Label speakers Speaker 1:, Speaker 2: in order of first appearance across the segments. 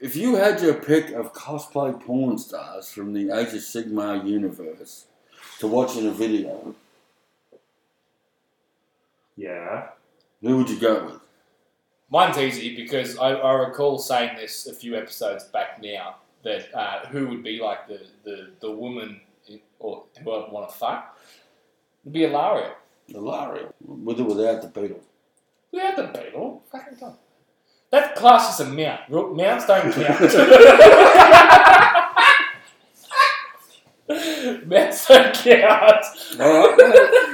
Speaker 1: If you had your pick of cosplay porn stars from the Age of Sigma universe to watch in a video,
Speaker 2: Yeah.
Speaker 1: who would you go with?
Speaker 3: Mine's easy because I, I recall saying this a few episodes back now that uh, who would be like the, the, the woman in- or who I'd want to fuck would be Ilaria.
Speaker 1: Ilaria. With or without the beetle.
Speaker 3: We had the beetle. Fucking done. That class is a mount. Ro- Mounts don't count. mounts don't count.
Speaker 1: Alright.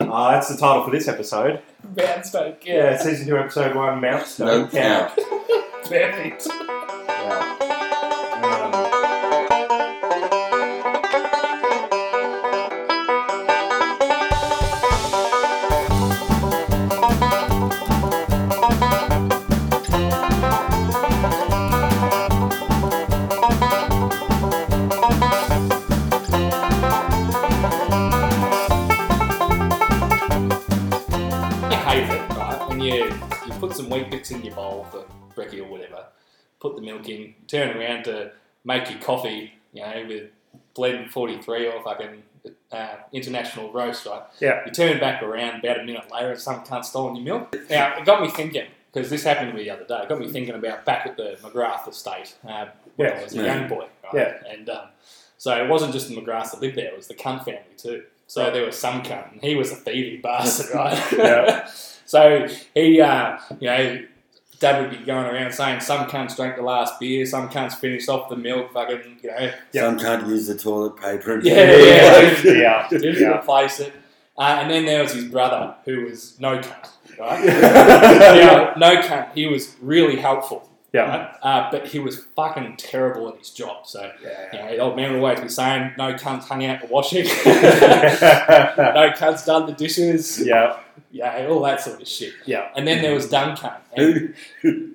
Speaker 2: Uh, that's the title for this episode.
Speaker 3: Mounts don't count.
Speaker 2: Yeah, season two, episode one, Mounts
Speaker 1: No
Speaker 2: Don't Count.
Speaker 3: Perfect.
Speaker 1: Yeah.
Speaker 2: Um,
Speaker 3: I hate it, right? When you, you put some wheat bits in your bowl for brekkie or whatever, put the milk in, turn around to make your coffee, you know, with blend 43 or fucking uh, international roast, right?
Speaker 2: Yeah.
Speaker 3: You turn back around about a minute later and some cunt stolen your milk. Now, it got me thinking, because this happened to me the other day, it got me thinking about back at the McGrath estate uh, when I
Speaker 2: Yeah.
Speaker 3: was a
Speaker 1: Yeah.
Speaker 3: young boy, right?
Speaker 2: Yeah.
Speaker 3: And um, so it wasn't just the McGraths that lived there, it was the cunt family too. So there was some cunt, and he was a thieving bastard, right?
Speaker 2: Yeah.
Speaker 3: so he, uh, you know, Dad would be going around saying some cunts drank the last beer, some cunts finished off the milk, fucking, you know,
Speaker 2: Yeah.
Speaker 1: Some can't use the toilet paper.
Speaker 3: Yeah, yeah,
Speaker 2: yeah.
Speaker 3: didn't
Speaker 2: Yeah.
Speaker 3: replace it. Uh, and then there was his brother, who was no cunt, right?
Speaker 2: yeah.
Speaker 3: Now, no cunt, he was really helpful,
Speaker 2: Yeah.
Speaker 3: right? Uh, but he was fucking terrible at his job, so... You know, the old man would always be saying, no cunts hung out the washing.
Speaker 2: Yeah.
Speaker 3: no cunts done the dishes,
Speaker 2: yeah.
Speaker 3: yeah, all that sort of shit.
Speaker 2: Yeah.
Speaker 3: And then there was dumb cunt. And
Speaker 1: Who?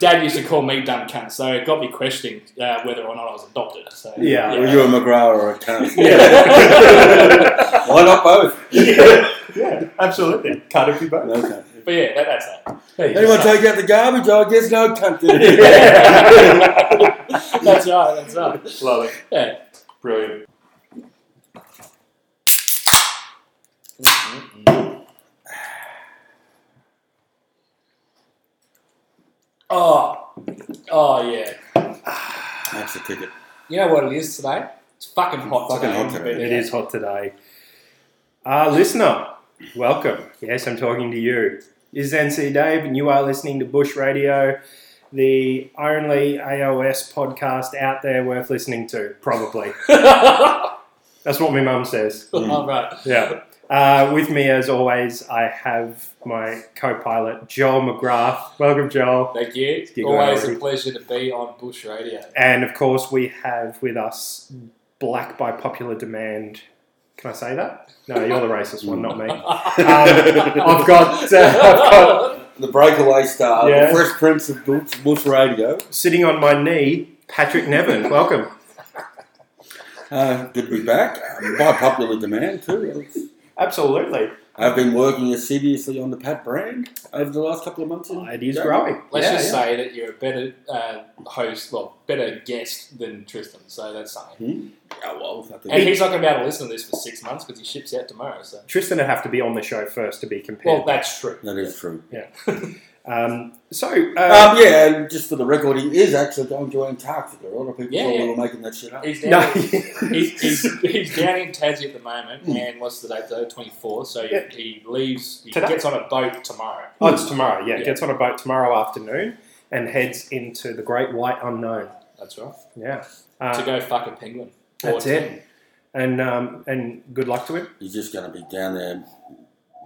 Speaker 3: Dad used to call me dumb cunt, so it got me questioning uh, whether or not I was adopted. So
Speaker 2: Yeah.
Speaker 1: Were you a McGraw or a cunt?
Speaker 2: Yeah.
Speaker 1: Why not both?
Speaker 2: yeah. Yeah. Absolutely. Can't it be both?
Speaker 1: No cunt.
Speaker 3: but yeah, that, that's that.
Speaker 2: There you go.
Speaker 1: Anyone take out the garbage? I guess no cunt. did it.
Speaker 3: That's right. That's right.
Speaker 2: Love it.
Speaker 3: Yeah.
Speaker 2: Brilliant.
Speaker 3: Oh, oh yeah.
Speaker 1: That's a ticket.
Speaker 3: You know what it is today? It's fucking hot.
Speaker 1: Fucking
Speaker 3: today.
Speaker 1: hot today.
Speaker 2: It is hot today. Uh, listener, welcome. Yes, I'm talking to you. This is NC Dave, and you are listening to Bush Radio, the only AOS podcast out there worth listening to, probably. That's what my mum says.
Speaker 3: All right.
Speaker 2: Yeah. Uh, with me, as always, I have my co pilot, Joel McGrath. Welcome, Joel.
Speaker 3: Thank you.
Speaker 2: Get going
Speaker 3: Always a
Speaker 2: already.
Speaker 3: pleasure to be on Bush Radio.
Speaker 2: And of course, we have with us Black by Popular Demand. Can I say that? No, you're the racist one, not me. Um, I've got, uh, I've got
Speaker 1: The breakaway star,
Speaker 2: Yeah.
Speaker 1: the Fresh Prince of Bush, Bush Radio.
Speaker 2: sitting on my knee, Patrick Nevin. Welcome.
Speaker 1: Uh, good to be back um, by popular demand too.
Speaker 2: Absolutely,
Speaker 1: I've been working assiduously on the Pat brand over the last couple of months.
Speaker 2: it is growing.
Speaker 3: Let's
Speaker 2: Yeah,
Speaker 3: just
Speaker 2: yeah.
Speaker 3: say that you're a better uh, host, well, better guest than Tristan. So that's something.
Speaker 1: Oh, well, I think-
Speaker 3: And he's not going to be able to listen to this for six months because he ships out tomorrow. So,
Speaker 2: Tristan would have to be on the show first to be compared.
Speaker 3: well, that's true.
Speaker 1: that is true.
Speaker 2: um, so uh,
Speaker 1: Um, yeah, and just for the record, he is actually going to Antarctica. A lot of people
Speaker 3: Yeah,
Speaker 1: thought
Speaker 3: yeah.
Speaker 1: we were making that shit up.
Speaker 3: He's down,
Speaker 2: no,
Speaker 3: he's, he's, he's down in Tassie at the moment, and what's the date? The twenty fourth. So he,
Speaker 2: Hmm. Yeah.
Speaker 3: he leaves. He
Speaker 2: Today.
Speaker 3: gets on a boat tomorrow.
Speaker 2: oh, it's tomorrow. Yeah,
Speaker 3: Yeah.
Speaker 2: gets on a boat tomorrow afternoon and heads into the Great White Unknown.
Speaker 3: That's right.
Speaker 2: Yeah,
Speaker 3: to
Speaker 2: uh,
Speaker 3: go fuck a penguin. Or
Speaker 2: that's
Speaker 3: a
Speaker 2: it. And um, and good luck to him.
Speaker 1: He's just going to be down there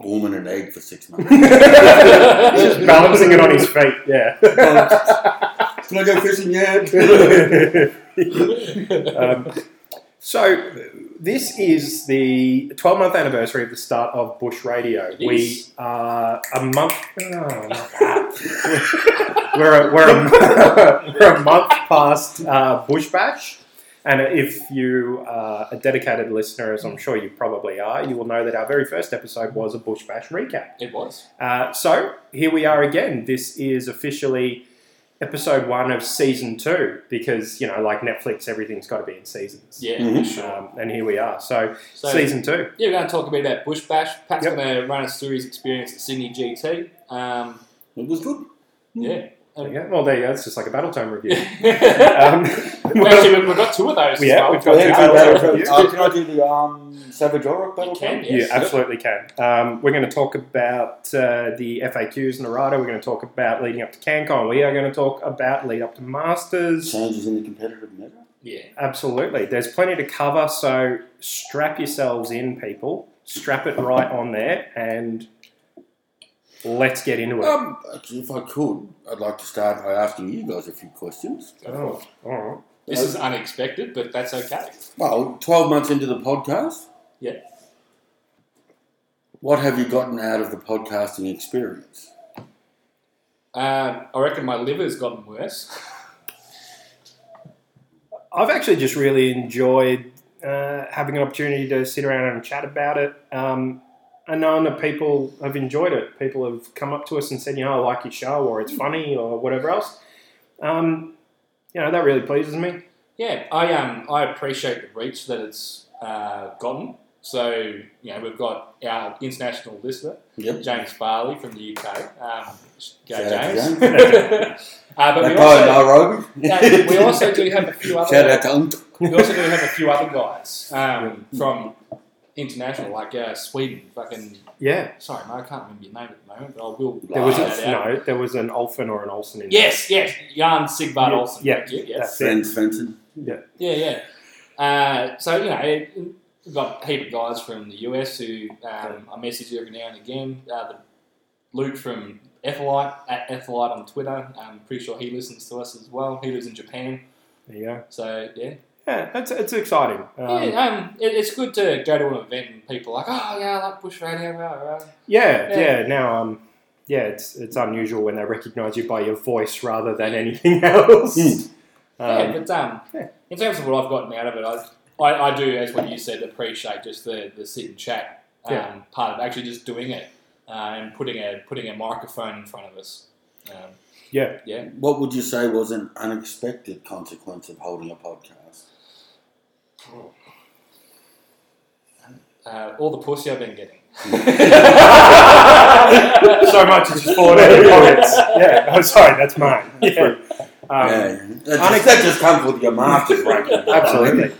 Speaker 1: warming an egg for six months.
Speaker 2: He's just balancing it on his feet. Yeah.
Speaker 1: Can I go fishing yet?
Speaker 3: ten.
Speaker 2: Um, so this is the 12 month anniversary of the start of Bush Radio.
Speaker 3: It
Speaker 2: we
Speaker 3: is.
Speaker 2: are a month. Oh, not that. we're, a, we're, a, we're a month past uh, Bush Bash. And if you uh, are a dedicated listener, as I'm sure you probably are, you will know that our very first episode was a Bush Bash recap.
Speaker 3: it was.
Speaker 2: Uh, so here we are again. This is officially episode one of season two because you know, like Netflix, everything's got to be in seasons.
Speaker 3: Yeah,
Speaker 1: Mhm.
Speaker 3: for sure.
Speaker 2: Um, and here we are. So,
Speaker 3: So,
Speaker 2: season two.
Speaker 3: yeah, we're going to talk a bit about Bush Bash. Pat's
Speaker 2: Yep.
Speaker 3: going to run us through his experience at Sydney GT. Um,
Speaker 1: It was good.
Speaker 2: Hmm.
Speaker 3: yeah.
Speaker 2: Yeah. Well, there you go. It's just like a battle time review.
Speaker 3: um,
Speaker 2: um,
Speaker 3: Actually, we've we've got two of those. as
Speaker 2: Yeah,
Speaker 3: well.
Speaker 2: we've got
Speaker 1: Well,
Speaker 2: two
Speaker 1: yeah,
Speaker 2: battle
Speaker 1: battle
Speaker 2: time
Speaker 1: reviews.
Speaker 2: reviews.
Speaker 1: Uh, can I do the um, Savage Aura battle
Speaker 3: You
Speaker 1: time?
Speaker 3: can,
Speaker 2: You
Speaker 3: yes.
Speaker 2: absolutely can. Um, we're going to talk about uh, the FAQs in Narada. We're going to talk about leading up to CanCon. We are going to talk about lead up to Masters.
Speaker 1: Changes in the competitive meta.
Speaker 3: Yeah.
Speaker 2: Absolutely. There's plenty to cover, so strap yourselves in, people. Strap it right on there, and let's get into it.
Speaker 1: Um, actually, if I could, I'd like to start by asking you guys a few questions.
Speaker 2: oh, all right.
Speaker 3: This is unexpected, but that's okay.
Speaker 1: Well, 12 months into the podcast.
Speaker 3: Yeah.
Speaker 1: What have you gotten out of the podcasting experience?
Speaker 3: Um, I reckon my liver's gotten worse.
Speaker 2: I've actually just really enjoyed uh, having an opportunity to sit around and chat about it. Um, I know that people have enjoyed it. People have come up to us and said, you know, I like your show, or it's funny, or whatever else. Um, you know, that really pleases me.
Speaker 3: Yeah, I um I appreciate the reach that it's uh, gotten. So you know we've got our international listener
Speaker 1: Yep.
Speaker 3: James Farley from the UK. Um, go
Speaker 1: Shout out to
Speaker 3: James. uh, but
Speaker 1: That
Speaker 3: we
Speaker 1: guy in
Speaker 3: also,
Speaker 1: Nairobi.
Speaker 3: yeah, we also do have a few
Speaker 1: Shout
Speaker 3: other
Speaker 1: out to Unc.
Speaker 3: we also do have a few other guys um, from international like uh, Sweden. Fucking
Speaker 2: Yeah,
Speaker 3: sorry, mate, I can't remember your name at the moment, but I will.
Speaker 2: there was a,
Speaker 3: find that out.
Speaker 2: no, there was an Olfen or an Olsen in there.
Speaker 3: Yes, yes, Jan Sigvard
Speaker 2: Yeah,
Speaker 3: Olsen.
Speaker 2: yeah,
Speaker 3: thank you,
Speaker 2: that's
Speaker 3: yes.
Speaker 1: Sven Svensson.
Speaker 3: Yeah, yeah. Uh, so you know, it, we've got a heap of guys from the US who um, I message every now and again. Uh, the Luke from Ethelite at Ethelite on Twitter. I'm pretty sure he listens to us as well. He lives in Japan,
Speaker 2: There you go.
Speaker 3: so yeah.
Speaker 2: Yeah, it's, it's exciting. Um, yeah,
Speaker 3: yeah um, it, it's good to go to an event and people are like, oh yeah, I like bush radio. Right, right.
Speaker 2: yeah,
Speaker 3: Yeah.
Speaker 2: Now, um, yeah, it's it's unusual when they recognise you by your voice rather than anything else.
Speaker 1: Mm.
Speaker 2: Um,
Speaker 3: yeah, but um,
Speaker 2: yeah.
Speaker 3: in terms of what I've gotten out of it, I, I, I do, as what you said, appreciate just the, the sit and chat um,
Speaker 2: Yeah.
Speaker 3: part of actually just doing it uh, and putting a putting a microphone in front of us. Um,
Speaker 1: What would you say was an unexpected consequence of holding a podcast?
Speaker 3: uh, all the pussy I've been getting.
Speaker 2: so much it's just fallen out of your pockets. Yeah. Oh, sorry, that's mine. Yeah. Um,
Speaker 1: yeah, that,
Speaker 2: unex-
Speaker 1: just, that just comes with your master's ranking.
Speaker 2: Absolutely.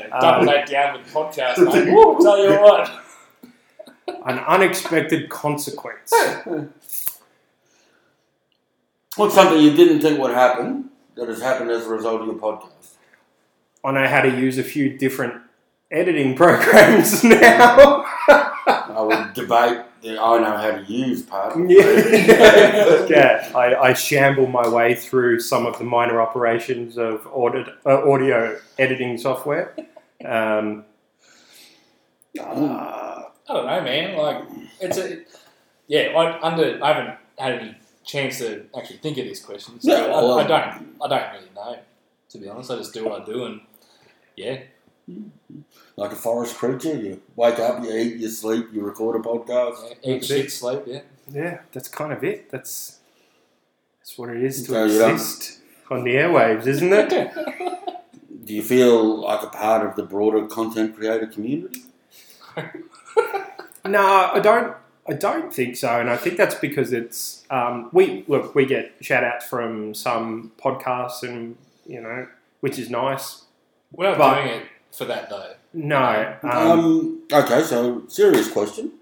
Speaker 3: Yeah, double
Speaker 2: Um,
Speaker 3: that down with podcast, mate. Woo, tell you what.
Speaker 2: An unexpected consequence.
Speaker 1: What's something you didn't think would happen that has happened as a result of your podcast?
Speaker 2: I know how to use a few different editing programs now.
Speaker 1: I would debate the I know how to use part. of
Speaker 2: yeah.
Speaker 1: it.
Speaker 2: yeah. I, I shamble my way through some of the minor operations of audit, uh, audio editing software. Um, uh,
Speaker 3: I don't know, man. Like it's a yeah. I under I haven't had any chance to actually think of these questions. So
Speaker 1: Yeah, well,
Speaker 2: um,
Speaker 3: I, I don't. I don't really know. To be honest, I just do what I do, and yeah,
Speaker 1: like a forest creature, you wake up, you eat, you sleep, you record a podcast.
Speaker 3: eat
Speaker 2: That's
Speaker 3: shit, sleep. Yeah.
Speaker 2: yeah, that's kind of it. That's that's what it is to
Speaker 1: So you don't-
Speaker 2: exist on the airwaves, isn't it?
Speaker 1: Do you feel like a part of the broader content creator community?
Speaker 2: No, I don't. I don't think so, and I think that's because it's um, we look we get shout outs from some podcasts, and you know, which is nice.
Speaker 3: We're not
Speaker 2: But-
Speaker 3: doing it for that though.
Speaker 2: No, um,
Speaker 1: Um, okay, so serious question.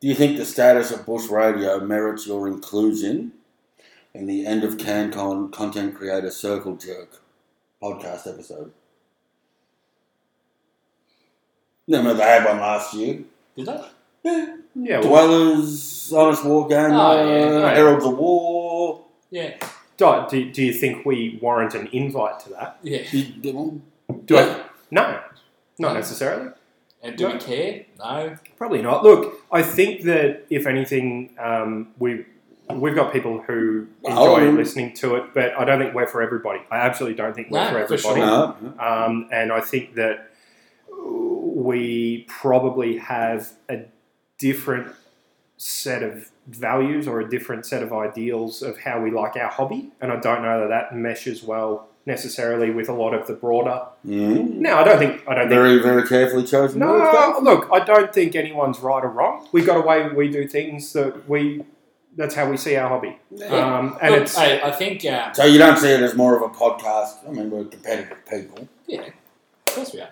Speaker 1: Do you think the status of Bush Radio merits your inclusion in the end of CanCon content creator circle jerk podcast episode? No, no, they had one last year.
Speaker 3: Did that?
Speaker 1: Yeah.
Speaker 2: yeah, well,
Speaker 1: Dwellers, Honest War Gamer,
Speaker 3: Oh, yeah,
Speaker 2: right.
Speaker 1: Heralds of War.
Speaker 3: Yeah.
Speaker 2: do, do, do you think we warrant an invite to that?
Speaker 3: Yeah.
Speaker 1: You-
Speaker 2: Do I-
Speaker 1: Yeah.
Speaker 2: No, not
Speaker 3: No.
Speaker 2: necessarily.
Speaker 3: And do we
Speaker 2: No.
Speaker 3: care? No.
Speaker 2: Probably not. Look, I think that if anything, um, we we've got people who
Speaker 1: Well,
Speaker 2: enjoy
Speaker 1: I mean-
Speaker 3: um,
Speaker 2: listening to it, but I don't think we're for everybody. I absolutely don't think we're
Speaker 3: No,
Speaker 2: for
Speaker 3: for
Speaker 2: everybody.
Speaker 3: sure.
Speaker 1: No.
Speaker 2: Um, and I think that we probably have a different set of values or a different set of ideals of how we like our hobby. And I don't know that that meshes well necessarily with a lot of the broader.
Speaker 1: Mm.
Speaker 2: No, I don't think. I don't think.
Speaker 1: Very, very carefully chosen. words there.
Speaker 2: No, look, I don't think anyone's right or wrong. We got a way we do things that we. That's how we see our hobby.
Speaker 1: Yeah.
Speaker 2: Um, and
Speaker 3: Look,
Speaker 2: it's
Speaker 3: I, I think, um,
Speaker 1: So you don't see it as more of a podcast. I mean, we're competitive people,
Speaker 3: yeah, of course we are.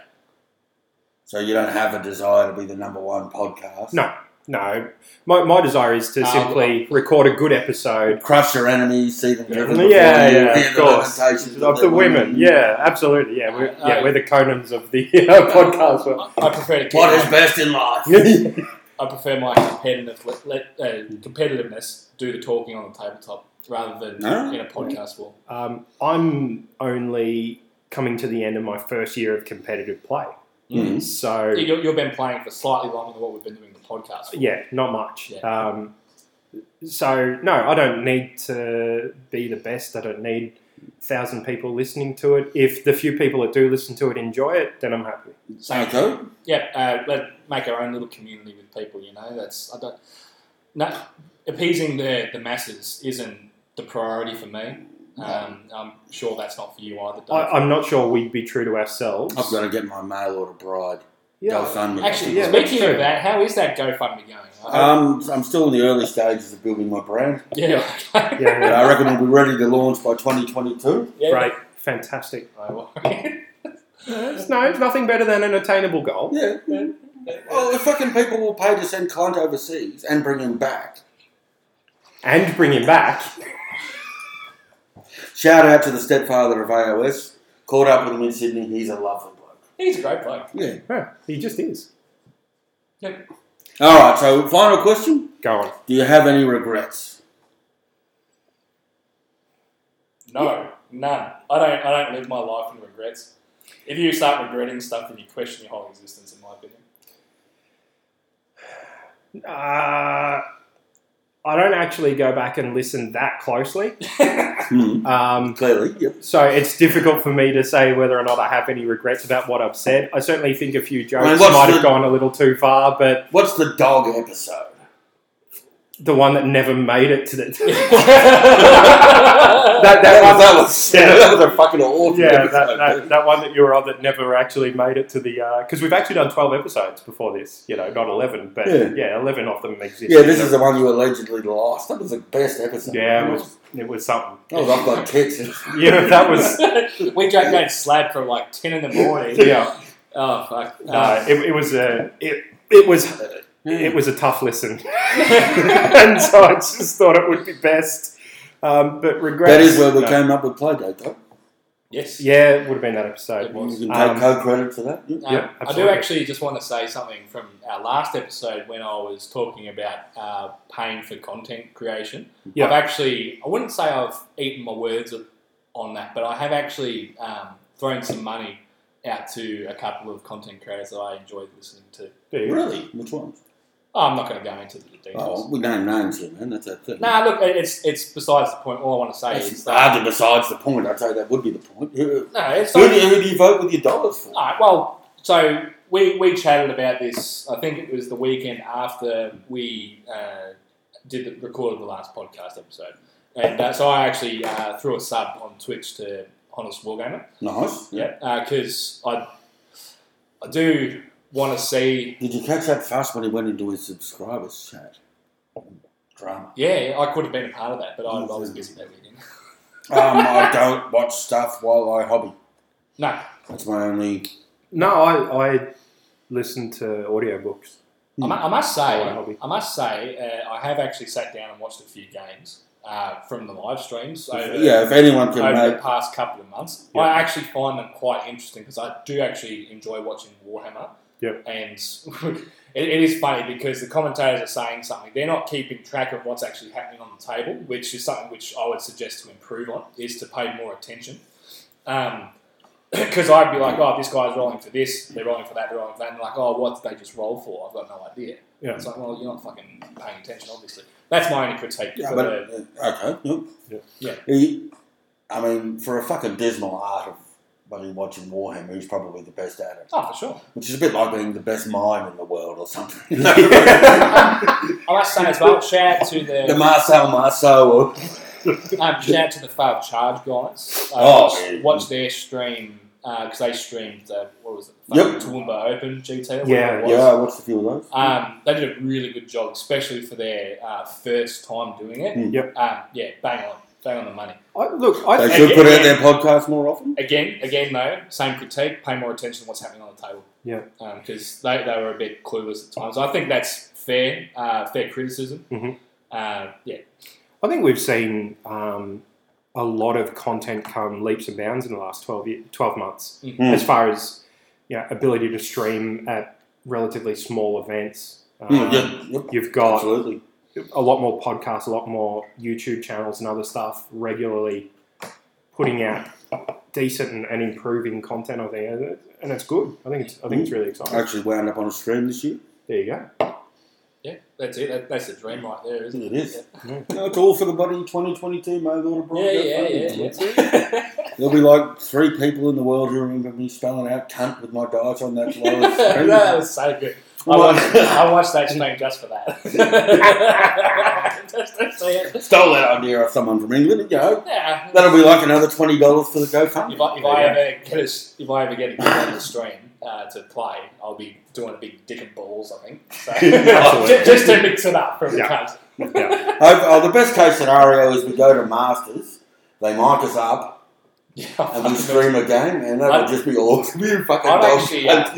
Speaker 1: so you don't have a desire to be the number one podcast.
Speaker 2: No. no. My, my desire is to
Speaker 3: Um,
Speaker 2: simply record a good episode
Speaker 1: Crush your enemies, see them driven before
Speaker 2: Yeah,
Speaker 1: you,
Speaker 2: yeah,
Speaker 1: hear
Speaker 2: of
Speaker 1: the
Speaker 2: course.
Speaker 1: lamentations
Speaker 2: of the
Speaker 1: their
Speaker 2: women. Yeah, absolutely. Yeah, we're, yeah,
Speaker 3: Uh,
Speaker 2: we're the Conans of the uh, podcast world.
Speaker 3: I, I prefer to keep
Speaker 1: What is
Speaker 3: my,
Speaker 1: best in life?
Speaker 3: I prefer my competitive let, let, uh, competitiveness do the talking on the tabletop rather than
Speaker 1: No.
Speaker 3: in a podcast form.
Speaker 2: um, I'm only coming to the end of my first year of competitive play. Hmm.
Speaker 1: Mm.
Speaker 2: So,
Speaker 3: Hmm? You, you- you've been playing for slightly longer than what we've been doing the podcast.
Speaker 1: Oh,
Speaker 3: For.
Speaker 2: yeah, not much.
Speaker 3: Yeah.
Speaker 2: Um, so, no, I don't need to be the best. I don't need thousand people listening to it. If the few people that do listen to it enjoy it, then I'm happy.
Speaker 3: Same.
Speaker 1: Okay.
Speaker 3: Yeah, uh, let make our own little community with people. You know, that's I don't. No, appeasing the the masses isn't the priority for me. Um, I'm sure that's not for you either. Dave.
Speaker 2: I, I'm not sure we'd be true to ourselves.
Speaker 1: I've got to get my mail order bride.
Speaker 2: yeah,
Speaker 1: GoFundMe.
Speaker 3: Actually,
Speaker 2: Yeah, that's
Speaker 3: speaking
Speaker 2: true.
Speaker 3: of that, how is that GoFundMe going? I hope-
Speaker 1: Um, I'm still in the early stages of building my brand,
Speaker 3: yeah, yeah,
Speaker 2: yeah,
Speaker 1: but I reckon we'll be ready to launch by 2022.
Speaker 2: great, fantastic.
Speaker 3: No worries.
Speaker 2: It's no, it's nothing better than an attainable goal.
Speaker 1: Yeah. Well, if fucking people will pay to send client overseas and bring him back.
Speaker 2: And bring him back.
Speaker 1: Shout out to the stepfather of AOS. Caught up with him in Sydney. He's a lovely bloke.
Speaker 3: He's a great bloke.
Speaker 1: Yeah.
Speaker 2: Huh, he just is.
Speaker 1: All right. So, final question:
Speaker 2: Go on.
Speaker 1: Do you have any regrets?
Speaker 3: No, none. I don't. I don't live my life in regrets. If you start regretting stuff, then you question your whole existence. In my opinion.
Speaker 2: Uh, I don't actually go back and listen that closely.
Speaker 1: Hmm.
Speaker 2: Um,
Speaker 1: Clearly, yep.
Speaker 2: so it's difficult for me to say whether or not I have any regrets about what I've said. I certainly think a few jokes
Speaker 1: Well, what's
Speaker 2: might
Speaker 1: the-
Speaker 2: have gone a little too far, but
Speaker 1: What's the dog episode?
Speaker 2: the one that never made it to the.
Speaker 3: That-
Speaker 2: that, that one,
Speaker 1: that was
Speaker 2: yeah.
Speaker 1: that was a fucking awful
Speaker 2: yeah, that,
Speaker 1: episode.
Speaker 2: that, that one that you were on that never actually made it to the. Because we've actually done 12 episodes before this, you know, not 11, but
Speaker 1: Yeah.
Speaker 2: yeah, 11 of them exist.
Speaker 1: yeah, this is the one you allegedly lost. That was the best episode.
Speaker 2: Yeah, it was, it was something.
Speaker 1: that was off like tits.
Speaker 2: Yeah, that was.
Speaker 3: we got going slab from like ten in the morning.
Speaker 2: Yeah.
Speaker 3: Oh fuck.
Speaker 2: No, it, it was a it, it was it
Speaker 1: Hmm.
Speaker 2: was a tough listen, and so I just thought it would be best. Um, but regrets.
Speaker 1: That is where we
Speaker 2: no.
Speaker 1: came up with Playdate, though.
Speaker 3: yes.
Speaker 2: Yeah, it would have been that
Speaker 3: It
Speaker 2: episode.
Speaker 1: You
Speaker 3: was.
Speaker 1: can take
Speaker 2: Um,
Speaker 1: co-credit for that.
Speaker 3: Um,
Speaker 2: Yeah,
Speaker 3: I do
Speaker 2: absolutely.
Speaker 3: actually just want to say something from our last episode when I was talking about uh, paying for content creation.
Speaker 2: Yeah.
Speaker 3: I've actually, I wouldn't say I've eaten my words on that, but I have actually um, thrown some money out to a couple of content creators that I enjoyed listening to.
Speaker 1: Really? Which one?
Speaker 3: Oh, I'm not going to go into the details.
Speaker 1: Oh, we name names here, man. That's our thing.
Speaker 3: Nah, look, it- it's it's besides the point. All I want to say is
Speaker 1: That's
Speaker 3: that.
Speaker 1: hardly besides the point. I'd say that would be the point. Who, Oh.
Speaker 3: No, it's
Speaker 1: who
Speaker 3: not,
Speaker 1: do, you- who do you vote with your dollars for?
Speaker 3: All right, well, so we, we chatted about this. I think it was the weekend after we uh, did the, recorded the last podcast episode, and uh, so I actually uh, threw a sub on Twitch to Honest Wargamer.
Speaker 1: Nice.
Speaker 3: Yeah, because I I do want to see.
Speaker 1: Did you catch that fast when he went into his subscribers chat? Drama.
Speaker 3: Yeah, I could have been a part of that, but I, I was busy that weekend.
Speaker 1: um, I don't watch stuff while I hobby.
Speaker 3: No,
Speaker 1: That's my only.
Speaker 2: No, I I listened to audiobooks.
Speaker 3: I, mu- I must say,
Speaker 2: Oh, I'll be-
Speaker 3: I must say, uh, I have actually sat down and watched a few games uh, from the live streams. over-
Speaker 1: yeah, if anyone can
Speaker 3: over the
Speaker 1: make.
Speaker 3: past couple of months.
Speaker 2: Yeah.
Speaker 3: I actually find them quite interesting because I do actually enjoy watching Warhammer.
Speaker 2: Yep.
Speaker 3: And it, it is funny because the commentators are saying something. They're not keeping track of what's actually happening on the table, which is something which I would suggest to improve on, is to pay more attention. Um, because I'd be like, oh, this guy's rolling for this, they're rolling for that, they're rolling for that, and like, oh, what did they just roll for? I've got no idea.
Speaker 2: Yeah.
Speaker 3: It's like, well, you're not fucking paying attention, obviously. That's my only critique.
Speaker 1: Yeah,
Speaker 3: for
Speaker 1: but,
Speaker 3: the-
Speaker 1: uh, okay. Yep.
Speaker 3: Yeah.
Speaker 1: He- I mean, for a fucking dismal art of bloody watching Warhammer, he's probably the best at it.
Speaker 3: Oh, for sure.
Speaker 1: Which is a bit like being the best mime in the world or something.
Speaker 3: I must say as well, shout out to the,
Speaker 1: the Marcel Marceau. Or,
Speaker 3: um, shout out to the Fab Charge guys. Uh,
Speaker 1: Oh,
Speaker 3: watch-
Speaker 1: man.
Speaker 3: watch their stream because they streamed the what was it? The
Speaker 1: Yep.
Speaker 3: Toowoomba Open GT. or whatever
Speaker 2: Yeah,
Speaker 3: it was.
Speaker 1: yeah, I watched a few of those.
Speaker 3: Um, they did a really good job, especially for their uh, first time doing it.
Speaker 1: Mm.
Speaker 2: Yep.
Speaker 3: Um, yeah, bang on, bang on the money.
Speaker 2: I, look, I
Speaker 1: They
Speaker 2: think
Speaker 1: should put out their podcast more often.
Speaker 3: Again, again though, same critique. Pay more attention to what's happening on the table.
Speaker 2: Yeah.
Speaker 3: Because they, they were a bit clueless at times. I think that's fair, uh, fair criticism.
Speaker 2: Mhm.
Speaker 3: Uh, yeah.
Speaker 2: I think we've seen um, a lot of content come leaps and bounds in the last 12, year, 12 months
Speaker 3: Mhm.
Speaker 1: Mm.
Speaker 2: as far as you know, ability to stream at relatively small events. Um,
Speaker 1: Mm, yeah, yep,
Speaker 2: You've got
Speaker 1: absolutely.
Speaker 2: a lot more podcasts, a lot more YouTube channels and other stuff regularly putting out decent and, and improving content, I think. And it- And it's good. I think it's, I think it's really
Speaker 1: I
Speaker 2: exciting.
Speaker 1: actually wound up on a stream this year.
Speaker 2: There you go.
Speaker 3: Yeah, that's it. That, that's the dream right there, isn't it?
Speaker 1: It is. No, it's all for the buddy 2022, my little brother.
Speaker 3: Yeah, yeah, yeah. yeah,
Speaker 1: There'll be like three people in the world who remember me spelling out cunt with my dice on that
Speaker 3: that
Speaker 1: last
Speaker 3: was so good. I watched,
Speaker 1: screen.
Speaker 3: I watched that stream just for that. just to see it.
Speaker 1: Stole that idea off someone from England, you know.
Speaker 3: Yeah.
Speaker 1: That'll be like another $20 for the
Speaker 3: If
Speaker 1: GoFundMe.
Speaker 3: I, if I ever get a, s- if I ever get a gig on the stream uh, to play, I'll be doing a big dick and balls. I think. So,
Speaker 2: Absolutely.
Speaker 3: just, just to mix it up from
Speaker 2: Yeah.
Speaker 3: the
Speaker 2: Yeah.
Speaker 1: Hope- oh, the best case scenario is we go to Masters, they mark us up,
Speaker 3: Yeah,
Speaker 1: and we stream a game, and that'll just be all. You fucking
Speaker 3: I'd
Speaker 1: dog.
Speaker 3: actually, uh,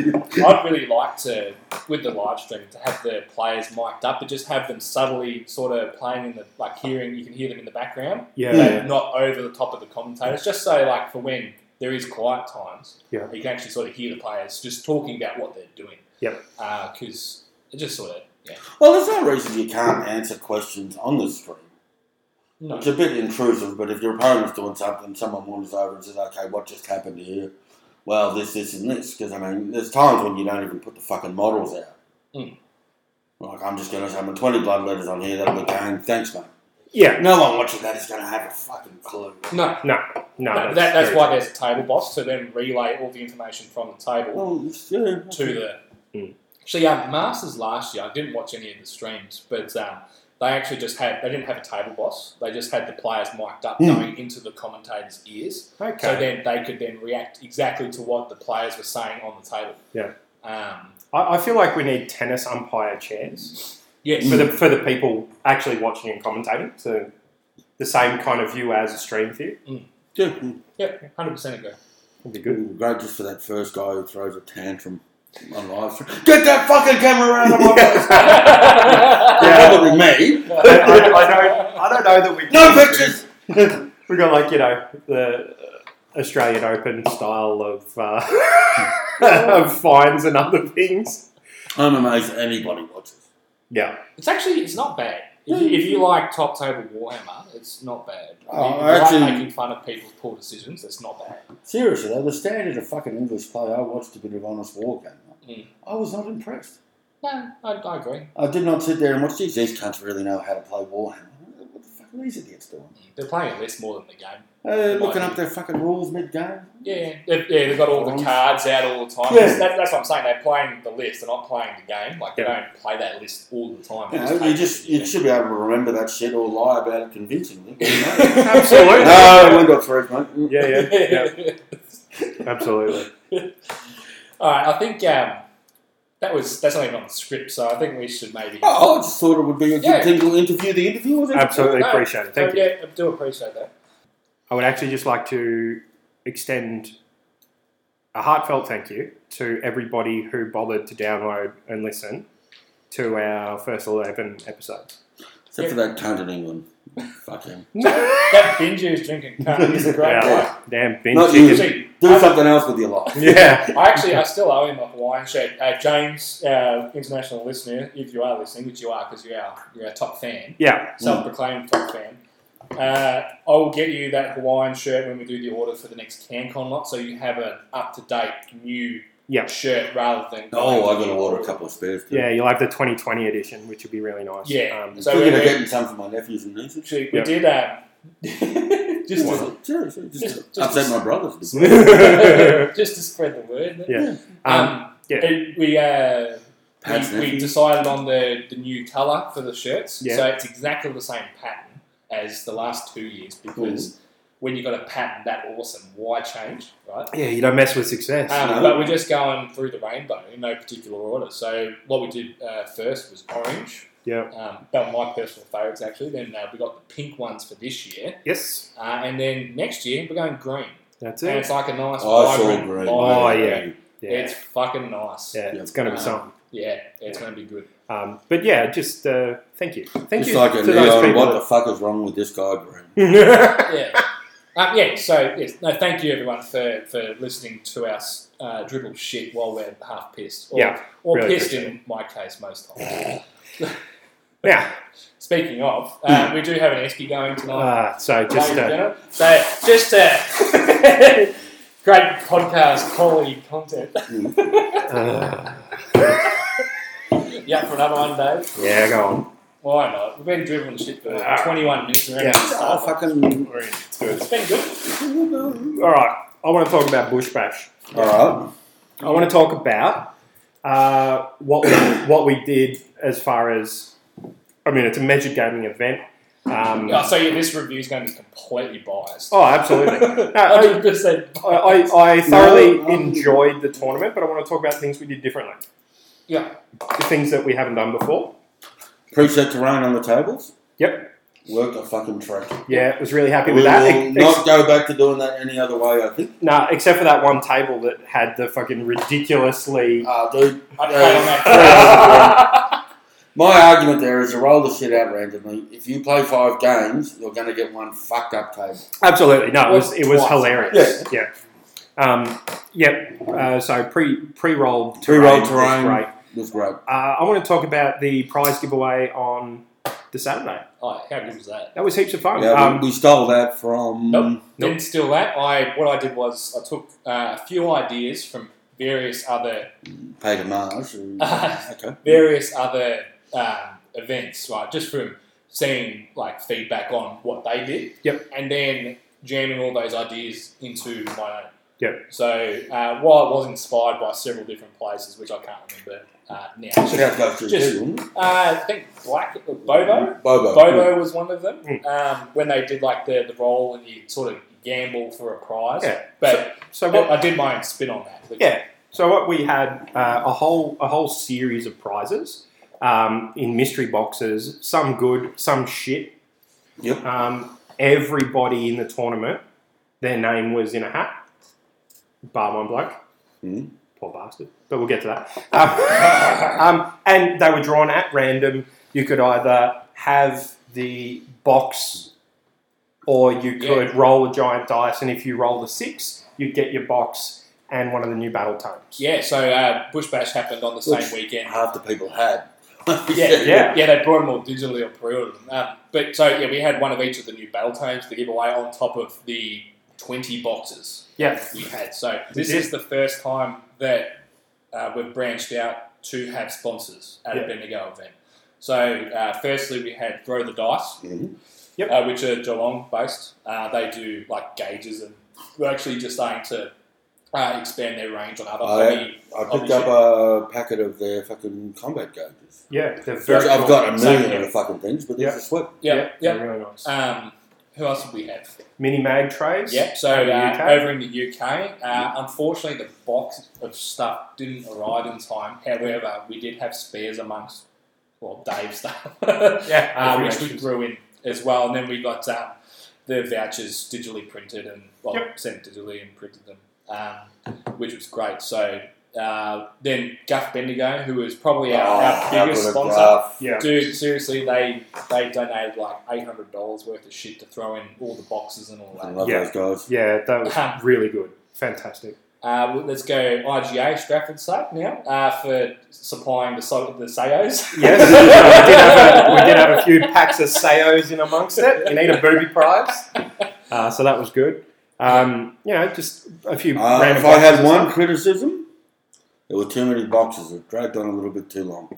Speaker 3: I'd really like to, with the live stream, to have the players mic'd up, but just have them subtly sort of playing in the, like hearing, you can hear them in the background,
Speaker 2: Yeah.
Speaker 1: Mm.
Speaker 3: not over the top of the commentators, just so like for when there is quiet times,
Speaker 2: Yeah.
Speaker 3: you can actually sort of hear the players just talking about what they're doing.
Speaker 2: Yep.
Speaker 3: Because it just sort of, yeah.
Speaker 1: well, there's no reason you can't answer questions on the stream.
Speaker 3: No.
Speaker 1: It's a bit intrusive, but if your opponent's doing something, someone wanders over and says, okay, what just happened here? Well, this, this, and this. Because, I mean, there's times when you don't even put the fucking models out.
Speaker 3: Mm.
Speaker 1: Like, I'm just going to say, I'm 20 blood letters on here, that'll be game. Thanks, mate.
Speaker 2: Yeah.
Speaker 1: No one watching that is going to have a fucking clue.
Speaker 3: No,
Speaker 2: No,
Speaker 3: that, that, that's
Speaker 2: very
Speaker 3: why there's a table boss to then relay all the information from the table
Speaker 1: Well, it's- yeah.
Speaker 3: to the.
Speaker 2: Mm.
Speaker 3: Actually, yeah, Masters last year, I didn't watch any of the streams, but um, they actually just had, they didn't have a table boss. They just had the players mic'd up
Speaker 2: Hmm.
Speaker 1: Mm.
Speaker 3: going into the commentator's ears.
Speaker 2: true. Okay.
Speaker 3: So then they could then react exactly to what the players were saying on the table.
Speaker 2: Yeah.
Speaker 3: Um,
Speaker 2: I, I feel like we need tennis umpire chairs
Speaker 3: yes.
Speaker 2: for the for the people actually watching and commentating. So the same kind of view as a stream view
Speaker 1: yeah.
Speaker 3: Yep, 100% agree.
Speaker 2: would be good.
Speaker 1: It'd be great just for that first guy who throws a tantrum on live stream. Get that fucking camera out of my face! Probably me.
Speaker 2: I, I, I don't I don't know that we
Speaker 1: No pictures!
Speaker 2: We got like you know the uh, Australian Open style of uh, of fines and other things.
Speaker 1: I'm amazed anybody watches.
Speaker 2: Yeah,
Speaker 3: It's actually it's not bad. If you, if you like top table Warhammer, it's not bad.
Speaker 1: Oh,
Speaker 3: if you like
Speaker 1: actually-
Speaker 3: making fun of people's poor decisions, it's not bad.
Speaker 1: Seriously, though, the standard of fucking English play, I watched a bit of Honest War game.
Speaker 3: Mm.
Speaker 1: I was not impressed.
Speaker 3: No, I, I agree.
Speaker 1: I did not sit there and watch, geez, these cunts really know how to play Warhammer. What the fuck are these idiots doing?
Speaker 3: They're playing a list more than the game.
Speaker 1: Uh, looking up their fucking rules mid game.
Speaker 3: Yeah, they yeah, they've got all the cards out all the time.
Speaker 1: Yeah.
Speaker 3: That's, that, that's what I'm saying. They're playing the list. They're not playing the game. Like they don't play that list all the time.
Speaker 1: You
Speaker 3: They
Speaker 1: know, you
Speaker 3: take
Speaker 1: just
Speaker 3: it,
Speaker 1: you should be able to remember that shit or lie about it convincingly. You know?
Speaker 2: absolutely.
Speaker 1: no, we got three, mate.
Speaker 2: Yeah, yeah, yeah,
Speaker 3: yeah.
Speaker 2: absolutely.
Speaker 3: all right, I think um, that was that's not even on the script, so I think we should maybe.
Speaker 1: Oh, I just thought it would be a good
Speaker 3: Yeah.
Speaker 1: thing to interview the interviewers.
Speaker 2: Absolutely appreciate it. Thank
Speaker 3: So,
Speaker 2: you.
Speaker 3: Yeah, I do appreciate that.
Speaker 2: I would actually just like to extend a heartfelt thank you to everybody who bothered to download and listen to our first 11 episodes.
Speaker 1: Except for that cunt in England. Fuck him.
Speaker 3: That binge is drinking cunt is a great
Speaker 2: Yeah.
Speaker 3: one.
Speaker 2: Damn, binge
Speaker 1: Not
Speaker 2: chicken.
Speaker 1: you.
Speaker 3: See,
Speaker 1: Do something else with your life.
Speaker 2: Yeah.
Speaker 3: I actually, I still owe him a Hawaiian shirt. Uh, James, uh, international listener, if you are listening, which you are because you're our, you're our top fan,
Speaker 2: Yeah.
Speaker 3: self-proclaimed top fan, uh, I will get you that Hawaiian shirt when we do the order for the next CanCon lot, so you have an up-to-date new
Speaker 2: Yeah.
Speaker 3: shirt rather than...
Speaker 1: Oh, I've got to order a couple of spares. too.
Speaker 2: Yeah, you'll have the 2020 edition, which would be really nice.
Speaker 3: Yeah.
Speaker 2: Um,
Speaker 3: So
Speaker 1: Thinking
Speaker 3: we,
Speaker 1: of getting some for my nephews and nieces.
Speaker 3: actually, we
Speaker 2: Yeah.
Speaker 3: did... Um,
Speaker 1: Just,
Speaker 3: Why
Speaker 1: to, sure, sure, just,
Speaker 3: Just-
Speaker 1: to
Speaker 3: just-
Speaker 1: upset my brothers.
Speaker 3: just to spread the word.
Speaker 2: Yeah. um,
Speaker 3: Um,
Speaker 2: yeah.
Speaker 3: it- we uh,
Speaker 1: Pat's
Speaker 3: we, we
Speaker 1: nephew.
Speaker 3: decided on the, the new colour for the shirts.
Speaker 2: Yeah.
Speaker 3: So it's exactly the same pattern as the last two years because when you got a pattern that awesome, why change, right?
Speaker 2: yeah, you don't mess with success.
Speaker 1: No.
Speaker 3: Um, but we're just going through the rainbow in no particular order. So what we did uh, first was orange.
Speaker 2: Yeah.
Speaker 3: Um, about my personal favourites actually. Then uh, we got the pink ones for this year,
Speaker 2: yes,
Speaker 3: uh, and then next year we're going green.
Speaker 2: that's
Speaker 3: And
Speaker 2: it.
Speaker 3: it's like a nice
Speaker 1: Oh, I saw
Speaker 3: vibrant.
Speaker 1: green.
Speaker 3: vibrant
Speaker 2: Oh,
Speaker 3: green.
Speaker 2: yeah. Yeah,
Speaker 3: It's fucking nice.
Speaker 2: yeah, it's going to be
Speaker 3: Um,
Speaker 2: something.
Speaker 3: Yeah, it's going to be good.
Speaker 2: Um, but yeah, just uh, thank you, thank
Speaker 1: It's
Speaker 2: you
Speaker 1: like a
Speaker 2: to those
Speaker 1: neon.
Speaker 2: people.
Speaker 1: What the fuck is wrong with this guy, Green?
Speaker 2: that-
Speaker 3: Yeah. Um, yeah, so yes, no, thank you everyone for, for listening to us uh, dribble shit while we're half pissed. Or,
Speaker 2: Yeah,
Speaker 3: or
Speaker 2: really
Speaker 3: pissed
Speaker 2: appreciate
Speaker 3: in my case most times.
Speaker 2: now,
Speaker 3: Speaking of, uh, we do have an esky going tonight.
Speaker 2: Hmm. uh, so just
Speaker 3: ladies and
Speaker 2: uh,
Speaker 3: gentlemen. so just uh, great podcast quality content.
Speaker 2: uh,
Speaker 3: yeah, for another one, Dave.
Speaker 2: yeah, go on.
Speaker 3: Why not? We've been dribbling shit for
Speaker 2: Ah.
Speaker 3: 21 minutes. We're
Speaker 2: Yeah.
Speaker 1: Oh, fucking.
Speaker 2: We're in. It's good.
Speaker 3: It's been good.
Speaker 2: All right, I want to talk about bush bash.
Speaker 1: All right.
Speaker 2: I want to talk about uh, what we, what we did as far as I mean, it's a major gaming event. Um,
Speaker 3: Oh, so yeah, this review is going to be completely biased.
Speaker 2: Oh, absolutely. No, I-
Speaker 3: 100%
Speaker 2: I, I, I thoroughly
Speaker 1: No, um,
Speaker 2: enjoyed the tournament, but I want to talk about things we did differently.
Speaker 3: Yeah.
Speaker 2: The things that we haven't done before.
Speaker 1: Preset terrain on the tables.
Speaker 2: Yep.
Speaker 1: Worked a fucking track.
Speaker 2: Yeah, was really happy
Speaker 1: We
Speaker 2: with
Speaker 1: will
Speaker 2: that. Ex-
Speaker 1: not go back to doing that any other way. I think.
Speaker 2: ex- nah, except for that one table that had the fucking ridiculously.
Speaker 1: Ah, dude. uh,
Speaker 3: I played on that.
Speaker 1: My argument there is to roll the shit out randomly. If you play five games, you're going to get one fucked up table.
Speaker 2: Absolutely, no, it was it was
Speaker 3: Twice.
Speaker 2: hilarious. Yeah. Um, yep. Uh, so pre pre rolled
Speaker 1: Pre-rolled terrain.
Speaker 2: Great.
Speaker 1: It was great.
Speaker 2: Uh, I want to talk about the prize giveaway on the Saturday.
Speaker 3: Oh, how good was that?
Speaker 2: That was heaps of fun.
Speaker 1: Yeah, we-
Speaker 2: um,
Speaker 1: we stole that from.
Speaker 3: Nope.
Speaker 2: Nope.
Speaker 3: Didn't steal that. I what I did was I took uh, a few ideas from various other
Speaker 1: Peter Marsh. who-
Speaker 3: Ah.
Speaker 1: okay.
Speaker 3: various other um, events, right? Just from seeing like feedback on what they did.
Speaker 2: Yep.
Speaker 3: And then jamming all those ideas into my own.
Speaker 2: Yep.
Speaker 3: So uh, while I was inspired by several different places, which I can't remember uh, now,
Speaker 1: South Coast Jews,
Speaker 3: Just-
Speaker 1: didn't it?
Speaker 3: uh, I think Black Bobo.
Speaker 1: Bobo.
Speaker 3: Bobo was one of them.
Speaker 2: Mm.
Speaker 3: Um, when they did like the, the roll and you sort of gamble for a prize.
Speaker 2: Yeah.
Speaker 3: But
Speaker 2: so what
Speaker 3: I, I did my own spin on that. Which,
Speaker 2: Yeah. So what we had uh, a whole a whole series of prizes um, in mystery boxes, some good, some shit.
Speaker 1: Yep.
Speaker 2: Um, everybody in the tournament, their name was in a hat, bar one bloke.
Speaker 1: Mhm.
Speaker 2: Poor bastard. But we'll get to that. Um, um, and they were drawn at random. You could either have the box, or you
Speaker 3: Yeah.
Speaker 2: could roll a giant dice, and if you roll the six, you'd get your box and one of the new battle tomes.
Speaker 3: Yeah, so uh, Bush Bash happened on the same
Speaker 1: Which-
Speaker 3: weekend.
Speaker 1: Half the people had.
Speaker 3: Yeah,
Speaker 2: Yeah.
Speaker 3: Yeah, they brought them all digitally or pre-ordered them. Um, but so yeah, we had one of each of the new battle tomes to give away on top of the twenty boxes
Speaker 2: Yeah.
Speaker 3: we had. So this
Speaker 2: did.
Speaker 3: is the first time that uh, we've branched out to have sponsors at
Speaker 2: Yeah.
Speaker 3: a Bendigo event. So uh, firstly, we had throw the dice.
Speaker 1: Mhm.
Speaker 2: Yep.
Speaker 3: uh, which are Geelong based. Uh, they do like gauges, and we're actually just starting to uh, expand their range on other
Speaker 1: Oh, yeah.
Speaker 3: hobby.
Speaker 1: I picked up a packet of their fucking combat gauges.
Speaker 2: Yeah, they're
Speaker 1: Which
Speaker 2: very
Speaker 1: I've
Speaker 2: cool.
Speaker 1: got a
Speaker 3: Same
Speaker 1: million
Speaker 3: here.
Speaker 1: of the fucking things, but there's
Speaker 2: Yeah.
Speaker 1: a slip.
Speaker 3: Yeah,
Speaker 2: they're
Speaker 3: yeah.
Speaker 2: really nice.
Speaker 3: Um, who else did we have?
Speaker 2: Mini mag trays.
Speaker 3: Yeah, so
Speaker 2: Over in the
Speaker 3: uh,
Speaker 2: UK?
Speaker 3: over in the UK, uh, unfortunately, the box of stuff didn't arrive in time. However, we did have spares amongst well, Dave's stuff, uh,
Speaker 2: Yeah,
Speaker 3: which we
Speaker 2: everyone's-
Speaker 3: grew in as well. And then we got um, the vouchers digitally printed and well sent digitally and printed them, um, which was great. So uh, then Guff Bendigo, who was probably our,
Speaker 2: Ah,
Speaker 1: Oh,
Speaker 3: our
Speaker 1: how
Speaker 3: biggest
Speaker 1: good a
Speaker 3: sponsor,
Speaker 1: graph.
Speaker 2: Yeah.
Speaker 3: Dude, seriously, they they donated like eight hundred dollars worth of shit to throw in all the boxes and all
Speaker 1: I
Speaker 3: that.
Speaker 1: love
Speaker 2: Yeah.
Speaker 1: those guys.
Speaker 2: Yeah, that was
Speaker 3: Um,
Speaker 2: really good. Fantastic.
Speaker 3: Uh, well, let's go IGA Stratford site now uh, for supplying the so- the sayos.
Speaker 2: Yes, we, did have a, we did have a few packs of sayos in amongst it. You need a booby prize. Uh, so that was good. Um, you know, just a few
Speaker 1: Uh,
Speaker 2: random
Speaker 1: if I had
Speaker 2: boxes.
Speaker 1: one criticism, there were too many boxes. It dragged on a little bit too long.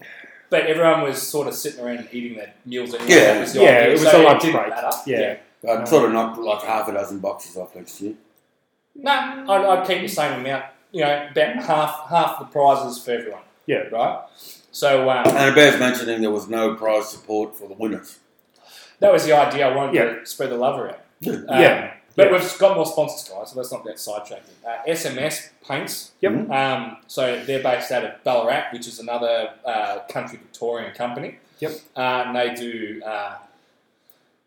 Speaker 3: But everyone was sort of sitting around eating their meals anyway.
Speaker 1: Yeah.
Speaker 3: that was the
Speaker 2: Yeah,
Speaker 3: idea,
Speaker 2: it was
Speaker 3: so
Speaker 2: a lunch
Speaker 3: didn't
Speaker 2: break.
Speaker 3: matter.
Speaker 2: Yeah.
Speaker 1: I'd sort of knock like half a dozen boxes off next year.
Speaker 3: No, I'd, I'd keep the same amount. You know, about half half the prizes for everyone.
Speaker 2: Yeah.
Speaker 3: Right. So um,
Speaker 1: And it bears mentioning there was no prize support for the winners.
Speaker 3: that was the idea. I wanted
Speaker 2: Yeah.
Speaker 3: to spread the love around.
Speaker 1: Yeah.
Speaker 3: Um,
Speaker 2: Yeah.
Speaker 3: But
Speaker 2: Yeah.
Speaker 3: we've got more sponsors, guys. So let's not get sidetracked. Uh, SMS paints.
Speaker 2: Yep.
Speaker 3: Um, so they're based out of Ballarat, which is another uh, country Victorian company.
Speaker 2: Yep.
Speaker 3: Uh, and they do. Uh,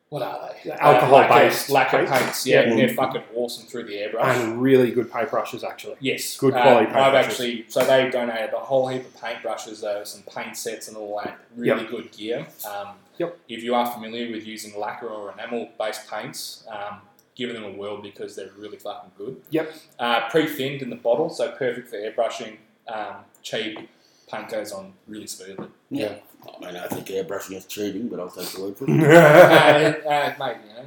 Speaker 3: what are they? Uh,
Speaker 2: Alcohol-based
Speaker 3: lacquer, lacquer
Speaker 2: paints.
Speaker 3: paints. Yeah,
Speaker 1: Yep.
Speaker 3: they're fucking awesome through the airbrush.
Speaker 2: and really good paintbrushes actually.
Speaker 3: Yes,
Speaker 2: Good
Speaker 3: Uh,
Speaker 2: quality
Speaker 3: I've
Speaker 2: paintbrushes.
Speaker 3: actually so they donated a whole heap of paintbrushes, though, some paint sets and all that. Really good gear. Um,
Speaker 2: Yep.
Speaker 3: If you are familiar with using lacquer or enamel-based paints, um, give them a whirl because they're really fucking good.
Speaker 2: Yep.
Speaker 3: Uh, pre-thinned in the bottle, so perfect for airbrushing. Um, cheap. Paint goes on really smoothly.
Speaker 1: Yeah. I mean, I think airbrushing is cheating, but I'll take the word for it.
Speaker 3: uh,
Speaker 2: yeah,
Speaker 3: uh, mate, you know,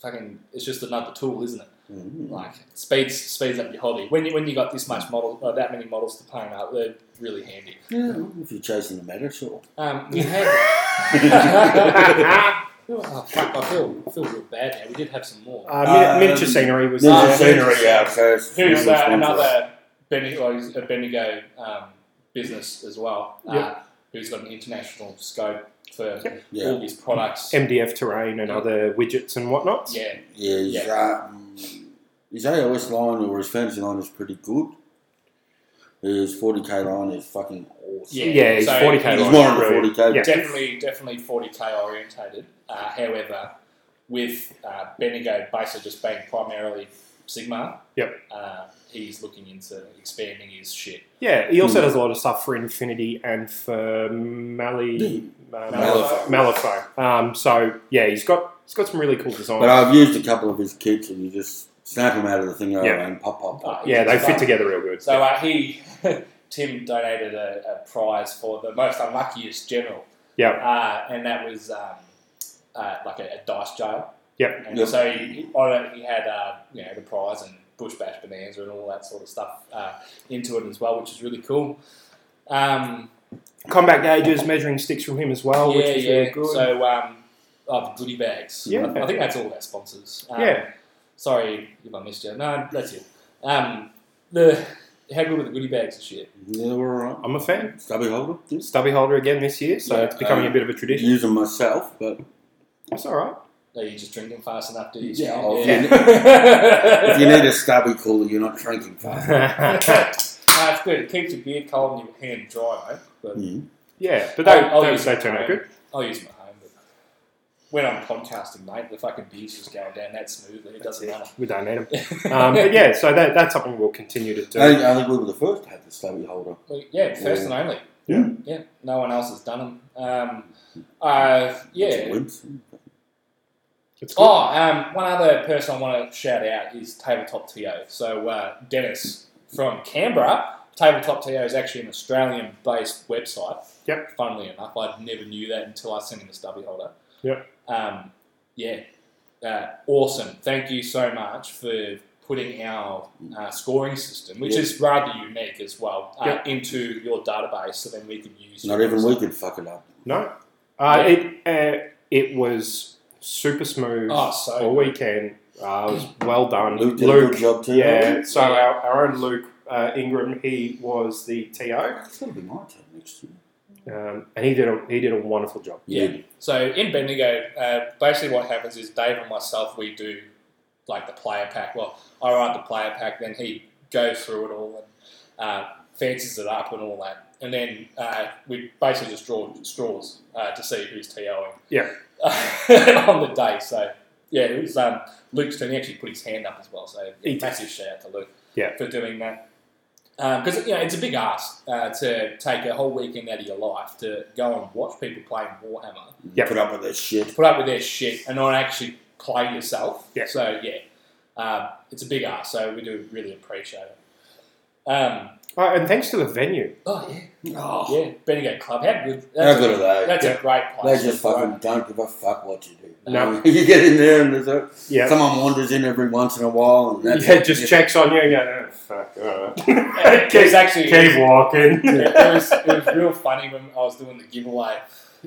Speaker 3: fucking, it's just another tool, isn't it?
Speaker 1: Mm.
Speaker 3: Like speeds speeds up your hobby. When you when you got this much model, uh, that many models to paint up, they're really handy.
Speaker 1: Yeah, if you're chasing the matter, sure.
Speaker 3: Um, we had. oh, fuck, I feel, I feel real bad now. We did have some more.
Speaker 2: Uh, mini-
Speaker 1: Um,
Speaker 2: miniature scenery was
Speaker 1: There's a
Speaker 3: yeah.
Speaker 1: scenery out, so it's
Speaker 3: Who's
Speaker 1: really
Speaker 3: uh,
Speaker 1: expensive.
Speaker 3: another Bendigo, a Bendigo um, business as well, uh,
Speaker 2: Yep.
Speaker 3: who's got an international scope for
Speaker 1: Yeah,
Speaker 3: all his products.
Speaker 2: MDF terrain and other widgets and whatnot.
Speaker 3: Yeah,
Speaker 1: yeah. His, Um, his AOS line or his fantasy line is pretty good. His 40k line is fucking awesome.
Speaker 3: yeah.
Speaker 2: Yeah, he's
Speaker 3: so
Speaker 2: 40K
Speaker 1: He's
Speaker 3: he's
Speaker 2: line.
Speaker 1: more on the
Speaker 2: Brilliant.
Speaker 1: 40k.
Speaker 2: Yeah.
Speaker 3: Definitely, definitely 40k orientated. Uh, however, with uh, Bendigo basically just being primarily Sigma,
Speaker 2: Yep.
Speaker 3: uh, he's looking into expanding his shit.
Speaker 2: Yeah, he also
Speaker 1: Hmm.
Speaker 2: does a lot of stuff for Infinity and for Mali,
Speaker 3: Hmm.
Speaker 2: uh,
Speaker 1: Malifaux.
Speaker 2: Malifaux. Um, so yeah, he's got he's got some really cool designs.
Speaker 3: uh,
Speaker 1: But I've used a couple of his kits, and you just snap them out of the thing over
Speaker 2: Yeah.
Speaker 1: and pop, pop, pop.
Speaker 3: Oh,
Speaker 2: yeah, they fit
Speaker 3: design.
Speaker 2: together real good.
Speaker 3: So uh, he, Tim donated a, a prize for the most unluckiest general.
Speaker 2: Yeah.
Speaker 3: Uh, and that was um, uh, like a, a dice jail.
Speaker 2: Yep.
Speaker 3: And
Speaker 1: Yep.
Speaker 3: so he, on it, he had uh, you know the prize and bush bash bonanza and all that sort of stuff uh, into it as well, which is really cool. Um,
Speaker 2: Combat gauges, measuring sticks from him as well,
Speaker 3: yeah,
Speaker 2: Oh, which is
Speaker 3: yeah.
Speaker 2: really good.
Speaker 3: So um, oh, the goodie bags.
Speaker 2: Yeah.
Speaker 3: I, I think that's all our sponsors. Um,
Speaker 2: yeah,
Speaker 3: Sorry if I missed you. No, that's it. Um, the how good were the goodie bags and shit?
Speaker 1: Yeah, we're all right.
Speaker 2: I'm a fan.
Speaker 1: Stubby holder. yes.
Speaker 2: Stubby holder again this year, so
Speaker 3: Yeah,
Speaker 2: it's becoming
Speaker 1: um,
Speaker 2: a bit of a tradition.
Speaker 1: Use them myself, but
Speaker 2: It's all right.
Speaker 3: No, you just drink them fast enough, do you?
Speaker 1: Yeah,
Speaker 3: Stan?
Speaker 1: oh,
Speaker 3: yeah.
Speaker 1: if you need a stubby cooler, you're not drinking fast.
Speaker 3: no, it's good. It keeps your beard cold and your hand dry, mate. But
Speaker 1: Mm.
Speaker 2: yeah, but they,
Speaker 3: I'll- I'll
Speaker 2: those
Speaker 3: use
Speaker 2: they
Speaker 3: it.
Speaker 2: turn out good.
Speaker 3: I'll use them at home. But when I'm podcasting, mate, the fucking beers just go down that smoothly. It doesn't matter.
Speaker 2: We don't need them. Um, but yeah, so that, that's something we'll continue to do.
Speaker 1: I, think, I think we were the first to have the stubby holder.
Speaker 3: Well, yeah, first and only.
Speaker 1: Yeah.
Speaker 3: Yeah. No one else has done them. Um, uh,
Speaker 1: It's a
Speaker 3: yeah.
Speaker 1: wimps.
Speaker 2: It's good.
Speaker 3: Oh, um, one other person I want to shout out is Tabletop TO. So uh, Dennis from Canberra. Tabletop TO is actually an Australian-based website.
Speaker 2: Yep.
Speaker 3: Funnily enough, I never knew that until I sent him a stubby holder.
Speaker 2: Yep.
Speaker 3: Um, yeah. Uh, awesome. Thank you so much for putting our uh, scoring system, which
Speaker 1: Yep.
Speaker 3: is rather unique as well, uh,
Speaker 2: Yep.
Speaker 3: into your database, so then we can use.
Speaker 1: Not
Speaker 3: your
Speaker 1: even we could fuck it up.
Speaker 2: No. Uh,
Speaker 3: Yeah.
Speaker 2: It uh, it was super smooth
Speaker 3: Oh, so
Speaker 2: all weekend. Uh, it was well done.
Speaker 1: Luke did a good job too.
Speaker 2: yeah. So
Speaker 3: Yeah.
Speaker 2: Our, our own Luke uh, Ingram, he was the TO,
Speaker 1: It's going to be my turn next year.
Speaker 2: um, and he did a he did a wonderful job.
Speaker 3: Yeah. So in Bendigo, uh, basically what happens is Dave and myself we do like the player pack. Well, I write the player pack, then he goes through it all and uh, fancies it up and all that, and then uh, we basically just draw straws uh, to see who's TOing.
Speaker 2: Yeah.
Speaker 3: on the day. So yeah, it was um, Luke's turn. He actually put his hand up as well. So
Speaker 2: He
Speaker 3: yeah,
Speaker 2: did.
Speaker 3: massive shout out to Luke
Speaker 2: Yeah.
Speaker 3: for doing that. Because you know it's a big ask uh, to take a whole weekend out of your life to go and watch people playing Warhammer
Speaker 2: Yep.
Speaker 1: Put up with that shit.
Speaker 3: put up with their shit and not actually play yourself.
Speaker 2: Yeah.
Speaker 3: So yeah, um, it's a big ask. So we do really appreciate it. Um,
Speaker 2: Uh, and thanks to the venue.
Speaker 3: oh yeah,
Speaker 1: Oh,
Speaker 3: yeah, Bendigo Club. How good?
Speaker 1: How
Speaker 3: That's
Speaker 1: good
Speaker 3: a,
Speaker 1: are they?
Speaker 3: That's a great place.
Speaker 1: They just
Speaker 3: Right.
Speaker 1: fucking don't give a fuck what you do.
Speaker 2: No.
Speaker 1: you get in there and there's a,
Speaker 2: Yeah.
Speaker 1: someone wanders in every once in a while and that's
Speaker 2: yeah,
Speaker 1: it.
Speaker 2: just checks on you and go, oh, fuck,
Speaker 3: It was
Speaker 2: alright.
Speaker 3: actually
Speaker 2: Keep walking.
Speaker 3: it, was, it was real funny when I was doing the giveaway.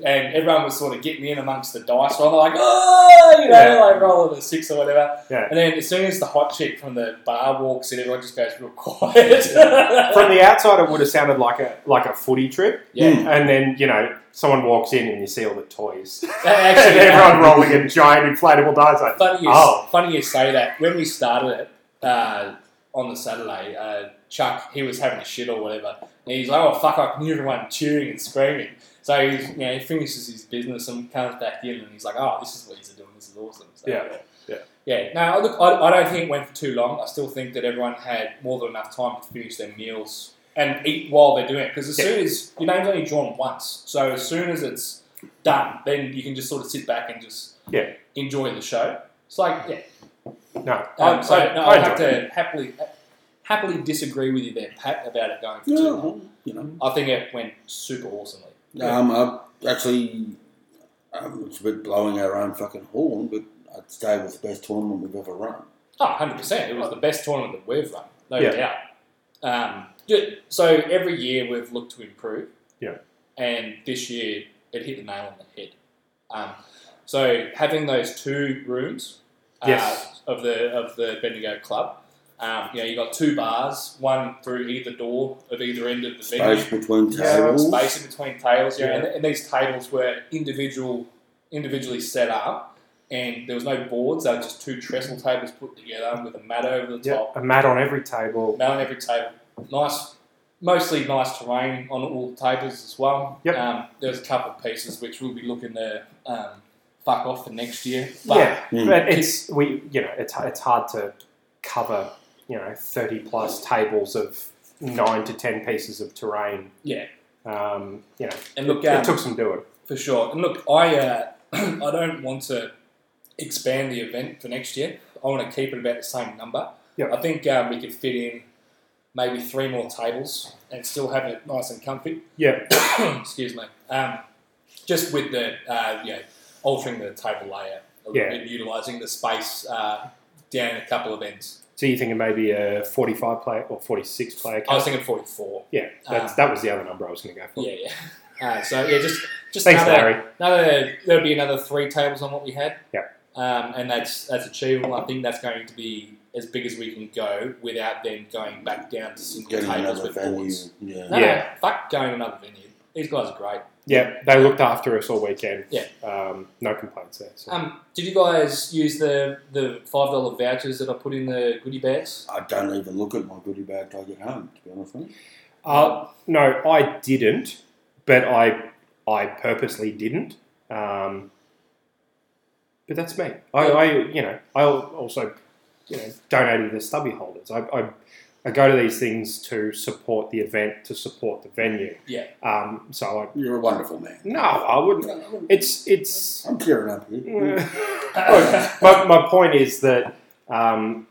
Speaker 3: and everyone was sort of getting in amongst the dice roller, like, oh, you know,
Speaker 2: Yeah.
Speaker 3: like rolling a six or whatever.
Speaker 2: Yeah.
Speaker 3: And then as soon as the hot chick from the bar walks in, everyone just goes real quiet.
Speaker 2: From the outside, it would have sounded like a like a footy trip,
Speaker 1: Hmm.
Speaker 3: yeah.
Speaker 2: and then you know someone walks in and you see all the toys, and
Speaker 3: Actually,
Speaker 1: um,
Speaker 2: everyone rolling a giant inflatable dice. Like,
Speaker 3: Funny you,
Speaker 2: Oh.
Speaker 3: funny you say that. When we started it uh, on the Saturday, uh, Chuck he was having a shit or whatever, and he's like, "Oh fuck!" I can hear everyone cheering and screaming. So he's, you know, he finishes his business and comes back in, and he's like, "Oh, this is what he's doing. This is awesome." So,
Speaker 2: Yeah. Yeah.
Speaker 3: yeah. No, look, I, I don't think it went for too long. I still think that everyone had more than enough time to finish their meals and eat while they're doing it. Because as
Speaker 2: Yeah.
Speaker 3: soon as your name's only drawn once, so as soon as it's done, then you can just sort of sit back and just
Speaker 2: Yeah.
Speaker 3: enjoy the show. It's like yeah.
Speaker 2: no,
Speaker 3: Um,
Speaker 2: I-
Speaker 3: so
Speaker 2: I-
Speaker 3: no,
Speaker 2: I
Speaker 3: I have
Speaker 2: enjoyed it.
Speaker 3: to happily happily disagree with you there, Pat, about it going for
Speaker 1: Yeah,
Speaker 3: too long.
Speaker 1: well, you know.
Speaker 3: I think it went super awesomely.
Speaker 1: Um, I, actually, um, it's a bit blowing our own fucking horn, but I'd say it was the best tournament we've ever run.
Speaker 3: Oh, 100 percent. It was the best tournament that we've run, no
Speaker 2: Yeah.
Speaker 3: doubt. Um, ju- so every year we've looked to improve.
Speaker 2: Yeah.
Speaker 3: And this year it hit the nail on the head. Um, so having those two rooms, uh,
Speaker 2: Yes.
Speaker 3: of the of the Bendigo Club, um, you know, you got two bars, one through either door of either end of the venue.
Speaker 1: Space between
Speaker 2: Yeah,
Speaker 1: tables.
Speaker 3: space in between tables. Yeah,
Speaker 2: Yeah.
Speaker 3: And, and these tables were individual, individually set up, and there was no boards. They were just two trestle tables put together with a mat over the
Speaker 2: Yeah,
Speaker 3: top,
Speaker 2: a mat on every table.
Speaker 3: mat on every table. Nice, mostly nice terrain on all the tables as well.
Speaker 2: Yep.
Speaker 3: Um, there's a couple of pieces which we'll be looking to um, fuck off for next year. But
Speaker 2: yeah,
Speaker 1: Mm.
Speaker 2: but it's we you know it's it's hard to cover you know thirty plus tables of nine to ten pieces of terrain.
Speaker 3: Yeah.
Speaker 2: Um, you know,
Speaker 3: And look,
Speaker 2: it
Speaker 3: um,
Speaker 2: took some doing.
Speaker 3: For sure. And look, I uh, I don't want to expand the event for next year. I want to keep it about the same number.
Speaker 2: Yep.
Speaker 3: I think um, we could fit in maybe three more tables and still have it nice and comfy.
Speaker 2: Yeah,
Speaker 3: Excuse me. Um, just with the uh, you know, altering the table layout a little
Speaker 2: Yeah.
Speaker 3: bit, utilising the space uh, down a couple of ends.
Speaker 2: so you thinking maybe a forty-five player or forty-six player?
Speaker 3: I
Speaker 2: Count?
Speaker 3: was thinking 44.
Speaker 2: yeah, that's, that was the other number I was going to go for.
Speaker 3: Oh, uh, Yeah, yeah. Uh, so yeah, just just
Speaker 2: Thanks,
Speaker 3: another,
Speaker 2: Larry.
Speaker 3: Another, there'll be another three tables on what we had.
Speaker 2: Yeah.
Speaker 3: Um, and that's that's achievable. I think that's going to be as big as we can go without then going back down to single
Speaker 1: Getting
Speaker 3: tables
Speaker 1: another
Speaker 3: with
Speaker 1: venue.
Speaker 3: boards.
Speaker 1: Yeah.
Speaker 3: No,
Speaker 2: Yeah.
Speaker 3: no, fuck going to another venue. These guys are great.
Speaker 2: Yeah, they looked after us all weekend.
Speaker 3: Yeah.
Speaker 2: um, no complaints there. So.
Speaker 3: Um, did you guys use the the five dollar vouchers that I put in the goodie bags?
Speaker 1: I don't even look at my goodie bag till I get home, to be honest with you.
Speaker 2: Uh, no, I didn't, but I I purposely didn't. Um, but that's me. I, I you know I al- also you know donated to the stubby holders. I, I I go to these things to support the event, to support the venue.
Speaker 3: Yeah.
Speaker 2: Um, so I
Speaker 1: You're a wonderful man.
Speaker 2: no, I wouldn't. It's it's.
Speaker 1: I'm tearing up here.
Speaker 2: Look, my, my point is that um,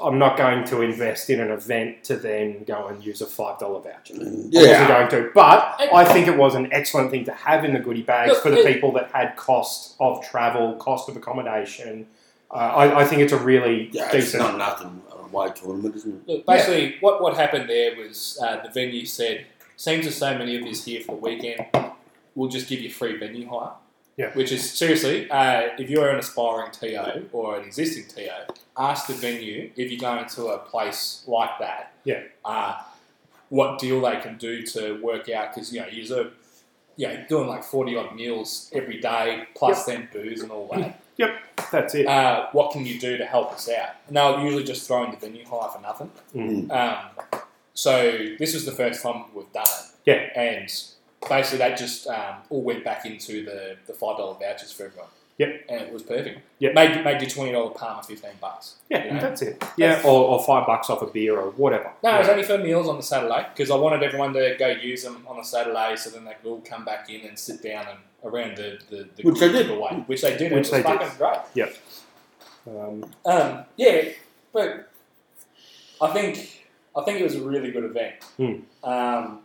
Speaker 2: I'm not going to invest in an event to then go and use a five dollar voucher. I
Speaker 1: Yeah.
Speaker 2: wasn't going to. But I think it was an excellent thing to have in the goodie bags
Speaker 3: Look,
Speaker 2: for the
Speaker 3: it-
Speaker 2: people that had cost of travel, cost of accommodation. Uh, I, I think it's a really
Speaker 1: Yeah, it's
Speaker 2: decent.
Speaker 1: not nothing on a away tournament, isn't
Speaker 3: Look, basically, what, what happened there was uh, the venue said, seems there's so many of us here for the weekend, we'll just give you free venue hire.
Speaker 2: Yeah.
Speaker 3: Which is, seriously, uh, if you're an aspiring TO or an existing TO, ask the venue, if you're going to a place like that,
Speaker 2: Yeah.
Speaker 3: uh, what deal they can do to work out, because, you know, you're sort of, you know, doing like 40 odd meals every day, plus then booze and all that
Speaker 2: That's it.
Speaker 3: uh, what can you do to help us out? And they were usually just throwing the venue hire for nothing.
Speaker 2: Mm.
Speaker 1: Mhm.
Speaker 3: Um, so this was the first time we've done it.
Speaker 2: Yeah.
Speaker 3: And basically that just um, all went back into the, the five dollar vouchers for everyone.
Speaker 2: Yep.
Speaker 3: And it was perfect.
Speaker 2: Yep.
Speaker 3: Made made your twenty dollar palmer fifteen bucks.
Speaker 2: yeah,
Speaker 3: you know,
Speaker 2: that's it. Yeah, or, or five bucks off a beer or whatever.
Speaker 3: No, it was
Speaker 2: Yeah.
Speaker 3: only for meals on the Saturday because I wanted everyone to go use them on a Saturday, so then they could all come back in and sit down and around the the, the
Speaker 1: Which they did.
Speaker 3: giveaway, which they did.
Speaker 2: Which
Speaker 3: it
Speaker 2: they did.
Speaker 3: was fucking great.
Speaker 2: um,
Speaker 3: Um, yeah, but I think I think it was a really good event.
Speaker 2: Hmm.
Speaker 3: Um,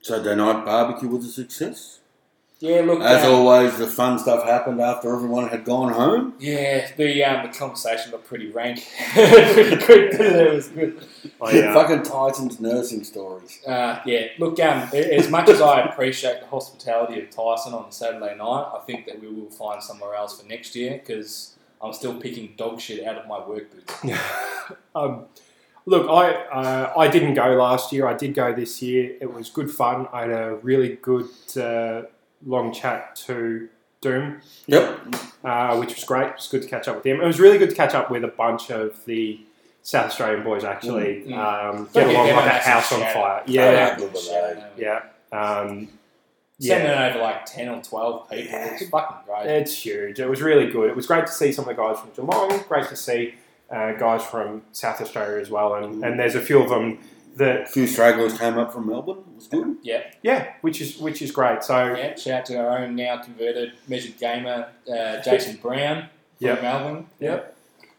Speaker 1: it? Saturday night barbecue was a success.
Speaker 3: Yeah, look.
Speaker 1: As
Speaker 3: um,
Speaker 1: always, the fun stuff happened after everyone had gone home.
Speaker 3: Yeah, the um, the conversation got pretty rank, pretty quick. But it was good.
Speaker 2: I, uh,
Speaker 1: Fucking Titans nursing stories.
Speaker 3: Uh, yeah, look, um, a- as much as I appreciate the hospitality of Tyson on Saturday night, I think that we will find somewhere else for next year because I'm still picking dog shit out of my work boots.
Speaker 2: um, look, I uh, I didn't go last year. I did go this year. It was good fun. I had a really good uh, long chat to Doom,
Speaker 1: Yep.
Speaker 2: uh, which was great. It was good to catch up with him. It was really good to catch up with a bunch of the South Australian boys. Actually,
Speaker 3: Mm.
Speaker 2: um, get
Speaker 3: Yeah,
Speaker 2: along
Speaker 3: yeah,
Speaker 2: like a
Speaker 3: that's
Speaker 2: house on
Speaker 3: a shout
Speaker 1: I
Speaker 2: fire. Yeah,
Speaker 1: had good with that.
Speaker 2: yeah. Um,
Speaker 3: Sending
Speaker 2: yeah.
Speaker 3: over like 10 or 12 people. It was fucking great.
Speaker 2: It's huge. It was really good. It was great to see some of the guys from Geelong. Great to see uh, guys from South Australia as well. And, and there's a few of them
Speaker 1: A
Speaker 2: that
Speaker 1: few stragglers came up from Melbourne. It was good.
Speaker 2: yeah, which is which is great. So
Speaker 3: Yeah, shout out to our own now converted measured gamer, uh, Jason Brown from
Speaker 2: Yep.
Speaker 3: Melbourne.
Speaker 2: Yep.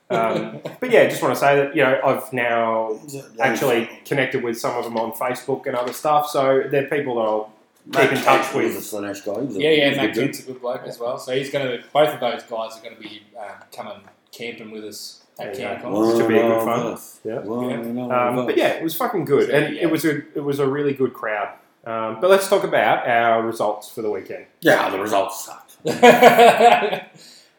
Speaker 2: um, but yeah, just want to say that you know I've now actually connected with some of them on Facebook and other stuff. So they're people that I'll
Speaker 1: Matt
Speaker 2: keep in touch
Speaker 1: Tate was
Speaker 2: with-
Speaker 1: a Slanesh guy. He was a-
Speaker 3: Yeah,
Speaker 1: he
Speaker 3: yeah,
Speaker 1: was a
Speaker 3: Matt
Speaker 1: good
Speaker 3: Kent's a good bloke as well. So he's going to, both of those guys are going to be um, coming camping with us at
Speaker 2: There you go.
Speaker 3: CanCon.
Speaker 1: dude.
Speaker 2: It's a big good
Speaker 1: One
Speaker 2: fun.
Speaker 1: of us.
Speaker 2: Yeah.
Speaker 1: One of
Speaker 2: Um,
Speaker 1: us.
Speaker 2: but yeah, it was fucking good, and it was a it was a really good crowd. Um, but let's talk about our results for the weekend.
Speaker 1: Yeah, the results sucked.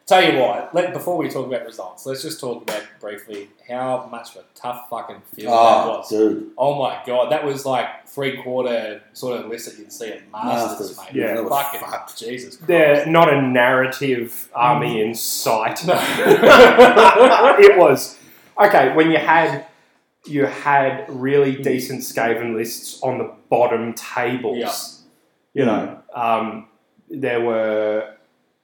Speaker 3: Tell you what, let, before we talk about results, let's just talk about briefly how much of a tough fucking field that
Speaker 1: Oh,
Speaker 3: was.
Speaker 1: dude.
Speaker 3: Oh my god, that was like three quarter sort of list that you'd see at Masters,
Speaker 1: Masters,
Speaker 3: mate.
Speaker 2: yeah,
Speaker 1: that was
Speaker 3: fucking
Speaker 1: fucked.
Speaker 3: Jesus Christ.
Speaker 2: They're not a narrative army in sight.
Speaker 3: No.
Speaker 2: it was okay when you had you had really decent Skaven lists on the bottom tables. You know, um, there were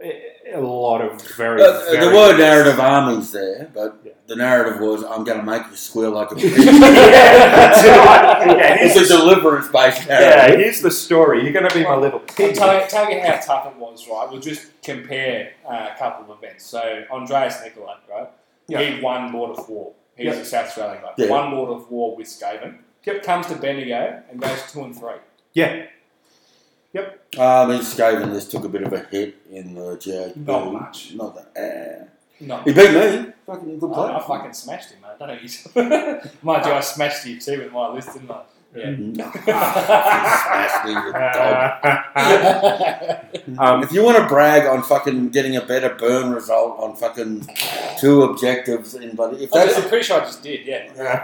Speaker 2: a a lot of very,
Speaker 1: Uh,
Speaker 2: very
Speaker 1: there were narrative armies there, but
Speaker 2: Yeah.
Speaker 1: the narrative was, I'm going to make you squeal like a
Speaker 2: yeah,
Speaker 1: pig.
Speaker 2: that's right. Yeah, here's
Speaker 1: it's
Speaker 2: the
Speaker 1: a deliverance-based narrative.
Speaker 2: Yeah, here's the story. You're going to be my little
Speaker 3: I'll
Speaker 2: pig. Oh,
Speaker 3: tell, you, tell you how tough it was, right? We'll just compare uh, a couple of events. So, Andreas Nicolai, right?
Speaker 2: Yeah.
Speaker 3: He won Lord of War. He's
Speaker 2: Yeah.
Speaker 3: a South Australian guy.
Speaker 1: Yeah.
Speaker 3: Won Lord of War with Skaven.
Speaker 2: Yep.
Speaker 3: Comes to Bendigo and goes two and three.
Speaker 2: Yeah,
Speaker 1: Um, his Skaven list took a bit of a hit in the GAP.
Speaker 3: Not much.
Speaker 1: Not that. Uh,
Speaker 3: No.
Speaker 1: he beat me. Fucking good
Speaker 3: I,
Speaker 1: player.
Speaker 3: I fucking smashed him, mate. Don't know you. Mind you, I smashed you too with my list, didn't I?
Speaker 1: No.
Speaker 3: Yeah.
Speaker 1: Smash me with a dog.
Speaker 2: Uh, um,
Speaker 1: Mm-hmm. if you want to brag on fucking getting a better burn result on fucking two objectives in bloody, if
Speaker 3: I
Speaker 1: that's
Speaker 3: just, I'm pretty sure I just did, yeah.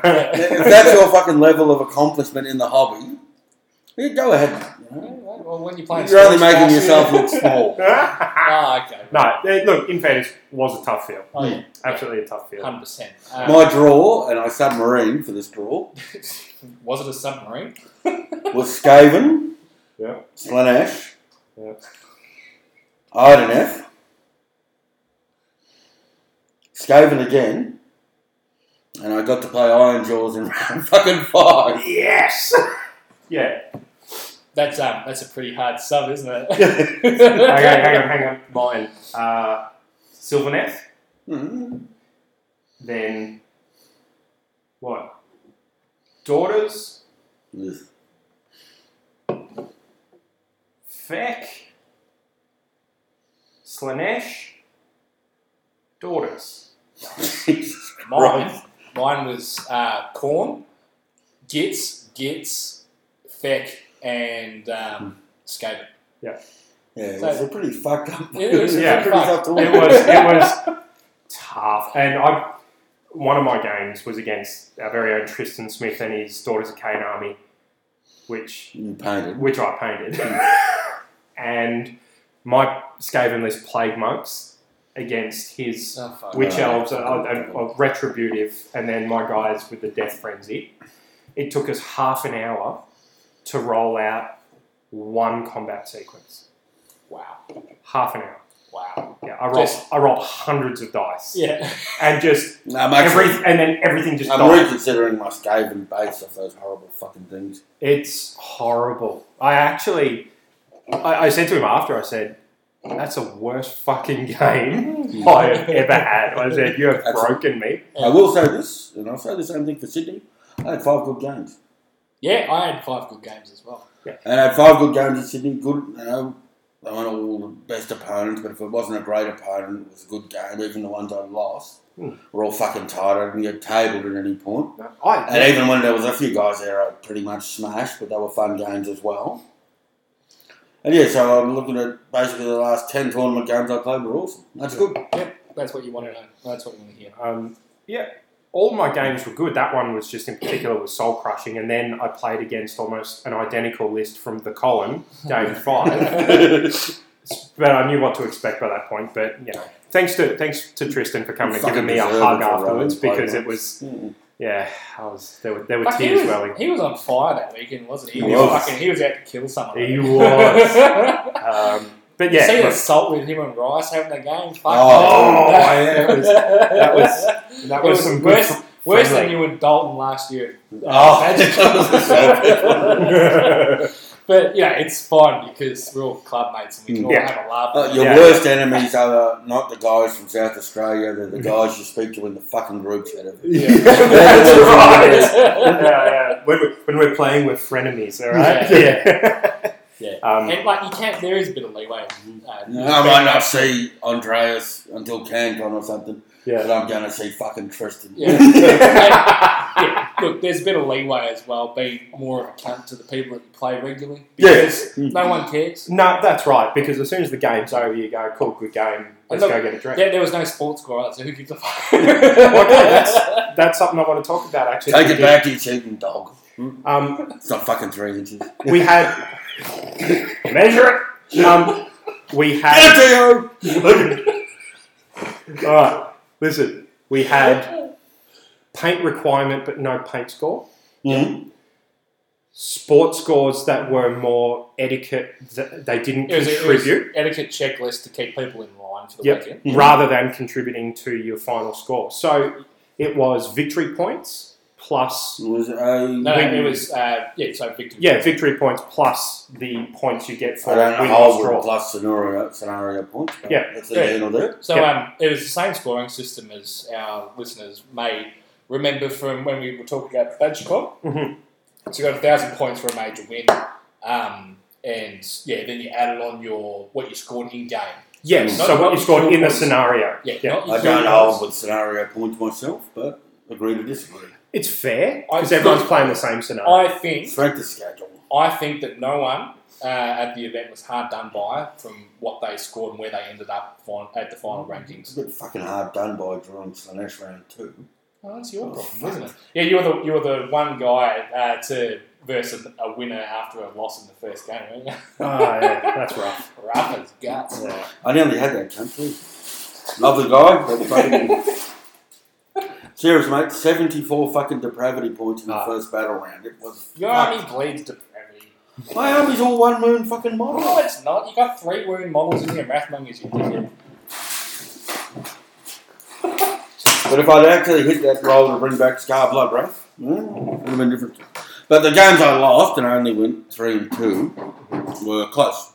Speaker 1: if that's your fucking level of accomplishment in the hobby, yeah, go ahead. you know.
Speaker 3: Well, when you're playing
Speaker 1: You're only
Speaker 3: sports
Speaker 1: making
Speaker 3: class,
Speaker 1: yourself
Speaker 3: yeah.
Speaker 1: look small.
Speaker 3: Ah, okay.
Speaker 2: no, eh, look. In fairness, was a tough field.
Speaker 3: Oh, yeah.
Speaker 2: Absolutely a tough field.
Speaker 3: 100%. Um,
Speaker 1: My draw, and I submarine for this draw,
Speaker 3: was it a submarine?
Speaker 1: was Skaven,
Speaker 2: Yeah.
Speaker 1: Slanesh,
Speaker 2: Yeah.
Speaker 1: Ideneth, Skaven again, and I got to play Iron Jaws in round fucking five.
Speaker 2: Yes. yeah.
Speaker 3: That's um, that's a pretty hard sub, isn't it?
Speaker 2: Okay, hang on, hang on. Mine. Uh, Sylvaneth.
Speaker 1: Hmm.
Speaker 2: Then what? Daughters.
Speaker 1: Yes.
Speaker 2: Feck. Slanesh. Daughters.
Speaker 1: Jesus
Speaker 3: Mine,
Speaker 1: Christ.
Speaker 3: mine was uh, corn, gits, gits, feck, and
Speaker 2: Hmm.
Speaker 3: um, scape.
Speaker 1: Yeah, it was a pretty fucked up.
Speaker 3: It was
Speaker 1: a
Speaker 2: yeah,
Speaker 1: pretty
Speaker 3: fucked.
Speaker 1: tough draw.
Speaker 2: It was it was tough, and I one of my games was against our very own Tristan Smith and his daughters of Kane Army, which
Speaker 1: You painted.
Speaker 2: which I painted, and my Skaven list plague monks against his
Speaker 3: Oh, fuck.
Speaker 2: witch
Speaker 1: Right.
Speaker 2: elves are, are- are retributive, and then my guys with the death frenzy. It took us half an hour to roll out one combat sequence.
Speaker 3: Wow.
Speaker 2: Half an hour.
Speaker 3: Wow.
Speaker 2: Yeah, I rolled
Speaker 3: Just-
Speaker 2: I rolled hundreds of dice.
Speaker 3: Yeah.
Speaker 2: And just
Speaker 1: No, I'm
Speaker 2: every
Speaker 1: actually.
Speaker 2: and then everything just
Speaker 1: I'm
Speaker 2: died.
Speaker 1: reconsidering my Skaven base of those horrible fucking things.
Speaker 2: It's horrible. I actually I, I said to him after, I said, That's the worst fucking game I have ever had. I said, You have
Speaker 1: That's-
Speaker 2: broken me.
Speaker 1: I will say this, and I'll say the same thing for Sydney. I had five good games.
Speaker 3: Yeah, I had five good games as well.
Speaker 1: And I had five good games in Sydney. Good, you know, They weren't all the best opponents, but if it wasn't a great opponent, it was a good game. Even the ones I lost
Speaker 2: Hmm.
Speaker 1: were all fucking tired. I didn't get tabled at any point.
Speaker 2: I,
Speaker 1: And even when there was a few guys there, I pretty much smashed, but they were fun games as well. And yeah, so I'm looking at basically the last 10 tournament games I played were awesome. That's good.
Speaker 3: That's what you want to know. That's what you want to hear.
Speaker 2: Um, yeah, all my games were good. That one was just in particular was soul crushing, and then I played against almost an identical list from the column game five. But I knew what to expect by that point. But yeah, thanks to thanks to Tristan for coming and
Speaker 1: Fucking
Speaker 2: giving me a
Speaker 1: deserve
Speaker 2: hug
Speaker 1: it for
Speaker 2: afterwards
Speaker 1: running
Speaker 2: because
Speaker 1: by
Speaker 2: it was
Speaker 1: Mm.
Speaker 2: yeah, I was there were there were
Speaker 3: Fuck, he,
Speaker 2: tears welling.
Speaker 3: was, he was on fire that weekend, wasn't he?
Speaker 1: He
Speaker 3: He, was.
Speaker 1: was.
Speaker 3: fucking, he was out to kill someone.
Speaker 2: He was. Um, but yeah,
Speaker 3: See
Speaker 2: it
Speaker 3: the
Speaker 2: was-
Speaker 3: salt with him and Rice having a game. Fuck
Speaker 1: Oh,
Speaker 2: yeah, it was- that
Speaker 3: was
Speaker 2: that was, some good.
Speaker 3: worse,
Speaker 2: fun-
Speaker 3: worse
Speaker 2: friendly.
Speaker 3: than you and Dalton last year.
Speaker 1: Oh,
Speaker 3: But yeah, it's fun because we're all club mates and we can all
Speaker 2: Yeah.
Speaker 3: have a laugh.
Speaker 1: Uh, your
Speaker 2: Yeah.
Speaker 1: worst enemies are not the guys from South Australia, they're the guys you speak to in the fucking group chat.
Speaker 2: Yeah.
Speaker 1: That's
Speaker 2: yeah, yeah. When we're, when we're playing with frenemies, all right? Yeah.
Speaker 3: Yeah.
Speaker 2: Um,
Speaker 3: And like you can't, there is a bit of leeway. Uh,
Speaker 1: I might not see Andreas until CanCon or something, but
Speaker 2: yeah.
Speaker 1: I'm going to see fucking Tristan.
Speaker 3: Yeah. Yeah, look, there's a bit of leeway as well, being more of a cunt to the people that you play regularly.
Speaker 1: Yes.
Speaker 3: Because No one cares.
Speaker 2: no, that's right, because as soon as the game's over, you go, cool, good game, let's
Speaker 3: look,
Speaker 2: go get a drink.
Speaker 3: Yeah, there was no sports guy, so who gives a fuck?
Speaker 2: that's- That's something I want to talk about, actually.
Speaker 1: Take it back, you cheating dog.
Speaker 2: Um,
Speaker 1: It's not fucking three inches.
Speaker 2: we had... Measure it! Um, we had...
Speaker 1: Get
Speaker 2: All right, listen. We had paint requirement, but no paint score.
Speaker 1: mm
Speaker 2: sports scores that were more etiquette that they didn't
Speaker 3: It was, it was
Speaker 2: contribute
Speaker 3: etiquette checklist to keep people in line for the
Speaker 2: Yep.
Speaker 3: weekend.
Speaker 1: Mhm.
Speaker 2: rather than contributing to your final score. So it was victory points plus
Speaker 1: Was a
Speaker 3: No,
Speaker 2: Win-
Speaker 3: it was uh, Mm-hmm. yeah. So victim.
Speaker 2: yeah, victory points plus the points you get for
Speaker 1: I don't
Speaker 2: win
Speaker 1: know
Speaker 2: or
Speaker 1: how would
Speaker 2: draw.
Speaker 1: plus scenario scenario points. but
Speaker 2: Yeah.
Speaker 1: that's either in or there.
Speaker 3: So
Speaker 2: Yep.
Speaker 3: um, it was the same scoring system as our listeners may remember from when we were talking about Badge Club.
Speaker 2: Mhm.
Speaker 3: So you got a thousand points for a major win, um, and yeah, then you added on your what you scored in game.
Speaker 2: Yes,
Speaker 3: Not-
Speaker 2: so what
Speaker 3: not
Speaker 2: you scored in the
Speaker 3: points.
Speaker 2: scenario.
Speaker 3: Yeah,
Speaker 2: Yeah.
Speaker 3: not your
Speaker 1: I don't
Speaker 3: two
Speaker 1: know
Speaker 3: goals.
Speaker 1: with scenario points myself, but agree to disagree.
Speaker 2: It's fair
Speaker 3: I-
Speaker 2: because everyone's playing the same scenario.
Speaker 3: I think
Speaker 1: Strength of schedule.
Speaker 3: I think that no one uh, at the event was hard done by from what they scored and where they ended up fin- at the final rankings.
Speaker 1: It's a bit fucking hard done by drawing to the next round too.
Speaker 3: Oh, that's your
Speaker 1: Oh,
Speaker 3: problem, isn't it? Yeah, you were the you were the one guy uh, to versus a winner after a loss in the first game, weren't you?
Speaker 2: Ah, yeah, that's rough.
Speaker 3: Rough as guts.
Speaker 2: Yeah.
Speaker 1: I nearly had that country. Lovely guy, but fucking serious mate. Seventy-four fucking depravity points in the
Speaker 2: Ah.
Speaker 1: first battle round. It was.
Speaker 3: Your army bleeds depravity.
Speaker 1: My army's all one moon fucking
Speaker 3: No,
Speaker 1: model.
Speaker 3: it's not. You got three wound models in your mathmongers, you dickhead.
Speaker 1: But if I'd actually hit that roll to bring back Scar Blood Wrath, mm, would have been different. But the games I lost and I only went three and two were close.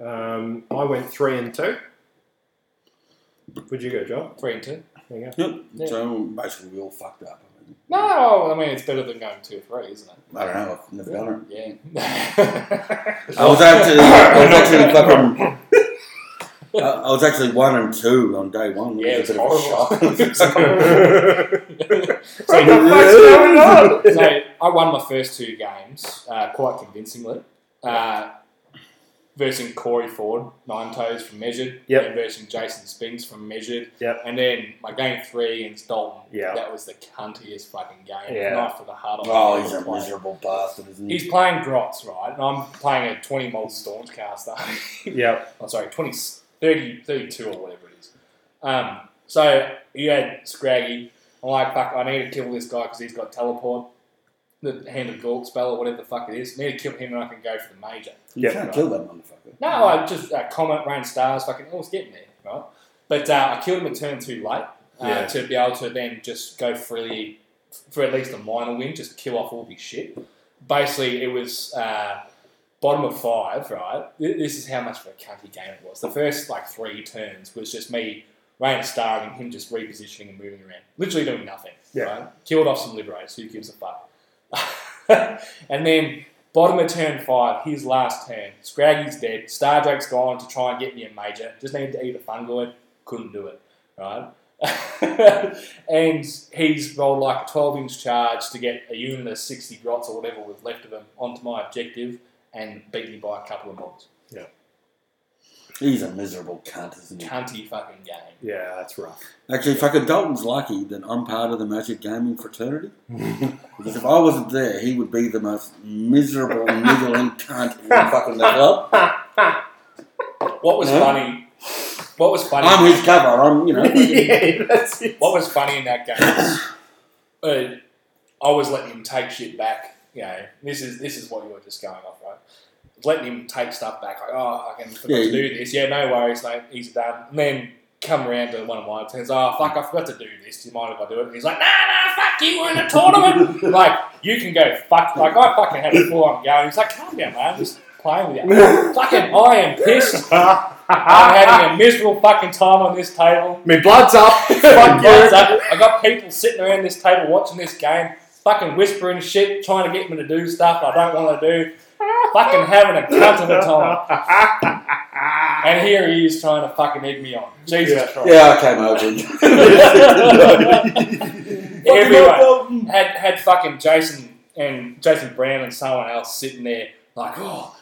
Speaker 2: Um, I went three and two. Would you go, Joel?
Speaker 3: Three and two.
Speaker 2: There you go.
Speaker 1: Yep.
Speaker 3: Yeah.
Speaker 1: So basically we all fucked up.
Speaker 3: No, I mean it's better than going two or three, isn't it?
Speaker 1: I don't know. I've never done it.
Speaker 3: Yeah.
Speaker 1: I was actually, I was actually fucking. I I was actually one and two on day one.
Speaker 3: yeah,
Speaker 1: It
Speaker 3: it's
Speaker 1: was a bit of a shock.
Speaker 3: horrible.
Speaker 2: So
Speaker 1: What the
Speaker 2: you-
Speaker 1: fuck's going on?
Speaker 3: so I won my first two games uh, quite convincingly. Uh, versing Corey Ford, nine toes from measured.
Speaker 2: Yep.
Speaker 3: And versing Jason Spinks from measured.
Speaker 2: Yep.
Speaker 3: And then my game three against Dalton.
Speaker 2: Yeah.
Speaker 3: That was the cuntiest fucking game.
Speaker 2: Yeah.
Speaker 3: Knife to the heart. I've
Speaker 1: Oh,
Speaker 3: ever
Speaker 1: he's a
Speaker 3: played.
Speaker 1: miserable bastard, isn't he?
Speaker 3: He's playing Grots, right? And I'm playing a 20 mod Stormcaster.
Speaker 2: yeah.
Speaker 3: oh, sorry, 20, 30, 32 or whatever it is. Um, so you had Scraggy. I'm like, fuck, I need to kill this guy because he's got teleport, the Hand of Galt spell or whatever the fuck it is. need to kill him and I can go for the major.
Speaker 1: You
Speaker 2: Yeah.
Speaker 1: can't kill that motherfucker.
Speaker 3: No, I just uh, comment, rain stars, fucking, I was getting there, right? But uh, I killed him a turn too late uh,
Speaker 2: Yeah.
Speaker 3: to be able to then just go freely for at least a minor win, just kill off all his shit. Basically, it was uh, bottom of five, right? Th- This is how much of a cunty game it was. The first like three turns was just me rain starring and him just repositioning and moving around, literally doing nothing.
Speaker 2: Yeah.
Speaker 3: Right? Killed off some liberators. Who gives a fuck? and then Bottom of turn five, his last turn. Scraggy's dead. Stardrake's gone to try and get me a major. Just needed to eat a fungoid. Couldn't do it, right? and he's rolled like a 12 inch charge to get a unit of 60 grots or whatever was left of him onto my objective and beat me by a couple of mobs.
Speaker 1: He's a miserable cunt, isn't he?
Speaker 3: Cunty fucking game.
Speaker 2: Yeah, that's rough.
Speaker 1: Actually, fucking Dalton's lucky that I'm part of the Magic Gaming fraternity. Because if I wasn't there, he would be the most miserable, niggling cunt in fucking the club.
Speaker 3: What was
Speaker 1: Huh?
Speaker 3: funny? What was funny?
Speaker 1: I'm his cover. I'm, you know. fucking-
Speaker 2: yeah, that's it.
Speaker 3: What was funny in that game was uh, I was letting him take shit back. You know, this is this is what you were just going off, right? Letting him take stuff back, like, oh, I can forgot
Speaker 1: Yeah,
Speaker 3: to do this. Yeah, no worries, mate. He's done. And then come around to one of my turns, oh, fuck, I forgot to do this. Do you mind if I do it? And he's like, nah, nah, fuck you, we're in a tournament. like, you can go fuck. Like, I fucking had a full on go. He's like, calm down, man. I'm just playing with you. fucking, I am pissed. I'm having a miserable fucking time on this table.
Speaker 2: My blood's up.
Speaker 3: Fuck
Speaker 2: Fuck
Speaker 3: yeah,
Speaker 2: you.
Speaker 3: son. I got people sitting around this table watching this game, fucking whispering shit, trying to get me to do stuff I don't want to do. Fucking having a cunt of a time. And here he is trying to fucking egg me on. Jesus
Speaker 2: Yeah.
Speaker 3: Christ.
Speaker 1: Yeah, I came over.
Speaker 3: Everyone had, had fucking Jason and Jason Brown and someone else sitting there like, oh,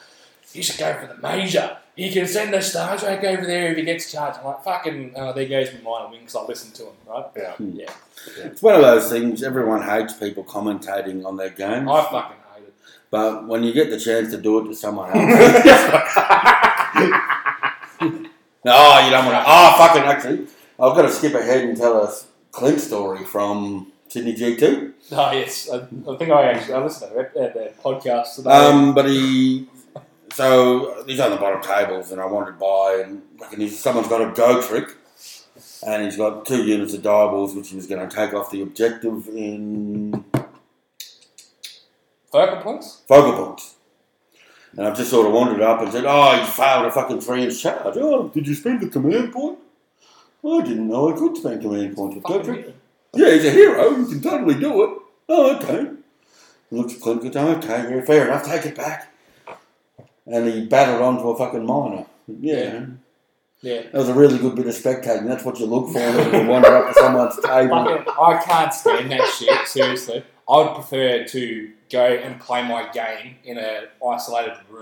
Speaker 3: he should go for the major. He can send the Star Trek over there if he gets charged. I'm like, fucking, oh, there goes my minor wing because I listened to him, right?
Speaker 2: Yeah.
Speaker 3: Yeah.
Speaker 1: it's one of those things. Everyone hates people commentating on their games,
Speaker 3: I fucking hate it.
Speaker 1: but when you get the chance to do it to someone else, oh, you don't want to. Oh, fucking actually, I've got to skip ahead and tell a Clint story from Sydney GT.
Speaker 3: Oh yes, I, I think I actually I listened to their, their, their podcast today.
Speaker 1: Um, but he, so he's on the bottom tables, and I wanted to buy, and fucking he's, someone's got a go trick, and he's got two units of diables, which he was going to take off the objective in
Speaker 3: Focal points.
Speaker 1: focal points. And I've just sort of wandered up and said, "Oh, you failed a fucking three-inch charge. Oh, did you spend the command point? I didn't know I could spend command points with go
Speaker 3: Fucking
Speaker 1: trick.
Speaker 3: really.
Speaker 1: Yeah, he's a hero. You can totally do it. Oh, okay. He looks at Clint, goes, okay, yeah, fair enough, take it back. And he batted onto a fucking miner. Yeah.
Speaker 3: Yeah.
Speaker 1: That was a really good bit of spectating. That's what you look for when you wander up to someone's table.
Speaker 3: Fucking, I can't stand that shit. Seriously, I would prefer to go and play my game in an isolated room,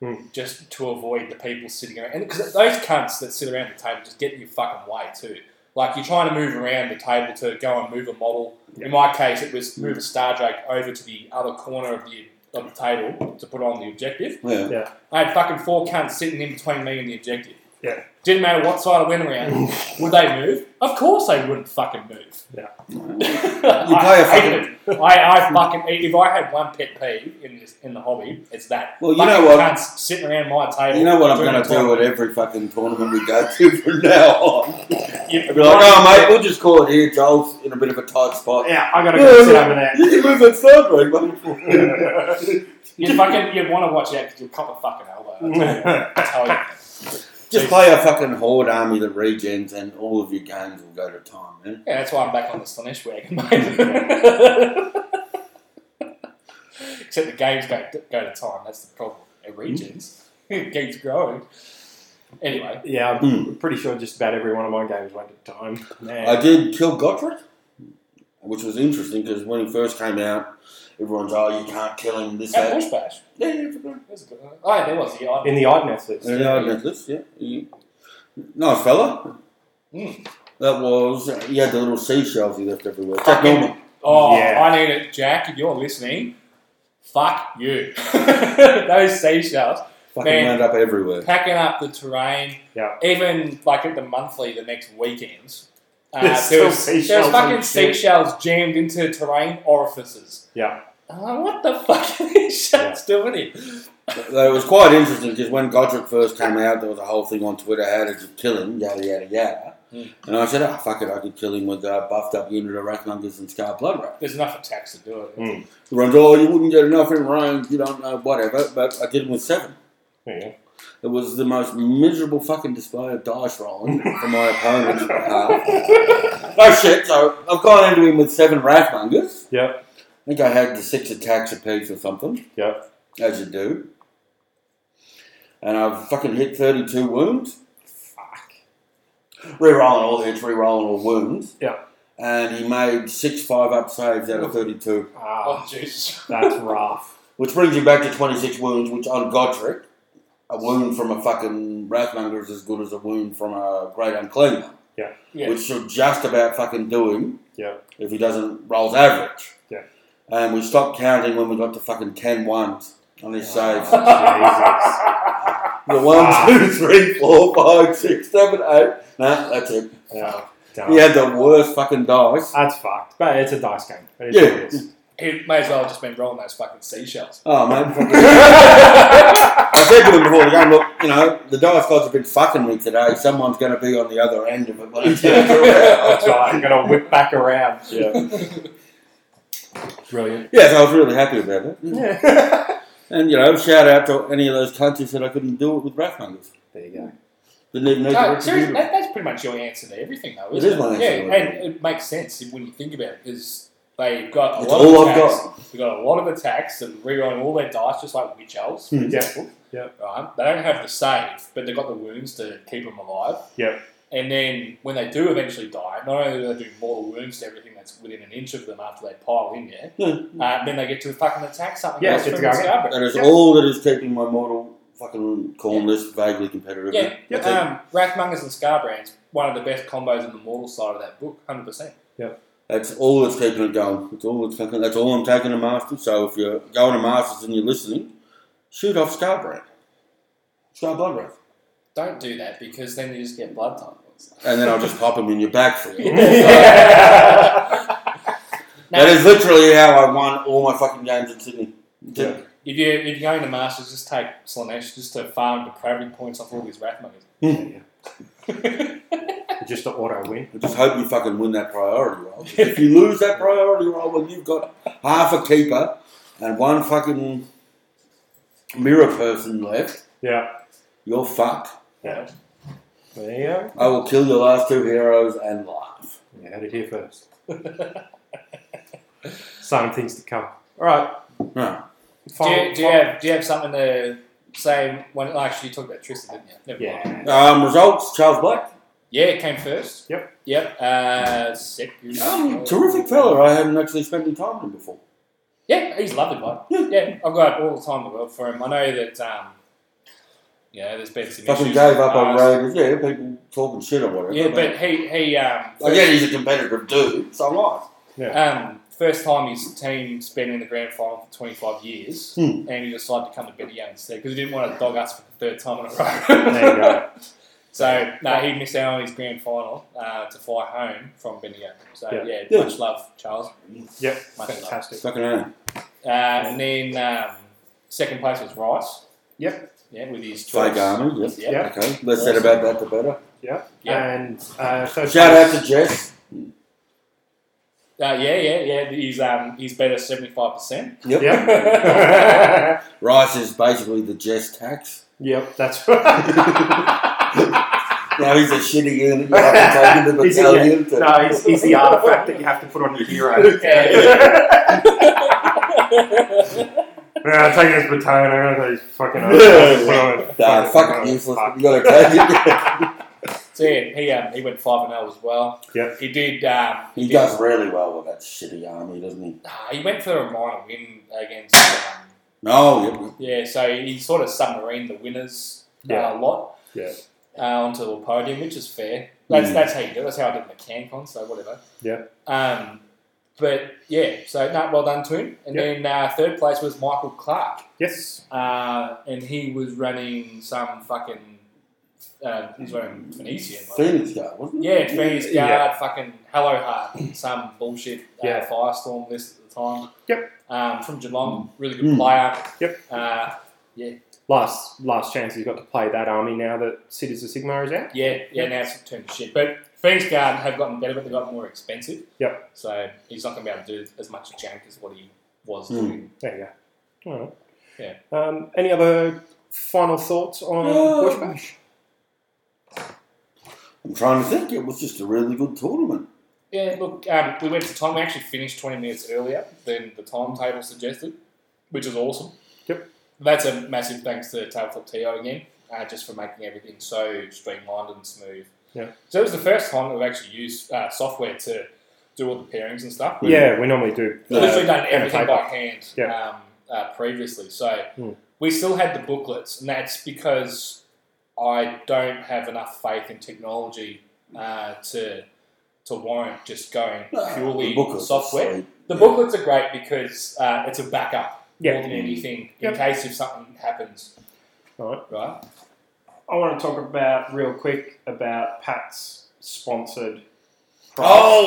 Speaker 2: Hmm.
Speaker 3: just to avoid the people sitting around. And because those cunts that sit around the table just get in your fucking way too. Like you're trying to move around the table to go and move a model. In my case, it was move a star drake over to the other corner of the of the table to put on the objective.
Speaker 1: Yeah.
Speaker 3: I had fucking four cunts sitting in between me and the objective.
Speaker 2: Yeah.
Speaker 3: Didn't matter what side I went around. would they move? Of course they wouldn't fucking move.
Speaker 2: Yeah.
Speaker 1: You
Speaker 3: I,
Speaker 1: play a
Speaker 3: hated
Speaker 1: fucking-
Speaker 3: it. I, I fucking if I had one pet peeve in this in the hobby, it's that.
Speaker 1: Well, you
Speaker 3: Fucking
Speaker 1: know what?
Speaker 3: Cunts sitting around my table.
Speaker 1: You know what I'm
Speaker 3: during
Speaker 1: going to
Speaker 3: the
Speaker 1: do at
Speaker 3: tournament.
Speaker 1: every fucking tournament we go to from now on?
Speaker 3: You-
Speaker 1: I'll be like, oh, mate, we'll just call it here. Joel's in a bit of a tight spot.
Speaker 2: Yeah, I gotta go
Speaker 1: Yeah,
Speaker 2: sit
Speaker 1: yeah.
Speaker 2: over there.
Speaker 1: You can move that third ring, mate.
Speaker 3: You fucking you want to watch out because you'll cop a fucking elbow. I tell you. I tell you.
Speaker 1: Just play a fucking horde army that regens, and all of your games will go to time, man.
Speaker 3: Yeah, that's why I'm back on the Slanish wagon, mate. Except the games go, go to time. That's the problem.
Speaker 2: Hmm?
Speaker 3: It regions. it keeps growing. Anyway,
Speaker 2: yeah, I'm
Speaker 1: Hmm.
Speaker 2: pretty sure just about every one of my games went at time. Man.
Speaker 1: I did kill Godric, which was interesting because when he first came out, everyone's oh you can't kill him this
Speaker 3: at
Speaker 1: that.
Speaker 3: Bush Bash.
Speaker 1: Yeah, yeah, for good.
Speaker 3: There's a good one. Oh, yeah, there was. Yeah, I-
Speaker 2: in the oddness list.
Speaker 1: And I admit this, yeah, he- nice fella.
Speaker 2: Hmm.
Speaker 3: Mm.
Speaker 1: That was he had the little seashells he left everywhere. Jack Norman.
Speaker 3: oh,
Speaker 2: Yeah.
Speaker 3: I need it. Jack, if you're listening, fuck you. Those seashells.
Speaker 1: Fucking
Speaker 3: Man.
Speaker 1: wound up everywhere.
Speaker 3: Packing up the terrain.
Speaker 2: Yeah.
Speaker 3: Even like at the monthly, the next weekends. Uh,
Speaker 2: There's
Speaker 3: there
Speaker 2: still
Speaker 3: was, there was
Speaker 2: seashells and
Speaker 3: fucking
Speaker 2: shit.
Speaker 3: seashells jammed into terrain orifices.
Speaker 2: Yeah.
Speaker 3: Uh, what the fuck are these shots doing here?
Speaker 1: Though it was quite interesting because when Godric first came out, there was a whole thing on Twitter: how did you kill him? Yada yada yada.
Speaker 3: Mm.
Speaker 1: And I said, oh, fuck it, I could kill him with a buffed up unit of Wrathmongers and Scar Blood Rat.
Speaker 3: There's enough attacks to do it.
Speaker 2: Mm.
Speaker 1: Everyone's, oh, you wouldn't get enough in range, you don't know, whatever. But I did it with seven.
Speaker 2: There you go.
Speaker 1: It was the most miserable fucking display of dice rolling for my opponent's behalf. No shit, so I've gone into him with seven Wrathmongers.
Speaker 2: Yep.
Speaker 1: I think I had the six attacks apiece or something.
Speaker 2: Yep.
Speaker 1: as you do. And I've fucking hit 32 wounds.
Speaker 3: Fuck.
Speaker 1: Rerolling all hits, rerolling all wounds.
Speaker 2: Yeah.
Speaker 1: And he made six five up saves out of 32,
Speaker 2: Ah,
Speaker 3: Oh, Jesus.
Speaker 2: that's rough.
Speaker 1: which brings you back to 26 wounds, which on Godric, a wound from a fucking Wrathmonger is as good as a wound from a Great Unclean One.
Speaker 3: Yeah.
Speaker 1: which should just about fucking do him.
Speaker 2: Yeah.
Speaker 1: If he doesn't rolls average.
Speaker 2: Yeah.
Speaker 1: And we stopped counting when we got to fucking 10 ones on his saves. The one, two, three, four, five, six, seven, eight. No, that's it.
Speaker 2: Yeah,
Speaker 1: He had the worst fucking dice.
Speaker 2: That's fucked. But it's a dice game. It is
Speaker 1: Yeah.
Speaker 2: what it is.
Speaker 3: He may as well have just been rolling those fucking seashells.
Speaker 1: Oh man, fucking- I said to him before the game, look, you know, the dice gods have been fucking me today. Someone's going to be on the other end of it when it turns around.
Speaker 2: That's right. I'm going to whip back around. Yeah. Brilliant.
Speaker 1: Yes, I was really happy about it.
Speaker 2: Yeah.
Speaker 1: And you know, shout out to any of those countries that I couldn't do it with Wrathmongers.
Speaker 2: there you go.
Speaker 1: Didn't even need
Speaker 3: No,
Speaker 1: to
Speaker 3: seriously,
Speaker 1: seriously,
Speaker 3: that, that's pretty much your answer to everything, though,
Speaker 1: It
Speaker 3: isn't
Speaker 1: is my answer
Speaker 3: Yeah,
Speaker 1: to everything.
Speaker 3: and it makes sense when you think about it, because they've got a
Speaker 1: It's
Speaker 3: lot
Speaker 1: all
Speaker 3: of
Speaker 1: I've
Speaker 3: attacks.
Speaker 1: got.
Speaker 3: They've got a lot of attacks and rerolling all their dice, just like witch elves, for
Speaker 1: Hmm.
Speaker 2: Yeah.
Speaker 3: example.
Speaker 2: Yeah.
Speaker 3: Right? They don't have the save, but they've got the wounds to keep them alive.
Speaker 2: Yeah.
Speaker 3: And then when they do eventually die, not only do they do mortal wounds to everything that's within an inch of them after they pile in there,
Speaker 1: Yeah.
Speaker 3: uh, then they get to fucking attack something
Speaker 2: Yeah,
Speaker 3: else
Speaker 2: it's
Speaker 3: from the
Speaker 2: going.
Speaker 3: scabbard.
Speaker 1: That is all that is keeping my mortal fucking corn list vaguely competitive.
Speaker 3: Yeah,
Speaker 1: That's it.
Speaker 3: um, Wrathmongers and Scarbrands, one of the best combos in the mortal side of that book, hundred percent.
Speaker 1: That's all that's keeping it going. That's all that's fucking, that's all I'm taking to Masters. So if you're going to Masters and you're listening, shoot off Scarbrand. Scar Blood Wrath.
Speaker 3: Don't do that because then you just get blood type.
Speaker 1: And then I'll just pop him in your back for you.
Speaker 3: No,
Speaker 1: That is literally how I won all my fucking games in Sydney.
Speaker 2: Yeah.
Speaker 3: if you if you're going to Masters, just take Slanesh just to farm depravity points off all these Wrathmongers.
Speaker 2: Yeah, yeah. Just an auto win.
Speaker 1: I just hope you fucking win that priority roll. If you lose that priority roll, well, you've got half a keeper and one fucking mirror person left.
Speaker 2: Yeah.
Speaker 1: You're fucked.
Speaker 2: Yeah. There you go.
Speaker 1: I will kill your last two heroes and laugh.
Speaker 2: You had it here first. Some things to come. All right.
Speaker 1: Right.
Speaker 3: Do
Speaker 2: Final,
Speaker 3: you, do you have do you have something to say? When well, actually you talked about Tristan, didn't you? Never mind.
Speaker 2: Yeah.
Speaker 1: Um, results: Charles Black,
Speaker 3: Yeah, it came first.
Speaker 2: Yep.
Speaker 3: Yep. Uh, sick.
Speaker 1: um, terrific fella. I hadn't actually spent any time with him before.
Speaker 3: Yeah, he's a lovely bloke. Yeah, I've got all the time in the world for him. I know that, um, you know, there's been some
Speaker 1: Fucking
Speaker 3: issues
Speaker 1: gave
Speaker 3: in the
Speaker 1: up on
Speaker 3: past.
Speaker 1: Raiders. Yeah, people talking shit or whatever.
Speaker 3: Yeah, but he, he um,
Speaker 1: I get he's a competitive dude. So nice.
Speaker 3: um, first time his team's been in the grand final for 25 years,
Speaker 1: Hmm.
Speaker 3: and he decided to come to Betty Young instead because he didn't want to dog us for the third time in a row.
Speaker 2: There you go.
Speaker 3: So, no, he missed out on his grand final uh, to fly home from Betty Young. So,
Speaker 2: Yeah.
Speaker 3: yeah,
Speaker 1: Yeah.
Speaker 3: much love, Charles.
Speaker 2: Yep.
Speaker 3: Much love.
Speaker 2: Fantastic.
Speaker 1: Fucking hell.
Speaker 3: Uh, and then um, second place was Rice.
Speaker 2: Yep.
Speaker 3: Yeah, with his
Speaker 1: Fake
Speaker 3: choice.
Speaker 1: army. Yes.
Speaker 3: Yeah.
Speaker 2: Yep.
Speaker 1: Okay. Less said about that, the better.
Speaker 3: Yeah.
Speaker 2: And uh, third
Speaker 1: Shout
Speaker 2: place-
Speaker 1: out to Jess.
Speaker 3: Uh, yeah, yeah, yeah. He's um, he's better seventy five percent.
Speaker 1: Yep.
Speaker 2: Yep.
Speaker 1: Rice is basically the Jess tax.
Speaker 2: yep. That's right.
Speaker 1: Now he's a shitty unit. You have to take him to
Speaker 2: He's a-
Speaker 1: battalion. to-
Speaker 2: no, he's, he's the artifact that you have to put on your hero. Yeah, I'll take his baton. I'm gonna take his fucking.
Speaker 1: Nah, fucking useless. You gotta take it.
Speaker 3: so yeah, he um, he went five and zero as well.
Speaker 2: Yep.
Speaker 3: He did. Um,
Speaker 1: He
Speaker 3: did-
Speaker 1: does really well with that shitty army, doesn't he?
Speaker 3: Nah, he went for a minor win against. Um,
Speaker 1: No, yep.
Speaker 3: yeah, so he sort of submarined the winners
Speaker 2: Yeah.
Speaker 3: uh, a lot.
Speaker 2: Yeah.
Speaker 3: Uh, onto the podium, which is fair. That's
Speaker 1: Mm.
Speaker 3: that's how you do. it. That's how I did the CanCon. So whatever.
Speaker 2: Yeah.
Speaker 3: Um, but yeah, so no, well done to him. And
Speaker 2: Yeah.
Speaker 3: then uh, third place was Michael Clark.
Speaker 2: Yes.
Speaker 3: uh, and he was running some fucking. Uh, he's running Phoenician. wasn't he?
Speaker 1: Phoenix guy, wasn't it?
Speaker 3: Yeah, Phoenix Guard,
Speaker 2: Yeah.
Speaker 3: fucking Hello Heart, some bullshit uh,
Speaker 2: Yeah.
Speaker 3: Firestorm list at the time.
Speaker 2: Yep.
Speaker 3: Um, from Geelong, really good
Speaker 1: Mm.
Speaker 3: player.
Speaker 2: Yep.
Speaker 3: Uh,
Speaker 2: Last last chance he's got to play that army now that Cities of Sigmar is out.
Speaker 3: yeah, yeah, now it's turned to shit. But Phoenix Guard have gotten better, but they've got more expensive.
Speaker 2: Yep.
Speaker 3: So he's not going to be able to do as much jank as what he was
Speaker 2: Hmm.
Speaker 1: Mm.
Speaker 3: doing.
Speaker 2: There you go. All
Speaker 3: Yeah.
Speaker 2: right. Um, any other final thoughts on
Speaker 1: No.
Speaker 2: Bush Bash?
Speaker 1: I'm trying to think. It was just a really good tournament.
Speaker 3: Yeah, look, um, we went to time. We actually finished 20 minutes earlier than the timetable suggested, which is awesome.
Speaker 2: Yep.
Speaker 3: That's a massive thanks to Tabletop TO again, uh, just for making everything so streamlined and smooth.
Speaker 2: Yeah.
Speaker 3: So it was the first time I've actually used uh, software to do all the pairings and stuff.
Speaker 2: Yeah, we normally do. Uh,
Speaker 3: We've literally done
Speaker 2: and
Speaker 3: everything
Speaker 2: paper.
Speaker 3: by hand
Speaker 2: Yeah.
Speaker 3: um, uh, previously. So
Speaker 2: Hmm.
Speaker 3: we still had the booklets, and that's because I don't have enough faith in technology uh, to to warrant just going
Speaker 1: Ah,
Speaker 3: purely
Speaker 1: the booklet's
Speaker 3: software.
Speaker 1: sweet.
Speaker 3: The
Speaker 1: Yeah.
Speaker 3: booklets are great because uh, it's a backup
Speaker 2: Yeah.
Speaker 3: more than anything in
Speaker 2: Yep.
Speaker 3: case if something happens.
Speaker 2: Right.
Speaker 3: Right.
Speaker 2: I want to talk about real quick about Pat's sponsored.
Speaker 1: Oh,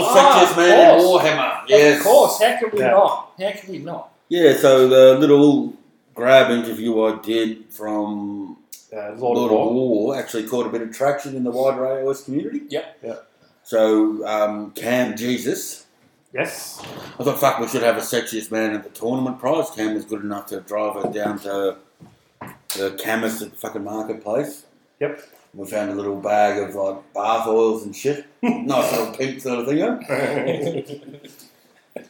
Speaker 3: Ah,
Speaker 1: such
Speaker 3: of
Speaker 1: as Man and
Speaker 3: course.
Speaker 1: Warhammer. Yes.
Speaker 3: Of course. How can we
Speaker 2: Yeah.
Speaker 3: not? How can we not?
Speaker 1: Yeah, so the little grab interview I did from
Speaker 2: uh, Lord,
Speaker 1: Lord,
Speaker 2: of
Speaker 1: of
Speaker 2: War.
Speaker 1: War actually caught a bit of traction in the wider iOS community.
Speaker 3: Yep.
Speaker 2: Yep.
Speaker 1: So, um, Cam Jesus.
Speaker 2: Yes.
Speaker 1: I thought, fuck, we should have a sexiest man at the tournament prize. Cam was good enough to drive her down to the chemist at the fucking marketplace.
Speaker 2: Yep.
Speaker 1: We found a little bag of like bath oils and shit. nice little pink sort of thing. huh? And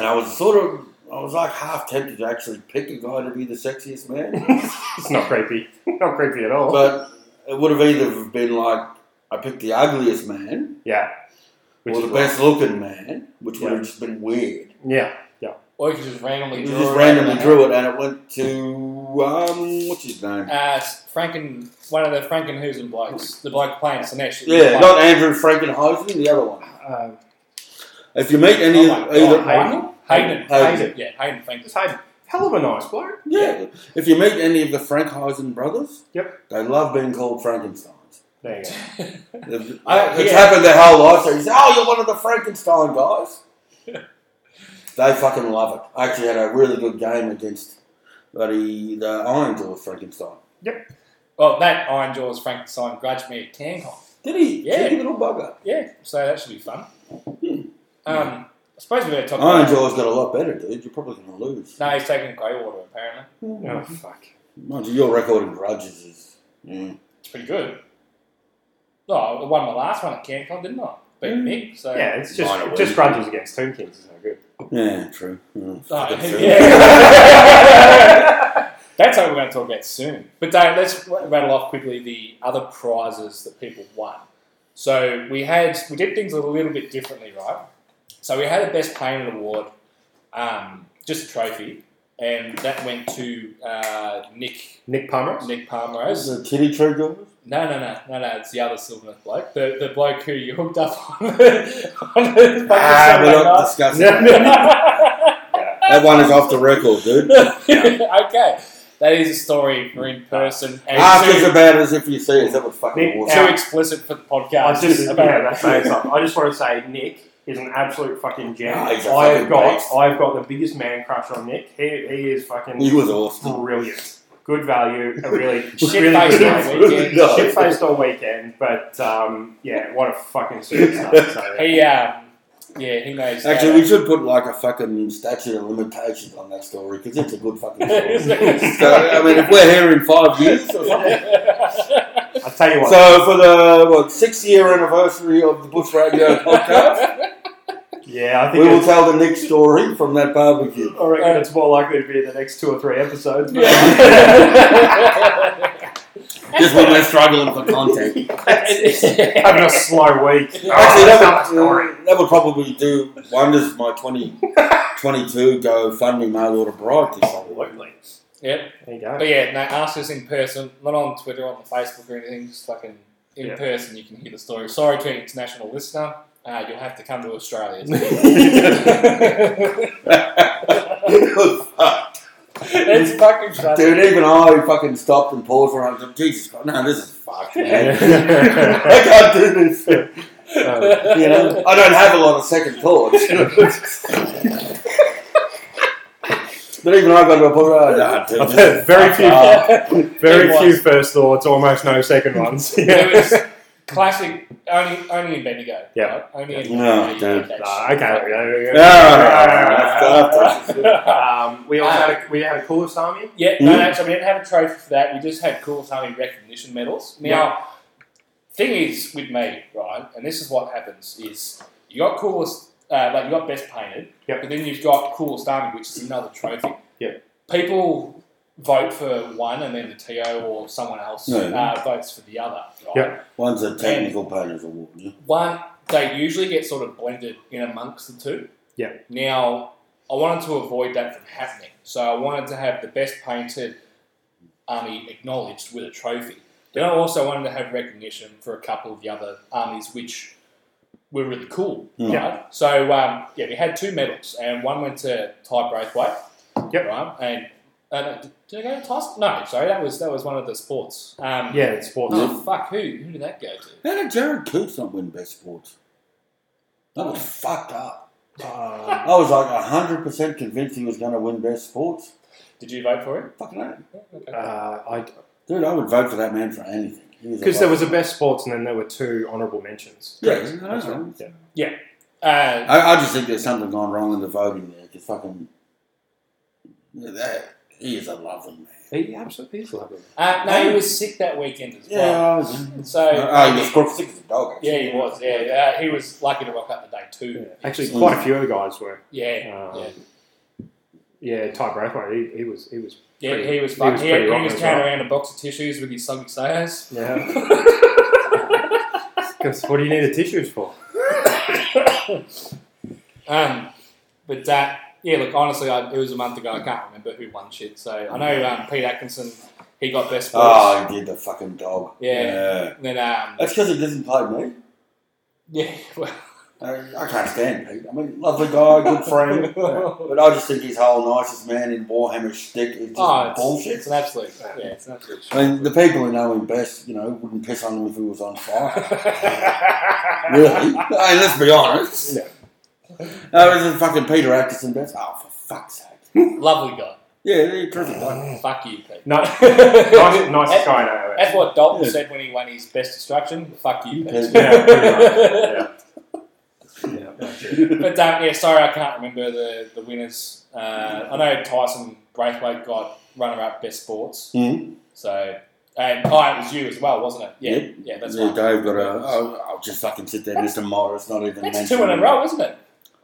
Speaker 1: I was sort of, I was like half tempted to actually pick a guy to be the sexiest man.
Speaker 2: it's not creepy. Not creepy at all.
Speaker 1: But it would have either been like I picked the ugliest man
Speaker 2: yeah.
Speaker 1: or
Speaker 2: is
Speaker 1: the
Speaker 2: like-
Speaker 1: best looking man, which would have just been weird.
Speaker 2: Yeah.
Speaker 3: Or you can just randomly
Speaker 1: You
Speaker 3: draw
Speaker 1: just
Speaker 3: it
Speaker 1: randomly
Speaker 3: out.
Speaker 1: drew it and it went to um what's his name?
Speaker 3: Uh, Franken, one of the Frankenhusen blokes, the bloke playing Sinesh.
Speaker 1: Yeah, not Andrew Frankenhausen, the other one.
Speaker 2: Uh,
Speaker 1: If you meet any
Speaker 3: Oh
Speaker 1: of
Speaker 3: my
Speaker 1: either
Speaker 3: God, Hayden? Hayden.
Speaker 1: Hayden.
Speaker 3: Hayden. Yeah, Hayden Frankenhusen.
Speaker 2: it's a hell of a nice bloke.
Speaker 1: Yeah. If you meet any of the Frankenhausen brothers,
Speaker 2: Yep.
Speaker 1: they love being called Frankensteins.
Speaker 2: There you go.
Speaker 1: It's
Speaker 3: I-
Speaker 1: it's
Speaker 3: yeah.
Speaker 1: happened their whole life. So you say, "Oh, you're one of the Frankenstein guys." they fucking love it. I actually had a really good game against buddy the Iron Jaw Frankenstein.
Speaker 3: well, that Iron Jaws Frankenstein grudged me at CanCon.
Speaker 1: Did he?
Speaker 3: Yeah.
Speaker 1: Cheeky little bugger.
Speaker 3: Yeah, so that should be fun. Um, I suppose we're going to talk
Speaker 1: Hmm. Iron
Speaker 3: about...
Speaker 1: Jaw's got a lot better, dude. You're probably going to lose. Hmm.
Speaker 3: No, he's taking Greywater, apparently.
Speaker 2: Oh, fuck.
Speaker 1: Mind you, your record in grudges is. Yeah.
Speaker 3: It's pretty good. No, I won my last one at CanCon, didn't I? Beat
Speaker 1: Hmm.
Speaker 2: Mm.
Speaker 3: Mick, so...
Speaker 2: Yeah, it's
Speaker 1: Minor
Speaker 2: just
Speaker 1: win.
Speaker 2: just grudges against Tomb Kings is no good.
Speaker 1: yeah, true. Yeah.
Speaker 3: No,
Speaker 1: Fucking true.
Speaker 3: yeah. That's what we're going to talk about soon. But Dave, let's rattle off quickly the other prizes that people won. So we had we did things a little bit differently, right? So we had a best painted award, um, just a trophy, and that went to uh, Nick
Speaker 2: Nick Palmer.
Speaker 3: Nick
Speaker 1: Is
Speaker 3: Palmeros.
Speaker 1: the titty tree Jawers?
Speaker 3: No, no, no, no, no. It's the other Silvermouth bloke, the the bloke who you hooked up on. on the fucking
Speaker 1: Ah,
Speaker 3: Sunday
Speaker 1: we're not
Speaker 3: night.
Speaker 1: discussing
Speaker 2: No,
Speaker 1: that.
Speaker 2: no.
Speaker 1: That one is off the record, dude.
Speaker 3: okay, that is a story for in person. And
Speaker 1: Ask us
Speaker 3: too,
Speaker 1: about it Ah, as if you see us. That was fucking
Speaker 2: Nick-
Speaker 1: awesome.
Speaker 3: too explicit for the podcast.
Speaker 2: I just
Speaker 3: About-
Speaker 2: yeah, that's no, it's not. I just want to say Nick is an absolute fucking gem.
Speaker 1: Ah, he's a
Speaker 2: I've
Speaker 1: fucking
Speaker 2: got
Speaker 1: beast.
Speaker 2: I've got the biggest man crush on Nick. He, he is fucking
Speaker 1: He was awesome.
Speaker 2: brilliant. Good value, a really
Speaker 3: Shit-faced
Speaker 2: really
Speaker 3: all
Speaker 2: good
Speaker 3: weekend.
Speaker 1: No.
Speaker 2: shit faced all weekend, but um, yeah, what a fucking superstar. So, yeah.
Speaker 3: He, um, yeah, he knows.
Speaker 1: Actually, we should put like a fucking statute of limitations on that story because it's a good fucking story. so, I mean, if we're here in five years or something.
Speaker 2: I tell you what,
Speaker 1: So, for the what, six year anniversary of the Bush Radio podcast,
Speaker 2: yeah, I
Speaker 1: we
Speaker 2: think
Speaker 1: will
Speaker 2: it's,
Speaker 1: tell the next story from that barbecue.
Speaker 2: I reckon it's more likely to be the next two or three episodes. but-
Speaker 1: Just when we're struggling for content.
Speaker 2: having a slow week. Actually,
Speaker 1: Actually,
Speaker 2: Oh, not a
Speaker 1: that
Speaker 2: story.
Speaker 1: would, mm, that would probably do wonders for my 2022 GoFundMe mail order bribe this summer.
Speaker 2: Absolutely.
Speaker 3: Yep.
Speaker 2: There you go.
Speaker 3: But yeah, no, ask us in person, not on Twitter, on Facebook or anything, just fucking in
Speaker 2: Yeah.
Speaker 3: person you can hear the story. Sorry to an international listener, uh, you'll have to come to Australia. It's fucking funny.
Speaker 1: Dude, even I fucking stopped and paused for a moment. Jesus Christ, no, this is fucked, man. I can't do this. You know, I don't have a lot of second thoughts. but even I got to a point where, oh, nah, dude,
Speaker 2: I've
Speaker 1: this is
Speaker 2: had very few,
Speaker 1: fucked up.
Speaker 2: very
Speaker 3: It
Speaker 2: few
Speaker 3: was.
Speaker 2: first thoughts, almost no second ones.
Speaker 3: It was classic, only, only in Bendigo.
Speaker 2: Yeah.
Speaker 3: right? Only in
Speaker 1: No,
Speaker 3: Bendigo. you
Speaker 1: dude.
Speaker 3: get that
Speaker 2: Ah,
Speaker 3: shit.
Speaker 2: okay, there we go, there we go.
Speaker 1: Yeah, I've got this.
Speaker 2: Um, we also had a, we had a coolest army.
Speaker 3: Yeah, no, no,
Speaker 1: Mhm.
Speaker 3: so we didn't have a trophy for that. We just had Coolest Army recognition medals. Now, thing is with me, right, and this is what happens is you got Coolest, uh, like you got Best Painted,
Speaker 2: Yep.
Speaker 3: but then you've got Coolest Army, which is another trophy.
Speaker 2: Yep.
Speaker 3: People vote for one and then the TO or someone else
Speaker 1: No.
Speaker 3: uh, votes for the other. Right?
Speaker 2: Yep.
Speaker 1: One's a technical panels award, yeah.
Speaker 3: One, they usually get sort of blended in amongst the two.
Speaker 2: Yeah.
Speaker 3: Now, I wanted to avoid that from happening, so I wanted to have the best painted army acknowledged with a trophy. Then I also wanted to have recognition for a couple of the other armies which were really cool.
Speaker 1: Mm.
Speaker 2: Yeah.
Speaker 3: Right? So um, yeah, we had two medals, and one went to Ty Braithwaite.
Speaker 2: Yep.
Speaker 3: Right, and. Uh, did I go to Ty's? No, sorry, that was that was one of the sports. Um,
Speaker 2: Yeah, it's sports.
Speaker 3: Oh fuck, who who did that go to?
Speaker 1: How did Jared Coots not win best sports? That was fucked up.
Speaker 2: Uh,
Speaker 1: I was like 100% convinced he was going to win best sports.
Speaker 3: Did you vote for it?
Speaker 1: Fucking hell.
Speaker 3: Okay.
Speaker 2: uh,
Speaker 1: Dude, I would vote for that man for anything.
Speaker 2: because there was a best sports, and then there were two honourable mentions.
Speaker 1: Yeah,
Speaker 2: That's right. Yeah.
Speaker 3: Uh,
Speaker 1: I, I just think there's something gone wrong in the voting there. Because fucking. Yeah, that, he is a lovely man.
Speaker 2: He absolutely is lovely.
Speaker 3: Uh, no, he was sick that weekend as well.
Speaker 1: Yeah, I was.
Speaker 3: So
Speaker 1: Oh, he was crook sick as a dog, actually.
Speaker 3: yeah, he was. Yeah, uh, he was lucky to rock up the day
Speaker 2: Yeah.
Speaker 3: too.
Speaker 2: Actually,
Speaker 1: Mm.
Speaker 2: quite a few of the guys were.
Speaker 3: Yeah,
Speaker 2: Um, yeah. Ty Braithwaite, he, he was, he was,
Speaker 3: yeah,
Speaker 2: pretty-
Speaker 3: he was. Fun. He,
Speaker 2: was
Speaker 3: he,
Speaker 2: pretty rotten
Speaker 3: was
Speaker 2: as
Speaker 3: carrying
Speaker 2: well.
Speaker 3: around a box of tissues with his soggy sayers.
Speaker 2: yeah. 'Cause what do you need the tissues for?
Speaker 3: um, but uh, yeah, look, honestly, I, it was a month ago. I can't remember who won shit. So I know um, Pete Atkinson, he got best sports.
Speaker 1: Oh, he did the fucking dog.
Speaker 3: Yeah. And then um,
Speaker 1: That's because he doesn't play me.
Speaker 3: yeah, well,
Speaker 1: I, I can't stand Pete. I mean, lovely guy, good friend. but I just think he's whole nicest man in Warhammer shtick is just
Speaker 3: oh, it's,
Speaker 1: bullshit.
Speaker 3: it's an absolute. Yeah, it's an absolute.
Speaker 1: I mean, the people who know him best, you know, wouldn't piss on him if he was on fire.
Speaker 3: really?
Speaker 1: really? I mean, let's be honest.
Speaker 2: Yeah.
Speaker 1: No, this is fucking Peter Atkinson best. Oh, for fuck's sake.
Speaker 3: Lovely guy.
Speaker 1: Yeah, he's terrific guy.
Speaker 3: Fuck you, Pete.
Speaker 2: Oh. No, nice, nice guy, no.
Speaker 3: That's what Dalton
Speaker 1: Yeah.
Speaker 3: said when he won his best destruction. Fuck you,
Speaker 1: You
Speaker 3: Pete.
Speaker 1: pig.
Speaker 2: Yeah, pretty much. Yeah. Yeah.
Speaker 3: But um, yeah, sorry, I can't remember the, the winners. Uh, I know Tyson Braithwaite got runner up best sports.
Speaker 1: Mhm.
Speaker 3: So, and oh, it was you as well, wasn't it? Yeah,
Speaker 1: Yep.
Speaker 3: yeah, that's
Speaker 1: yeah,
Speaker 3: right.
Speaker 1: Dave got a. oh, I'll, I'll just fucking sit there, Mr. Morris, not even
Speaker 3: That's
Speaker 1: mention
Speaker 3: two in a
Speaker 1: him.
Speaker 3: row, isn't it?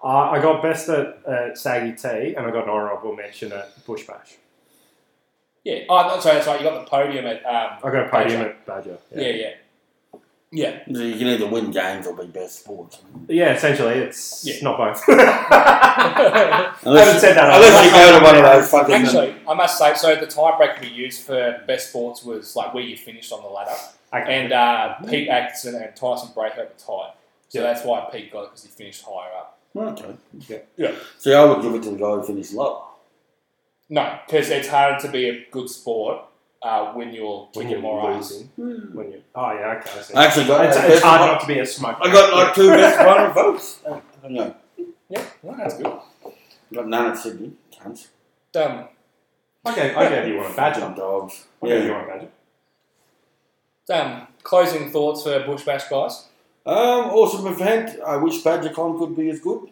Speaker 2: I I got best at uh, Saggy Tea, and I got an honourable mention at Bush Bash.
Speaker 3: Yeah. Oh, that's right. That's right. You got the podium at. Um,
Speaker 2: I got a podium at Badger.
Speaker 3: yeah, yeah, yeah.
Speaker 1: You can either win games or be best sports.
Speaker 2: Yeah, essentially, it's
Speaker 3: Yeah.
Speaker 2: not both. I haven't said that.
Speaker 1: unless you go to one of those fucking.
Speaker 3: Actually, I must say, so the tiebreaker we used for best sports was like where you finished on the ladder.
Speaker 2: Okay.
Speaker 3: And uh, Pete Atkinson and Tyson Braithwaite were tied. So
Speaker 2: Yeah.
Speaker 3: that's why Pete got it because he finished higher up.
Speaker 1: Okay.
Speaker 2: Yeah.
Speaker 3: Yeah.
Speaker 1: See, I would give it to the guy who finished low.
Speaker 3: No, because it's harder to be a good sport uh, when you're
Speaker 2: When
Speaker 3: when
Speaker 2: you're
Speaker 3: you're more ass.
Speaker 2: losing. When you, oh, yeah, okay. I see.
Speaker 1: I actually got.
Speaker 2: it's,
Speaker 1: I
Speaker 2: it's hard
Speaker 1: got-
Speaker 2: not to be a smoker.
Speaker 1: I got like two best runner votes. Uh, No,
Speaker 3: Yeah, well, that's good.
Speaker 1: got none at Sydney. Cunts.
Speaker 3: Damn,
Speaker 2: Okay, I gave you one a badger.
Speaker 1: Some dogs.
Speaker 2: I gave you
Speaker 1: Yeah.
Speaker 2: one a badger.
Speaker 3: damn. Closing thoughts for Bush Bash guys.
Speaker 1: Um, awesome event. I wish BadgerCon could be as good.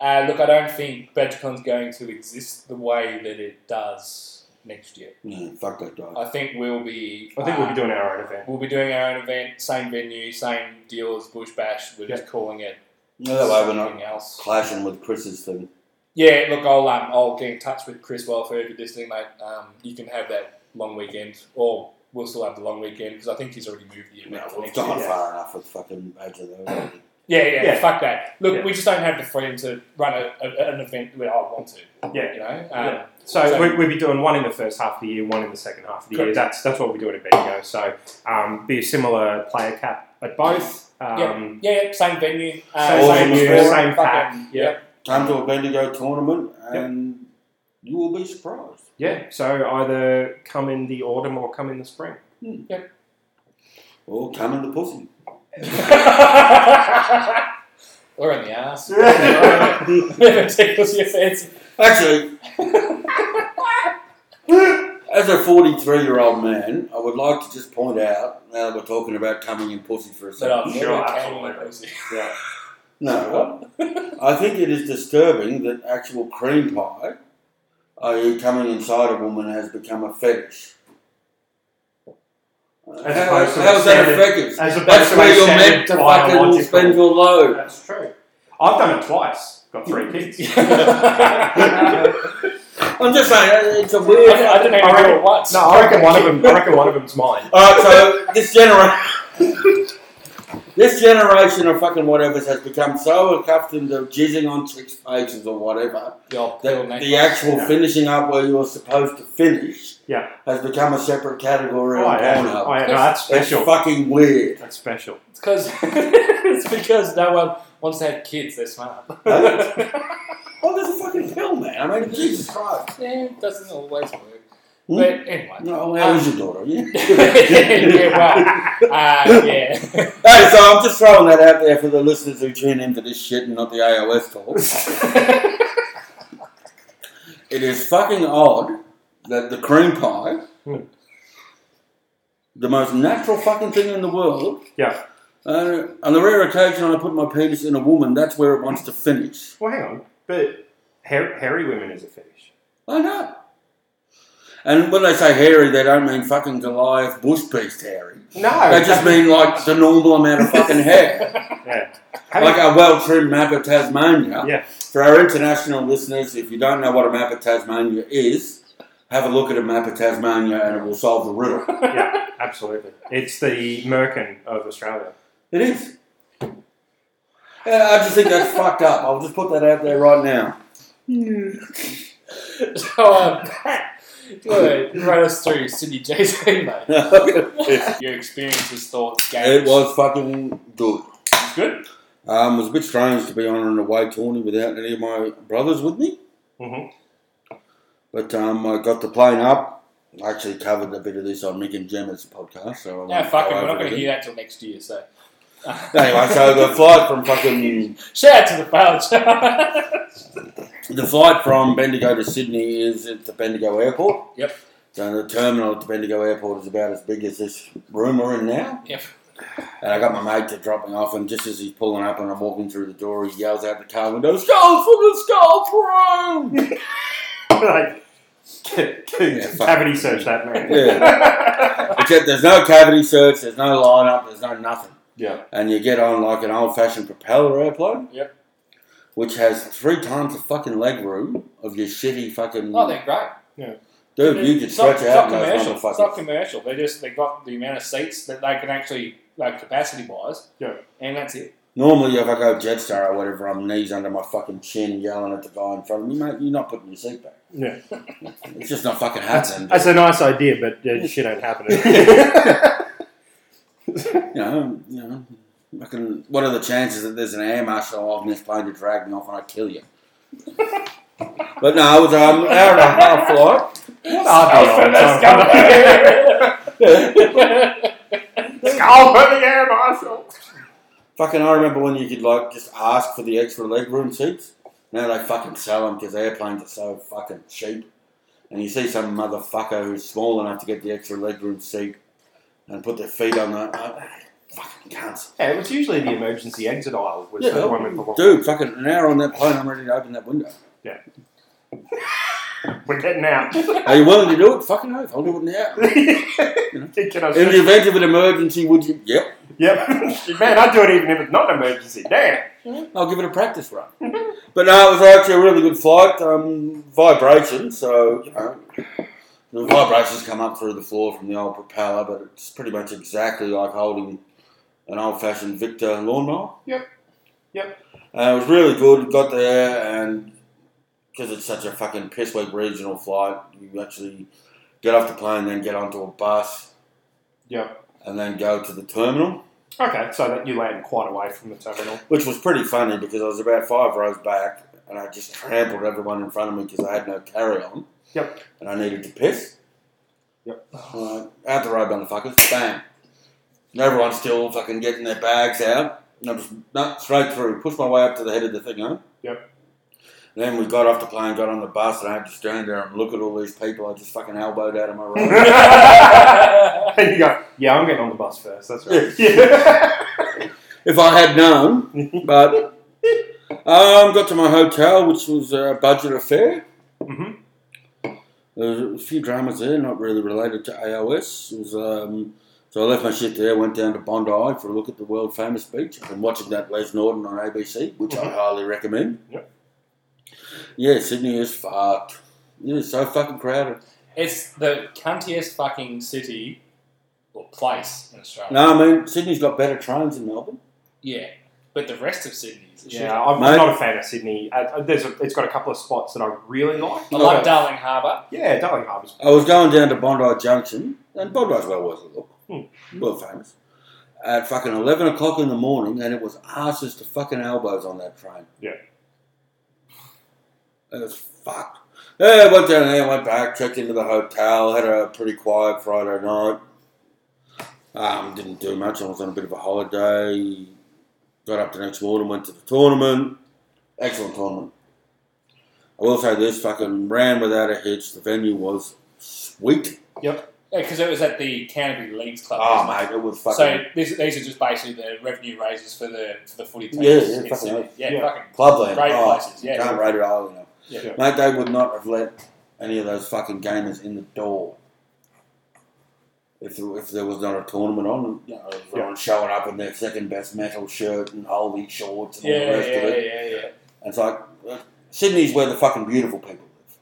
Speaker 3: Uh, look, I don't think BadgerCon's going to exist the way that it does next year.
Speaker 1: No, fuck that guy.
Speaker 3: I think we'll be.
Speaker 2: I think we'll be
Speaker 3: uh,
Speaker 2: doing our own event.
Speaker 3: We'll be doing our own event, same venue, same deal as Bush Bash. We're just calling it
Speaker 1: No, that way we're not
Speaker 3: something else.
Speaker 1: clashing with Chris's thing.
Speaker 3: Yeah, look, I'll um, I'll get in touch with Chris Welfare if you're listening, mate. Um, you can have that long weekend, or we'll still have the long weekend because I think he's already moved the
Speaker 1: No,
Speaker 3: event. to
Speaker 1: we've
Speaker 3: next
Speaker 1: gone
Speaker 3: year.
Speaker 1: far enough with fucking Badger though.
Speaker 3: yeah, yeah,
Speaker 2: Yeah.
Speaker 3: fuck that. Look,
Speaker 2: Yeah.
Speaker 3: we just don't have the freedom to run a, a, an event where I want to.
Speaker 2: Yeah.
Speaker 3: you know. Um,
Speaker 2: Yeah. Uh, So,
Speaker 3: so-
Speaker 2: we, we'll be doing one in the first half of the year, one in the second half of the year.
Speaker 3: Correct.
Speaker 2: That's that's what we're doing at Bendigo. So um, be a similar player cap at both. Um,
Speaker 3: yeah, yeah, same venue, uh,
Speaker 2: Same
Speaker 3: same,
Speaker 1: venue,
Speaker 3: sport,
Speaker 2: same
Speaker 3: fucking-
Speaker 2: pack, yeah.
Speaker 1: Come to a Bendigo tournament and you will be surprised.
Speaker 2: yeah. So either come in the autumn or come in the spring.
Speaker 1: Or come in the pussy.
Speaker 3: or in the ass.
Speaker 1: Yeah.
Speaker 3: Whatever tickles your fancy.
Speaker 1: Actually, as a 43 year old man, I would like to just point out now that we're talking about coming in pussy for a
Speaker 3: But um,
Speaker 1: second.
Speaker 3: I'm
Speaker 2: Sure,
Speaker 3: never
Speaker 2: absolutely.
Speaker 3: came in pussy.
Speaker 2: Yeah.
Speaker 1: No, I think it is disturbing that actual cream pie, i.e., coming inside a woman, has become a fetish. How,
Speaker 2: As opposed to
Speaker 1: how's
Speaker 2: the
Speaker 1: that
Speaker 2: standard-
Speaker 1: effective?
Speaker 2: As opposed
Speaker 1: That's
Speaker 2: to
Speaker 1: where
Speaker 2: a
Speaker 1: you're
Speaker 2: standard
Speaker 1: meant to fucking
Speaker 2: biological-
Speaker 1: spend your load.
Speaker 2: That's true. I've done it twice. Got three kids.
Speaker 1: I'm just saying, uh, it's a
Speaker 3: I,
Speaker 1: weird.
Speaker 3: I didn't even
Speaker 2: I reckon-
Speaker 3: do it once.
Speaker 2: No, I reckon one of them. I reckon one of them's mine.
Speaker 1: Alright, so this generation. This generation of fucking whatevers has become so accustomed to jizzing on chicks' faces or whatever
Speaker 3: Yeah,
Speaker 1: that the actual
Speaker 2: Yeah.
Speaker 1: finishing up where you're supposed to finish
Speaker 2: Yeah.
Speaker 1: has become a separate category
Speaker 2: Oh,
Speaker 1: on
Speaker 2: yeah.
Speaker 1: Pornhub.
Speaker 2: Oh, yeah, no, that's
Speaker 1: That's
Speaker 2: special.
Speaker 1: fucking weird.
Speaker 2: That's special.
Speaker 3: It's because it's because no one wants to have kids. They're smart. yeah,
Speaker 1: Oh, there's a fucking pill, man. I mean, Jesus Christ.
Speaker 3: it doesn't always work.
Speaker 1: Hmm?
Speaker 3: But anyway.
Speaker 1: No, how is your daughter? Yeah.
Speaker 3: yeah, well, uh, yeah.
Speaker 1: Hey, so I'm just throwing that out there for the listeners who tune in for this shit and not the AOS talk. It is fucking odd that the cream pie,
Speaker 2: Hmm.
Speaker 1: the most natural fucking thing in the world,
Speaker 2: Yeah.
Speaker 1: uh, on the rare occasion I put my penis in a woman, that's where it wants to finish.
Speaker 2: Well, hang on, but hair, hairy women is a fetish.
Speaker 1: I know. And when they say hairy, they don't mean fucking Goliath bush beast hairy.
Speaker 2: No,
Speaker 1: They just mean like the normal amount of fucking hair.
Speaker 2: yeah. Have
Speaker 1: Like
Speaker 2: you-
Speaker 1: a well trimmed map of Tasmania.
Speaker 2: Yeah.
Speaker 1: For our international listeners, if you don't know what a map of Tasmania is, have a look at a map of Tasmania and it will solve the riddle.
Speaker 2: yeah, absolutely. It's the Merkin of Australia.
Speaker 1: It is. Yeah, I just think that's fucked up. I'll just put that out there right now.
Speaker 3: so, um, good. Run us through Sydney J's mate.
Speaker 1: it
Speaker 3: Your experiences, thoughts, games.
Speaker 1: was fucking good.
Speaker 3: good.
Speaker 1: Um, it was a bit strange to be on an away tourney without any of my brothers with me.
Speaker 2: Mhm.
Speaker 3: Mm-hmm.
Speaker 1: But um, I got the plane up. I actually covered a bit of this on Mick and Gemma's podcast. So I won't
Speaker 3: No, fuck it.
Speaker 1: go
Speaker 3: We're not
Speaker 1: over it
Speaker 3: going to
Speaker 1: again.
Speaker 3: hear that till next year. So,
Speaker 1: Anyway, so the flight from fucking
Speaker 3: shout out to the pouch.
Speaker 1: The flight from Bendigo to Sydney is at the Bendigo Airport.
Speaker 3: Yep.
Speaker 1: So the terminal at the Bendigo Airport is about as big as this room we're in now.
Speaker 3: Yep.
Speaker 1: And I got my mate to drop me off, and just as he's pulling up and I'm walking through the door, he yells out the car window, "Skull for the skull throne!"
Speaker 2: like,
Speaker 1: Yeah, fuck.
Speaker 2: cavity search that man.
Speaker 1: Except there's no cavity search, there's no line up, there's no nothing.
Speaker 2: Yeah.
Speaker 1: And you get on like an old-fashioned propeller airplane.
Speaker 3: Yep.
Speaker 1: Which has three times the fucking leg room of your shitty fucking.
Speaker 3: Oh, they're great.
Speaker 1: Dude, you could
Speaker 3: It's not-
Speaker 1: stretch
Speaker 3: it's
Speaker 1: out in
Speaker 3: Not
Speaker 1: those
Speaker 3: commercial. It's
Speaker 1: motherfuckers.
Speaker 3: not commercial. They just they got the amount of seats that they can actually like capacity wise.
Speaker 2: Yeah.
Speaker 3: And that's it.
Speaker 1: Normally, if I go Jetstar or whatever, I'm knees under my fucking chin yelling at the guy in front of me, mate, you're not putting your seat back.
Speaker 2: Yeah.
Speaker 1: It's just not fucking
Speaker 2: That's,
Speaker 1: happening.
Speaker 2: that's a nice idea, but uh, shit ain't happening.
Speaker 1: you know, you know, fucking, what are the chances that there's an air marshal on this plane to drag me off and I kill you? but no, it was um, an hour and a half flight.
Speaker 2: Skull for the air marshal.
Speaker 1: Fucking, I remember when you could like just ask for the extra legroom seats. Now they fucking sell them because airplanes are so fucking cheap. And you see some motherfucker who's small enough to get the extra legroom seat and put their feet on the uh, fucking cunts.
Speaker 2: Yeah, it was usually the emergency exit aisle was
Speaker 1: Yeah,
Speaker 2: the one with the
Speaker 1: Dude, fucking an hour on that plane, I'm ready to open that window.
Speaker 2: We're getting out.
Speaker 1: Are you willing to do it? Fucking oath, I'll do it now.
Speaker 2: Can I
Speaker 1: In the
Speaker 2: sit-
Speaker 1: event of an emergency, would you? Yep.
Speaker 2: Yep. Man, I'd do it even if it's not an emergency. Damn.
Speaker 1: I'll give it a practice run. but no, it was actually a really good flight. Um, vibration, so you know, the vibrations come up through the floor from the old propeller, but it's pretty much exactly like holding an old-fashioned Victor lawnmower.
Speaker 2: Yep. Yep.
Speaker 1: Uh, it was really good. Got there and because it's such a fucking piss weak regional flight, you actually get off the plane, then get onto a bus.
Speaker 2: Yep.
Speaker 1: And then go to the terminal,
Speaker 2: Okay, so that you land quite away from the terminal.
Speaker 1: which was pretty funny because I was about five rows back and I just trampled everyone in front of me because I had no carry on.
Speaker 2: Yep.
Speaker 1: And I needed to piss.
Speaker 2: Yep.
Speaker 1: Alright, out the road, motherfuckers. Bang. And everyone's still fucking getting their bags out. And I'm just no, straight through. Pushed my way up to the head of the thing, huh?
Speaker 2: Yep.
Speaker 1: Then we got off the plane, got on the bus, and I had to stand there and look at all these people. I just fucking elbowed out of my road.
Speaker 3: yeah.
Speaker 2: And you go, yeah, I'm getting on the bus first. That's right.
Speaker 1: Yes.
Speaker 2: Yeah.
Speaker 1: if I had known, but um, got to my hotel, which was a budget affair.
Speaker 2: hmm
Speaker 1: There was a few dramas there, not really related to AOS. It was, um, so I left my shit there, went down to Bondi for a look at the world famous beach. I've been watching that Les Norton on ABC, which I highly recommend.
Speaker 2: Yep.
Speaker 1: Yeah, Sydney is fucked. It is so fucking crowded.
Speaker 3: It's the cuntiest fucking city or place in Australia.
Speaker 1: No, I mean Sydney's got better trains than Melbourne.
Speaker 3: Yeah, but the rest of Sydney is a shit.
Speaker 4: Yeah, I'm,
Speaker 1: Mate.
Speaker 4: I'm not a fan of Sydney. Uh, Uh, there's a, it's got a couple of spots that I really like.
Speaker 3: I love Darling Harbour.
Speaker 4: Yeah, Darling Harbour's.
Speaker 1: I was going down to Bondi Junction, and Bondi's well worth a look. Well famous. At fucking eleven o'clock in the morning, and it was asses to fucking elbows on that train.
Speaker 4: Yeah.
Speaker 1: It was fucked. Yeah, went down there, went back, checked into the hotel, had a pretty quiet Friday night. Um, didn't do much. I was on a bit of a holiday. Got up the next morning, went to the tournament. Excellent tournament. I will say this: fucking ran without a hitch. The venue was sweet.
Speaker 3: Yeah, because it was at the Canterbury Leagues Club.
Speaker 1: Oh
Speaker 3: wasn't it?
Speaker 1: mate, it was fucking
Speaker 3: So this, these are just basically the revenue raisers for the for the footy teams.
Speaker 1: Yeah, yeah,
Speaker 3: in
Speaker 1: fucking
Speaker 3: Sydney.
Speaker 1: right.
Speaker 3: yeah,
Speaker 4: Yeah.
Speaker 3: fucking
Speaker 1: clubland.
Speaker 3: great
Speaker 1: oh,
Speaker 3: places. Yeah,
Speaker 1: can't rate it highly enough.
Speaker 3: Yeah.
Speaker 1: Mate, they would not have let any of those fucking gamers in the door if there, if there was not a tournament on. You know, everyone showing up in their second best metal shirt and oldie shorts and
Speaker 3: yeah,
Speaker 1: all the rest
Speaker 3: yeah,
Speaker 1: of it.
Speaker 3: yeah, yeah, yeah.
Speaker 1: And it's like uh, Sydney's where the fucking beautiful people live.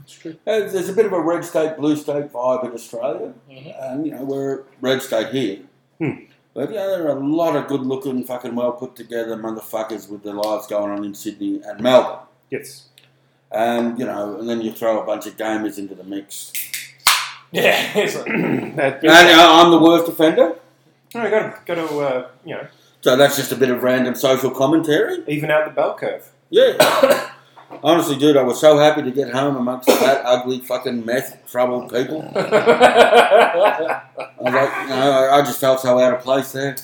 Speaker 3: It's true.
Speaker 1: And there's a bit of a red state, blue state vibe in Australia,
Speaker 3: Mhm.
Speaker 1: and you know we're a red state here.
Speaker 4: Hmm.
Speaker 1: But yeah, there are a lot of good-looking, fucking well put together motherfuckers with their lives going on in Sydney and Melbourne.
Speaker 4: Yes.
Speaker 1: Um, you know, and then you throw a bunch of gamers into the mix.
Speaker 3: Yeah, it's like,
Speaker 4: That-
Speaker 1: And uh, I'm the worst offender,
Speaker 4: No, you got to, got to uh, you know,
Speaker 1: so that's just a bit of random social commentary.
Speaker 4: even out the bell curve.
Speaker 1: Yeah. Honestly, dude, I was so happy to get home amongst that ugly fucking meth troubled people. I was like, you know, I- I just felt so out of place there.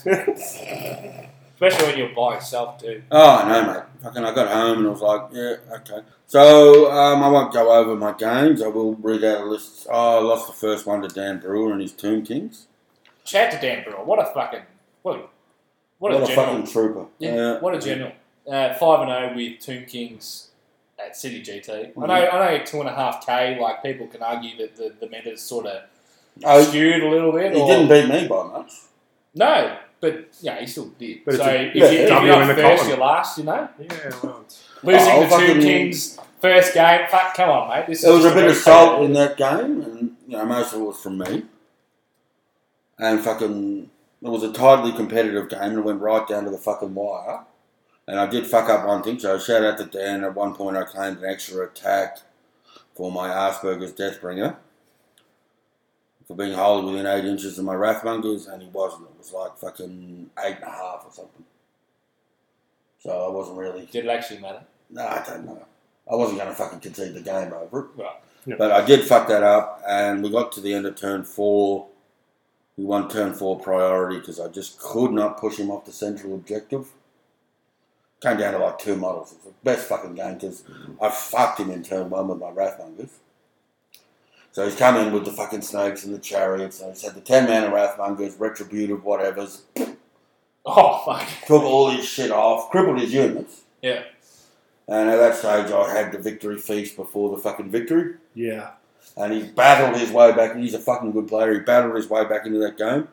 Speaker 3: especially when you're by yourself, too.
Speaker 1: Oh no, mate! Fucking, I got home and I was like, yeah, okay. So um, I won't go over my games. I will read out a list. Oh, I lost the first one to Dan Brewer and his Tomb Kings.
Speaker 3: Shout to Dan Brewer. What a fucking what a,
Speaker 1: What,
Speaker 3: what, a
Speaker 1: a
Speaker 3: general.
Speaker 1: fucking trooper!
Speaker 3: yeah, what a general. Uh, Five and zero with Tomb Kings at City GT. I know, I know, two and a half k. Like people can argue that the the meta's sort of
Speaker 1: Oh,
Speaker 3: skewed a little bit.
Speaker 1: He
Speaker 3: or,
Speaker 1: didn't beat me by much.
Speaker 3: No, but yeah, he still did.
Speaker 4: But
Speaker 3: so
Speaker 4: it's a-
Speaker 3: if,
Speaker 1: yeah,
Speaker 3: you, if
Speaker 1: yeah.
Speaker 3: you're
Speaker 4: W in
Speaker 3: not
Speaker 4: the
Speaker 3: first,
Speaker 4: column.
Speaker 3: you're last. You know,
Speaker 4: Yeah, well, it's-
Speaker 3: losing
Speaker 1: Oh,
Speaker 3: the Tomb
Speaker 1: fucking-
Speaker 3: Kings first game. Fuck, come on, mate. This
Speaker 1: There
Speaker 3: is
Speaker 1: was a bit of
Speaker 3: just
Speaker 1: salt in that game, and you know most of it was from me. And fucking, it was a tightly competitive game, and it went right down to the fucking wire. And I did fuck up one thing, so shout out to Dan. At one point, I claimed an extra attack for my Asperger's Deathbringer for being wholly within eight inches of my Wrathmongers, and he wasn't. It was like fucking eight and a half or something. So I wasn't really
Speaker 3: Did it actually matter?
Speaker 1: No, I don't know. I wasn't going to fucking concede the game over it.
Speaker 3: Right.
Speaker 4: No.
Speaker 1: But I did fuck that up, and we got to the end of turn four. We won turn four priority because I just could not push him off the central objective. Came down to like two models. It was the best fucking game because I fucked him in turn one with my Wrathmongers. So he's come in with the fucking snakes and the chariots, and he's had the 10 man of Wrathmongers, retributive, whatever's.
Speaker 3: Oh fuck.
Speaker 1: Took all his shit off, crippled his units.
Speaker 3: Yeah.
Speaker 1: And at that stage, I had the victory feast before the fucking victory.
Speaker 4: yeah.
Speaker 1: And he battled his way back. He's a fucking good player. He battled his way back into that game.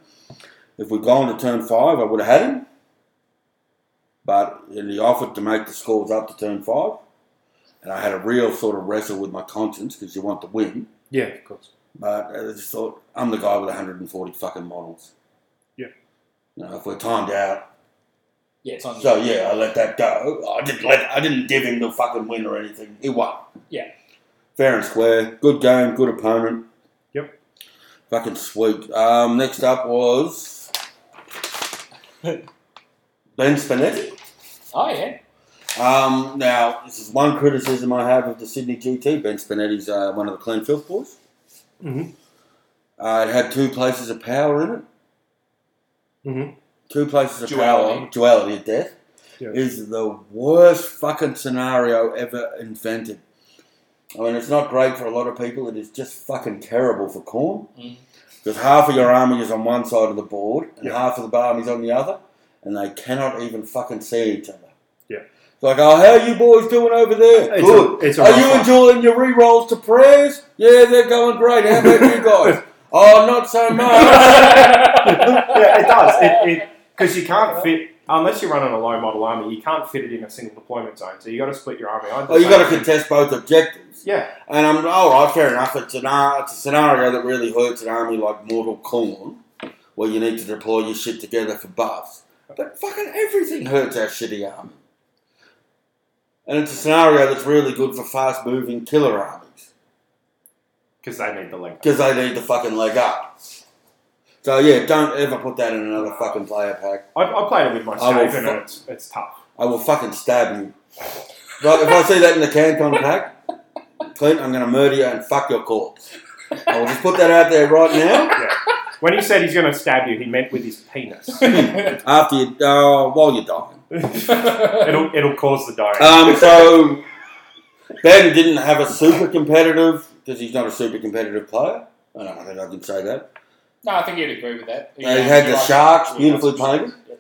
Speaker 1: If we'd gone to turn five, I would have had him. But and he offered to make the scores up to turn five. And I had a real sort of wrestle with my conscience because you want the win.
Speaker 4: Yeah, of course.
Speaker 1: But I just thought, I'm the guy with 140 fucking models.
Speaker 4: Yeah.
Speaker 1: You know, if we're timed out,
Speaker 3: Yeah, it's on.
Speaker 1: so yeah, I let that go. I didn't let I didn't give him the fucking win or anything. He won.
Speaker 3: Yeah.
Speaker 1: Fair and square. Good game, good opponent.
Speaker 4: Yep.
Speaker 1: Fucking sweet. Um, next up was Ben Spinetti.
Speaker 3: Oh yeah.
Speaker 1: Um, now this is one criticism I have of the Sydney GT. Ben Spinetti's uh, one of the Clanfield boys.
Speaker 3: Mm-hmm.
Speaker 4: Mhm.
Speaker 1: Uh, it had two places of power in it.
Speaker 4: Mhm.
Speaker 1: Two places of
Speaker 3: Mm-hmm. Duality.
Speaker 1: power. Duality of death
Speaker 4: Yeah.
Speaker 1: is the worst fucking scenario ever invented. I mean, it's not great for a lot of people. It is just fucking terrible for corn
Speaker 3: Mm.
Speaker 1: because half of your army is on one side of the board and
Speaker 4: Yeah.
Speaker 1: half of the army is on the other, and they cannot even fucking see each other.
Speaker 4: Yeah.
Speaker 1: It's like, oh, how are you boys doing over there?
Speaker 4: It's a-
Speaker 1: Good.
Speaker 4: it's a
Speaker 1: are
Speaker 4: rough
Speaker 1: you
Speaker 4: one."
Speaker 1: enjoying your re rolls to prayers? Yeah, they're going great. How about you guys? Oh, not so much.
Speaker 4: Yeah, it does. It because you can't fit unless you run on a low model army, you can't fit it in a single deployment zone. So you got to split your army.
Speaker 1: oh, you got to Oh, contest both objectives.
Speaker 4: Yeah.
Speaker 1: And I'm all right, fair enough. It's an ar- it's a scenario that really hurts an army like Mortal Kombat, where you need to deploy your shit together for buffs. But fucking everything hurts our shitty army. And it's a scenario that's really good for fast-moving killer armies
Speaker 4: Because they need the leg.
Speaker 1: because they need the fucking leg up. So yeah, don't ever put that in another fucking player pack.
Speaker 4: I, I played it with my
Speaker 1: I will
Speaker 4: stave and
Speaker 1: fuck-
Speaker 4: it's, it's tough.
Speaker 1: I will fucking stab you. Right, if I see that in the CanCon pack, Clint, I'm gonna murder you and fuck your corpse. I will just put that out there right now.
Speaker 4: When he said he's going to stab you, he meant with his penis.
Speaker 1: after you, uh, while you're dying.
Speaker 4: it'll it'll cause the diarrhea.
Speaker 1: Um, so Ben didn't have a super competitive because he's not a super competitive player. I don't think I can say that.
Speaker 3: no, I think you'd agree with that.
Speaker 1: They had the Sharks
Speaker 3: Yeah.
Speaker 1: beautifully painted.
Speaker 3: Yep.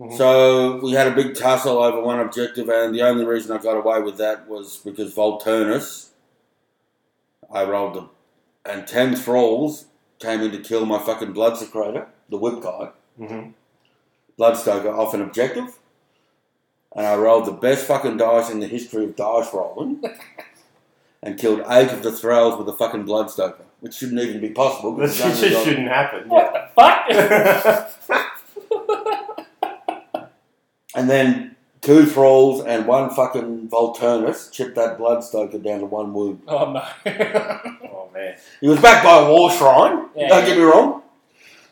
Speaker 4: Mhm.
Speaker 1: So we had a big tussle over one objective, and the only reason I got away with that was because Volturnus, I rolled them, and 10 Thralls came in to kill my fucking Bloodsecrator, the whip guy.
Speaker 4: Mhm.
Speaker 1: Bloodstoker off an objective, and I rolled the best fucking dice in the history of dice rolling, and killed eight of the Thralls with a fucking Bloodstoker, which shouldn't even be possible.
Speaker 4: This
Speaker 1: because
Speaker 4: just
Speaker 1: it's only rolled-
Speaker 4: shouldn't happen.
Speaker 3: What the fuck?
Speaker 4: Yeah.
Speaker 1: And then two thralls and one fucking Volturnus chipped that Bloodstoker down to one wound.
Speaker 3: oh no.
Speaker 4: oh man.
Speaker 1: He was backed by a war shrine.
Speaker 3: Yeah,
Speaker 1: don't
Speaker 3: yeah.
Speaker 1: get me wrong.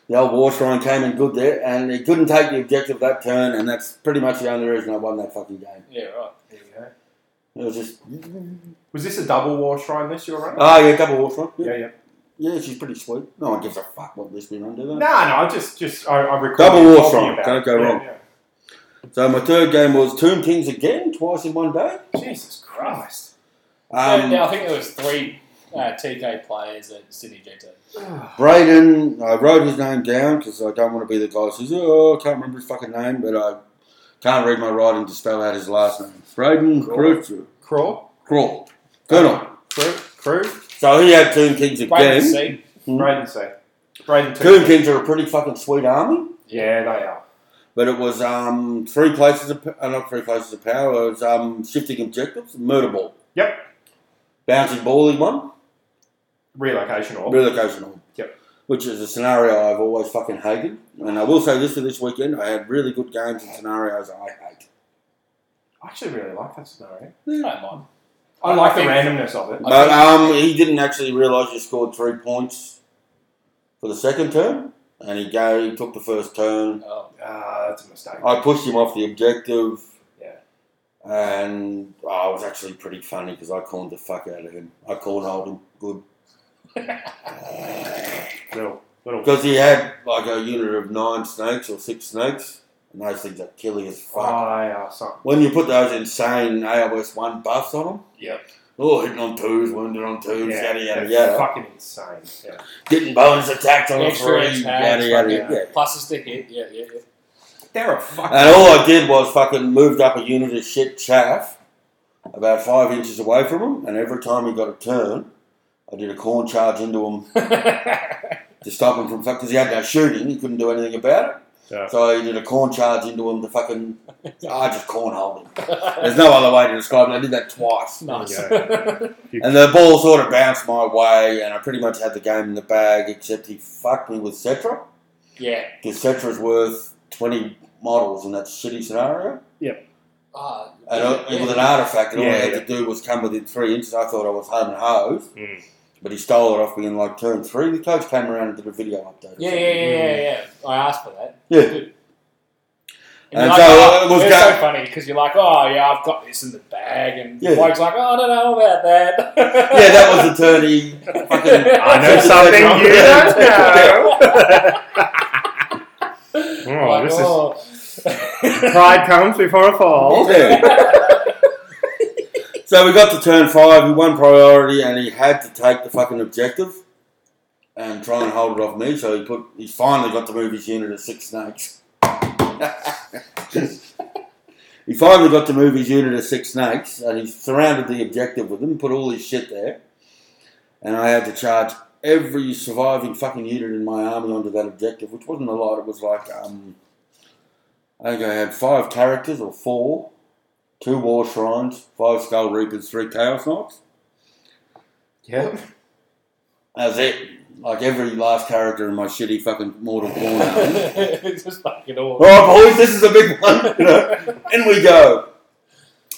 Speaker 1: The old war shrine came in good there, and he couldn't take the objective that turn, and that's pretty much the only reason I won that fucking game.
Speaker 3: yeah, right.
Speaker 4: There you go.
Speaker 1: It was just,
Speaker 4: Was this a double war shrine list you were running?
Speaker 1: oh yeah, a couple of war shrine. Yeah.
Speaker 4: yeah.
Speaker 1: yeah, she's pretty sweet. No one gives a fuck what this we run, do they?
Speaker 4: No, no. I just just I, I recall
Speaker 1: Double
Speaker 4: you
Speaker 1: war
Speaker 4: talking
Speaker 1: shrine,
Speaker 4: about
Speaker 1: can't
Speaker 4: it.
Speaker 1: go
Speaker 4: Yeah,
Speaker 1: wrong. So my third game was Tomb Kings again, twice in one day.
Speaker 4: yeah. Jesus Christ.
Speaker 1: Um,
Speaker 3: yeah, I think there was three uh, TK players at Sydney GT.
Speaker 1: Braden, I wrote his name down because I don't want to be the guy who says, oh, I can't remember his fucking name, but I can't read my writing to spell out his last name. Braden
Speaker 4: Crawl.
Speaker 1: Cruiser.
Speaker 4: Crawl.
Speaker 1: Crawl. Good on.
Speaker 4: Crew. Crew.
Speaker 1: So he had Tomb Kings
Speaker 3: Braden
Speaker 1: again.
Speaker 3: C.
Speaker 1: Mm-hmm.
Speaker 4: Braden say. Braden two.
Speaker 1: Tomb Kings are a pretty fucking sweet army,
Speaker 4: Yeah, they are.
Speaker 1: but it was um, three places of, p- uh, not three places of power, it was um, shifting objectives, murder ball.
Speaker 4: Yep.
Speaker 1: Bouncing ball he won,
Speaker 4: Relocation orb.
Speaker 1: relocation orb.
Speaker 4: Yep.
Speaker 1: Which is a scenario I've always fucking hated. And I will say this for this weekend, I had really good games and scenarios I hate.
Speaker 4: I actually really like that scenario.
Speaker 3: I don't mind.
Speaker 4: I like the
Speaker 3: think-
Speaker 4: randomness of it.
Speaker 1: But um, he didn't actually realise you scored three points for the second turn, and he go he took the first turn.
Speaker 3: Oh,
Speaker 4: Ah, that's a mistake.
Speaker 1: I pushed him off the objective.
Speaker 4: Yeah.
Speaker 1: And oh, I was actually pretty funny because I cornered the fuck out of him. I cornholed him good
Speaker 4: Little, little.
Speaker 1: because he had like a unit of nine snakes or six snakes, and those things are killing as
Speaker 4: Oh,
Speaker 1: fuck.
Speaker 4: they are something.
Speaker 1: When you put those insane AOS one buffs on them,
Speaker 3: Yep.
Speaker 1: oh, hitting on twos, wounded on twos, yada yada
Speaker 4: they're
Speaker 1: yada.
Speaker 4: Fucking insane. Yeah.
Speaker 1: getting bonus attacks on a
Speaker 3: Extra
Speaker 1: three,
Speaker 3: attacks,
Speaker 1: yada yada
Speaker 4: fucking-
Speaker 1: yada.
Speaker 3: Plus a stick hit. Yeah, yeah, yeah.
Speaker 4: They're a fucking.
Speaker 1: And all I did was fucking moved up a unit of shit chaff about five inches away from him, and every time he got a turn, I did a corn charge into him to stop him from fucking, because he had no shooting, he couldn't do anything about it.
Speaker 4: Yeah.
Speaker 1: So I did a corn charge into him to fucking, I just cornholed him. There's no other way to describe it, I did that twice.
Speaker 3: nice.
Speaker 1: And the ball sort of bounced my way, and I pretty much had the game in the bag, except he fucked me with Cetra.
Speaker 3: yeah.
Speaker 1: Because Cetra's worth 20 models in that shitty scenario.
Speaker 3: Ah,
Speaker 1: And uh,
Speaker 3: yeah.
Speaker 1: it was an artifact, and all
Speaker 4: Yeah,
Speaker 1: I had
Speaker 4: yeah.
Speaker 1: to do was come within three inches. I thought I was home and hosed,
Speaker 4: Mm.
Speaker 1: but he stole it off me in like turn three. The coach came around and did a video update. or
Speaker 3: Yeah,
Speaker 1: something.
Speaker 3: yeah, yeah, yeah, yeah. I asked for that.
Speaker 1: Yeah.
Speaker 3: Good. And,
Speaker 1: And
Speaker 3: you're like,
Speaker 1: so
Speaker 3: oh,
Speaker 1: it was
Speaker 3: it's
Speaker 1: go-
Speaker 3: so funny because you're like, oh yeah, I've got this in the bag, and
Speaker 1: Yeah.
Speaker 3: the bloke's like, oh, I don't know about that.
Speaker 1: Yeah, that was a turny. Fucking,
Speaker 4: I know something you don't know. oh,
Speaker 3: Like,
Speaker 4: this is
Speaker 3: oh.
Speaker 4: pride comes before a fall.
Speaker 1: Yeah. so we got to turn five. We won priority, and he had to take the fucking objective and try and hold it off me. So he put. He finally got to move his unit of six snakes. he finally got to move his unit of six snakes, and he surrounded the objective with them. Put all his shit there, and I had to charge. Every surviving fucking unit in my army onto that objective, which wasn't a lot. It was like um, I think I had five characters or four, two war shrines, five skull reapers, three chaos knights,
Speaker 2: Yeah.
Speaker 1: That's it. Like every last character in my shitty fucking Mortal Kombat.
Speaker 3: just fucking all.
Speaker 1: All right, boys, this is a big one. Oh, You know? In we go.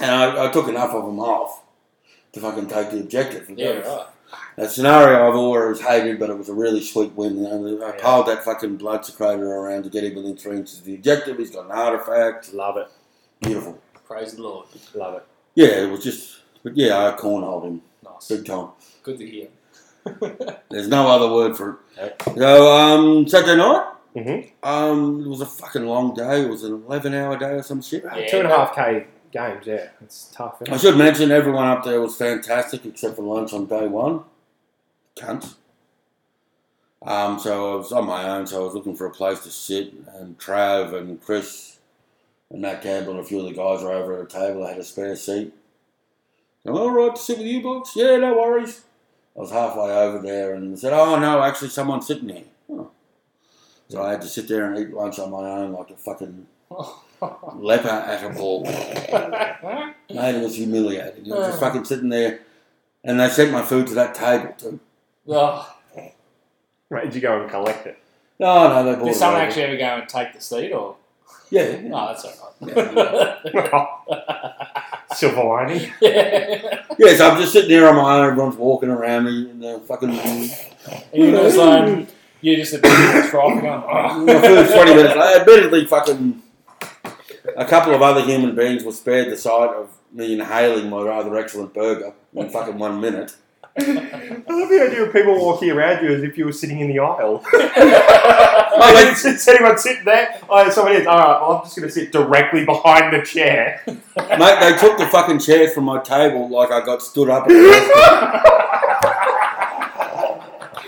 Speaker 1: And I, I took enough of them off to fucking take the objective.
Speaker 3: Yeah, right.
Speaker 1: That scenario I've always hated, but it was a really sweet win. And I piled that fucking blood secrator around to get him within three inches of the objective. He's got an artifact.
Speaker 4: Love it.
Speaker 1: Beautiful.
Speaker 3: Praise the Lord.
Speaker 4: Love it.
Speaker 1: Yeah, it was just. But yeah, I cornholed him
Speaker 3: Nice.
Speaker 1: big time.
Speaker 3: Good to hear.
Speaker 1: There's no other word for it. So um, Saturday night.
Speaker 4: Mhm.
Speaker 1: Um, it was a fucking long day. It was an eleven-hour day or some shit.
Speaker 3: Yeah.
Speaker 4: Two and a half K games, yeah. It's tough.
Speaker 1: I
Speaker 4: Isn't
Speaker 1: should mention everyone up there was fantastic except for lunch on day one. Cunts. Um, so I was on my own, so I was looking for a place to sit, and Trav and Chris and Matt Campbell and a few of the guys were over at a table. I had a spare seat. I'm all right to sit with you, Books. Yeah, no worries. I was halfway over there and said, "Oh no, actually, someone's sitting here." Oh. So I had to sit there and eat lunch on my own like a fucking leper at a ball. Mate, it was humiliating. It was just fucking sitting there, and they sent my food to that table too.
Speaker 3: oh,
Speaker 4: it? Right, did you go and collect it?
Speaker 1: No, no, they bought
Speaker 3: did
Speaker 1: it.
Speaker 3: someone
Speaker 1: over.
Speaker 3: actually ever go and take the seat or?
Speaker 1: Yeah, yeah.
Speaker 3: No, that's all right.
Speaker 4: Silver lining.
Speaker 3: yeah.
Speaker 1: yeah. So I'm just sitting there on my own. Everyone's walking around me, and they're fucking.
Speaker 3: And you just like, you just a bit of a trough going, oh.
Speaker 1: my food's twenty minutes. I admittedly, fucking a couple of other human beings were spared the sight of me inhaling my rather excellent burger in fucking one minute.
Speaker 4: I love the idea of people walking around you as if you were sitting in the aisle.
Speaker 1: Oh,
Speaker 4: like, it's, it's anyone sitting there? Oh, somebody is. All right, well, I'm just going to sit directly behind the chair.
Speaker 1: Mate, they took the fucking chairs from my table like I got stood up. At the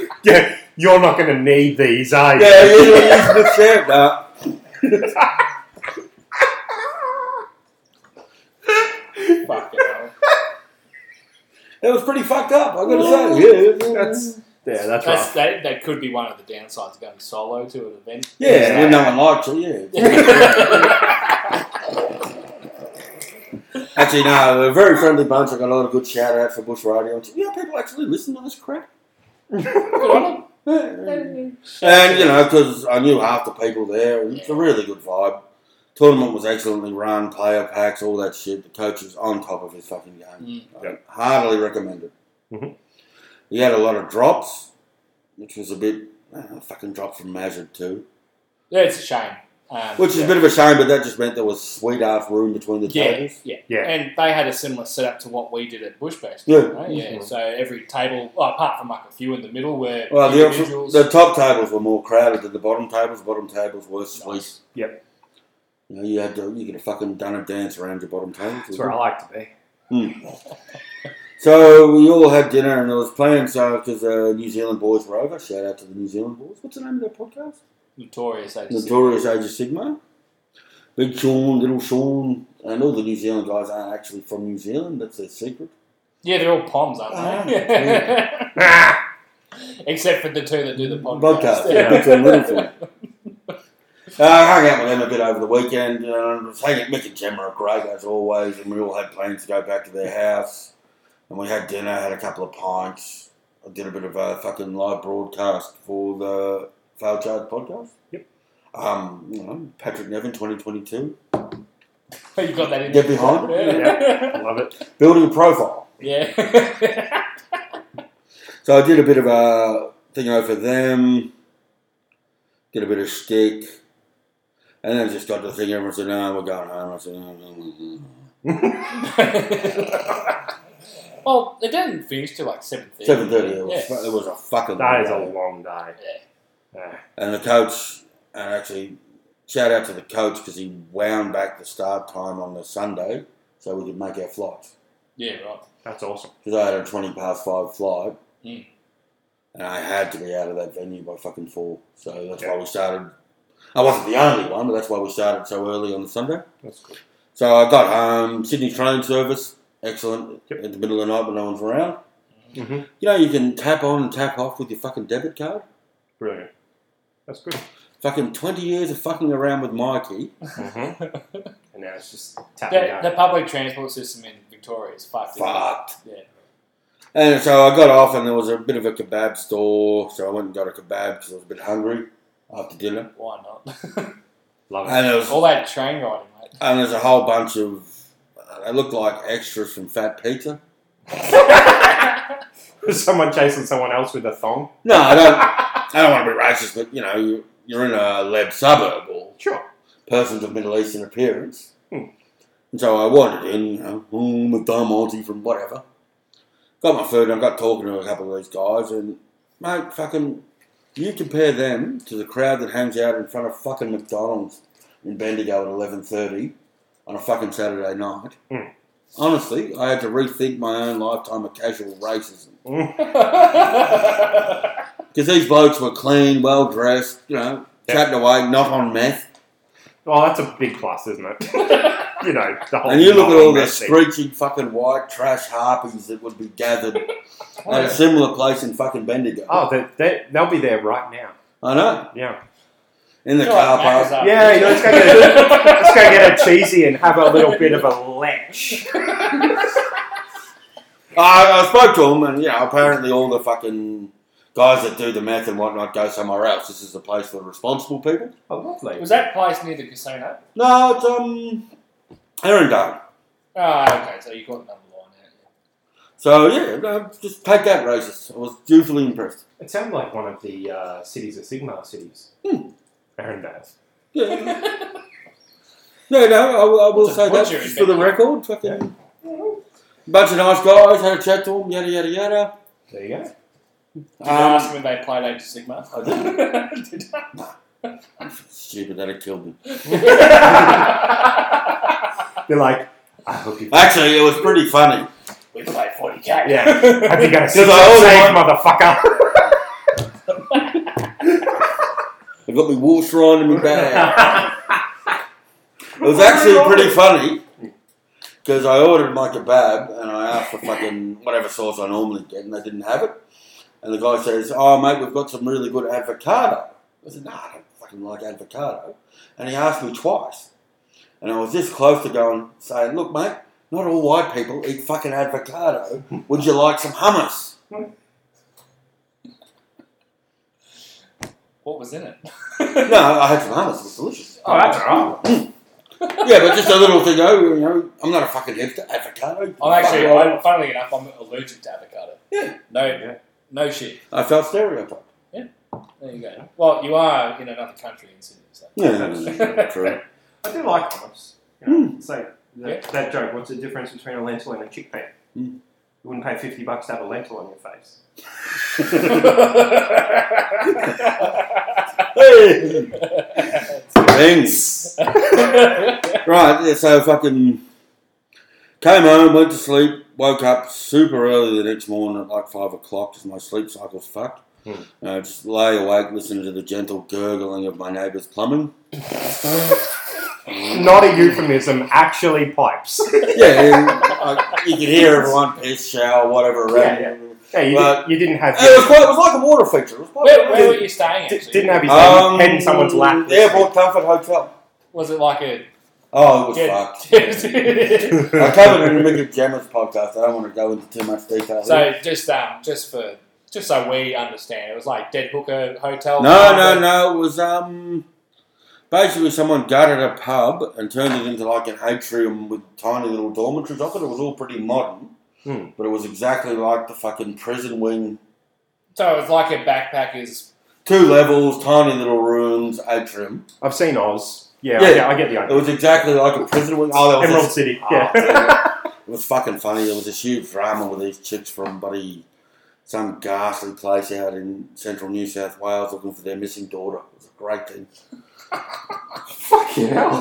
Speaker 1: restaurant.
Speaker 4: Yeah, you're not going to need these, are you?
Speaker 1: yeah, yeah, yeah, use the chair. Nah.
Speaker 3: fucking hell.
Speaker 1: It was pretty fucked up. I gotta say. Yeah, yeah, yeah.
Speaker 4: That's, yeah, that's,
Speaker 3: That's, that,
Speaker 4: right.
Speaker 3: that could be one of the downsides of going solo to an event.
Speaker 1: Yeah, when no one likes it, yeah. actually, no, they're a very friendly bunch. I got a lot of good shout outs for Bush Radio. And, yeah, people actually listen to this crap.
Speaker 3: Good on 'em.
Speaker 1: and, you know, because I knew half the people there. and It's a really good vibe. Tournament was excellently run, player packs, all that shit. The coach was on top of his fucking game. I Heartily recommend it.
Speaker 4: Mhm.
Speaker 1: He had a lot of drops, which was a bit, uh, fucking drops from Mazard too.
Speaker 3: Yeah, it's a shame. Um,
Speaker 1: Which is a bit of a shame, but that just meant there was sweet ass room between the
Speaker 3: yeah,
Speaker 1: tables.
Speaker 3: yeah,
Speaker 4: Yeah.
Speaker 3: And they had a similar setup to what we did at Bushbash.
Speaker 1: Yeah. Mm-hmm.
Speaker 3: didn't they? yeah. So every table, well, apart from like a few in the middle, where
Speaker 1: Well, the, actual-
Speaker 3: individuals.
Speaker 1: the top tables were more crowded than the bottom tables. Bottom tables were sweet.
Speaker 3: Nice.
Speaker 4: Yep.
Speaker 1: You know, you had to, you could have fucking done a dance around your bottom tables.
Speaker 4: That's where I like to be.
Speaker 1: So we all had dinner, and there was plans because the New Zealand boys were over. Shout out to the New Zealand boys. What's the name of their podcast?
Speaker 3: notorious. they just-
Speaker 1: Notorious Age of Sigma. Big Sean, Little Sean, and all the New Zealand guys aren't actually from New Zealand. That's their secret.
Speaker 3: Yeah, they're all poms, aren't
Speaker 1: Ah,
Speaker 3: they?
Speaker 4: Ah,
Speaker 3: Except for the two that do the podcast.
Speaker 1: Podcast.
Speaker 3: Yeah.
Speaker 1: Yeah. Big Sean, Little Sean. Uh, I hung out with them a bit over the weekend. And I was hanging, Mick and Gemma are great as always, and we all had plans to go back to their house. And we had dinner, had a couple of pints. I did a bit of a fucking live broadcast for the Fail Charge podcast.
Speaker 4: Yep.
Speaker 1: Um, you know, Patrick Nevin, 2022.
Speaker 3: You got that in
Speaker 1: Get behind.
Speaker 3: Yeah.
Speaker 4: I love it.
Speaker 1: Building a profile.
Speaker 3: Yeah.
Speaker 1: So I did a bit of a thing over them, did a bit of shtick, and then just got the thing. Everyone said, "No, we're going home." I said, "No, no, no, no."
Speaker 3: well, they didn't finish till like 7.30.
Speaker 1: Seven thirty. It was.
Speaker 3: Yeah.
Speaker 1: It was a fucking.
Speaker 4: That is a
Speaker 1: long day.
Speaker 4: long day. Yeah.
Speaker 1: And the coach, and actually, shout out to the coach because he wound back the start time on the Sunday so we could make our flights.
Speaker 3: Yeah, right.
Speaker 4: That's awesome.
Speaker 1: Because I had a twenty past five flight,
Speaker 4: Hmm.
Speaker 3: Mm.
Speaker 1: and I had to be out of that venue by fucking four. So that's
Speaker 4: Yeah.
Speaker 1: why we started. I wasn't the only one, but that's why we started so early on the Sunday.
Speaker 4: That's good.
Speaker 1: So I got home, Sydney train service, excellent,
Speaker 4: Yep.
Speaker 1: in the middle of the night when no one's around.
Speaker 4: Mhm.
Speaker 1: You know, you can tap on and tap off with your fucking debit card.
Speaker 4: Brilliant. That's good.
Speaker 1: Fucking 20 years of fucking around with Mikey.
Speaker 4: Mm-hmm. and now it's just tapping
Speaker 3: The,
Speaker 4: out.
Speaker 3: the public transport system in Victoria is fucked. isn't it?
Speaker 1: Fucked.
Speaker 3: Yeah.
Speaker 1: And so I got off, and there was a bit of a kebab store, so I went and got a kebab because I was a bit hungry after dinner.
Speaker 3: Why not?
Speaker 2: Love it.
Speaker 1: And there was
Speaker 3: All that train riding, mate.
Speaker 1: and there's a whole bunch of they look like extras from Fat Peter.
Speaker 2: Was someone chasing someone else with a thong?
Speaker 1: No, I don't. I don't want to be racist, but you know, you, you're in a lab suburb or
Speaker 2: Sure.
Speaker 1: persons of Middle Eastern appearance.
Speaker 2: Hmm.
Speaker 1: And so I wandered in, you know, "Oh, I'm a dumb Aussie from whatever. Got my food and I got talking to a couple of these guys and, mate, fucking, you compare them to the crowd that hangs out in front of fucking McDonald's in Bendigo at 11.30 on a fucking Saturday night.
Speaker 2: Hmm.
Speaker 1: Honestly, I had to rethink my own lifetime of casual racism.
Speaker 2: Mm.
Speaker 1: Because these blokes were clean, well dressed, you know,
Speaker 2: Yeah.
Speaker 1: chatting away, not on meth.
Speaker 2: Well, that's a big plus, isn't it? you know, the
Speaker 3: Oh,
Speaker 2: whole
Speaker 1: And you look at all the
Speaker 2: messy.
Speaker 1: screeching fucking white trash harpies that would be gathered at a similar place in fucking Bendigo.
Speaker 2: Oh, they, they, they'll be there right now.
Speaker 1: I know.
Speaker 2: Yeah.
Speaker 1: In the
Speaker 3: You're
Speaker 1: car
Speaker 3: like
Speaker 1: park.
Speaker 3: Macca's
Speaker 2: Yeah, you know, let's go get
Speaker 3: after.
Speaker 2: Let's go get a cheesy and have a little bit of a lech.
Speaker 1: I, I spoke to them, and you know, apparently all the fucking guys that do the meth and whatnot go somewhere else. This is the place for responsible people.
Speaker 2: Oh, lovely.
Speaker 3: Was that place near the casino?
Speaker 1: No, it's um, Erindale.
Speaker 3: Ah, okay, so you got another line out.
Speaker 1: So yeah, no, just take that racist. I was dutifully impressed.
Speaker 2: It sounded like one of the uh, cities of Sigma cities.
Speaker 1: Hmm.
Speaker 2: Arendelle.
Speaker 1: Yeah. No, no, I, will- I will
Speaker 3: It's a
Speaker 1: say that
Speaker 3: butcher in
Speaker 1: just for the
Speaker 3: Bendigo.
Speaker 1: record. Fucking bunch of nice guys. Had a chat to them. Yada yada yada.
Speaker 2: There you go.
Speaker 3: Did you
Speaker 1: Um,
Speaker 3: ask them if they played Age of Sigma?
Speaker 1: I didn't.
Speaker 3: Did
Speaker 1: Stupid, that'd kill me.
Speaker 2: You're like, I hope you.
Speaker 1: Actually, it was pretty funny.
Speaker 3: we played 40k.
Speaker 2: Yeah. Have you got a six
Speaker 1: I only
Speaker 2: save, motherfucker?
Speaker 1: I got my war shrine in my bag. It was actually pretty funny because I ordered my kebab and I asked for fucking whatever sauce I normally get, and they didn't have it. And the guy says, "Oh, mate, we've got some really good avocado." I said, "No, I don't fucking like avocado." And he asked me twice, and I was this close to going saying, "Look, mate, not all white people eat fucking avocado. Would you like some hummus?"
Speaker 3: What was in it?
Speaker 1: No, I had some hummus. It was delicious.
Speaker 2: Oh, that's all right.
Speaker 1: Yeah, but just a little thing. Oh, you know, I'm not a fucking hipster. Avocado.
Speaker 3: I'm Oh, actually,
Speaker 1: Fuck
Speaker 3: I,
Speaker 1: off.
Speaker 3: funnily enough, I'm allergic to avocado.
Speaker 1: Yeah.
Speaker 3: No,
Speaker 2: Yeah.
Speaker 3: no shit.
Speaker 1: I felt stereotyped.
Speaker 3: There you go. Well, you are in another country in Sydney, so.
Speaker 1: Yeah, true.
Speaker 2: I do like hummus. You know, So that,
Speaker 3: Yeah.
Speaker 2: that joke. What's the difference between a lentil and a chickpea?
Speaker 1: Mm.
Speaker 2: You wouldn't pay fifty bucks to have a lentil on your face.
Speaker 1: hey, thanks. Right, yeah, so fucking came home, went to sleep, woke up super early the next morning at like five o'clock because my sleep cycle's fucked.
Speaker 2: Hmm.
Speaker 1: Uh, just lay awake listening to the gentle gurgling of my neighbour's plumbing.
Speaker 2: Not a euphemism. Actually, pipes.
Speaker 1: Yeah, and I, you could hear everyone piss, shower, whatever. around.
Speaker 2: Yeah, yeah, you,
Speaker 1: But-
Speaker 2: didn't, you didn't have.
Speaker 1: It was quite, it was like a water feature. It was quite
Speaker 3: where, where were you staying?
Speaker 2: di-
Speaker 3: Actually?
Speaker 2: didn't have his own head in someone's lap.
Speaker 1: Airport Comfort Um, Hotel.
Speaker 3: Was it like a?
Speaker 1: Oh, it was fucked. I covered it in the Mickey Jammers podcast. I don't want to go into too much detail. here.
Speaker 3: so just um, just for just so we understand, it was like Dead Hooker Hotel.
Speaker 1: No, no, no. It was um basically someone gutted a pub and turned it into like an atrium with tiny little dormitories off it. It was all pretty modern,
Speaker 2: Hmm.
Speaker 1: but it was exactly like the fucking prison wing.
Speaker 3: So it was like a backpackers.
Speaker 1: Two levels, tiny little rooms, atrium.
Speaker 2: I've seen Oz. Yeah,
Speaker 1: Yeah.
Speaker 2: yeah, I get the
Speaker 1: It
Speaker 2: idea.
Speaker 1: was exactly like a prison wing. Oh, there was
Speaker 2: Emerald
Speaker 1: this-
Speaker 2: City.
Speaker 1: Oh,
Speaker 2: Yeah.
Speaker 1: yeah. it was fucking funny. There was this huge drama with these chicks from buddy some ghastly place out in central New South Wales looking for their missing daughter. It was a great thing.
Speaker 2: Fucking hell.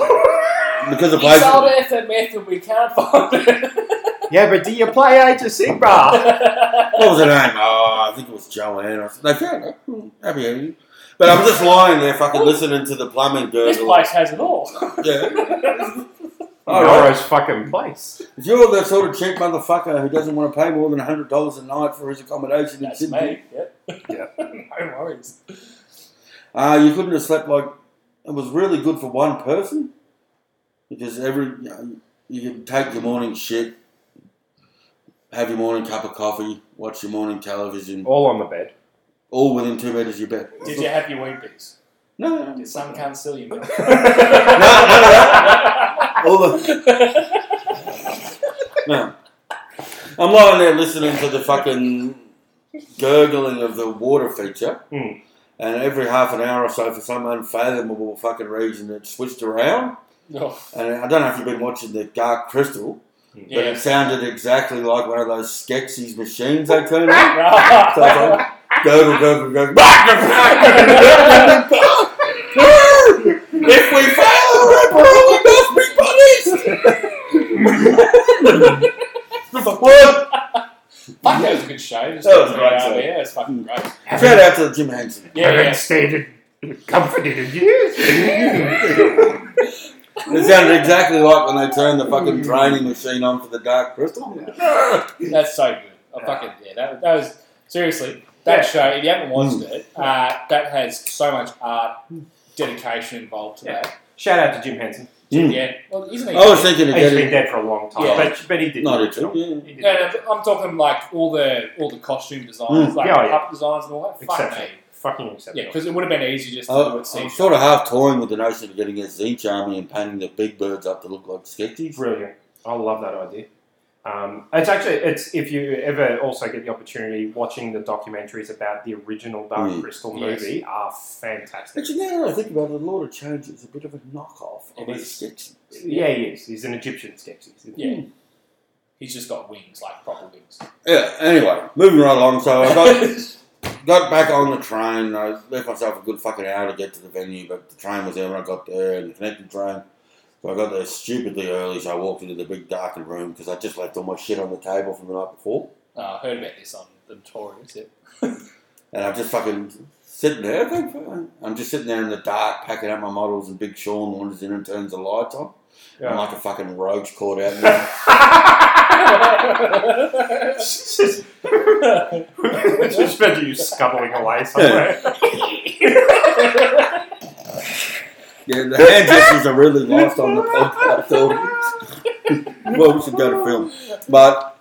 Speaker 1: Because the
Speaker 3: We
Speaker 1: place
Speaker 3: sold it for meth and we can't find
Speaker 2: yeah, but do you play Age of Sigma?
Speaker 3: it.
Speaker 1: What was her name? Oh, I think it was Joanne. or something. They found her. Hmm, Happy ending. But I'm just lying there, fucking listening to the plumbing
Speaker 3: this
Speaker 1: gurgle.
Speaker 3: place has it all.
Speaker 1: Yeah. All right.
Speaker 2: Noro's fucking place.
Speaker 1: If you're the sort of cheap motherfucker who doesn't want to pay more than hundred dollars a night for his accommodation in
Speaker 3: That's
Speaker 1: Sydney,
Speaker 3: me. Yep. no worries.
Speaker 1: uh, you couldn't have slept like it was really good for one person because every you, know, you could take your morning shit, Have your morning cup of coffee, watch your morning television,
Speaker 2: All on the bed.
Speaker 1: all within two metres of your bed.
Speaker 3: Did you have your wheat picks?
Speaker 1: No, no, no.
Speaker 3: Did some can't steal your milk?
Speaker 1: All the, no. I'm lying there listening to the fucking gurgling of the water feature,
Speaker 2: Hmm.
Speaker 1: and every half an hour or so, for some unfathomable fucking reason, it switched around.
Speaker 3: Oh,
Speaker 1: And I don't know if you've been watching the Dark Crystal, but
Speaker 3: yeah.
Speaker 1: it sounded exactly like one of those Skeksis machines they turn on. So
Speaker 3: Right.
Speaker 1: it's like, gurgle, gurgle, gurgle. if we fail, we're probably must be punished. It's like, what?
Speaker 3: Fuck, that was a good show. Just
Speaker 1: That was
Speaker 3: yeah,
Speaker 1: great, Mm. so.
Speaker 3: yeah, Yeah, it's fucking great.
Speaker 1: Shout out to Jim Hansen.
Speaker 3: Yeah, yeah.
Speaker 2: stated comforted in you.
Speaker 1: It sounded exactly like when they turned the fucking draining machine on for the Dark Crystal.
Speaker 3: That's so good. I fucking yeah. That, that was seriously that
Speaker 2: Yeah.
Speaker 3: show. If you haven't watched
Speaker 1: Mm.
Speaker 3: it, uh, that has so much art dedication involved to
Speaker 2: Yeah.
Speaker 3: that.
Speaker 2: Shout out to Jim Henson.
Speaker 1: Mm.
Speaker 3: Yeah. Well, isn't
Speaker 1: I
Speaker 3: it?
Speaker 1: was thinking of
Speaker 2: He's been
Speaker 1: getting
Speaker 2: dead for a long time,
Speaker 3: Yeah.
Speaker 2: but, but he did
Speaker 1: not a
Speaker 2: the original.
Speaker 1: yeah.
Speaker 2: He did
Speaker 3: No,
Speaker 2: the
Speaker 3: no, but I'm talking like all the all the costume designs,
Speaker 1: Mm.
Speaker 3: like
Speaker 2: Yeah, oh,
Speaker 3: the
Speaker 2: yeah.
Speaker 3: pup designs and all that. Fuck
Speaker 2: Exceptional.
Speaker 3: me.
Speaker 2: Fucking
Speaker 3: Yeah,
Speaker 2: exceptional.
Speaker 3: because it would have been easy just to
Speaker 1: Uh, I-
Speaker 3: do it.
Speaker 1: I'm
Speaker 3: CGI.
Speaker 1: sort of half toying with the notion of getting a Zinch army and painting the big birds up to look like Skeksis.
Speaker 2: Brilliant. I love that idea. Um, it's actually it's if you ever also get the opportunity watching the documentaries about the original Dark
Speaker 1: Mm.
Speaker 2: Crystal
Speaker 3: Yes.
Speaker 2: movie are fantastic.
Speaker 1: Actually, now that I think about it, Lord of Change is a bit of a knockoff of a
Speaker 3: It is.
Speaker 1: Skeksis.
Speaker 2: Yeah, he is. He's an Egyptian skeptic. isn't he?
Speaker 3: Yeah. He's just got wings, like proper wings.
Speaker 1: Yeah, anyway, moving right along. So Oh, I got, got back on the train. I left myself a good fucking hour to get to the venue, but the train was there when I got there and the connecting train. So I got there stupidly early, so I walked into the big darkened room because I just left all my shit on the table from the night before.
Speaker 3: Uh, I heard about this on the Tories. Yeah.
Speaker 1: And I'm just fucking sitting there. okay, fine. I'm just sitting there in the dark, packing up my models, and Big Sean wanders in and turns the lights on. I'm
Speaker 2: Yeah.
Speaker 1: like a fucking rogue's caught out. There.
Speaker 2: just imagine you scuttling away somewhere.
Speaker 1: yeah, the hand gestures are really lost on the podcast audience. well, we should go to film. But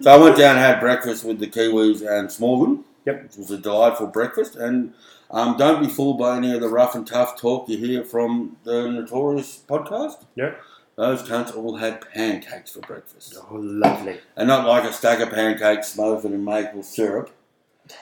Speaker 1: so I went down and had breakfast with the Kiwis and Smorgon.
Speaker 2: Yep.
Speaker 1: It was a delightful breakfast. And um, don't be fooled by any of the rough and tough talk you hear from the Notorious podcast.
Speaker 2: Yep.
Speaker 1: Those cunts all had pancakes for breakfast.
Speaker 2: Oh, lovely.
Speaker 1: And not like a stack of pancakes smothered in maple syrup.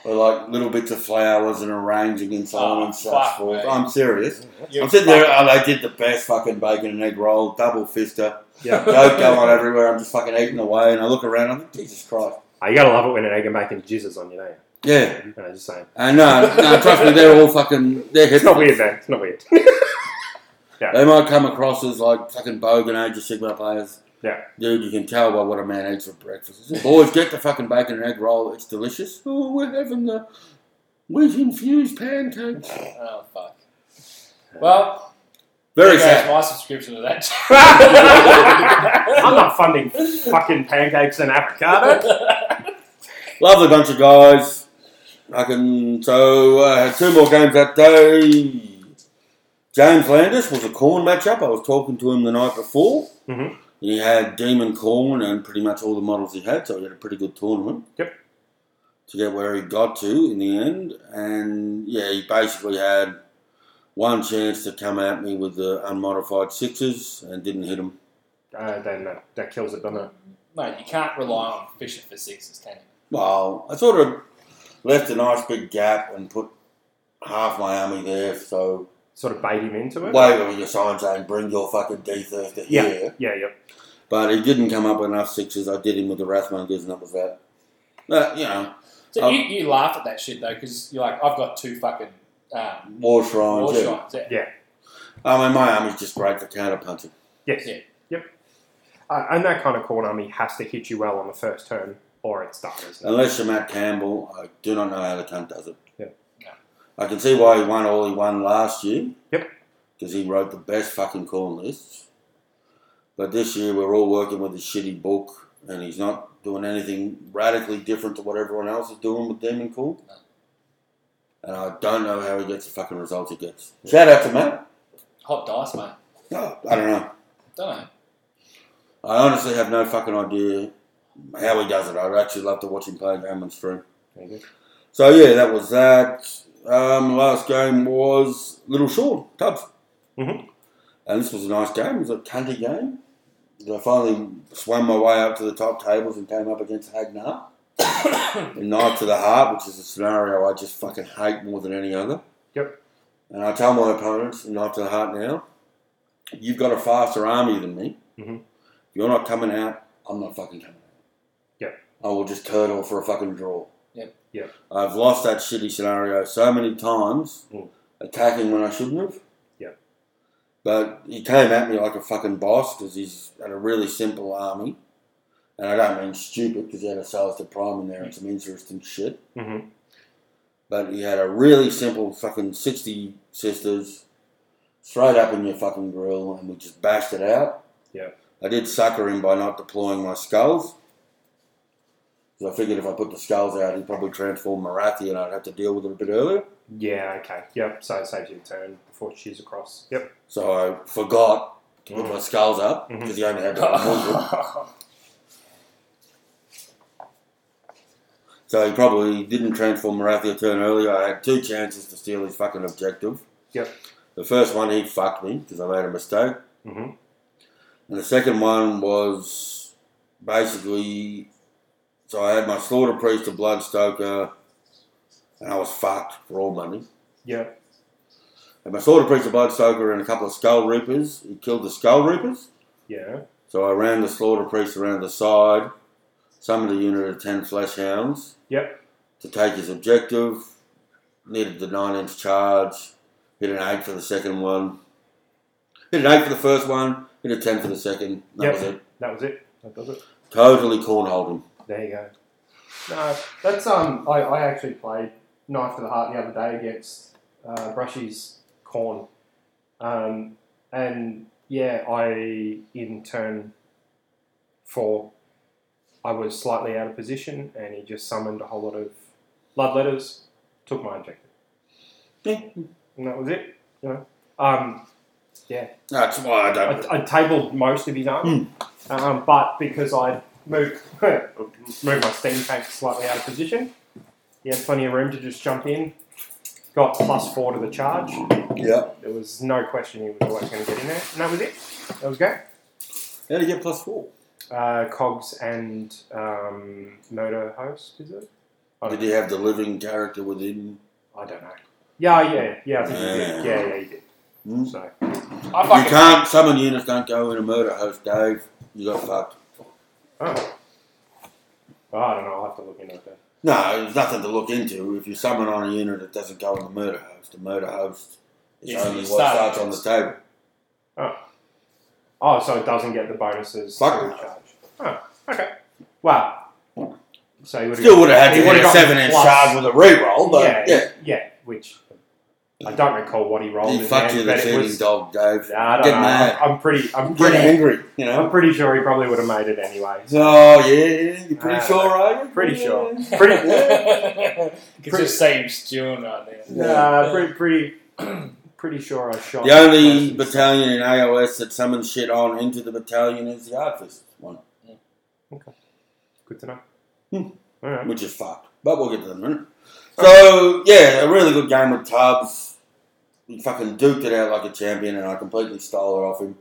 Speaker 1: Or like little bits of flowers and arranging and so on
Speaker 3: Oh,
Speaker 1: and so
Speaker 3: fuck,
Speaker 1: forth.
Speaker 3: mate.
Speaker 1: I'm serious.
Speaker 3: You're
Speaker 1: I'm sitting there, uh,
Speaker 3: fucking-
Speaker 1: and I did the best fucking bacon and egg roll, double fister,
Speaker 2: Yeah.
Speaker 1: dough going everywhere. I'm just fucking eating away, and I look around, I'm like, Jesus Christ.
Speaker 2: Oh, you gotta love it when an egg and bacon jizzes on your name.
Speaker 1: Yeah,
Speaker 2: You know, just saying.
Speaker 1: and no, no, trust me, they're all fucking, they're hip.
Speaker 2: It's not weird, man. It's not weird.
Speaker 1: They might come across as like fucking bogan Age of Sigma players.
Speaker 2: Yeah.
Speaker 1: Dude, you can tell by what a man eats for breakfast. Boys, get the fucking bacon and egg roll, it's delicious. Oh, we're having the wheat infused pancakes.
Speaker 3: Oh fuck. Well,
Speaker 1: Very
Speaker 3: there goes
Speaker 1: sad.
Speaker 3: my subscription to that.
Speaker 2: I'm not funding fucking pancakes and avocado.
Speaker 1: Lovely bunch of guys. Fucking so I had two more games that day. James Landis was a corn matchup. I was talking to him the night before.
Speaker 2: Mhm.
Speaker 1: He had Demon Corn and pretty much all the models he had, so he had a pretty good tournament.
Speaker 2: Yep.
Speaker 1: To get where he got to in the end, and yeah, he basically had one chance to come at me with the unmodified sixes and didn't hit him.
Speaker 2: Uh, then that, that kills it, doesn't it?
Speaker 3: Mate, you can't rely on fishing for sixes, can you?
Speaker 1: Well, I sort of left a nice big gap and put half my army there. So,
Speaker 2: Sort of bait him into
Speaker 1: wave
Speaker 2: it.
Speaker 1: over your sign saying, bring your fucking D Thirster
Speaker 2: Yeah.
Speaker 1: here.
Speaker 2: Yeah, yeah.
Speaker 1: But he didn't come up with enough sixes. I did him with the Wrathmongers, and that was that. But, you know,
Speaker 3: So
Speaker 1: Um,
Speaker 3: you, you laugh at that shit though, because you're like, I've got two fucking um,
Speaker 1: War Shrine.
Speaker 3: war
Speaker 1: too.
Speaker 3: shrines. Yeah.
Speaker 1: I mean, my army's just great for counterpunching.
Speaker 2: Yes.
Speaker 3: Yeah.
Speaker 2: Yep. Uh, and that kind of corn army has to hit you well on the first turn, or it's done, isn't it?
Speaker 1: Unless you're Matt Campbell, I do not know how the cunt does it.
Speaker 2: Yeah.
Speaker 3: Yeah.
Speaker 1: I can see why he won all he won last year.
Speaker 2: Yep.
Speaker 1: Because he wrote the best fucking corn lists. But this year we're all working with a shitty book, and he's not doing anything radically different to what everyone else is doing with Demon Corn.
Speaker 3: No.
Speaker 1: And I don't know how he gets the fucking results he gets. Shout out to Matt.
Speaker 3: Hot dice, mate.
Speaker 1: No, I don't know.
Speaker 3: Don't know.
Speaker 1: I honestly have no fucking idea how he does it. I'd actually love to watch him play Gremlins through.
Speaker 2: Very good.
Speaker 1: So yeah, that was that. Um, last game was Little Shore Cubs,
Speaker 2: Mhm.
Speaker 1: and this was a nice game. It was a cunty game. I finally swam my way up to the top tables and came up against Hagnar. a knife to the heart, which is a scenario I just fucking hate more than any other.
Speaker 2: Yep.
Speaker 1: And I tell my opponents, knife to the heart now, you've got a faster army than me.
Speaker 2: Mhm.
Speaker 1: You're not coming out, I'm not fucking coming out.
Speaker 2: Yep.
Speaker 1: I will just turtle for a fucking draw.
Speaker 3: Yep.
Speaker 2: Yep.
Speaker 1: I've lost that shitty scenario so many times,
Speaker 2: Mm.
Speaker 1: attacking when I shouldn't have.
Speaker 2: Yep.
Speaker 1: But he came at me like a fucking boss because he's had a really simple army. And I don't mean stupid because he had a Salazar Prime in there and some interesting shit.
Speaker 2: Mhm.
Speaker 1: But he had a really simple fucking 60 sisters straight up in your fucking grill and we just bashed it out.
Speaker 2: Yeah.
Speaker 1: I did sucker him by not deploying my skulls. 'Cause I figured if I put the skulls out, he'd probably transform Marathi and I'd have to deal with it a bit earlier.
Speaker 2: Yeah, okay. Yep, so it saves you a turn before it shears across. Yep.
Speaker 1: So I forgot to put my skulls up
Speaker 2: Mhm.
Speaker 1: because he only had one hundred. So he probably didn't transform Marathi a turn earlier. I had two chances to steal his fucking objective.
Speaker 2: Yep.
Speaker 1: The first one, he fucked me because I made a mistake.
Speaker 2: hmm
Speaker 1: And the second one was basically so I had my slaughter priest, a blood stoker, and I was fucked for all money.
Speaker 2: Yep.
Speaker 1: And my slaughter priest, a blood stoker, and a couple of skull reapers. He killed the skull reapers.
Speaker 2: Yeah.
Speaker 1: So I ran the slaughter priest around the side, summoned a unit of 10 flesh hounds.
Speaker 2: Yep.
Speaker 1: To take his objective. Needed the 9 inch charge. Hit an 8 for the second one. Hit an 8 for the first one. Hit a 10 for the second. That
Speaker 2: Yep.
Speaker 1: was it.
Speaker 2: That was it. That does it.
Speaker 1: Totally cornholed him.
Speaker 2: There you go. No, that's um. I, I actually played Knife to the Heart the other day against uh, Brushy's Corn, um, and yeah, I in turn four, I was slightly out of position, and he just summoned a whole lot of blood letters, took my objective,
Speaker 1: Yeah.
Speaker 2: and that was it. You know, um,
Speaker 1: That's why I don't.
Speaker 2: I, I tabled most of his army,
Speaker 1: Hmm.
Speaker 2: um, but because I moved moved my steam tank slightly out of position, he had plenty of room to just jump in. Got plus four to the charge.
Speaker 1: yeah.
Speaker 2: There was no question he was always going to get in there, and that was it. That was great.
Speaker 1: How do you get plus four?
Speaker 2: Uh, Cogs and um, Motor Host, is it? I
Speaker 1: Did
Speaker 2: don't,
Speaker 1: he have the living character within?
Speaker 2: I don't know. Yeah, yeah, yeah. I think he did.
Speaker 1: Yeah.
Speaker 2: Yeah, yeah, he did.
Speaker 1: Hmm?
Speaker 2: So
Speaker 3: I
Speaker 1: You
Speaker 3: fucking
Speaker 1: can't. Summon units don't go in a murder host, Dave. You got fucked.
Speaker 2: oh. Well, I don't know. I'll have to look into it. Then.
Speaker 1: No, there's nothing to look into. If you summon on a unit that doesn't go in the murder host, the murder host is
Speaker 3: Yes,
Speaker 1: only
Speaker 3: it's
Speaker 1: what
Speaker 3: started.
Speaker 1: starts on the table.
Speaker 2: Oh, so it doesn't get the bonuses
Speaker 1: Fuck
Speaker 2: through
Speaker 1: no.
Speaker 2: charge. Oh, okay. Wow. So you would
Speaker 1: Still would have had
Speaker 2: He
Speaker 1: to hit
Speaker 2: would've
Speaker 1: a
Speaker 2: gotten
Speaker 1: seven inch
Speaker 2: plus.
Speaker 1: charge with a reroll,
Speaker 2: yeah,
Speaker 1: but yeah,
Speaker 2: yeah, which I don't recall what he rolled.
Speaker 1: he
Speaker 2: in
Speaker 1: fucked
Speaker 2: there,
Speaker 1: you the
Speaker 2: but it
Speaker 1: shooting
Speaker 2: was,
Speaker 1: dog, Dave.
Speaker 2: I don't
Speaker 1: Get
Speaker 2: know.
Speaker 1: mad.
Speaker 2: I'm pretty. I'm
Speaker 1: Get
Speaker 2: pretty.
Speaker 1: angry, you know.
Speaker 2: I'm pretty sure he probably would have made it anyway.
Speaker 1: So oh, yeah, you're pretty
Speaker 2: Ah,
Speaker 1: sure, are you?
Speaker 2: pretty
Speaker 1: Yeah.
Speaker 2: sure. Pretty.
Speaker 3: you can just see him stewing right now.
Speaker 2: Nah, pretty. Pretty. Pretty sure I shot.
Speaker 1: The only
Speaker 2: most of the-
Speaker 1: battalion in AOS that summons shit on into the battalion is the Artist one,
Speaker 2: Good to know.
Speaker 1: Hmm.
Speaker 2: All right.
Speaker 1: which is fucked. But we'll get to them in a minute. So yeah, a really good game with Tubbs. He fucking duked it out like a champion, and I completely stole it off him.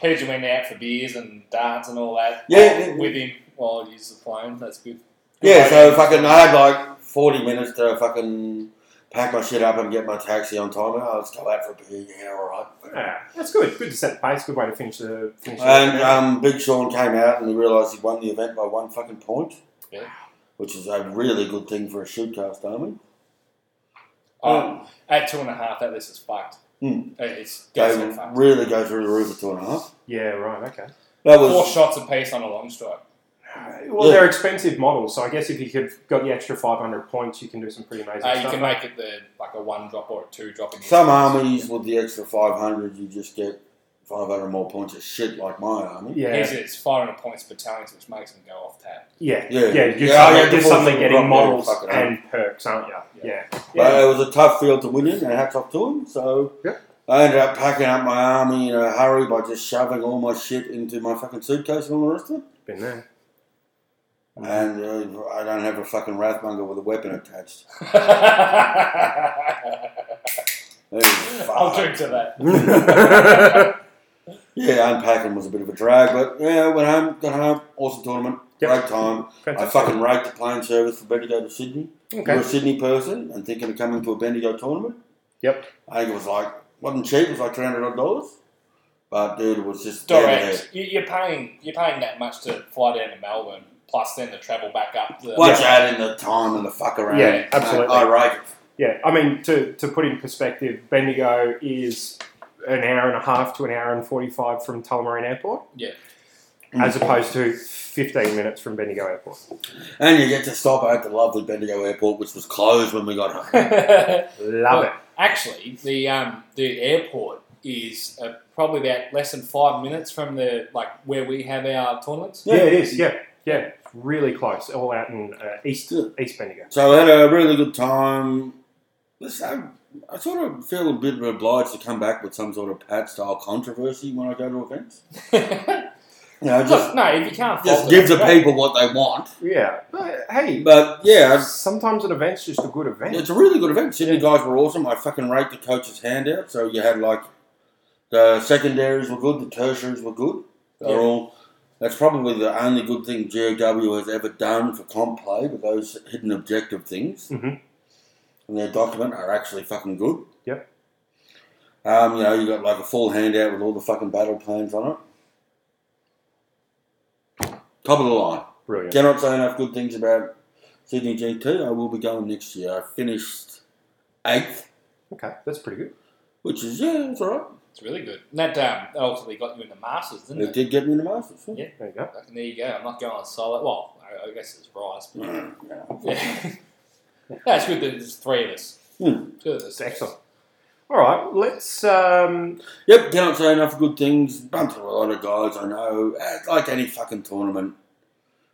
Speaker 3: Heard you went out for beers and dance and all that.
Speaker 1: Yeah, yeah, yeah.
Speaker 3: with him while you was playing. That's good.
Speaker 1: Yeah, so fucking, I had like 40 minutes to fucking pack my shit up and get my taxi on time. Oh, let's go out for a beer, yeah, alright.
Speaker 2: Ah, that's good. Good to set the pace. Good way to finish the finish. the
Speaker 1: And
Speaker 2: afternoon.
Speaker 1: um, Big Sean came out and he realised he'd won the event by one fucking point.
Speaker 3: Yeah.
Speaker 1: Which is a really good thing for a shootcast army.
Speaker 3: Oh, at two and a half, that list is fucked.
Speaker 1: Hmm.
Speaker 3: It- It's goes
Speaker 1: They
Speaker 3: fucked.
Speaker 1: really go through the roof at two and a half.
Speaker 2: yeah. Right. Okay.
Speaker 1: That
Speaker 3: Four
Speaker 1: was
Speaker 3: shots apiece on a long strike.
Speaker 2: Uh, Well,
Speaker 1: Yeah.
Speaker 2: they're expensive models, so I guess if you could got the extra 500 points, you can do some pretty amazing
Speaker 3: Uh, you
Speaker 2: stuff.
Speaker 3: can make it the like a one drop or a two drop. in your
Speaker 1: some
Speaker 3: stats.
Speaker 1: armies with the extra 500, you just get 500 more points of shit like my army.
Speaker 2: yeah,
Speaker 3: Here's it's firing at points battalions, which makes them go off tap.
Speaker 2: yeah,
Speaker 1: Yeah.
Speaker 2: yeah, You're,
Speaker 1: Yeah,
Speaker 2: suddenly,
Speaker 1: yeah,
Speaker 2: you're
Speaker 1: the
Speaker 2: suddenly
Speaker 1: ones that
Speaker 2: getting
Speaker 1: rock,
Speaker 2: models
Speaker 1: yeah, fucking
Speaker 2: and perks, aren't you? Yeah,
Speaker 1: But
Speaker 2: yeah,
Speaker 1: it was a tough field to win in, and hats off to him. So
Speaker 2: Yeah.
Speaker 1: I ended up packing up my army in a hurry by just shoving all my shit into my fucking suitcase and all the rest of it.
Speaker 2: been there.
Speaker 1: and uh, I don't have a fucking wrathmonger with a weapon attached. Hey,
Speaker 3: I'll
Speaker 1: fuck.
Speaker 3: drink to that.
Speaker 1: yeah, unpacking was a bit of a drag, but yeah, went home, got home, awesome tournament,
Speaker 5: Yep.
Speaker 1: great time. I
Speaker 5: Fantastic.
Speaker 1: fucking raked the plane service for Bendigo to Sydney. You're
Speaker 5: Okay.
Speaker 1: a Sydney person and thinking of coming to a Bendigo tournament.
Speaker 5: Yep.
Speaker 1: I think it was like wasn't cheap. It was like three hundred odd dollars. But dude, it was just down there.
Speaker 3: Direct. You, you're paying. You're paying that much to fly down to Melbourne, plus then the travel back up. The,
Speaker 1: Once you add in the time and the fuck around,
Speaker 5: Yeah,
Speaker 1: mate,
Speaker 5: absolutely.
Speaker 1: I rake it.
Speaker 5: Yeah.
Speaker 2: I mean, to, to put in perspective, Bendigo is an hour and a half to an hour and 45 from Tullamarine Airport.
Speaker 3: Yeah.
Speaker 1: Mm.
Speaker 2: As opposed to 15 minutes from Bendigo Airport.
Speaker 1: And you get to stop at the lovely Bendigo airport, which was closed when we got home.
Speaker 2: Love
Speaker 3: Well, Actually, the um, the airport is uh, probably about less than five minutes from the like where we have our tournaments.
Speaker 2: it. Yeah, it is. Yeah. Yeah. Really close. All out in uh, East,
Speaker 1: Yeah.
Speaker 2: East Bendigo.
Speaker 1: So I had a really good time. Listen, I, I sort of feel a bit obliged to come back with some sort of Pat style controversy when I go to events. You know, just
Speaker 3: Look, no, if you can't,
Speaker 1: just
Speaker 3: fault
Speaker 1: give the
Speaker 3: it,
Speaker 1: people what they want.
Speaker 2: Yeah. But hey,
Speaker 1: But yeah,
Speaker 2: sometimes an event's just a good event.
Speaker 1: It's a really good event. Sydney guys were awesome. I fucking raked the coach's hand out. So you had like the secondaries were good, the tertiaries were good. They're
Speaker 3: Yeah.
Speaker 1: all. That's probably the only good thing GW has ever done for comp play with those hidden objective things.
Speaker 2: Mhm.
Speaker 1: And their document are actually fucking good.
Speaker 2: Yep.
Speaker 1: Um, you know, you got like a full handout with all the fucking battle plans on it. Top of the line.
Speaker 2: Brilliant.
Speaker 1: Cannot say enough good things about Sydney GT. I will be going next year. I finished eighth,
Speaker 2: Okay. That's pretty good.
Speaker 1: which is yeah, it's all right.
Speaker 3: It's really good. And that um, that ultimately got you in the Masters, didn't
Speaker 1: It
Speaker 3: it?
Speaker 1: did get me in the Masters. yeah.
Speaker 3: Yeah.
Speaker 2: There you go.
Speaker 3: And there you go. I'm not going on solo. Well, I, I guess it's Bryce, but
Speaker 1: Mm, yeah.
Speaker 3: yeah. That's good that there's three of us.
Speaker 1: Hmm.
Speaker 3: Good that there's
Speaker 2: It's excellent. All right. Let's. Um,
Speaker 1: Yep, cannot say enough good things. Bumped into a lot of guys I know. Eh, Like any fucking tournament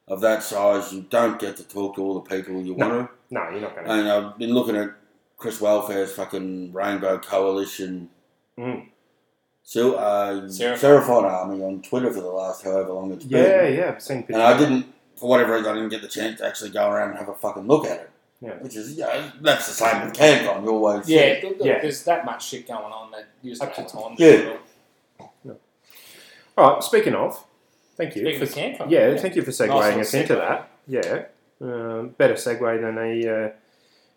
Speaker 1: of that size, you don't get to talk to all the people you
Speaker 2: No.
Speaker 1: want
Speaker 2: no, you're not
Speaker 1: to.
Speaker 2: going to.
Speaker 1: And I've been looking at Chris Welfare's fucking Rainbow Coalition.
Speaker 2: Mm.
Speaker 1: So, uh,
Speaker 3: Seraphon.
Speaker 1: Seraphon Army on Twitter for the last however long it's been.
Speaker 2: Yeah, yeah. I've seen pictures.
Speaker 1: And I didn't, for whatever reason, I didn't get the chance to actually go around and have a fucking look at it.
Speaker 2: Yeah.
Speaker 1: Which is, yeah, that's the same with CanCon. You always.
Speaker 3: Yeah, th- th-
Speaker 2: Yeah.
Speaker 3: there's that much shit going on that you just don't have time. to
Speaker 1: Yeah.
Speaker 3: do.
Speaker 2: All right. Speaking of, thank you.
Speaker 3: Speaking
Speaker 2: for-
Speaker 3: of CanCon,
Speaker 2: yeah, thank you for segueing
Speaker 3: little
Speaker 2: us into
Speaker 3: segue.
Speaker 2: that. Yeah, um, better segue than a uh,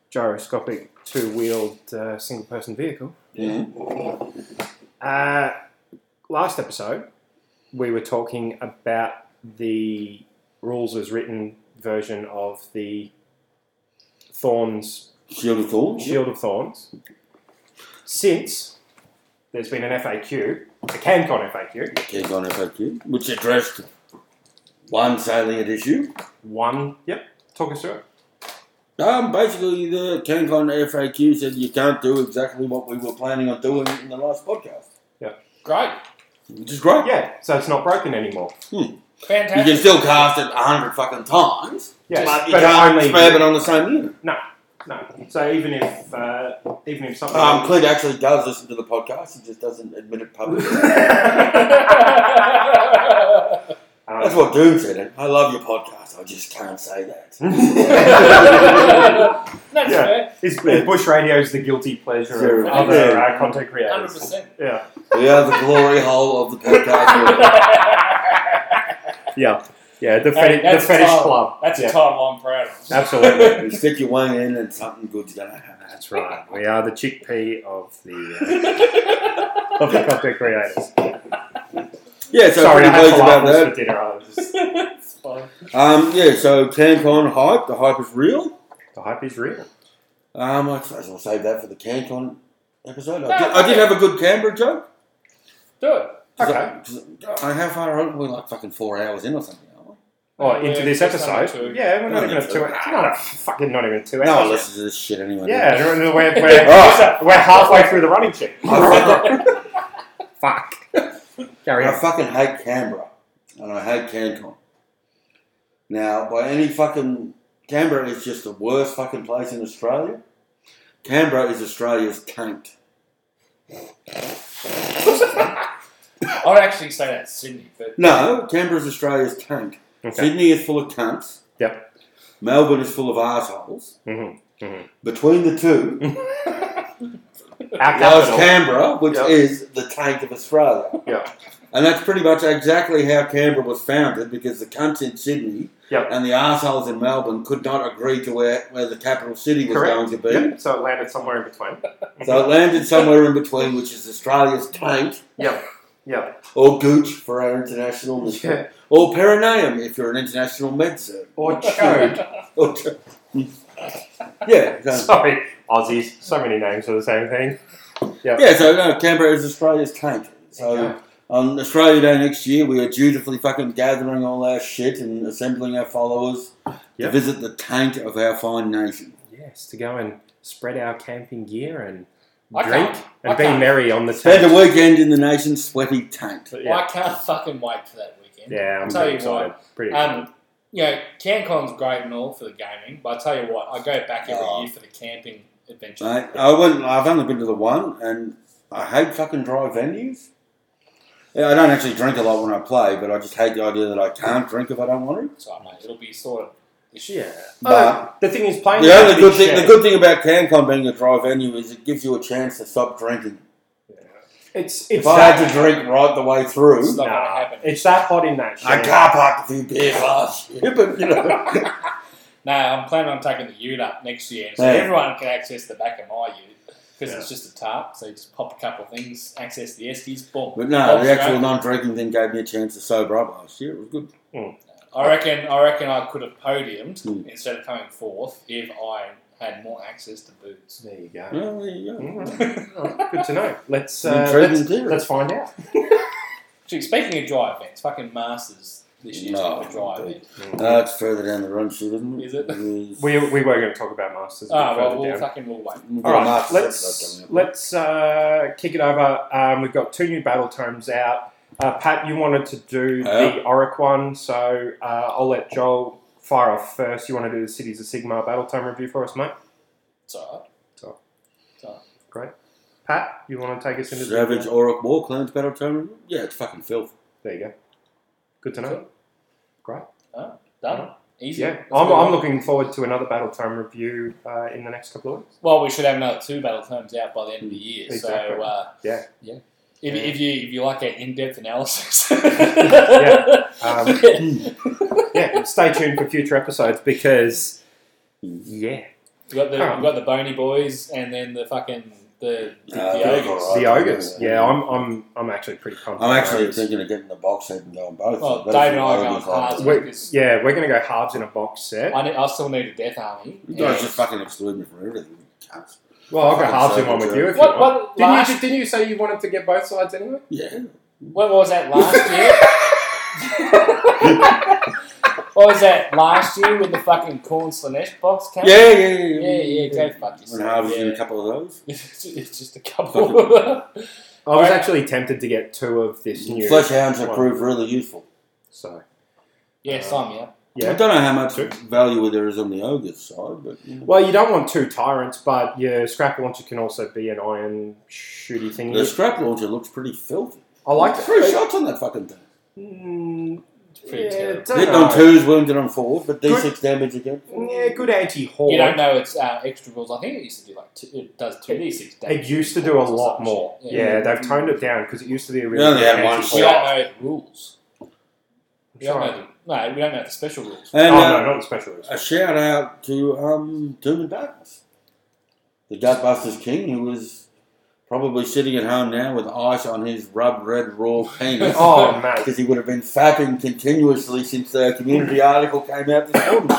Speaker 2: gyroscopic two-wheeled uh, single-person vehicle.
Speaker 1: Yeah.
Speaker 2: Uh, last episode, we were talking about the rules as written version of the Thorns
Speaker 1: Shield of Thorns.
Speaker 2: Shield of Thorns. Since there's been an FAQ, a CanCon FAQ,
Speaker 1: CanCon FAQ, which addressed one salient issue.
Speaker 2: one. Yep, talk us through it.
Speaker 1: Um, basically, the CanCon FAQ said you can't do exactly what we were planning on doing in the last podcast,
Speaker 3: Great.
Speaker 1: which is great.
Speaker 2: Yeah, so it's not broken anymore.
Speaker 1: You
Speaker 3: Fantastic.
Speaker 1: can still cast it a hundred fucking times,
Speaker 2: Yes,
Speaker 1: but you
Speaker 2: but
Speaker 1: can't
Speaker 2: only-
Speaker 1: spam it on the same unit.
Speaker 2: No. So even if uh, even if something
Speaker 1: Um, Clint actually does listen to the podcast; he just doesn't admit it publicly.
Speaker 2: Um,
Speaker 1: That's what Doom said. I love your podcast. I just can't say that.
Speaker 3: That's
Speaker 2: Yeah.
Speaker 3: fair.
Speaker 2: is, is Bush Radio's the guilty pleasure of
Speaker 1: Sure.
Speaker 2: other
Speaker 1: uh, Yeah.
Speaker 2: uh, content creators.
Speaker 3: 100%.
Speaker 2: Yeah.
Speaker 1: We are the glory hole of the podcast.
Speaker 2: Yeah. Yeah. The, feti-
Speaker 3: Hey,
Speaker 2: the
Speaker 3: that's
Speaker 2: fetish
Speaker 3: tough.
Speaker 2: club.
Speaker 3: That's
Speaker 2: Yeah.
Speaker 3: a timeline I'm proud of.
Speaker 2: Absolutely.
Speaker 1: you stick your wing in, and something good's gonna happen.
Speaker 2: That's right. We are the chickpea of the uh, of the content creators.
Speaker 1: Yeah, so
Speaker 2: Sorry,
Speaker 1: pretty
Speaker 2: I had
Speaker 1: pleased
Speaker 2: about
Speaker 1: about that.
Speaker 2: for dinner. I was just,
Speaker 3: it's fine.
Speaker 1: Um, yeah, so CanCon hype. The hype is real.
Speaker 2: the hype is real.
Speaker 1: Um, I suppose I'll save that for the CanCon episode.
Speaker 3: No,
Speaker 1: I did, I did
Speaker 3: okay.
Speaker 1: have a good Canberra joke.
Speaker 3: Do it.
Speaker 1: 'Cause I-
Speaker 2: Okay.
Speaker 1: 'cause I- uh, how far are we? We're like fucking four hours in or something. Aren't we?
Speaker 2: Oh, into this
Speaker 3: Yeah, just under
Speaker 2: episode.
Speaker 3: two.
Speaker 2: Yeah, we're not
Speaker 1: No,
Speaker 2: even at
Speaker 1: it's
Speaker 2: two.
Speaker 1: okay.
Speaker 2: It's not a, fucking not even two hours.
Speaker 1: No Ah. one listens to this shit anyway.
Speaker 2: Yeah, we're, we're,
Speaker 1: Alright.
Speaker 2: we're, we're halfway through the running shit.
Speaker 1: I
Speaker 2: Fuck. Carry
Speaker 1: I
Speaker 2: on.
Speaker 1: fucking hate Canberra. And I hate CanCon. Now, by any fucking. Canberra is just the worst fucking place in Australia. Canberra is Australia's taint.
Speaker 3: I'd actually say that's Sydney, but
Speaker 1: No, Canberra is Australia's taint.
Speaker 2: Okay.
Speaker 1: Sydney is full of cunts.
Speaker 6: Yep.
Speaker 1: Melbourne is full of assholes.
Speaker 6: Mhm,
Speaker 1: Between the two, there's
Speaker 2: Our capital.
Speaker 1: Canberra, which
Speaker 2: Yep.
Speaker 1: is the tank of Australia.
Speaker 2: Yep.
Speaker 1: And that's pretty much exactly how Canberra was founded because the cunts in Sydney
Speaker 2: Yep.
Speaker 1: and the assholes in Melbourne could not agree to where, where the capital city was
Speaker 2: Correct.
Speaker 1: going to be.
Speaker 2: Yep, so it landed somewhere in between.
Speaker 1: So it landed somewhere in between, which is Australia's tank,
Speaker 2: Yep, yep.
Speaker 1: or gooch for our international listeners,
Speaker 2: Yeah.
Speaker 1: or perineum if you're an international med surg.
Speaker 2: Or chode.
Speaker 1: Or ch- yeah, so-
Speaker 2: Sorry, Aussies. So many names for the same thing.
Speaker 1: yeah. So no, Canberra is Australia's tank. So
Speaker 2: Yeah.
Speaker 1: on Australia Day next year, we are dutifully fucking gathering all our shit and assembling our followers to
Speaker 6: Yep.
Speaker 1: visit the tank of our fine nation.
Speaker 6: Yes, to go and spread our camping gear and
Speaker 3: I
Speaker 6: drink
Speaker 3: can't- I
Speaker 6: and be
Speaker 3: can't.
Speaker 6: merry on the
Speaker 1: Spend a
Speaker 6: tank.
Speaker 1: weekend in the nation's sweaty tank.
Speaker 6: Yeah.
Speaker 3: I can't fucking wait for that weekend.
Speaker 6: Yeah, I'm
Speaker 3: Tell
Speaker 6: pretty
Speaker 3: you what,
Speaker 6: excited. Pretty excited.
Speaker 3: Um, you know, CanCon's great and all for the gaming, but I tell you what, I go back every
Speaker 1: Oh.
Speaker 3: year for the camping adventure.
Speaker 1: Mate, I went. I've only been to the one, and I hate fucking dry venues. Yeah, I don't actually drink a lot when I play, but I just hate the idea that I can't drink if I don't want to.
Speaker 3: So, mate, it'll be sort of this year.
Speaker 6: yeah.
Speaker 2: oh,
Speaker 1: But-
Speaker 6: the thing is, playing.
Speaker 1: The only
Speaker 6: that
Speaker 1: good
Speaker 6: big
Speaker 1: thing, the
Speaker 6: shed,
Speaker 1: good thing about CanCon being a dry venue is it gives you a chance to stop drinking.
Speaker 6: It's
Speaker 1: If
Speaker 6: it's
Speaker 1: I had
Speaker 6: that,
Speaker 1: to drink right the way
Speaker 3: It's
Speaker 1: through,
Speaker 2: Nah.
Speaker 3: not going to happen.
Speaker 2: It's that hot in that
Speaker 1: I
Speaker 2: shed.
Speaker 1: car parked a few beer last year, but you know.
Speaker 3: No, I'm planning on taking the ute up next year, so
Speaker 1: Yeah.
Speaker 3: everyone can access the back of my ute because it's just a tarp. So you just pop a couple of things, access the Eskies, boom.
Speaker 1: But no,
Speaker 3: Bob's
Speaker 1: the actual
Speaker 3: right.
Speaker 1: non-drinking thing gave me a chance to sober up last year. It was good.
Speaker 3: I reckon, I reckon I could have podiumed
Speaker 1: Hmm.
Speaker 3: instead of coming fourth if I had more access to booze.
Speaker 6: There you go.
Speaker 1: Yeah, there you go.
Speaker 2: Mm-hmm.
Speaker 6: Mm, all right, Good to know. Let's
Speaker 1: An
Speaker 6: uh,
Speaker 1: intriguing
Speaker 2: let's,
Speaker 1: theory.
Speaker 2: let's find out.
Speaker 3: Gee, speaking of dry events, fucking Masters this year's
Speaker 1: No,
Speaker 3: not a dry
Speaker 1: dude.
Speaker 3: event.
Speaker 1: No, Uh, it's further down the run sheet, isn't it?
Speaker 3: Is it?
Speaker 1: is.
Speaker 2: We, we were going to talk about masters. A bit
Speaker 3: Ah,
Speaker 2: further
Speaker 3: well, we'll
Speaker 2: down.
Speaker 3: fucking we'll wait.
Speaker 1: We've got a
Speaker 2: All right,
Speaker 1: master's
Speaker 2: let's
Speaker 1: episode coming up.
Speaker 2: let's uh, kick it over. Um, we've got two new battle tomes out. Uh, Pat, you wanted to do the
Speaker 1: Yeah.
Speaker 2: Oric one, so uh, I'll let Joel fire off first. You want to do the Cities of Sigma battle tome review for us, mate?
Speaker 3: It's alright.
Speaker 2: Pat, you want to take us into
Speaker 1: Savage
Speaker 2: the
Speaker 1: Auroch War Clans Battle Tournament? Yeah, it's fucking filth.
Speaker 2: There you go. Good to know.
Speaker 3: Done. Easy.
Speaker 2: Yeah,
Speaker 3: Let's
Speaker 2: I'm,
Speaker 3: move
Speaker 2: I'm
Speaker 3: on.
Speaker 2: looking forward to another battle tome review uh, in the next couple of weeks.
Speaker 3: Well, we should have another two battle terms out by the end of the year.
Speaker 2: Exactly.
Speaker 3: So uh,
Speaker 2: Yeah.
Speaker 3: yeah. If,
Speaker 2: Yeah.
Speaker 3: if you if you like an in depth analysis,
Speaker 2: Yeah. Um, yeah, stay tuned for future episodes because
Speaker 1: Mm.
Speaker 2: yeah,
Speaker 3: we got the
Speaker 2: Alright.
Speaker 3: we got the bony boys and then the fucking the the,
Speaker 1: Uh,
Speaker 3: the ogres.
Speaker 1: alright.
Speaker 2: the ogres. Yeah, I'm I'm I'm actually pretty pumped.
Speaker 1: I'm
Speaker 2: for
Speaker 1: actually
Speaker 2: those.
Speaker 1: thinking of getting the box set and going both.
Speaker 3: Well,
Speaker 1: That's
Speaker 3: Dave Oh, and I
Speaker 1: what
Speaker 3: are going
Speaker 1: was
Speaker 3: halves
Speaker 1: like.
Speaker 2: Wait.
Speaker 3: because
Speaker 2: Yeah, we're gonna go halves in a box set.
Speaker 3: I, need, I still need a death army.
Speaker 1: You
Speaker 3: And-
Speaker 1: guys just fucking exclude me from everything. you cunts.
Speaker 2: Well, I'll go
Speaker 1: Fucking
Speaker 2: halves in one
Speaker 1: savage,
Speaker 2: with
Speaker 1: yeah.
Speaker 2: you if
Speaker 3: what
Speaker 2: you want.
Speaker 3: what last,
Speaker 2: didn't you say you wanted to get both sides anyway?
Speaker 1: Yeah.
Speaker 3: what was that last year? what was that last year when the fucking corn slanesh box came?
Speaker 1: Yeah, yeah, yeah.
Speaker 3: yeah, yeah. Go fuck
Speaker 1: And
Speaker 3: yourself.
Speaker 1: halves in
Speaker 3: Yeah.
Speaker 1: a couple of those.
Speaker 3: It's it's just a couple.
Speaker 2: I was
Speaker 3: Alright.
Speaker 2: actually tempted to get two of this new.
Speaker 1: Flesh hounds have
Speaker 2: one.
Speaker 1: proved really useful.
Speaker 2: So Uh,
Speaker 3: yes, I'm yeah.
Speaker 1: I
Speaker 2: yeah.
Speaker 1: don't know how much
Speaker 2: True.
Speaker 1: value there is on the ogre's side, but you know.
Speaker 2: Well, you don't want two tyrants, but your scrap launcher can also be an iron shooty
Speaker 1: the
Speaker 2: thingy.
Speaker 1: scrap launcher looks pretty filthy.
Speaker 2: I like the
Speaker 1: Three shots on that fucking thing.
Speaker 2: Mm,
Speaker 3: Pretty
Speaker 2: yeah,
Speaker 3: terrible.
Speaker 2: don't
Speaker 1: Hit
Speaker 2: know.
Speaker 1: on twos, wounded on fours, but d6 damage again.
Speaker 2: Yeah, good anti-horde.
Speaker 3: You don't know it's uh, extra rules. I think it used to do like two, it does two d six damage.
Speaker 2: It used to do a
Speaker 3: or
Speaker 2: lot
Speaker 3: some
Speaker 2: more.
Speaker 3: shit.
Speaker 2: Yeah, they've toned it down because it used to be a really.
Speaker 1: only
Speaker 2: good
Speaker 1: had one
Speaker 2: anti-horde.
Speaker 3: We
Speaker 1: shot.
Speaker 3: don't know the rules. We don't
Speaker 2: Sorry.
Speaker 3: know the, no, we don't know the special rules.
Speaker 1: And
Speaker 2: oh
Speaker 1: uh,
Speaker 2: no, not the special. rules.
Speaker 1: a shout out to um, Doom and Darkness, the Darkbusters King, who is probably sitting at home now with ice on his rub red raw penis.
Speaker 2: Oh mate,
Speaker 1: Because he would have been fapping continuously since the community article came out this morning.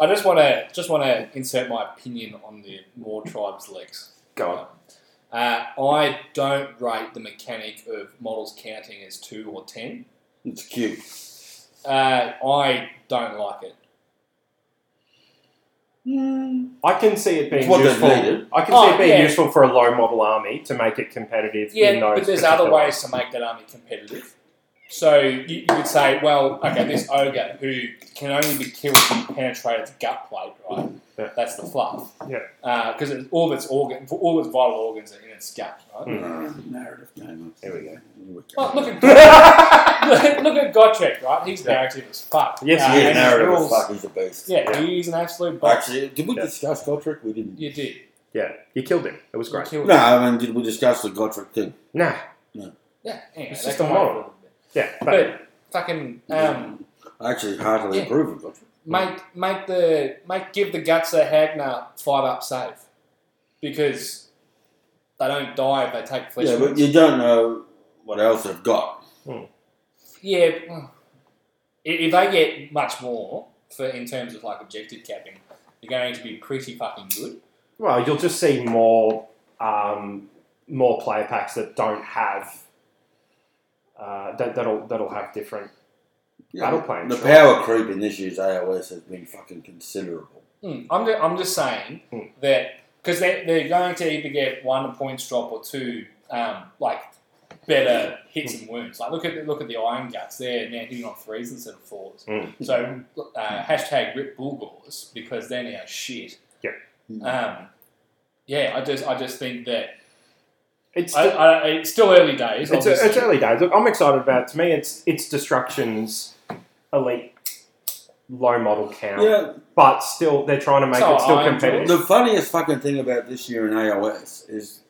Speaker 3: I just want to just want to insert my opinion on the Moor tribe's legs.
Speaker 2: go on.
Speaker 3: Uh, I don't rate the mechanic of models counting as two or ten.
Speaker 1: It's cute.
Speaker 3: Uh, I don't like it.
Speaker 2: I can see it being
Speaker 1: It's what they
Speaker 2: useful.
Speaker 1: needed.
Speaker 2: I can see
Speaker 3: Oh,
Speaker 2: it being
Speaker 3: yeah.
Speaker 2: useful for a low model army to make it competitive. in
Speaker 3: Yeah,
Speaker 2: those
Speaker 3: but there's
Speaker 2: particular-
Speaker 3: other ways to make that army competitive. So you, you would say, well, okay, this ogre who can only be killed if you penetrate its gut plate, right?
Speaker 2: Yeah.
Speaker 3: That's the fluff. Uh,
Speaker 2: Yeah.
Speaker 3: Because
Speaker 1: Hmm.
Speaker 3: all of its organ, all of its vital organs are in its gut, right?
Speaker 2: Mm.
Speaker 1: Uh, narrative game.
Speaker 2: There we go.
Speaker 1: week.
Speaker 3: Well, look at
Speaker 7: yes,
Speaker 3: look at Gotrek, right? He's
Speaker 2: Yeah.
Speaker 3: narrative as fuck.
Speaker 7: Yes,
Speaker 3: Uh,
Speaker 7: he is
Speaker 1: yeah,
Speaker 3: and his
Speaker 1: narrative as
Speaker 3: rules-
Speaker 1: fuck. He's a beast.
Speaker 3: Yeah, he's an absolute boss.
Speaker 1: Actually, did we
Speaker 7: Yeah.
Speaker 1: discuss Gotrick? We didn't.
Speaker 3: You did.
Speaker 7: yeah. You killed him. It was
Speaker 3: You
Speaker 7: great.
Speaker 3: killed
Speaker 1: No,
Speaker 3: him.
Speaker 1: I mean, did we discuss the Gotrick thing?
Speaker 7: Nah,
Speaker 3: Yeah, anyway,
Speaker 7: It's
Speaker 3: that
Speaker 7: just a
Speaker 3: come over
Speaker 7: moral.
Speaker 3: a little bit.
Speaker 7: yeah, but
Speaker 3: But fucking um,
Speaker 1: I actually heartily
Speaker 3: Yeah.
Speaker 1: approve of Gotrick.
Speaker 3: make make the make give the guts a Hagner fight up save because they don't die if they take flesh.
Speaker 1: Yeah, but
Speaker 3: wounds.
Speaker 1: you don't know what else they've got.
Speaker 3: Yeah, well, if if they get much more for in terms of like objective capping, they're going to be pretty fucking good.
Speaker 7: well,
Speaker 2: Well, you'll just see more um, more player packs that don't have uh, that, that'll that'll have different.
Speaker 1: Yeah,
Speaker 2: Battle
Speaker 1: but
Speaker 2: plan,
Speaker 1: The
Speaker 2: sure.
Speaker 1: power creep in this year's AOS has been fucking considerable.
Speaker 3: Mm, I'm, ju- I'm just saying
Speaker 2: Mm.
Speaker 3: that because they're, they're going to either get one points drop or two um, like better hits and wounds. Like look at look at the Iron Guts. They're now hitting on threes instead of fours.
Speaker 2: Hmm.
Speaker 7: Mm.
Speaker 3: So uh, hashtag rip Bulgars because they're now shit.
Speaker 7: Yeah.
Speaker 3: Um, yeah, I just I just think that
Speaker 2: It's
Speaker 3: I, I, it's still early days.
Speaker 2: it's,
Speaker 3: obviously.
Speaker 2: it's early days. Look, I'm excited about. It. To me, it's it's destructions, elite, low model count,
Speaker 1: Yeah,
Speaker 2: but still they're trying to make
Speaker 3: So
Speaker 2: it still
Speaker 3: I enjoy
Speaker 2: competitive.
Speaker 1: the funniest fucking thing about this year in AOS is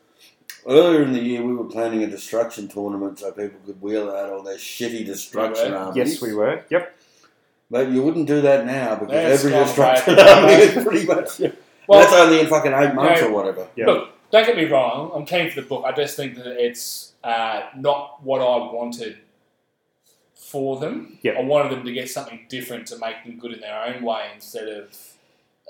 Speaker 1: earlier in the year we were planning a destruction tournament so people could wheel out all their shitty destruction
Speaker 3: We were.
Speaker 1: armies.
Speaker 2: Yes, we were. Yep.
Speaker 1: But you wouldn't do that now because
Speaker 3: That's
Speaker 1: every
Speaker 3: gone
Speaker 1: destruction
Speaker 3: away.
Speaker 1: army is pretty much.
Speaker 3: Well-
Speaker 1: that's only in fucking eight months
Speaker 3: No.
Speaker 1: or whatever.
Speaker 7: Yeah.
Speaker 3: Look, don't get me wrong. I'm keen for the book. I just think that it's uh, not what I wanted for them.
Speaker 7: Yeah.
Speaker 3: I wanted them to get something different to make them good in their own way instead of,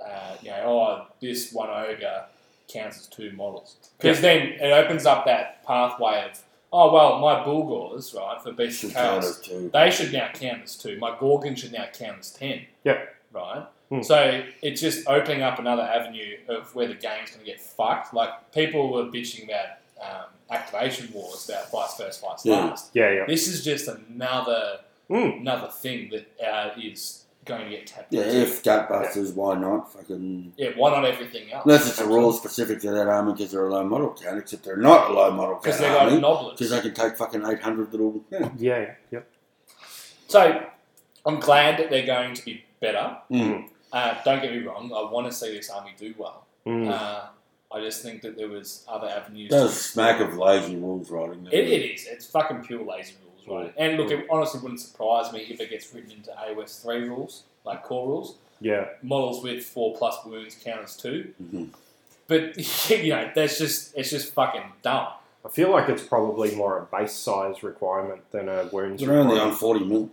Speaker 3: uh, you know, oh, this one ogre counts as two models. Because then it opens up that pathway of, oh, well, my Bulgors, right, for Beast of
Speaker 1: Should
Speaker 3: Chaos,
Speaker 1: count as two.
Speaker 3: they should now count as two. My Gorgon should now count as ten.
Speaker 7: Yeah.
Speaker 3: Right?
Speaker 7: Hmm.
Speaker 3: So it's just opening up another avenue of where the game's going to get fucked. Like, people were bitching about um, activation wars, about fights first, fights
Speaker 1: Yeah.
Speaker 3: last.
Speaker 7: yeah, yeah.
Speaker 3: This is just another
Speaker 7: Mm.
Speaker 3: another thing that uh, is going to get tapped
Speaker 1: Yeah,
Speaker 3: into.
Speaker 1: if Gutbusters, why not? Fucking.
Speaker 3: Yeah, why not everything else?
Speaker 1: Unless it's a rule specific to that army because they're a low model count, except they're not a low model
Speaker 3: Because
Speaker 1: count
Speaker 3: they got
Speaker 1: army.
Speaker 3: noblets.
Speaker 1: Because they can take fucking 800 little. Yeah.
Speaker 7: Yeah, yeah, yep.
Speaker 3: So I'm glad that they're going to be better.
Speaker 1: Mm.
Speaker 3: Uh, don't get me wrong, I want to see this army do well.
Speaker 2: Hmm.
Speaker 7: Mm.
Speaker 3: Uh, I just think that there was other avenues.
Speaker 1: Does
Speaker 3: to-
Speaker 1: smack of lazy rules writing. doesn't
Speaker 3: It, it is. It's fucking pure lazy rules, right? And look, it honestly wouldn't surprise me if it gets written into AOS three rules, like core rules.
Speaker 7: yeah.
Speaker 3: Models with four plus wounds count as 2
Speaker 1: Mhm.
Speaker 3: But you know, that's just it's just fucking dumb.
Speaker 2: I feel like it's probably more a base size requirement than a wounds
Speaker 1: They're only on
Speaker 2: requirement.
Speaker 1: 40 mil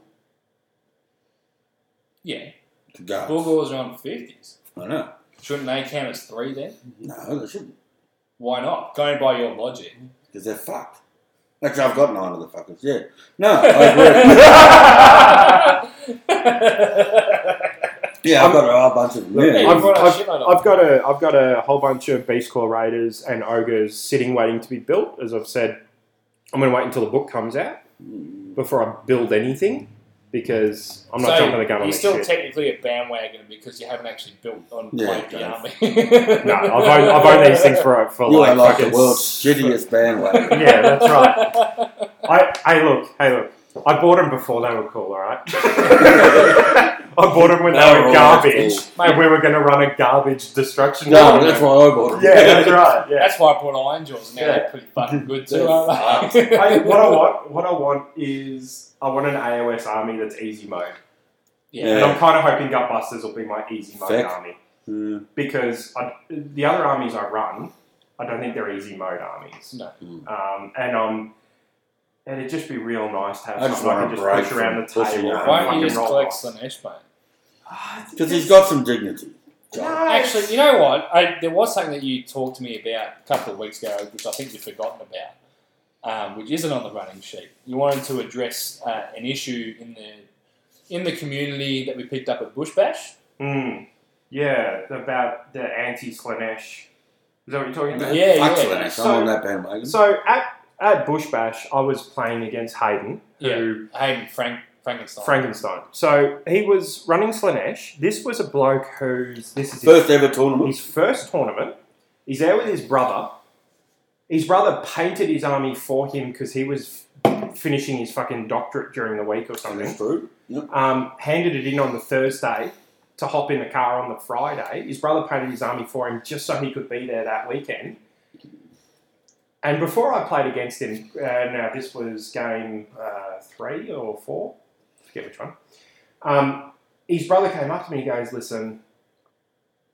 Speaker 3: Yeah,
Speaker 1: to go.
Speaker 3: Bulgars are on fifties.
Speaker 1: I know.
Speaker 3: Shouldn't they count as three then?
Speaker 1: No, they shouldn't.
Speaker 3: Why not? Going by your logic.
Speaker 1: Because they're fucked. Actually, I've got nine of the fuckers, yeah. No, I agree. yeah, I've got a whole bunch of them.
Speaker 2: Look,
Speaker 1: Yeah.
Speaker 3: Hey,
Speaker 2: I've-
Speaker 3: what a
Speaker 2: I've-
Speaker 3: shit load of-
Speaker 2: I've got a I've got a whole bunch of Beast Claw Raiders and ogres sitting waiting to be built. As I've said, I'm going to wait until the book comes out before I build anything because I'm not
Speaker 3: so
Speaker 2: jumping the gun on
Speaker 3: You're
Speaker 2: this
Speaker 3: still
Speaker 2: shit.
Speaker 3: technically a bandwagoner because you haven't actually built on
Speaker 1: Yeah,
Speaker 3: played the
Speaker 1: yeah.
Speaker 3: army.
Speaker 2: no, I've owned, I've owned these things for for
Speaker 1: you
Speaker 2: like,
Speaker 1: are like the
Speaker 2: fucking
Speaker 1: world's shittiest bandwagon.
Speaker 2: Yeah, that's
Speaker 3: right.
Speaker 2: I, hey, look, hey, look. I bought them before they were cool, all right? I bought them when they,
Speaker 1: They were
Speaker 2: were
Speaker 1: all
Speaker 2: garbage.
Speaker 1: cool.
Speaker 2: And we were going to run a garbage destruction.
Speaker 1: no,
Speaker 2: tournament.
Speaker 1: that's why I bought them.
Speaker 2: Yeah, that's right. Yeah.
Speaker 3: That's why I bought Iron Jaws. Now
Speaker 2: Yeah.
Speaker 3: they're pretty fucking good
Speaker 1: They're
Speaker 3: too, aren't they?
Speaker 2: I, what I want, what I want is, I want an AOS army that's easy mode, and
Speaker 3: Yeah.
Speaker 2: I'm kind of hoping Gutbusters will be my easy mode
Speaker 1: Fair.
Speaker 2: army
Speaker 1: Yeah.
Speaker 2: because I, the other armies I run, I don't think they're easy mode armies.
Speaker 3: No.
Speaker 1: Mm.
Speaker 2: Um, and um, and it'd just be real nice to have
Speaker 1: I just
Speaker 2: something I
Speaker 1: want
Speaker 2: can
Speaker 1: a
Speaker 2: just
Speaker 1: break
Speaker 2: push around the
Speaker 1: from pushing
Speaker 2: table.
Speaker 1: around.
Speaker 2: and
Speaker 3: Why don't
Speaker 2: fucking
Speaker 3: you just
Speaker 2: roll
Speaker 3: collect
Speaker 2: dice.
Speaker 3: Slanesh, mate?
Speaker 1: Because he's got some dignity. John.
Speaker 3: Actually, you know what? I, there was something that you talked to me about a couple of weeks ago, which I think you've forgotten about, um, which isn't on the running sheet. You wanted to address uh, an issue in the in the community that we picked up at Bush Bash.
Speaker 2: Mm. Yeah, about the anti Slanesh. Is that what you're talking
Speaker 1: Yeah,
Speaker 2: about?
Speaker 3: Yeah,
Speaker 1: Fuck
Speaker 3: yeah.
Speaker 1: Slanesh,
Speaker 2: So-
Speaker 1: I'm on that bandwagon.
Speaker 2: So at at Bush Bash, I was playing against Hayden, who
Speaker 3: Hayden Frank Frankenstein.
Speaker 2: Frankenstein. So he was running Slanesh. This was a bloke who's this is his,
Speaker 1: First ever tournament.
Speaker 2: his first tournament. He's there with his brother. His brother painted his army for him because he was finishing his fucking doctorate during the week or something
Speaker 1: That's true.
Speaker 2: um, handed it in on the Thursday to hop in the car on the Friday. His brother painted his army for him just so he could be there that weekend. And before I played against him, uh, now this was game uh, three or four, forget which one. Um, his brother came up to me and goes, "Listen,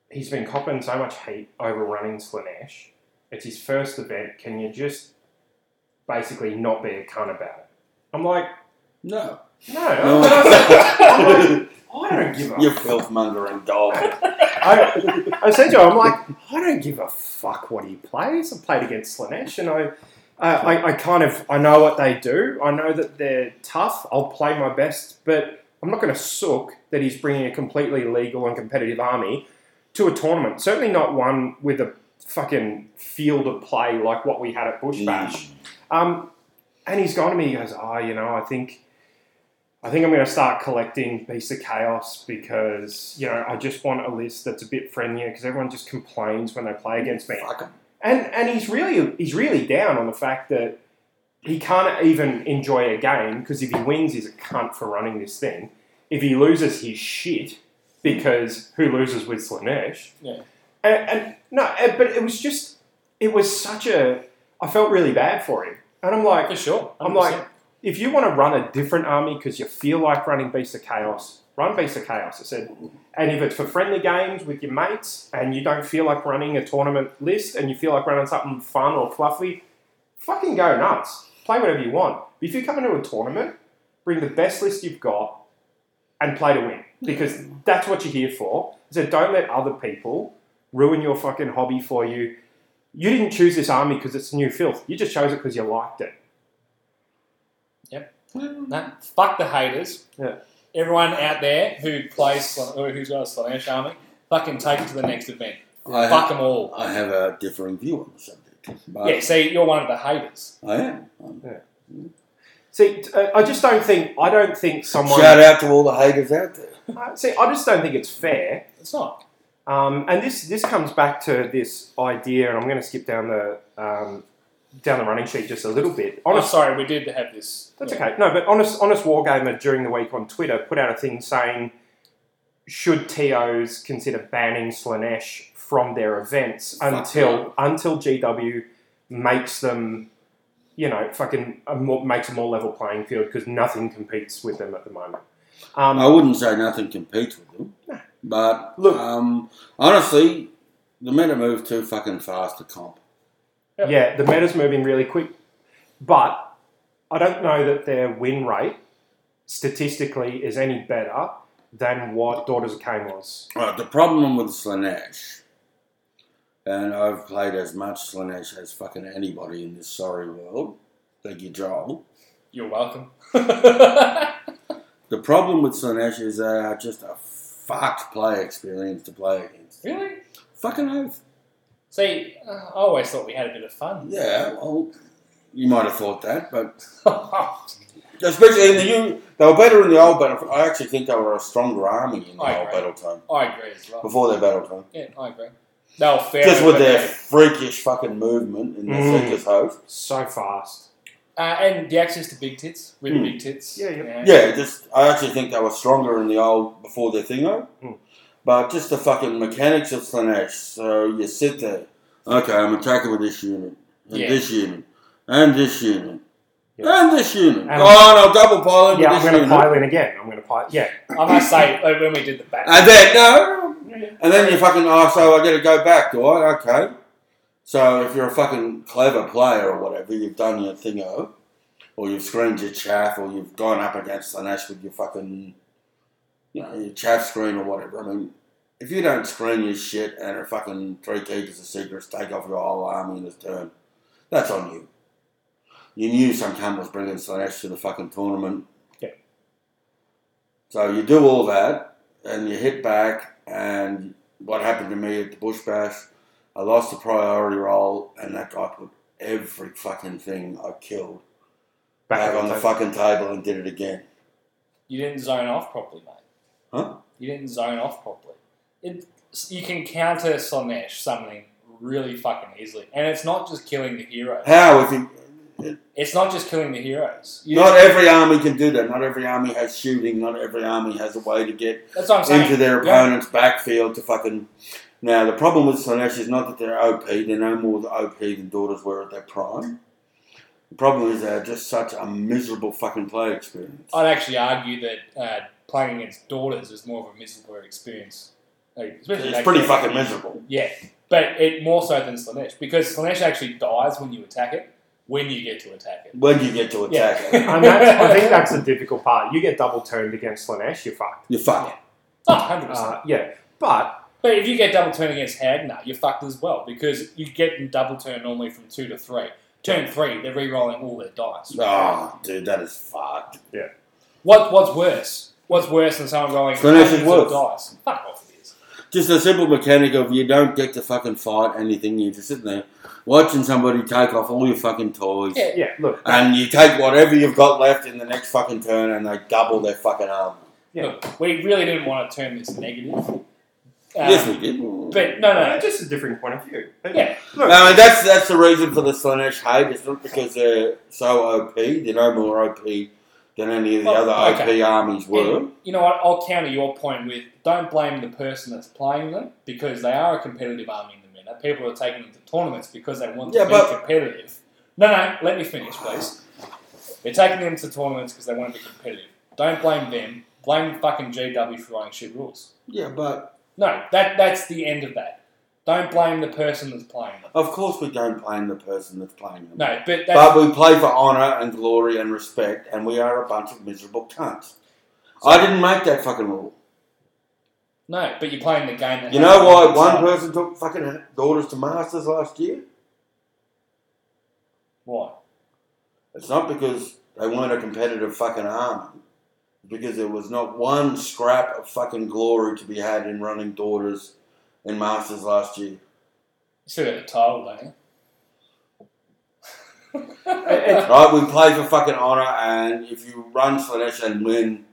Speaker 2: he's been copping so much heat over running Slanesh. It's his first event. Can you just basically not be a cunt about it?" I'm like,
Speaker 1: No.
Speaker 2: "No." I'm like, I don't give
Speaker 1: you
Speaker 2: a.
Speaker 1: filthmongering dog.
Speaker 2: I, I said to him, I'm like, I don't give a fuck what he plays. I played against Slanesh, and I, I, I, I kind of, I know what they do. I know that they're tough. I'll play my best, but I'm not going to sook that he's bringing a completely legal and competitive army to a tournament. Certainly not one with a fucking field of play like what we had at Bush Bash. Um, and he's gone to me. He goes, "Oh, you know, I think, I think I'm going to start collecting piece of chaos because you know I just want a list that's a bit friendlier because everyone just complains when they play against me."
Speaker 1: Fuck 'em.
Speaker 2: And and he's really he's really down on the fact that he can't even enjoy a game because if he wins, he's a cunt for running this thing. If he loses, he's shit because who loses with Slanesh?
Speaker 3: Yeah.
Speaker 2: And, and no, eh, but it was just it was such a I felt really bad for him, and I'm like,
Speaker 3: For sure.
Speaker 2: I'm like, if you want to run a different army because you feel like running Beast of Chaos, run Beast of Chaos. I said, and if it's for friendly games with your mates and you don't feel like running a tournament list and you feel like running something fun or fluffy, fucking go nuts. Play whatever you want. But if you come into a tournament, bring the best list you've got and play to win because that's what you're here for. So don't let other people ruin your fucking hobby for you. You didn't choose this army because it's new filth. You just chose it because you liked it.
Speaker 3: No, fuck the haters.
Speaker 2: Yeah.
Speaker 3: Everyone out there who plays Sl- or who's got a Slanesh army, fucking take it to the next event.
Speaker 1: I have,
Speaker 3: Fuck them all.
Speaker 1: I have a differing view on the subject. But
Speaker 3: Yeah, see, you're one of the haters.
Speaker 1: I am. Um,
Speaker 2: See, t- uh, I just don't think I don't think someone.
Speaker 1: Shout out to all the haters out there.
Speaker 2: Uh, See, I just don't think it's fair.
Speaker 3: It's not.
Speaker 2: Um, and this this comes back to this idea, and I'm going to skip down the um, down the running sheet just a little bit.
Speaker 3: Oh,
Speaker 2: Honest,
Speaker 3: sorry, we did have this.
Speaker 2: that's
Speaker 3: yeah.
Speaker 2: okay. No, but honest honest wargamer during the week on Twitter put out a thing saying, should TOs consider banning Slanesh from their events
Speaker 1: Fuck
Speaker 2: until until GW makes them. You know, fucking a more, makes a more level playing field because nothing competes with them at the moment. Um,
Speaker 1: I wouldn't say nothing competes with them, but
Speaker 2: Look-
Speaker 1: um, honestly, the meta moved too fucking fast to comp.
Speaker 3: Yep.
Speaker 2: Yeah, the meta's moving really quick. But I don't know that their win rate statistically is any better than what Daughters of Cain was.
Speaker 1: Right, the problem with Slanesh, and I've played as much Slanesh as fucking anybody in this sorry world. Thank you, Joel.
Speaker 3: You're welcome.
Speaker 1: The problem with Slanesh is they are just a fucked play experience to play against.
Speaker 3: really?
Speaker 1: Fucking oath.
Speaker 3: See, uh, I always thought we had a bit of fun.
Speaker 1: Yeah, well, you might have thought that, but
Speaker 3: I
Speaker 1: especially in the new, they were better in the old battle. I actually think they were a stronger army in the
Speaker 3: I
Speaker 1: old
Speaker 3: agree.
Speaker 1: battle time
Speaker 3: agree as well.
Speaker 1: before their battle time.
Speaker 3: Yeah, I agree. They were fair.
Speaker 1: Just with
Speaker 3: but
Speaker 1: their
Speaker 3: they-
Speaker 1: freakish fucking movement and their
Speaker 3: Mm-hmm.
Speaker 2: Mm.
Speaker 1: circus hose.
Speaker 2: So fast.
Speaker 3: Uh, and the access to big tits, with
Speaker 1: Hmm.
Speaker 3: big tits.
Speaker 2: Yeah, yep.
Speaker 3: yeah.
Speaker 1: Yeah, just I actually think they were stronger in the old before their thingo,
Speaker 2: Mm.
Speaker 1: but just the fucking mechanics of Slanesh. So you sit there, okay, I'm attacking with this unit, and
Speaker 3: Yeah.
Speaker 1: this unit, and this unit,
Speaker 2: Yeah.
Speaker 1: and this unit.
Speaker 2: And-
Speaker 1: oh no, double pile into
Speaker 2: Yeah, I'm
Speaker 1: this
Speaker 2: going to
Speaker 1: unit,
Speaker 2: pile in again. I'm going to pile. Yeah,
Speaker 3: I must say, like, when we did the back.
Speaker 1: and then no, and then you fucking oh, so I got to go back, do I? Okay. So if you're a fucking clever player or whatever, you've done your thingo, or you've screened your chaff, or you've gone up against Slanesh with your fucking, you know, your chaff screen or whatever. I mean, if you don't screen your shit and are fucking three keepers of secrets take off your whole army in this turn, that's on you. You knew some cunt was bringing Slanesh to the fucking tournament.
Speaker 2: Yeah.
Speaker 1: So you do all that, and you hit back, and what happened to me at the Bush Bash, I lost the priority roll, and that guy put every fucking thing I killed
Speaker 2: back,
Speaker 1: back on the
Speaker 2: table.
Speaker 1: fucking table and did it again.
Speaker 3: You didn't zone off properly, mate.
Speaker 1: Huh?
Speaker 3: You didn't zone off properly. It, you can counter Slanesh summoning really fucking easily. And it's not just killing the hero.
Speaker 1: How if he
Speaker 3: It's not just killing the heroes. You-
Speaker 1: Not every army can do that. Not every army has shooting. Not every army has a way to get
Speaker 3: that's what I'm saying.
Speaker 1: into their
Speaker 3: Yeah.
Speaker 1: opponent's backfield to fucking. Now the problem with Slanesh is not that they're OP. They're no more OP than daughters were at their prime. The problem is they're just such a miserable fucking play experience.
Speaker 3: I'd actually argue that uh, playing against daughters is more of a miserable experience. Like, especially
Speaker 1: It's
Speaker 3: that
Speaker 1: pretty
Speaker 3: game.
Speaker 1: fucking miserable.
Speaker 3: Yeah, but it more so than Slanesh because Slanesh actually dies when you attack it. When you get to attack it,
Speaker 1: When you get to attack
Speaker 3: Yeah.
Speaker 1: it,
Speaker 2: And that's, I think that's the difficult part. You get double turned against Slanesh, you're fucked.
Speaker 1: you fuck
Speaker 3: oh, 100 percent.
Speaker 2: Uh, yeah, but
Speaker 3: But if you get double turn against Hagnar, you're fucked as well because you get in double turn normally from two to three. Turn three, they're re-rolling all their dice.
Speaker 1: it. Oh, dude, that is fucked.
Speaker 3: What what's worse? What's worse than someone rolling
Speaker 1: Slanesh is
Speaker 3: hundreds of
Speaker 1: worse.
Speaker 3: dice? Fuck off it is.
Speaker 1: Just a simple mechanic of you don't get to fucking fight anything. You're just sitting there watching somebody take off all your fucking toys.
Speaker 3: Yeah.
Speaker 2: yeah, look,
Speaker 1: And you take whatever you've got left in the next fucking turn and they double their fucking arm.
Speaker 2: Yeah.
Speaker 3: Look, we really didn't want to turn this negative. Um,
Speaker 1: yes, we did.
Speaker 3: But no, no, no.
Speaker 2: just a different point of view. But
Speaker 3: Yeah.
Speaker 2: look,
Speaker 1: No, and that's that's the reason for the Slanesh hate. It's not because they're so OP. They're no more OP than any of the
Speaker 3: Well,
Speaker 1: other
Speaker 3: okay.
Speaker 1: OP armies were.
Speaker 3: And you know what? I'll counter your point with don't blame the person that's playing them because they are a competitive army in the minute. People are taking them to tournaments because they want
Speaker 1: Yeah,
Speaker 3: to be
Speaker 1: but-
Speaker 3: competitive. No, no, let me finish, please. They're taking them to tournaments because they want to be competitive. Don't blame them. Blame fucking GW for writing shit rules.
Speaker 1: Yeah, but
Speaker 3: No, that that's the end of that. Don't blame the person that's playing them.
Speaker 1: of course we don't blame the person that's playing them.
Speaker 3: No, but that's,
Speaker 1: But we play for honour and glory and respect, and we are a bunch of miserable cunts. I didn't make that fucking rule.
Speaker 3: no, but you're playing the game. That
Speaker 1: You know why
Speaker 3: what?
Speaker 1: one person took fucking daughters to masters last year?
Speaker 3: Why?
Speaker 1: It's not because they weren't a competitive fucking army. Because there was not one scrap of fucking glory to be had in running daughters in Masters last year.
Speaker 3: You still got the title, don't you?
Speaker 1: Right? We play for fucking honour, and if you run Slanesh and win,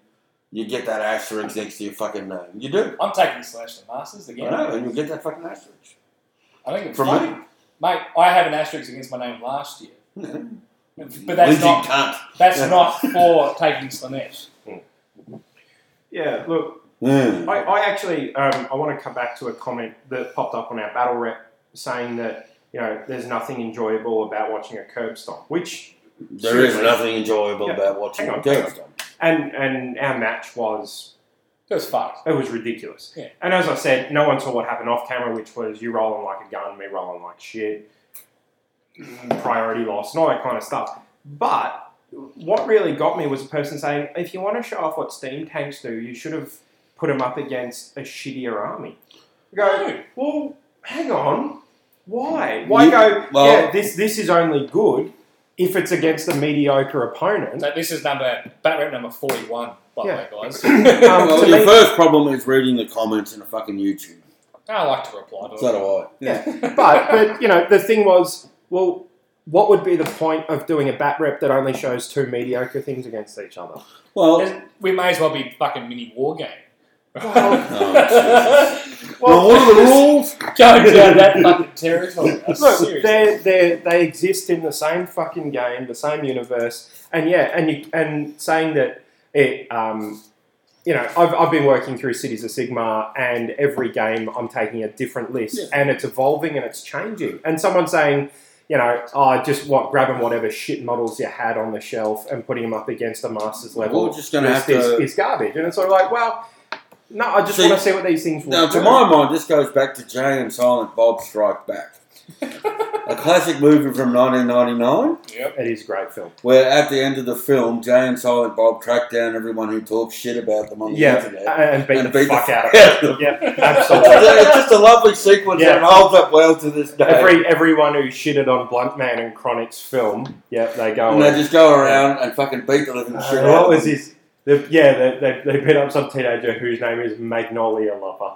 Speaker 1: you get that asterisk next to your fucking name. You do.
Speaker 3: I'm taking Slash the Masters
Speaker 1: I
Speaker 3: again.
Speaker 1: know, and you get that fucking asterisk.
Speaker 3: I don't give a
Speaker 1: From
Speaker 3: fuck.
Speaker 1: me.
Speaker 3: Mate, I had an asterisk against my name last year.
Speaker 1: No.
Speaker 3: But that's
Speaker 1: Lindsay
Speaker 3: not
Speaker 1: cunt.
Speaker 3: that's not for taking Slanesh.
Speaker 2: yeah, look,
Speaker 1: Mm.
Speaker 2: I, I actually um, I want to come back to a comment that popped up on our battle rep saying that you know there's nothing enjoyable about watching a curb stomp, which
Speaker 1: There is nothing enjoyable
Speaker 2: Yeah.
Speaker 1: about watching
Speaker 2: Hang on,
Speaker 1: a game.
Speaker 2: and and our match was
Speaker 3: It was fucked.
Speaker 2: it was ridiculous.
Speaker 3: Yeah.
Speaker 2: And as I said, no one saw what happened off camera, which was you rolling like a gun, me rolling like shit, priority loss, and all that kind of stuff. But what really got me was a person saying, if you want to show off what steam tanks do, you should have put them up against a shittier army. You Go,
Speaker 3: No.
Speaker 2: Well, hang on. Why? Why
Speaker 1: You-
Speaker 2: go?
Speaker 1: well-
Speaker 2: yeah, this this is only good if it's against a mediocre opponent.
Speaker 3: So this is number bat rep number forty one, by the
Speaker 2: Yeah.
Speaker 3: way, guys.
Speaker 2: Um,
Speaker 1: Well,
Speaker 2: to
Speaker 1: your
Speaker 2: me-
Speaker 1: first problem is reading the comments in a fucking YouTube.
Speaker 3: I like to reply to
Speaker 1: So
Speaker 3: it.
Speaker 1: do I.
Speaker 3: Yeah.
Speaker 2: But but you know the thing was well. What would be the point of doing a bat rep that only shows two mediocre things against each other?
Speaker 1: Well,
Speaker 3: we may as well be fucking mini war game.
Speaker 1: Oh, well,
Speaker 2: Well,
Speaker 1: what are the rules?
Speaker 3: Going down that fucking territory. I'm
Speaker 2: Look,
Speaker 3: serious.
Speaker 2: they they they exist in the same fucking game, the same universe, and yeah, and you and saying that it, um, you know, I've I've been working through Cities of Sigma, and every game I'm taking a different list, and it's evolving and it's changing, and someone saying. You know, oh, just what grabbing whatever shit models you had on the shelf and putting them up against a master's level
Speaker 1: We're just gonna
Speaker 2: is,
Speaker 1: have to-
Speaker 2: is, is garbage, and it's sort of like, well, no, I just
Speaker 1: See,
Speaker 2: want to see what these things will
Speaker 1: Now,
Speaker 2: do.
Speaker 1: to my mind, this goes back to Jay and Silent Bob Strike Back, a classic movie from 1999,
Speaker 3: Yep.
Speaker 2: It is a great film.
Speaker 1: where at the end of the film, Jay and Silent Bob track down everyone who talks shit about them on the
Speaker 2: Yeah,
Speaker 1: internet.
Speaker 2: and beat
Speaker 1: and
Speaker 2: the fuck out of it.
Speaker 1: out of them.
Speaker 2: Yeah,
Speaker 1: it's,
Speaker 2: absolutely.
Speaker 1: a- it's just a lovely sequence
Speaker 2: Yeah.
Speaker 1: and holds up well to this day.
Speaker 2: Every everyone who shitted on Bluntman and Chronic's film, yeah, they go.
Speaker 1: and they
Speaker 2: on.
Speaker 1: just go around and fucking beat the living
Speaker 2: Uh,
Speaker 1: shit out
Speaker 2: what
Speaker 1: of
Speaker 2: was his? The, yeah, they, they, they beat up some teenager whose name is Magnolia Lover.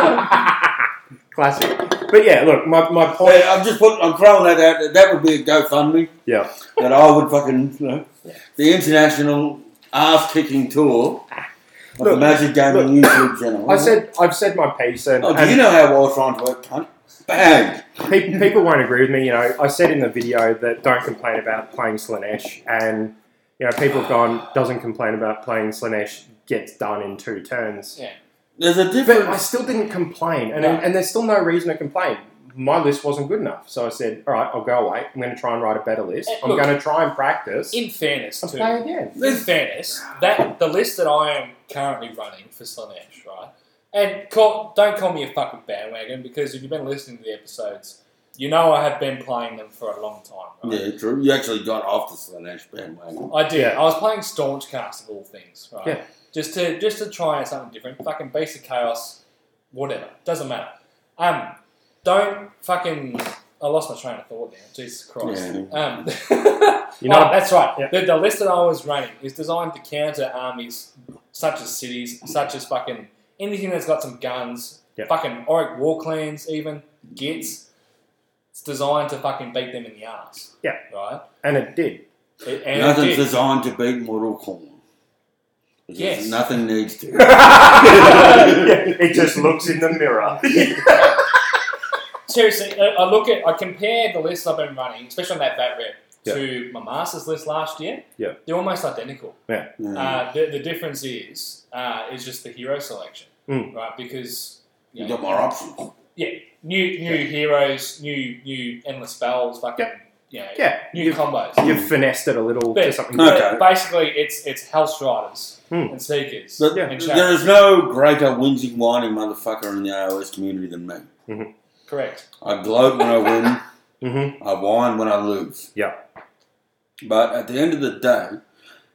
Speaker 2: Classic. But yeah, look, my, my
Speaker 1: Oh,
Speaker 2: point.
Speaker 1: yeah, I'm just putting, I'm throwing that out. there. That would be a GoFundMe.
Speaker 2: Yeah.
Speaker 1: That I would fucking, you know, the international ass kicking tour of
Speaker 2: Look,
Speaker 1: the Magic Gaming YouTube channel.
Speaker 2: I said I've said my piece, and,
Speaker 1: Oh, do
Speaker 2: and
Speaker 1: you know how Wild Farms work, cunt? Bang!
Speaker 2: pe- people won't agree with me. You know, I said in the video that don't complain about playing Slanesh, and you know, people have gone doesn't complain about playing Slanesh gets done in two turns.
Speaker 1: There's a
Speaker 2: But I
Speaker 1: difference.
Speaker 2: still didn't complain, and
Speaker 3: No.
Speaker 2: and there's still no reason to complain. My list wasn't good enough, so I said, "All right, I'll go away. I'm going to try and write a better list.
Speaker 3: Eh,
Speaker 2: I'm
Speaker 3: look,
Speaker 2: going to try and practice
Speaker 3: In fairness,
Speaker 2: and
Speaker 3: too.
Speaker 2: play again."
Speaker 3: In fairness, that the list that I am currently running for Slanesh, right? And call, don't call me a fucking bandwagon because if you've been listening to the episodes, you know I have been playing them for a long time. Right?
Speaker 1: Yeah, true. You actually got off the Slanesh bandwagon.
Speaker 3: I did.
Speaker 2: Yeah.
Speaker 3: I was playing Staunchcast of all things, right?
Speaker 2: Yeah.
Speaker 3: Just to just to try something different. Fucking basic chaos, whatever. Doesn't matter. Um, don't fucking. I lost my train of thought there. Jesus Christ. Um,
Speaker 2: You know,
Speaker 3: oh, that's right.
Speaker 2: Yeah.
Speaker 3: The, the list that I was running is designed to counter armies such as cities, such as fucking anything that's got some guns,
Speaker 2: Yeah.
Speaker 3: fucking Auric War Clans, even Gits. It's designed to fucking beat them in the ass.
Speaker 2: Yeah.
Speaker 3: Right?
Speaker 2: and it did.
Speaker 3: It- and it
Speaker 1: Nothing's
Speaker 3: did.
Speaker 1: designed to beat Mortal Kombat. Because
Speaker 3: Yes.
Speaker 1: Nothing needs to.
Speaker 2: it just looks in the mirror.
Speaker 3: Seriously, I, I look at, I compare the list I've been running, especially on that bat rep,
Speaker 2: Yeah.
Speaker 3: to my master's list last year.
Speaker 2: Yeah.
Speaker 3: They're almost identical.
Speaker 1: Yeah.
Speaker 3: Uh, the, the difference is, uh, is just the hero selection.
Speaker 2: Mm.
Speaker 3: Right? Because. you
Speaker 1: you
Speaker 3: know,
Speaker 1: got more options.
Speaker 3: new new heroes, new new endless spells, fucking you know,
Speaker 2: Yeah,
Speaker 3: new
Speaker 2: you've,
Speaker 3: combos.
Speaker 2: you've finessed it a little to
Speaker 3: But-
Speaker 2: something.
Speaker 1: No.
Speaker 2: good.
Speaker 1: Okay.
Speaker 3: but basically, it's it's house riders
Speaker 2: Hmm.
Speaker 3: and seekers.
Speaker 1: But
Speaker 2: Yeah.
Speaker 3: And
Speaker 1: There is no greater whinging, whining motherfucker in the iOS community than me.
Speaker 3: correct.
Speaker 1: I gloat when I win.
Speaker 2: Mhm.
Speaker 1: I whine when I lose.
Speaker 2: Yeah.
Speaker 1: But at the end of the day,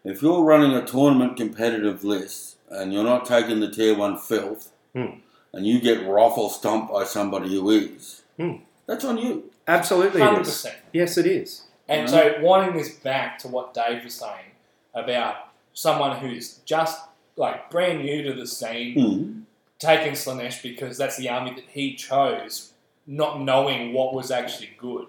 Speaker 1: if you're running a tournament competitive list and you're not taking the tier one filth,
Speaker 2: Hmm.
Speaker 1: and you get raffle stomped by somebody who is,
Speaker 2: Hmm.
Speaker 1: that's on you.
Speaker 2: Absolutely,
Speaker 3: Hundred
Speaker 2: it is.
Speaker 3: percent.
Speaker 2: Yes, it is.
Speaker 3: And
Speaker 1: Mhm.
Speaker 2: Hmm.
Speaker 3: so, winding this back to what Dave was saying about someone who's just like brand new to the scene,
Speaker 1: Hmm.
Speaker 3: taking Slanesh because that's the army that he chose, not knowing what was actually good.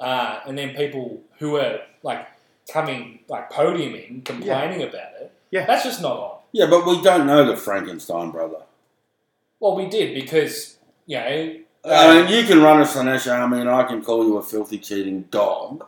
Speaker 3: Uh, and then people who are like coming, like podiuming, complaining about it.
Speaker 2: Yeah.
Speaker 3: That's just not on.
Speaker 1: Yeah, but we don't know the Frankenstein brother.
Speaker 3: Well, we did because, you know,
Speaker 1: I mean, you can run a Slanesh army and I can call you a filthy, cheating dog.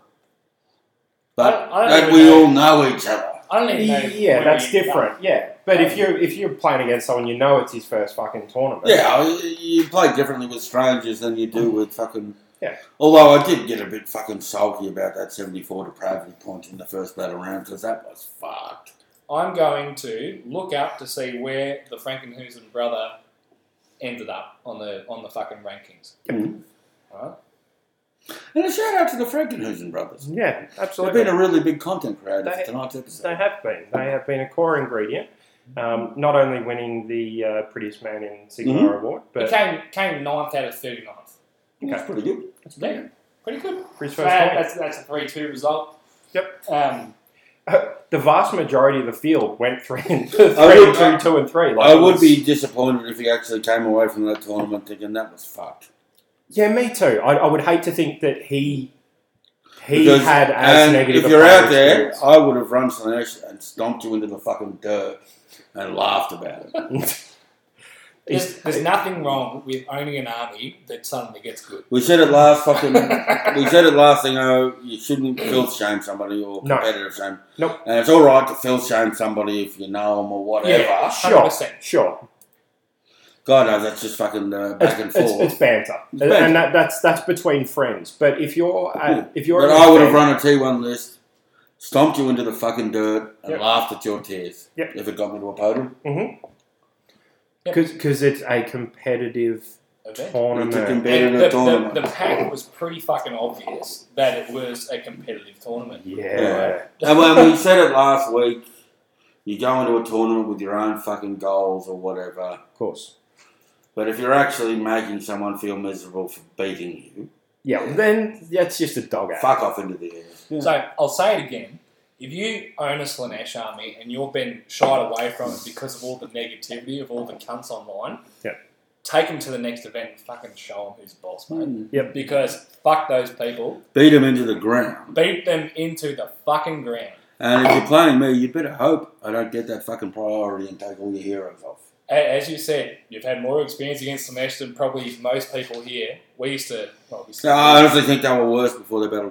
Speaker 1: But
Speaker 3: I don't- I don't
Speaker 1: that
Speaker 3: even
Speaker 1: we
Speaker 3: know.
Speaker 1: all know each other.
Speaker 3: I don't even know.
Speaker 2: Yeah,
Speaker 3: where
Speaker 2: that's
Speaker 3: you-
Speaker 2: different. Yeah, but if you're if you're playing against someone you know it's his first fucking tournament.
Speaker 1: Yeah, I- you play differently with strangers than you do with fucking.
Speaker 2: Yeah.
Speaker 1: Although I did get a bit fucking sulky about that 74 depravity point in the first battle round because that was fucked.
Speaker 3: I'm going to look up to see where the Frankenhusen brother ended up on the on the fucking rankings.
Speaker 1: And a shout out to the Frankenhuisen brothers.
Speaker 2: yeah,
Speaker 1: They've
Speaker 2: absolutely.
Speaker 1: been a really big content creator
Speaker 2: They-
Speaker 1: for tonight's
Speaker 2: they
Speaker 1: episode.
Speaker 2: have been. They have been a core ingredient. Um, not only winning the uh, prettiest man in Sigma
Speaker 1: Mhm.
Speaker 2: award,
Speaker 3: It
Speaker 2: but
Speaker 3: came came ninth out of 39th.
Speaker 1: That's pretty good.
Speaker 3: Yeah, pretty good.
Speaker 2: for his first
Speaker 3: That-
Speaker 2: tournament.
Speaker 3: that's, that's a 3 2 result.
Speaker 2: Yep.
Speaker 3: Um,
Speaker 2: the vast majority of the field went three and three,
Speaker 1: I would-
Speaker 2: and two, two and three. Like,
Speaker 1: I
Speaker 2: it
Speaker 1: would
Speaker 2: was-
Speaker 1: be disappointed if he actually came away from that tournament thinking that was fucked.
Speaker 2: Yeah, me too. I, I would hate to think that he he
Speaker 1: Because-
Speaker 2: had as
Speaker 1: and
Speaker 2: negative.
Speaker 1: if
Speaker 2: a
Speaker 1: you're
Speaker 2: player
Speaker 1: out there, uh,
Speaker 2: experience.
Speaker 1: I would have run Slanesh and stomped you into the fucking dirt and laughed about it.
Speaker 3: there's, there's nothing wrong with owning an army that suddenly gets good.
Speaker 1: We said it last fucking we said it last thing, oh, you shouldn't filth shame somebody or
Speaker 2: No.
Speaker 1: competitive shame.
Speaker 2: Nope.
Speaker 1: And it's all right to filth shame somebody if you know them or whatever.
Speaker 3: Yeah,
Speaker 2: sure,
Speaker 3: 100%.
Speaker 2: sure.
Speaker 1: God knows that's just fucking uh, back
Speaker 2: It's,
Speaker 1: and
Speaker 2: it's,
Speaker 1: forth.
Speaker 2: it's banter,
Speaker 1: It's
Speaker 2: and
Speaker 1: banter. Hmm.
Speaker 2: that, that's that's between friends. But if you're uh, if you're,
Speaker 1: but
Speaker 2: in a
Speaker 1: I would have
Speaker 2: band-
Speaker 1: run a T1 list, stomped you into the fucking dirt, and
Speaker 2: Yep.
Speaker 1: laughed at your tears
Speaker 2: Yep.
Speaker 1: if it got me to a podium.
Speaker 2: because it's a competitive
Speaker 3: Event.
Speaker 1: It's a
Speaker 2: tournament.
Speaker 1: competitive
Speaker 3: And the, the,
Speaker 1: tournament.
Speaker 3: the pack was pretty fucking obvious that it was a competitive tournament.
Speaker 2: Yeah,
Speaker 1: and when we said it last week, you go into a tournament with your own fucking goals or whatever.
Speaker 2: of course.
Speaker 1: But if you're actually making someone feel miserable for beating you,
Speaker 2: Yeah, then that's just a dog act.
Speaker 1: fuck off into the air.
Speaker 3: So I'll say it again. If you own a Slanesh army and you've been shied away from it because of all the negativity of all the cunts online,
Speaker 2: Yep.
Speaker 3: take them to the next event and fucking show them who's boss, mate.
Speaker 1: Mm.
Speaker 2: Yep.
Speaker 3: Because fuck those people.
Speaker 1: Beat him into the ground.
Speaker 3: Beat them into the fucking ground.
Speaker 1: And if you're playing me, you better hope I don't get that fucking priority and take all your heroes off.
Speaker 3: A- As you said, you've had more experience against Smash than probably most people here. We used to, well, we
Speaker 1: So I honestly think they were worse before their battle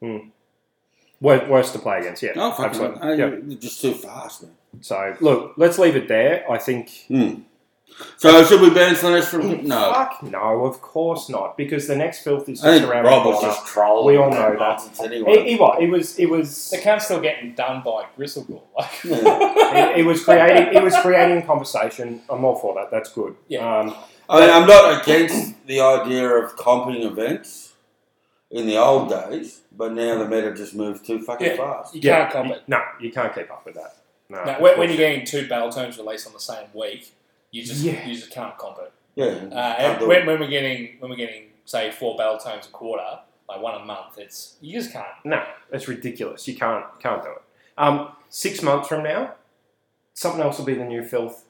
Speaker 1: time.
Speaker 2: Wor- worse to play against, yeah.
Speaker 1: No, Oh, fucking
Speaker 2: absolutely.
Speaker 1: I-
Speaker 2: Yeah.
Speaker 1: they're just too fast, man.
Speaker 2: So, look, let's leave it there. I think.
Speaker 1: So should we ban Slanesh from? No,
Speaker 2: Fuck no, of course not, because the next filth is
Speaker 1: I
Speaker 2: just
Speaker 1: think
Speaker 2: around
Speaker 1: Rob
Speaker 2: the
Speaker 1: was
Speaker 2: corner.
Speaker 1: just trolling.
Speaker 2: We all know that.
Speaker 1: nonsense
Speaker 2: It,
Speaker 1: Anyway.
Speaker 2: it was. It was. It was.
Speaker 3: The cunt's still getting done by Gristlegore.
Speaker 2: It, it was creating. It was creating conversation. I'm all for that. That's good.
Speaker 3: Yeah.
Speaker 2: Um,
Speaker 1: I mean, I'm not against the idea of comping events in the old days, but now the meta just moves too fucking
Speaker 3: Yeah. Uh,
Speaker 1: fast.
Speaker 3: You
Speaker 2: yeah,
Speaker 3: can't combat.
Speaker 2: No, you can't keep up with that. No.
Speaker 3: No,
Speaker 2: of
Speaker 3: when, when
Speaker 2: course.
Speaker 3: you're getting two battle turns released on the same week, you just
Speaker 2: Yeah.
Speaker 3: you just can't comp it.
Speaker 1: Yeah.
Speaker 3: Uh, and when, when we're getting when we're getting say four battle turns a quarter, like one a month, it's you just can't.
Speaker 2: No, it's ridiculous. You can't can't do it. Um, six months from now, something else will be the new filth,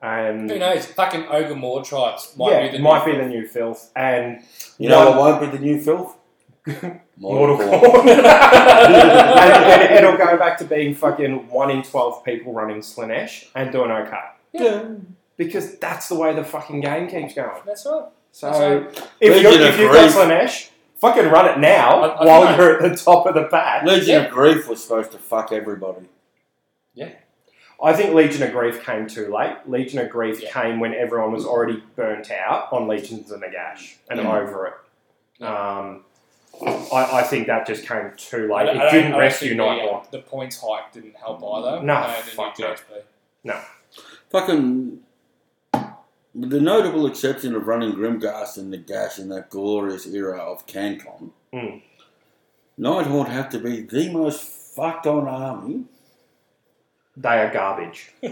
Speaker 2: and
Speaker 3: Who knows? Fucking ogre Moor tribes might
Speaker 2: yeah,
Speaker 3: be the
Speaker 2: might
Speaker 3: new-
Speaker 2: be the new filth. And
Speaker 1: you know what won't be the new filth?
Speaker 2: Mortal
Speaker 1: Kombat.
Speaker 2: Kombat. and it- it'll go back to being fucking one in twelve people running Slanesh and doing okay
Speaker 1: Yeah.
Speaker 2: because that's the way the fucking game keeps going.
Speaker 3: That's right.
Speaker 2: So
Speaker 3: That's
Speaker 2: if,
Speaker 1: Legion
Speaker 2: you're,
Speaker 1: of
Speaker 2: if you've got
Speaker 1: Grief.
Speaker 2: Slanesh, fucking run it now
Speaker 3: I- I
Speaker 2: while
Speaker 3: think I-
Speaker 2: you're at the top of the pack.
Speaker 1: Legion of Grief was supposed to fuck everybody.
Speaker 2: I think Legion of Grief came too late. Legion of Grief
Speaker 3: Yeah.
Speaker 2: came when everyone was already burnt out on Legions of Nagash and
Speaker 1: Yeah.
Speaker 2: over it. Um, I, I think that just came too
Speaker 3: I
Speaker 2: late.
Speaker 3: don't- I
Speaker 2: It
Speaker 3: don't- I
Speaker 2: didn't
Speaker 3: don't
Speaker 2: rest
Speaker 3: think
Speaker 2: Unite
Speaker 3: the,
Speaker 2: one.
Speaker 3: uh, the points hike didn't help either.
Speaker 2: No,
Speaker 3: And the new
Speaker 2: fuck no.
Speaker 3: GXP.
Speaker 1: Fucking. With the notable exception of running Grimgast and the Gash in that glorious era of CanCon,
Speaker 3: Hmm.
Speaker 2: Mm.
Speaker 1: Nighthaunt have to be the most fucked on army.
Speaker 2: They are garbage.
Speaker 1: They,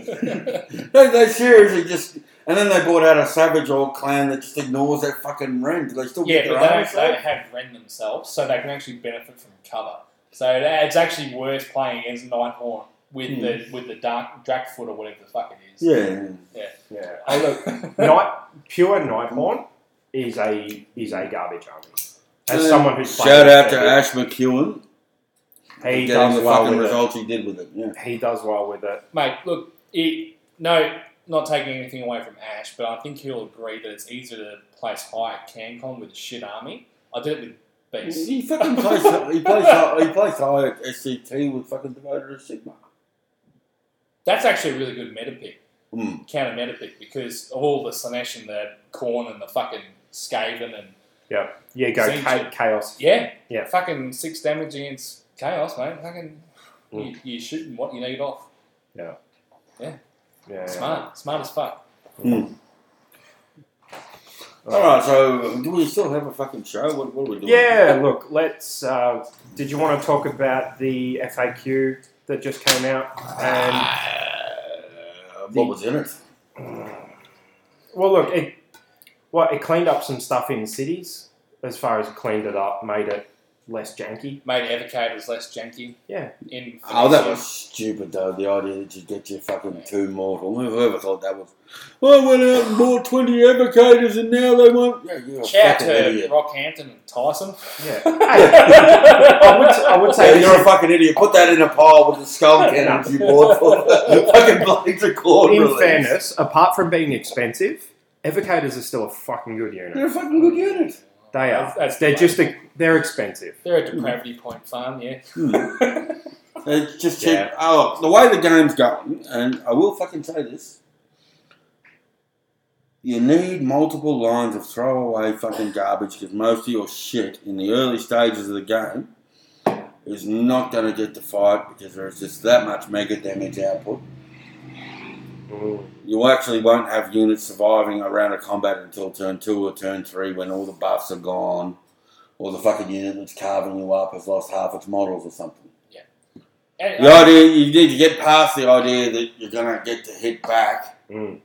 Speaker 1: they seriously just. And then they brought out a savage old clan that just ignores that fucking rent. They still
Speaker 3: Yeah,
Speaker 1: get their
Speaker 3: but they
Speaker 1: own.
Speaker 3: don't, they don't have Ren themselves, so they can actually benefit from cover. So it- it's actually worse playing against Nighthorn with
Speaker 1: Hmm.
Speaker 3: the with the dark Drakfoot or whatever the fuck it is.
Speaker 1: Yeah.
Speaker 2: Yeah. Oh, look, Night, pure Nighthorn is a is a garbage army. As
Speaker 1: Uh,
Speaker 2: someone who's played
Speaker 1: Shout
Speaker 2: it,
Speaker 1: out to
Speaker 2: he-
Speaker 1: Ash McEwen for
Speaker 2: he
Speaker 1: getting
Speaker 2: does
Speaker 1: the
Speaker 2: well
Speaker 1: fucking
Speaker 2: with it.
Speaker 1: results he did with it. Yeah.
Speaker 2: He does well with it.
Speaker 3: mate. Look, it, no, not taking anything away from Ash, but I think he'll agree that it's easier to place high at CanCon with a shit army. I did it with Beast.
Speaker 1: He fucking plays. he plays. high- He plays high at SCT with fucking devoted to Sigma.
Speaker 3: That's actually a really good meta pick,
Speaker 1: Hmm.
Speaker 3: counter meta pick, because of all the Slanesh and the Corn and the fucking Skaven and
Speaker 2: Yeah, go
Speaker 3: Seems
Speaker 2: cha-
Speaker 3: to-
Speaker 2: chaos.
Speaker 3: Yeah.
Speaker 2: Yeah.
Speaker 3: Fucking six damage against chaos, mate. Fucking you, you shooting what you need off.
Speaker 2: Yeah.
Speaker 3: Smart, smart as fuck.
Speaker 1: All right. So do we still have a fucking show? What, what are we doing?
Speaker 2: Yeah, look, let's. Uh, did you want to talk about the FAQ that just came out? And
Speaker 1: Uh, what was in it?
Speaker 2: well, look, it well, it cleaned up some stuff in cities as far as cleaned it up, made it less janky.
Speaker 3: Made evocators less janky.
Speaker 2: Yeah.
Speaker 3: In
Speaker 1: Oh, that was stupid though. The idea that you get your fucking two mortal. Whoever thought that was. I went out and bought twenty avocators, and now they want. Yeah, you're a
Speaker 3: Shout
Speaker 1: fucking
Speaker 3: to
Speaker 1: idiot.
Speaker 3: Rockhampton and Tyson.
Speaker 2: Yeah, I would, I would
Speaker 1: So
Speaker 2: say
Speaker 1: you're a fucking idiot. Put that in a pile with the skull cannons you bought for fucking blades of corn
Speaker 2: in
Speaker 1: release.
Speaker 2: fairness, apart from being expensive, evocators are still a fucking good
Speaker 1: They're
Speaker 2: unit.
Speaker 1: a fucking good unit.
Speaker 2: They are.
Speaker 3: That's- that's
Speaker 2: they're
Speaker 3: right.
Speaker 2: just a, they're expensive.
Speaker 3: They're a depravity point farm, yeah.
Speaker 1: It's Uh, just cheap.
Speaker 2: Yeah.
Speaker 1: Oh, look, the way the game's going, and I will fucking say this. You need multiple lines of throwaway fucking garbage because most of your shit in the early stages of the game is not going to get to fight because there's just that much mega damage output. You actually won't have units surviving a round of combat until turn two or turn three when all the buffs are gone or the fucking unit that's carving you up has lost half its models or something.
Speaker 3: And,
Speaker 1: The idea you need to get past the idea that you're gonna get to hit back
Speaker 2: Mm.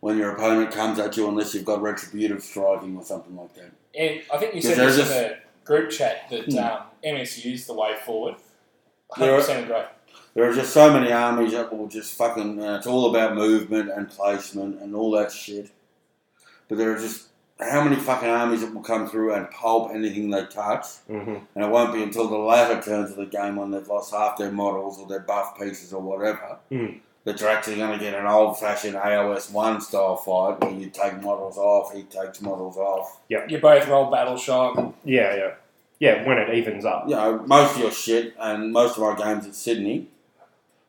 Speaker 1: when your opponent comes at you, unless you've got retributive striking or something like that.
Speaker 3: and I think you
Speaker 1: Yeah,
Speaker 3: said
Speaker 1: there's
Speaker 3: this in the group chat that
Speaker 1: Hmm.
Speaker 3: um, MSU's the way forward.
Speaker 1: There are-
Speaker 3: 100% agree.
Speaker 1: There are just so many armies that will just fucking. And it's all about movement and placement and all that shit. But there are just how many fucking armies that will come through and pulp anything they touch.
Speaker 2: Mm-hmm.
Speaker 1: And it won't be until the latter turns of the game when they've lost half their models or their buff pieces or whatever
Speaker 2: Mm.
Speaker 1: that you're actually going to get an old fashioned AOS 1 style fight where you take models off, he takes models off.
Speaker 3: You both roll battle shock.
Speaker 2: Yeah, yeah, yeah. When it evens up.
Speaker 1: You know, most of your shit and most of my games at Sydney,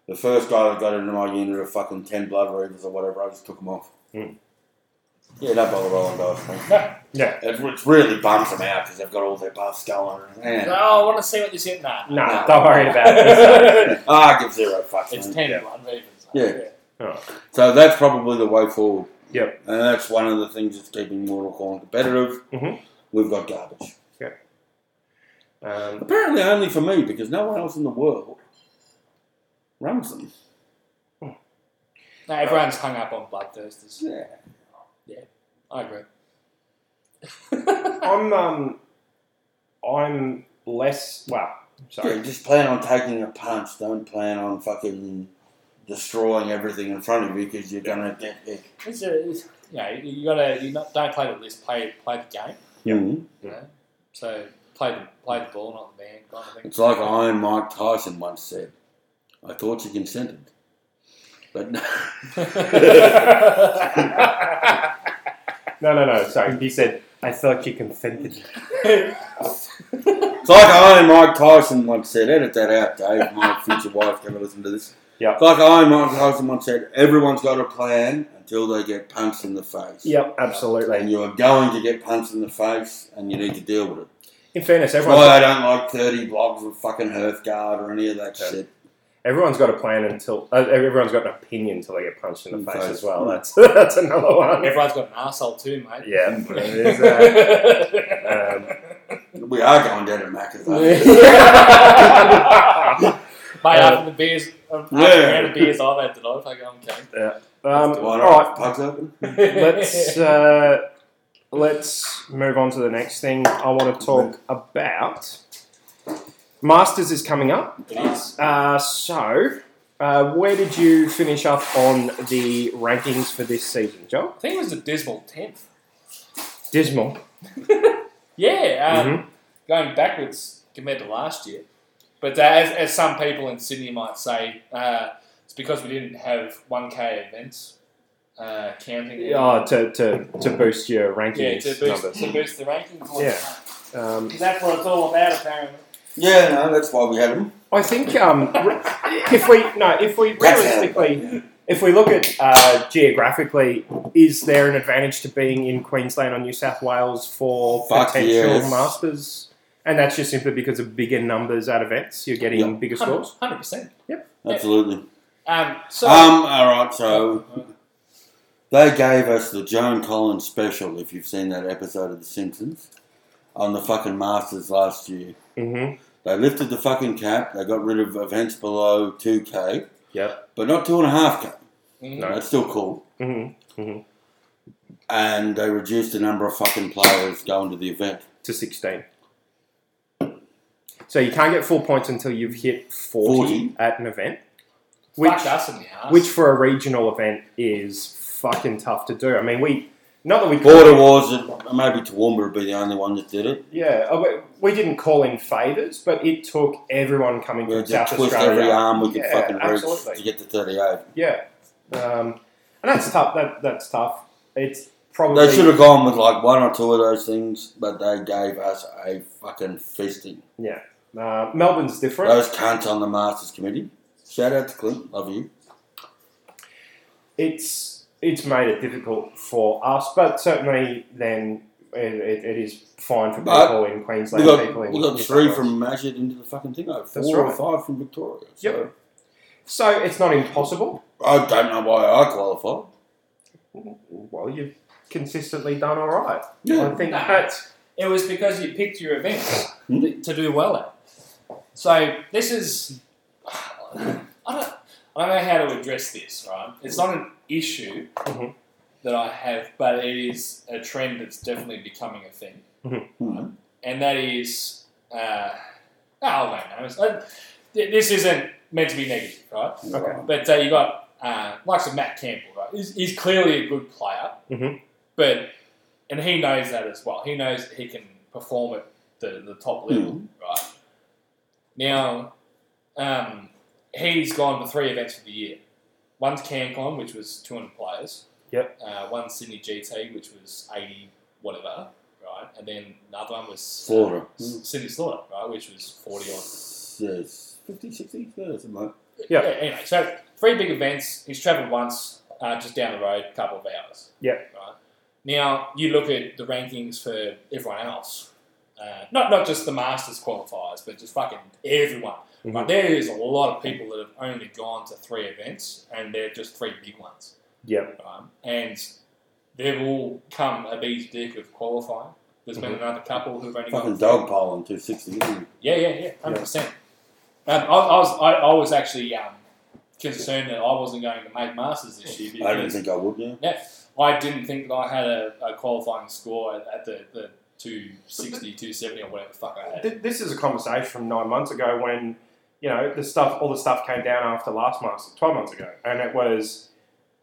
Speaker 1: the first guy that got into my unit of fucking 10 Blood Reavers or whatever, I just took him off.
Speaker 2: Mm.
Speaker 1: Yeah, don't bother rolling dice, mate.
Speaker 2: Yeah.
Speaker 1: It, it really bums them out because they've got all their buffs going.
Speaker 3: Oh,
Speaker 1: Man,
Speaker 3: I want to see what this hit. Nah.
Speaker 2: No, don't worry about it.
Speaker 1: Ah, I give zero fucks.
Speaker 3: it's
Speaker 1: mate.
Speaker 3: ten
Speaker 2: Yeah.
Speaker 3: blood ravens.
Speaker 1: Yeah. So that's probably the way forward.
Speaker 2: Yep.
Speaker 1: And that's one of the things that's keeping Mortal Kombat competitive.
Speaker 2: Mhm.
Speaker 1: We've got garbage.
Speaker 2: um,
Speaker 1: Apparently only for me, because no one else in the world runs them.
Speaker 3: No, everyone's hung up on bloodthirsters.
Speaker 1: Yeah.
Speaker 3: I agree.
Speaker 2: I'm um, I'm less. Well,
Speaker 1: yeah.
Speaker 2: sorry.
Speaker 1: Just plan on taking a punch. Don't plan on fucking destroying everything in front of you because you're going to get hit.
Speaker 3: It's a, it's, you know, you gotta you not, don't play the list. Play play the game.
Speaker 1: Mhm.
Speaker 2: Mm-hmm.
Speaker 3: So play the play the ball, not the man, kind of thing.
Speaker 1: It's like Iron Mike Tyson once said. I thought you consented. But no.
Speaker 2: No, no, no. Sorry. He said, "I thought you consented."
Speaker 1: It's like Iron Mike Tyson once said, edit that out, Dave. My future wife's going to listen to this.
Speaker 2: Yeah.
Speaker 1: It's like Iron Mike Tyson once said, everyone's got a plan until they get punched in the face.
Speaker 2: Yep, absolutely.
Speaker 1: And you are going to get punched in the face and you need to deal with it.
Speaker 2: In fairness,
Speaker 1: That's why
Speaker 2: everyone's,
Speaker 1: I don't like 30 blogs of fucking Hearthguard or any of that
Speaker 2: Yeah.
Speaker 1: shit.
Speaker 2: everyone's got a plan until uh, everyone's got an opinion until they get punched in the
Speaker 1: In
Speaker 2: face
Speaker 1: face.
Speaker 2: as well. That's that's another one.
Speaker 3: Everyone's got an arsehole too, mate.
Speaker 2: Yeah, it is, uh,
Speaker 1: uh, um, We are going down to Macca's. though.
Speaker 2: um,
Speaker 3: Mate,
Speaker 2: Uh,
Speaker 3: after the beers, after
Speaker 1: Yeah.
Speaker 3: the round of beers I've had tonight, I go, I'm
Speaker 1: Why
Speaker 2: Um, all right,
Speaker 1: not? Pubs open.
Speaker 3: okay.
Speaker 2: let's uh, let's move on to the next thing I want to talk about. Masters is coming up,
Speaker 3: It is.
Speaker 2: uh, so uh, where did you finish up on the rankings for this season, Joe?
Speaker 3: I think it was a dismal tenth.
Speaker 2: Dismal.
Speaker 3: Yeah, um,
Speaker 2: Mhm.
Speaker 3: going backwards compared to last year. But uh, as, as some people in Sydney might say, uh, it's because we didn't have 1K events uh, counting.
Speaker 2: Oh, to, to, to boost your
Speaker 3: yeah
Speaker 2: rankings
Speaker 3: to, boost,
Speaker 2: numbers.
Speaker 3: to boost the rankings.
Speaker 2: Yeah. Um,
Speaker 3: That's what it's all about, apparently.
Speaker 1: Yeah, no, that's why we had them.
Speaker 2: I think um, re- if we no, if we realistically, if we look at uh, geographically, is there an advantage to being in Queensland or New South Wales for
Speaker 1: Fuck
Speaker 2: potential
Speaker 1: yes.
Speaker 2: masters? And that's just simply because of bigger numbers at events, you're getting
Speaker 1: Yeah.
Speaker 2: bigger scores.
Speaker 3: 100%.
Speaker 1: Absolutely.
Speaker 3: Um, so,
Speaker 1: Um, all right, so they gave us the Joan Collins special, if you've seen that episode of The Simpsons, on the fucking Masters last year.
Speaker 2: Mm-hmm.
Speaker 1: They lifted the fucking cap. They got rid of events below 2K.
Speaker 2: Yep.
Speaker 1: But not 2.5K.
Speaker 3: Mm.
Speaker 2: No.
Speaker 1: That's still cool.
Speaker 2: Mm-hmm.
Speaker 1: And they reduced the number of fucking players going to the event.
Speaker 2: To sixteen. So you can't get full points until you've hit 40,
Speaker 1: 40.
Speaker 2: at an event,
Speaker 3: Which,
Speaker 2: which
Speaker 3: fucked us in the ass.
Speaker 2: which for a regional event is fucking tough to do. I mean, we not that we
Speaker 1: Border Wars, uh, maybe Toowoomba would be the only one that did it.
Speaker 2: Yeah, uh, we- we didn't call in favours, but it took everyone coming
Speaker 1: We
Speaker 2: from
Speaker 1: had to
Speaker 2: South
Speaker 1: twist
Speaker 2: Australia.
Speaker 1: every arm we could
Speaker 2: Yeah,
Speaker 1: fucking reach
Speaker 2: absolutely.
Speaker 1: to get to 38.
Speaker 2: Yeah, um, and that's tough. That, that's tough. It's probably
Speaker 1: They should have gone with like one or two of those things, but they gave us a fucking feasting.
Speaker 2: uh, Melbourne's different.
Speaker 1: Those cunts on the Masters Committee. Shout out to Clint, love you.
Speaker 2: it's it's made it difficult for us, but certainly then it, it, it is fine for
Speaker 1: But
Speaker 2: people in
Speaker 1: We
Speaker 2: Queensland.
Speaker 1: got,
Speaker 2: people in
Speaker 1: we got
Speaker 2: New South
Speaker 1: three
Speaker 2: Wales.
Speaker 1: from Majid into the fucking thing. Like
Speaker 2: That's
Speaker 1: four
Speaker 2: right.
Speaker 1: or five from Victoria. So
Speaker 2: Yep. So it's not impossible.
Speaker 1: I don't know why I qualified.
Speaker 2: Well, you've consistently done all right. I think
Speaker 3: Nah.
Speaker 2: that's
Speaker 3: It was because you picked your events
Speaker 1: Hmm?
Speaker 3: th- to do well at. So this is, I don't, I don't know how to address this. Right, it's not an issue
Speaker 2: Mhm.
Speaker 3: that I have, but it is a trend that's definitely becoming a thing,
Speaker 1: Mhm.
Speaker 3: and that is, uh, oh, I don't know. It's- uh, th- This isn't meant to be negative, right?
Speaker 2: Okay.
Speaker 3: But uh, you got uh, likes of Matt Campbell, right? He's, he's clearly a good player,
Speaker 2: Mhm.
Speaker 3: but and he knows that as well. He knows he can perform at the, the top level,
Speaker 1: Hmm.
Speaker 3: right? Now, um, he's gone for three events for the year. One's CanCon, which was 200 players.
Speaker 2: Yep.
Speaker 3: Uh, one Sydney GT, which was 80 whatever, right? And then another one was uh,
Speaker 1: Slaughter.
Speaker 3: S- Sydney Slaughter, right? Which was 40 odd.
Speaker 1: Yes. 50, 60, yeah, something like
Speaker 2: Yeah.
Speaker 3: Anyway, so three big events. He's travelled once, uh, just down the road, a couple of hours.
Speaker 2: Yeah.
Speaker 3: Right. Now you look at the rankings for everyone else. Uh, not not just the Masters qualifiers, but just fucking everyone.
Speaker 2: Mhm.
Speaker 1: Mm-hmm.
Speaker 3: Like, there is a lot of people that have only gone to three events, and they're just three big ones.
Speaker 2: Yep.
Speaker 3: Right? And they've all come a bee's dick of qualifying. There's been another couple who've only
Speaker 1: Mm-hmm. Fucking
Speaker 3: gone three.
Speaker 1: dog pile on 260, isn't it?
Speaker 3: Yeah, yeah, yeah, hundred percent. Um, I, I was, I, I was actually um, concerned that I wasn't going to make masters this year
Speaker 1: I didn't
Speaker 3: because
Speaker 1: think I would, yeah.
Speaker 3: yeah, I didn't think that I had a, a qualifying score at, at the, the 260, 270 or whatever the fuck I had.
Speaker 4: Th- this is a conversation from nine months ago when you know the stuff, all the stuff came down after last Masters, twelve months ago, and it was,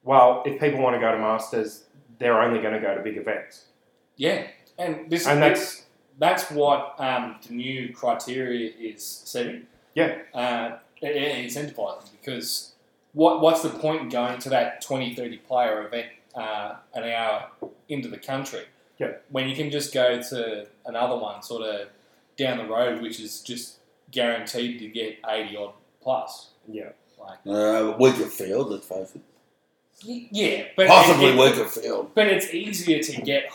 Speaker 4: well, if people want to go to Masters, they're only going to go to big events,
Speaker 3: Yeah, and this
Speaker 4: and
Speaker 3: that's
Speaker 4: that's
Speaker 3: that's what um, the new criteria is setting.
Speaker 4: Yeah.
Speaker 3: uh, it, it incentivizes because what what's the point in going to that 20, 30 player event uh, an hour into the country?
Speaker 4: Yeah.
Speaker 3: when you can just go to another one sort of down the road, which is just guaranteed to get eighty odd plus.
Speaker 4: Yeah.
Speaker 3: like
Speaker 1: Uh, weaker field, let's face it.
Speaker 3: y- yeah, but
Speaker 1: Possibly
Speaker 3: it-
Speaker 1: weaker field.
Speaker 3: but it's easier to get h-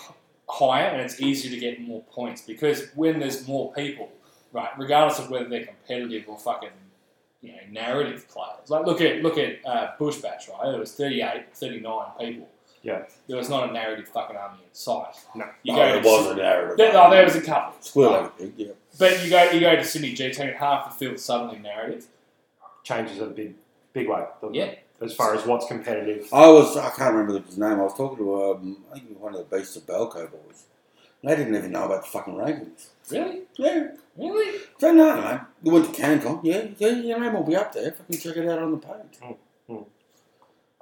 Speaker 3: higher and it's easier to get more points because when there's more people, right, regardless of whether they're competitive or fucking, you know, narrative players. Like look at look at uh, Bush Batch, right? It was 38, 39 people.
Speaker 4: Yeah.
Speaker 3: There was not a narrative fucking army in sight.
Speaker 4: No.
Speaker 3: You
Speaker 1: No,
Speaker 3: go
Speaker 1: Oh, it
Speaker 3: to-
Speaker 1: was a narrative.
Speaker 3: There,
Speaker 2: oh,
Speaker 3: no, there was a couple.
Speaker 1: Squirrel like a pig, yeah.
Speaker 3: But you go you go to Sydney GT and half the field suddenly narrative.
Speaker 4: changes a big, big way. doesn't
Speaker 3: Yeah.
Speaker 4: it? as far as what's competitive.
Speaker 1: I was, I can't remember his name. I was talking to, um, I think one of the Beasts of Belco boys. They didn't even know about the fucking rankings.
Speaker 3: Really?
Speaker 1: Yeah.
Speaker 3: Really?
Speaker 1: Don't know, mate. You went to CanCon, yeah, yeah, your name will be up there. Fucking check it out on the page.
Speaker 4: Mm.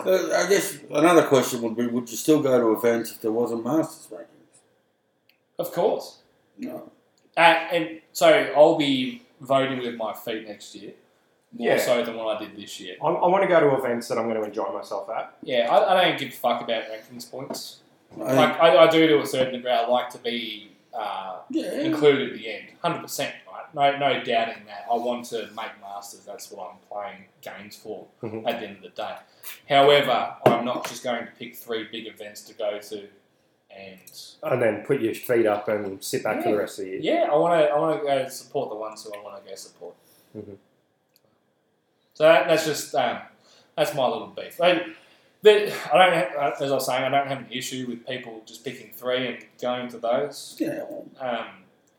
Speaker 1: Uh, I guess another question would be: Would you still go to events if there wasn't Masters rankings?
Speaker 3: Of course.
Speaker 1: No.
Speaker 3: Uh, and so I'll be voting with my feet next year, more
Speaker 4: Yeah.
Speaker 3: so than what I did this year.
Speaker 4: I, I want to go to events that I'm going to enjoy myself at.
Speaker 3: Yeah, I, I don't give a fuck about rankings points.
Speaker 1: I,
Speaker 3: like I, I do to a certain degree. I like to be uh,
Speaker 1: yeah.
Speaker 3: included at the end, hundred percent. Right? No, no doubting that. I want to make masters. That's what I'm playing games for.
Speaker 4: Mhm.
Speaker 1: Mm-hmm.
Speaker 3: At the end of the day, however, I'm not just going to pick three big events to go to, and
Speaker 2: And then put your feet up and sit back for the rest of the year.
Speaker 3: Yeah, I want to. I want to go support the ones who I want to go support.
Speaker 2: Mhm.
Speaker 3: So that, that's just um, that's my little beef. Like, the, I don't, have, uh, as I was saying, I don't have an issue with people just picking three and going to those.
Speaker 1: Yeah, well,
Speaker 3: Um,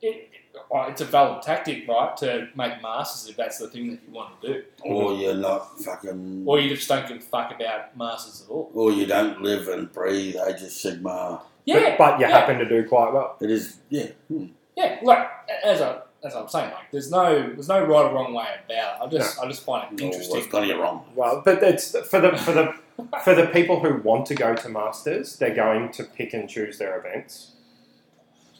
Speaker 3: it, it- oh, it's a valid tactic, right, to make masters if that's the thing that you want to do,
Speaker 1: or you're not fucking,
Speaker 3: or you just don't give a fuck about masters at all.
Speaker 1: or you don't live and breathe Age of Sigma.
Speaker 3: Yeah,
Speaker 2: But, but you
Speaker 3: yeah.
Speaker 2: happen to do quite well.
Speaker 1: It is, yeah. Hmm.
Speaker 3: Yeah, like as I as I'm saying, like there's no there's no right or wrong way about it. I just I just find it
Speaker 1: Interesting.
Speaker 3: interesting.
Speaker 1: It's plenty of wrong.
Speaker 2: Well,
Speaker 4: But it's for the for the for the people who want to go to Masters, they're going to pick and choose their events.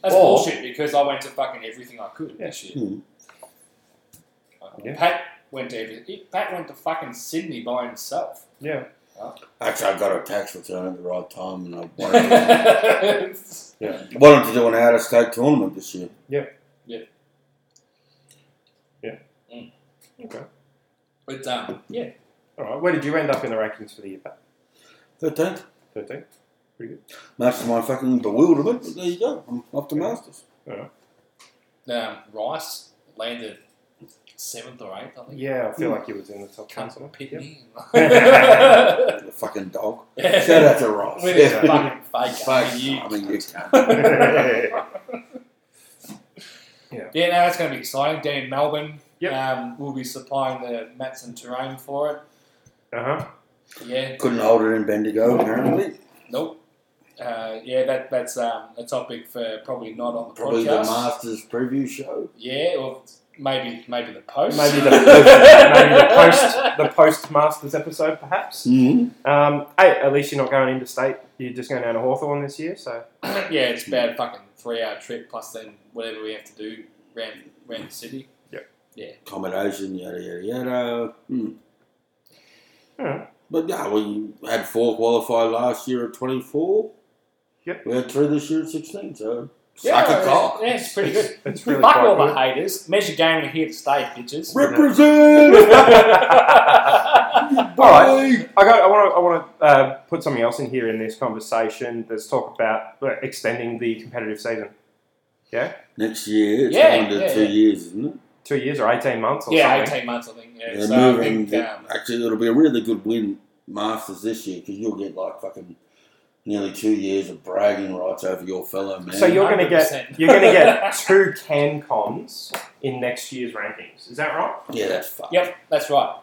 Speaker 3: That's
Speaker 4: Or-
Speaker 3: bullshit because I went to fucking everything I could
Speaker 4: Yeah.
Speaker 3: this year.
Speaker 1: Hmm.
Speaker 3: Like,
Speaker 4: Yeah.
Speaker 3: Pat went to everything. Pat went to fucking Sydney by himself.
Speaker 4: Yeah,
Speaker 1: Actually, I got a tax return at the right time, and I wanted
Speaker 3: yeah,
Speaker 1: to, wanted to do an out-of-state tournament this year.
Speaker 4: okay.
Speaker 3: but um, yeah,
Speaker 4: All right, where did you end up in the rankings for the year?
Speaker 1: 13th.
Speaker 4: 13? Pretty good.
Speaker 1: That's my fucking bewilderment. But there you go. I'm off to Masters.
Speaker 3: um, Rice landed seventh or eighth. I think.
Speaker 4: Yeah, I feel
Speaker 1: Hmm.
Speaker 4: like you was in the top ten.
Speaker 3: Cunt pit
Speaker 4: Yeah.
Speaker 3: me.
Speaker 1: The fucking dog. Shout out to Ross.
Speaker 3: With his
Speaker 1: Yeah.
Speaker 3: fucking fake.
Speaker 1: Fuck,
Speaker 3: you
Speaker 1: I mean, you
Speaker 3: cunt.
Speaker 1: can't.
Speaker 3: Yeah, no, that's going to be exciting. Down in Melbourne,
Speaker 4: Yep.
Speaker 3: um, we'll be supplying the mats and terrain for
Speaker 4: Uh huh.
Speaker 2: Uh-huh.
Speaker 3: it. Yeah,
Speaker 1: Couldn't hold it in Bendigo, apparently.
Speaker 3: nope. uh, yeah, that that's um, a topic for probably not on the
Speaker 1: Probably
Speaker 3: podcast.
Speaker 1: the Masters preview show.
Speaker 3: yeah, or maybe maybe the post.
Speaker 2: Maybe the, maybe the post the post Masters episode, perhaps.
Speaker 1: Mm-hmm.
Speaker 2: Um, hey, at least you're not going into state. You're just going down to Hawthorn this year, so
Speaker 3: yeah, it's about a fucking three hour trip plus then whatever we have to do round round the city.
Speaker 1: Accommodation, yada, yada, yada. Hmm.
Speaker 2: Hmm.
Speaker 1: But yeah, we had four qualify last year at 24.
Speaker 2: Yep.
Speaker 1: We had three this year at 16, so suck
Speaker 3: yeah,
Speaker 1: a cock.
Speaker 3: yeah, it's pretty good.
Speaker 2: it's really
Speaker 3: Fuck
Speaker 2: quite
Speaker 3: all
Speaker 2: good.
Speaker 3: the haters. Measure game we're here to stay, bitches.
Speaker 1: Represent!
Speaker 2: All right. I got. I want to. I want to uh, put something else in here in this conversation. There's talk about uh, extending the competitive season.
Speaker 1: Next year, it's
Speaker 3: Yeah,
Speaker 1: under
Speaker 3: yeah,
Speaker 1: two
Speaker 3: yeah.
Speaker 1: years, isn't it?
Speaker 2: Two years or eighteen months or
Speaker 3: yeah,
Speaker 2: something.
Speaker 3: eighteen months I think. Yeah,
Speaker 1: They're
Speaker 3: so I
Speaker 1: moving.
Speaker 3: think, um,
Speaker 1: actually, it'll be a really good win Masters this year because you'll get like fucking nearly two years of bragging rights over your fellow man.
Speaker 2: So you're going to get
Speaker 3: 100%.
Speaker 2: you're going to get two CanCons in next year's rankings. Is that right?
Speaker 1: yeah, that's fucked.
Speaker 3: Yep, that's right.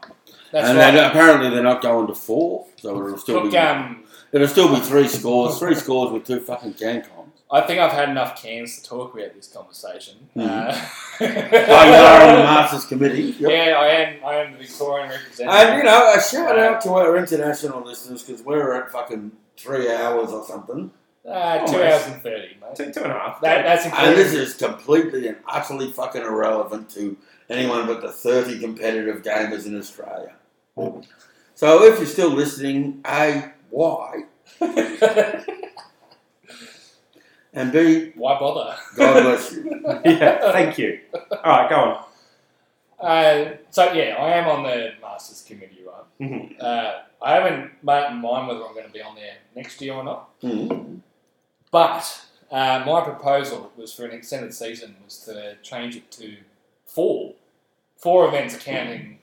Speaker 3: That's
Speaker 1: and
Speaker 3: right.
Speaker 1: then apparently they're not going to fourth, so it'll still
Speaker 3: Look,
Speaker 1: be
Speaker 3: um,
Speaker 1: it'll still be three scores, three scores with two fucking Cancons.
Speaker 3: I think I've had enough cans to talk about this conversation.
Speaker 1: Mhm.
Speaker 3: Uh,
Speaker 1: Oh, you are on the Masters committee. Yep.
Speaker 3: Yeah, I am. I am the Victorian
Speaker 1: And you
Speaker 3: representative.
Speaker 1: know, a shout out to our international listeners because we're at fucking three hours or something,
Speaker 3: Uh, two
Speaker 2: Almost.
Speaker 3: hours and thirty, mate.
Speaker 2: Two, two and a half.
Speaker 3: That, that's
Speaker 1: and this
Speaker 3: incredible.
Speaker 1: is completely and utterly fucking irrelevant to anyone but the thirty competitive gamers in Australia. So if you're still listening, a why and b
Speaker 3: Why bother?
Speaker 1: God bless you.
Speaker 2: yeah. Thank you. All right, go on.
Speaker 3: Uh, so yeah, I am on the Masters committee, right?
Speaker 1: Mm-hmm.
Speaker 2: Mhm.
Speaker 3: Uh, I haven't made up my mind whether I'm going to be on there next year or not.
Speaker 1: Mhm.
Speaker 3: But uh, my proposal was for an extended season was to change it to four, four events counting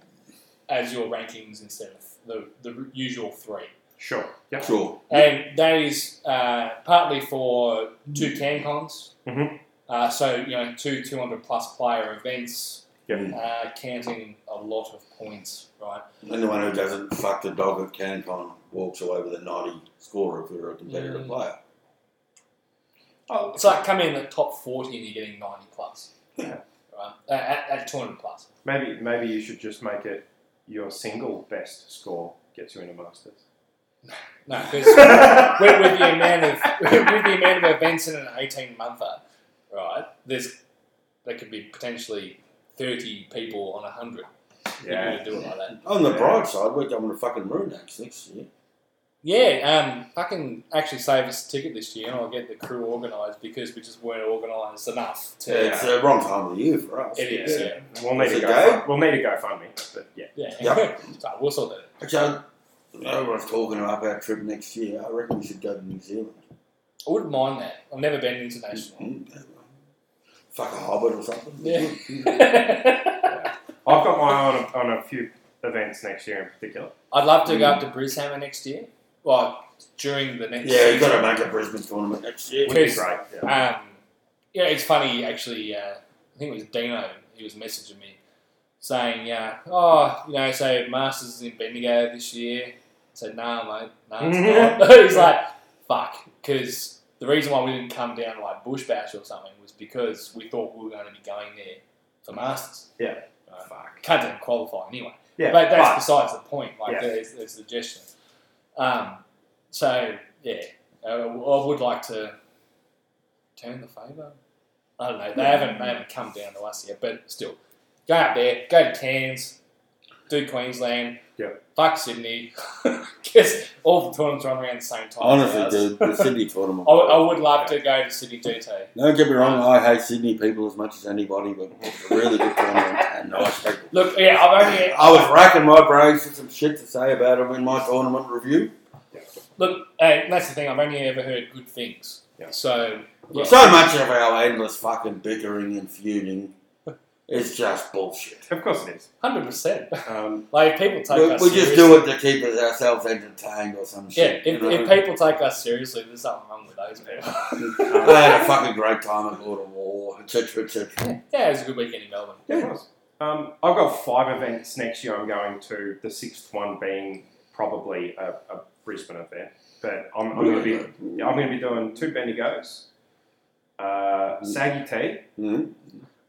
Speaker 3: as your rankings instead of the, the usual three.
Speaker 2: Sure. Yep.
Speaker 1: Sure.
Speaker 3: And that is uh, partly for two CanCons.
Speaker 2: Mhm.
Speaker 3: Uh, so, you know, two 200 plus player events,
Speaker 2: Yep.
Speaker 3: uh, counting a lot of points, right?
Speaker 1: Anyone who doesn't fuck the dog at CanCon walks away with a 90 score if you're a competitive
Speaker 3: Yeah.
Speaker 1: player.
Speaker 3: Oh, it's like coming in the top 40 and you're getting 90 plus.
Speaker 2: Yeah.
Speaker 3: Right? At, at, at 200 plus.
Speaker 2: Maybe maybe you should just make it your single best score gets you into Masters.
Speaker 3: No, because with, with the amount of with the amount of events in an 18 monther, right? There's there could be potentially 30 people on 100.
Speaker 2: yeah.
Speaker 3: Yeah. Do it like that.
Speaker 1: On the
Speaker 2: Yeah.
Speaker 1: bright side, we're going to fucking Runex next year.
Speaker 3: Yeah, um, I can actually save us a ticket this year, and I'll get the crew organised because we just weren't organised enough to.
Speaker 1: It's the wrong time of the year for us.
Speaker 3: It is, yeah.
Speaker 2: We'll need
Speaker 1: Is
Speaker 2: to
Speaker 1: it
Speaker 2: go.
Speaker 1: gay?
Speaker 2: Fund, we'll need to go fund me, but yeah.
Speaker 3: Yeah.
Speaker 1: Yeah.
Speaker 3: so we'll sort that out.
Speaker 1: So, everyone's talking about our trip next year. I reckon we should go to New Zealand.
Speaker 3: I wouldn't mind that. I've never been international.
Speaker 1: Fuck a hobbit or something.
Speaker 3: Yeah.
Speaker 2: I've got my eye on a, on a few events next year in particular.
Speaker 3: I'd love to go up to Brisbane next year. Well, during the next
Speaker 1: yeah,
Speaker 3: season.
Speaker 1: you've got to make a Brisbane tournament next year.
Speaker 2: Would be
Speaker 3: Yes.
Speaker 2: great. Yeah.
Speaker 3: Um, yeah, it's funny actually. Uh, I think it was Dino. He was messaging me saying, uh, "Oh, you know, so Masters is in Bendigo this year." I said, "No, mate, no, it's not." He's like, "Fuck," because the reason why we didn't come down like Bush Bash or something was because we thought we were going to be going there for Masters.
Speaker 2: Fuck.
Speaker 3: Can't even qualify anyway.
Speaker 2: Yeah,
Speaker 3: but that's
Speaker 2: but-
Speaker 3: besides the point. Like
Speaker 2: Yeah.
Speaker 3: there's, there's the gesture. Um, so yeah, uh, I would like to turn the favour. I don't know. They haven't they haven't come down to us yet, but still, go out there, go to Cairns, do Queensland,
Speaker 2: Yeah.
Speaker 3: fuck Sydney, because all the tournaments run around the same time.
Speaker 1: Honestly,
Speaker 3: as ours.
Speaker 1: dude, the Sydney tournament.
Speaker 3: I, would- I would love to go to Sydney too. too.
Speaker 1: Don't get me wrong, I hate Sydney people as much as anybody, but it's a really good tournament and nice people.
Speaker 3: Look, yeah, I've only
Speaker 1: I was racking my brains for some shit to say about him in my tournament review.
Speaker 3: look. Uh, that's the thing. I've only ever heard good things.
Speaker 2: Yeah.
Speaker 3: So yeah.
Speaker 1: So much of our endless fucking bickering and feuding is just bullshit.
Speaker 2: Of course it is.
Speaker 3: Hundred percent.
Speaker 2: Um,
Speaker 3: Like if people take
Speaker 1: We,
Speaker 3: us.
Speaker 1: we just
Speaker 3: seriously-
Speaker 1: do it to keep us- ourselves entertained or some
Speaker 3: Yeah,
Speaker 1: shit.
Speaker 3: if,
Speaker 1: you
Speaker 3: if
Speaker 1: know?
Speaker 3: people take us seriously, there's something wrong with those people.
Speaker 1: I had a fucking great time at Lord of War, etc., etc.
Speaker 3: yeah, it was a good weekend in Melbourne.
Speaker 2: yeah, it was. Um, I've got five events next year I'm going to, the sixth one being probably a, a Brisbane event. but I'm, I'm going to be yeah, I'm going to be doing two Bendigos, uh, saggy tea.
Speaker 1: Mhm.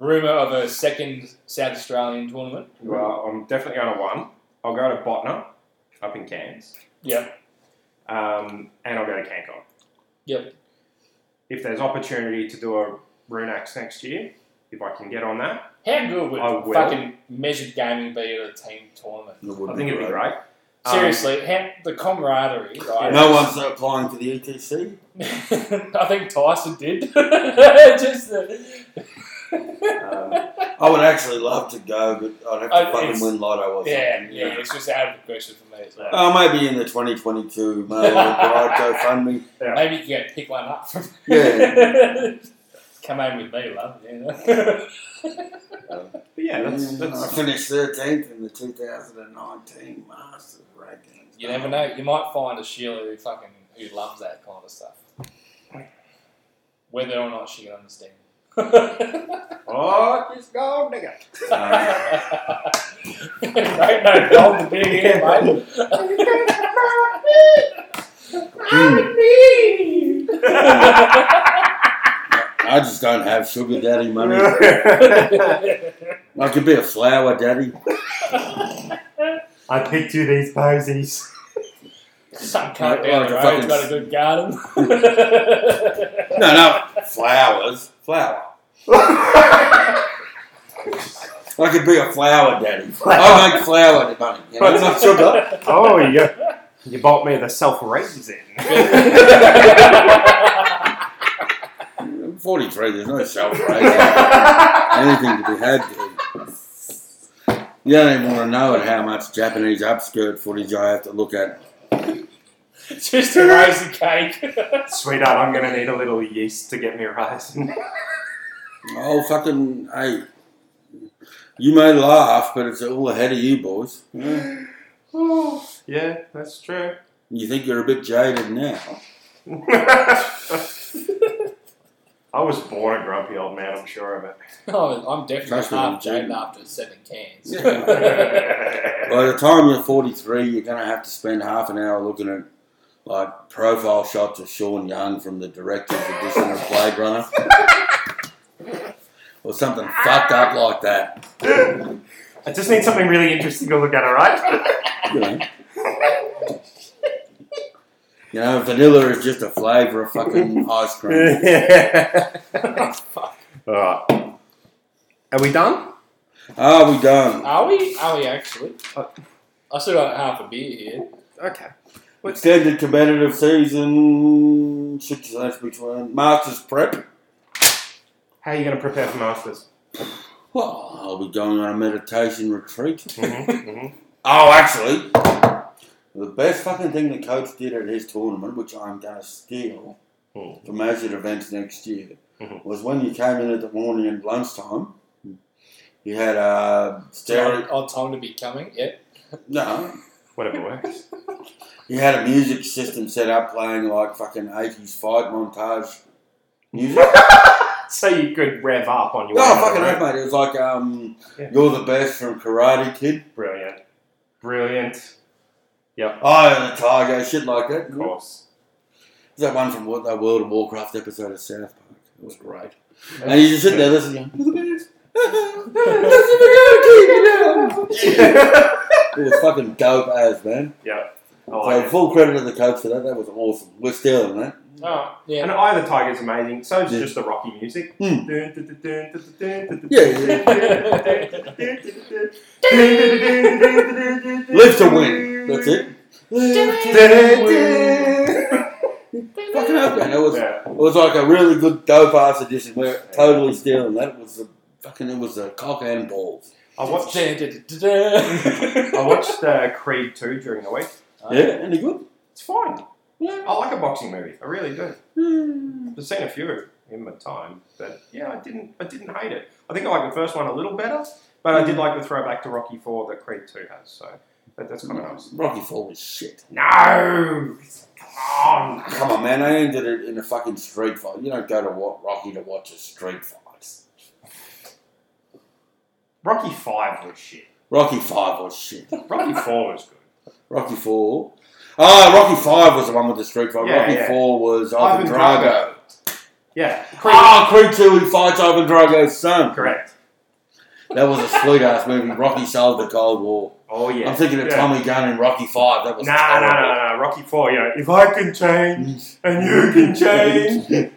Speaker 3: Rumour of a second South Australian tournament.
Speaker 2: Well, I'm definitely going to one. I'll go to Botner up in Cairns,
Speaker 3: Yep.
Speaker 2: um, and I'll go to CanCon.
Speaker 3: Yep.
Speaker 2: If there's opportunity to do a Runax next year, if I can get on that,
Speaker 3: How good would
Speaker 2: I will.
Speaker 3: fucking measured gaming be at a team tournament?
Speaker 1: It would
Speaker 2: I think it'd be great. Um,
Speaker 3: Seriously, how, the camaraderie, right?
Speaker 1: No one's applying for the ETC.
Speaker 3: I think Tyson did. Just the,
Speaker 2: um,
Speaker 1: I would actually love to go, but I'd have to
Speaker 3: Uh,
Speaker 1: fucking
Speaker 3: it's-
Speaker 1: win lotto or something.
Speaker 3: yeah, yeah, it's just out of the question for me as well.
Speaker 1: Oh, maybe in the 2022 Mail and Bride GoFundMe.
Speaker 2: yeah.
Speaker 3: Maybe you can pick one up from
Speaker 1: Yeah.
Speaker 3: Come home with me, love. Yeah.
Speaker 2: But yeah, that's,
Speaker 1: Mm, I
Speaker 2: that's
Speaker 1: finished 13th in the 2019 Masters rankings.
Speaker 3: you never know. You might find a Sheila who fucking who loves that kind of stuff. Whether or not she can understand.
Speaker 2: oh, it's gone, nigga.
Speaker 3: Great no gold to be here, mate.
Speaker 1: I just don't have sugar daddy money.
Speaker 2: I
Speaker 1: I could be a flower daddy.
Speaker 4: I picked you these posies.
Speaker 3: Some
Speaker 1: Like-
Speaker 3: cunt down
Speaker 1: like
Speaker 3: the
Speaker 1: a
Speaker 3: road's
Speaker 1: fucking-
Speaker 3: got a good garden.
Speaker 1: No, no, flowers. Flower.
Speaker 4: Oh,
Speaker 1: I could be a flower daddy. I make flower money. You know, not sugar.
Speaker 4: Oh, you, you bought me the self raisin.
Speaker 1: I'm 43, there's no self raising. Anything to be had. dude. You don't even want to know how much Japanese upskirt footage I have to look at.
Speaker 3: Just a rosy cake.
Speaker 4: Sweetheart, I'm going to need a little yeast to get me raisin.
Speaker 1: Oh, fucking, hey. You may laugh, but it's all ahead of you, boys.
Speaker 4: yeah, that's true.
Speaker 1: You think you're a bit jaded now.
Speaker 4: I was born a grumpy old man, I'm sure of it.
Speaker 3: Oh, I'm definitely
Speaker 1: That's what I'm
Speaker 3: half jaded
Speaker 1: doing.
Speaker 3: after seven cans.
Speaker 1: By the time you're 43, you're going to have to spend half an hour looking at like profile shots of Sean Young from the director's edition of Blade Runner, or something fucked up like that.
Speaker 4: I just need something really interesting to look at, alright?
Speaker 1: You know, you know vanilla is just a flavour of fucking ice cream.
Speaker 4: Alright. Are we done?
Speaker 1: Are we done?
Speaker 3: Are we? Are we actually?
Speaker 4: Uh,
Speaker 3: I still got half a beer here.
Speaker 4: Okay.
Speaker 1: Extended competitive season. Shit, that's between Masters prep.
Speaker 4: How are you going to prepare for Masters?
Speaker 1: Well, I'll be going on a meditation retreat.
Speaker 4: mm-hmm.
Speaker 1: Oh, actually, the best fucking thing the coach did at his tournament, which I'm going to steal
Speaker 4: Hmm.
Speaker 1: for measured events next year,
Speaker 4: Mhm.
Speaker 1: was when you came in at the morning and lunchtime. You had uh, stereo.
Speaker 3: Odd time to be coming. Yep.
Speaker 1: No,
Speaker 4: Whatever works.
Speaker 1: you had a music system set up playing like fucking eighties fight montage music.
Speaker 4: so you could rev up on your
Speaker 1: oh,
Speaker 4: way
Speaker 1: fucking
Speaker 4: home.
Speaker 1: right, mate! It was like um,
Speaker 4: Yeah.
Speaker 1: you're the best from Karate Kid.
Speaker 4: Brilliant. Brilliant.
Speaker 1: I am a tiger, shit like that.
Speaker 4: Of course.
Speaker 1: Is that one from what that World of Warcraft episode of South Park? It was great. And you just sit there listening. You're the best. It was fucking dope as man.
Speaker 4: I like
Speaker 1: So
Speaker 4: it.
Speaker 1: full credit to the coach for that. That was awesome. We're stealing that.
Speaker 3: Oh, yeah.
Speaker 4: Mm. And Eye of the Tiger's amazing. So is
Speaker 1: Yeah.
Speaker 4: just the Rocky music.
Speaker 1: Mm. Live to win. That's it. Live to win. Fucking hope that. It was, it
Speaker 4: Yeah.
Speaker 1: was like a really good dope ass edition. We're totally stealing that. It was a fucking it was a cock and balls.
Speaker 4: I watched.
Speaker 3: Da-da-da-da-da.
Speaker 4: I watched uh, Creed 2 during the week.
Speaker 3: uh,
Speaker 1: Yeah, any good?
Speaker 4: It's fine.
Speaker 1: Yeah. Hmm.
Speaker 4: I like a boxing movie. I really do. I've seen a few in my time, but yeah, I didn't. I didn't hate it. I think I like the first one a little better, but
Speaker 1: Hmm.
Speaker 4: I did like the throwback to Rocky Four that Creed Two has. So that, that's kind of nice.
Speaker 1: Rocky Four was shit.
Speaker 4: No, come on.
Speaker 1: Come on, man. They ended it in a fucking street fight. You don't go to wa- Rocky to watch a street fight.
Speaker 4: Rocky Five was shit.
Speaker 1: Rocky Five was shit.
Speaker 4: Rocky Four was good.
Speaker 1: Rocky Four. Oh, Rocky Five was the one with the street fight.
Speaker 2: Yeah,
Speaker 1: Rocky
Speaker 2: yeah.
Speaker 1: Four was Ivan,
Speaker 2: Ivan
Speaker 1: Drago.
Speaker 2: Yeah,
Speaker 1: Ah, Creed Two, he fights Ivan Drago's son.
Speaker 2: correct.
Speaker 1: That was a sweet ass movie. Rocky solved the Cold War.
Speaker 2: Oh yeah.
Speaker 1: I'm thinking of
Speaker 2: yeah.
Speaker 1: Tommy Gunn in Rocky Five. That was
Speaker 2: Nah, nah,
Speaker 1: terrible.
Speaker 2: nah, nah. Rocky Four. You know, if I can change and you can change, everybody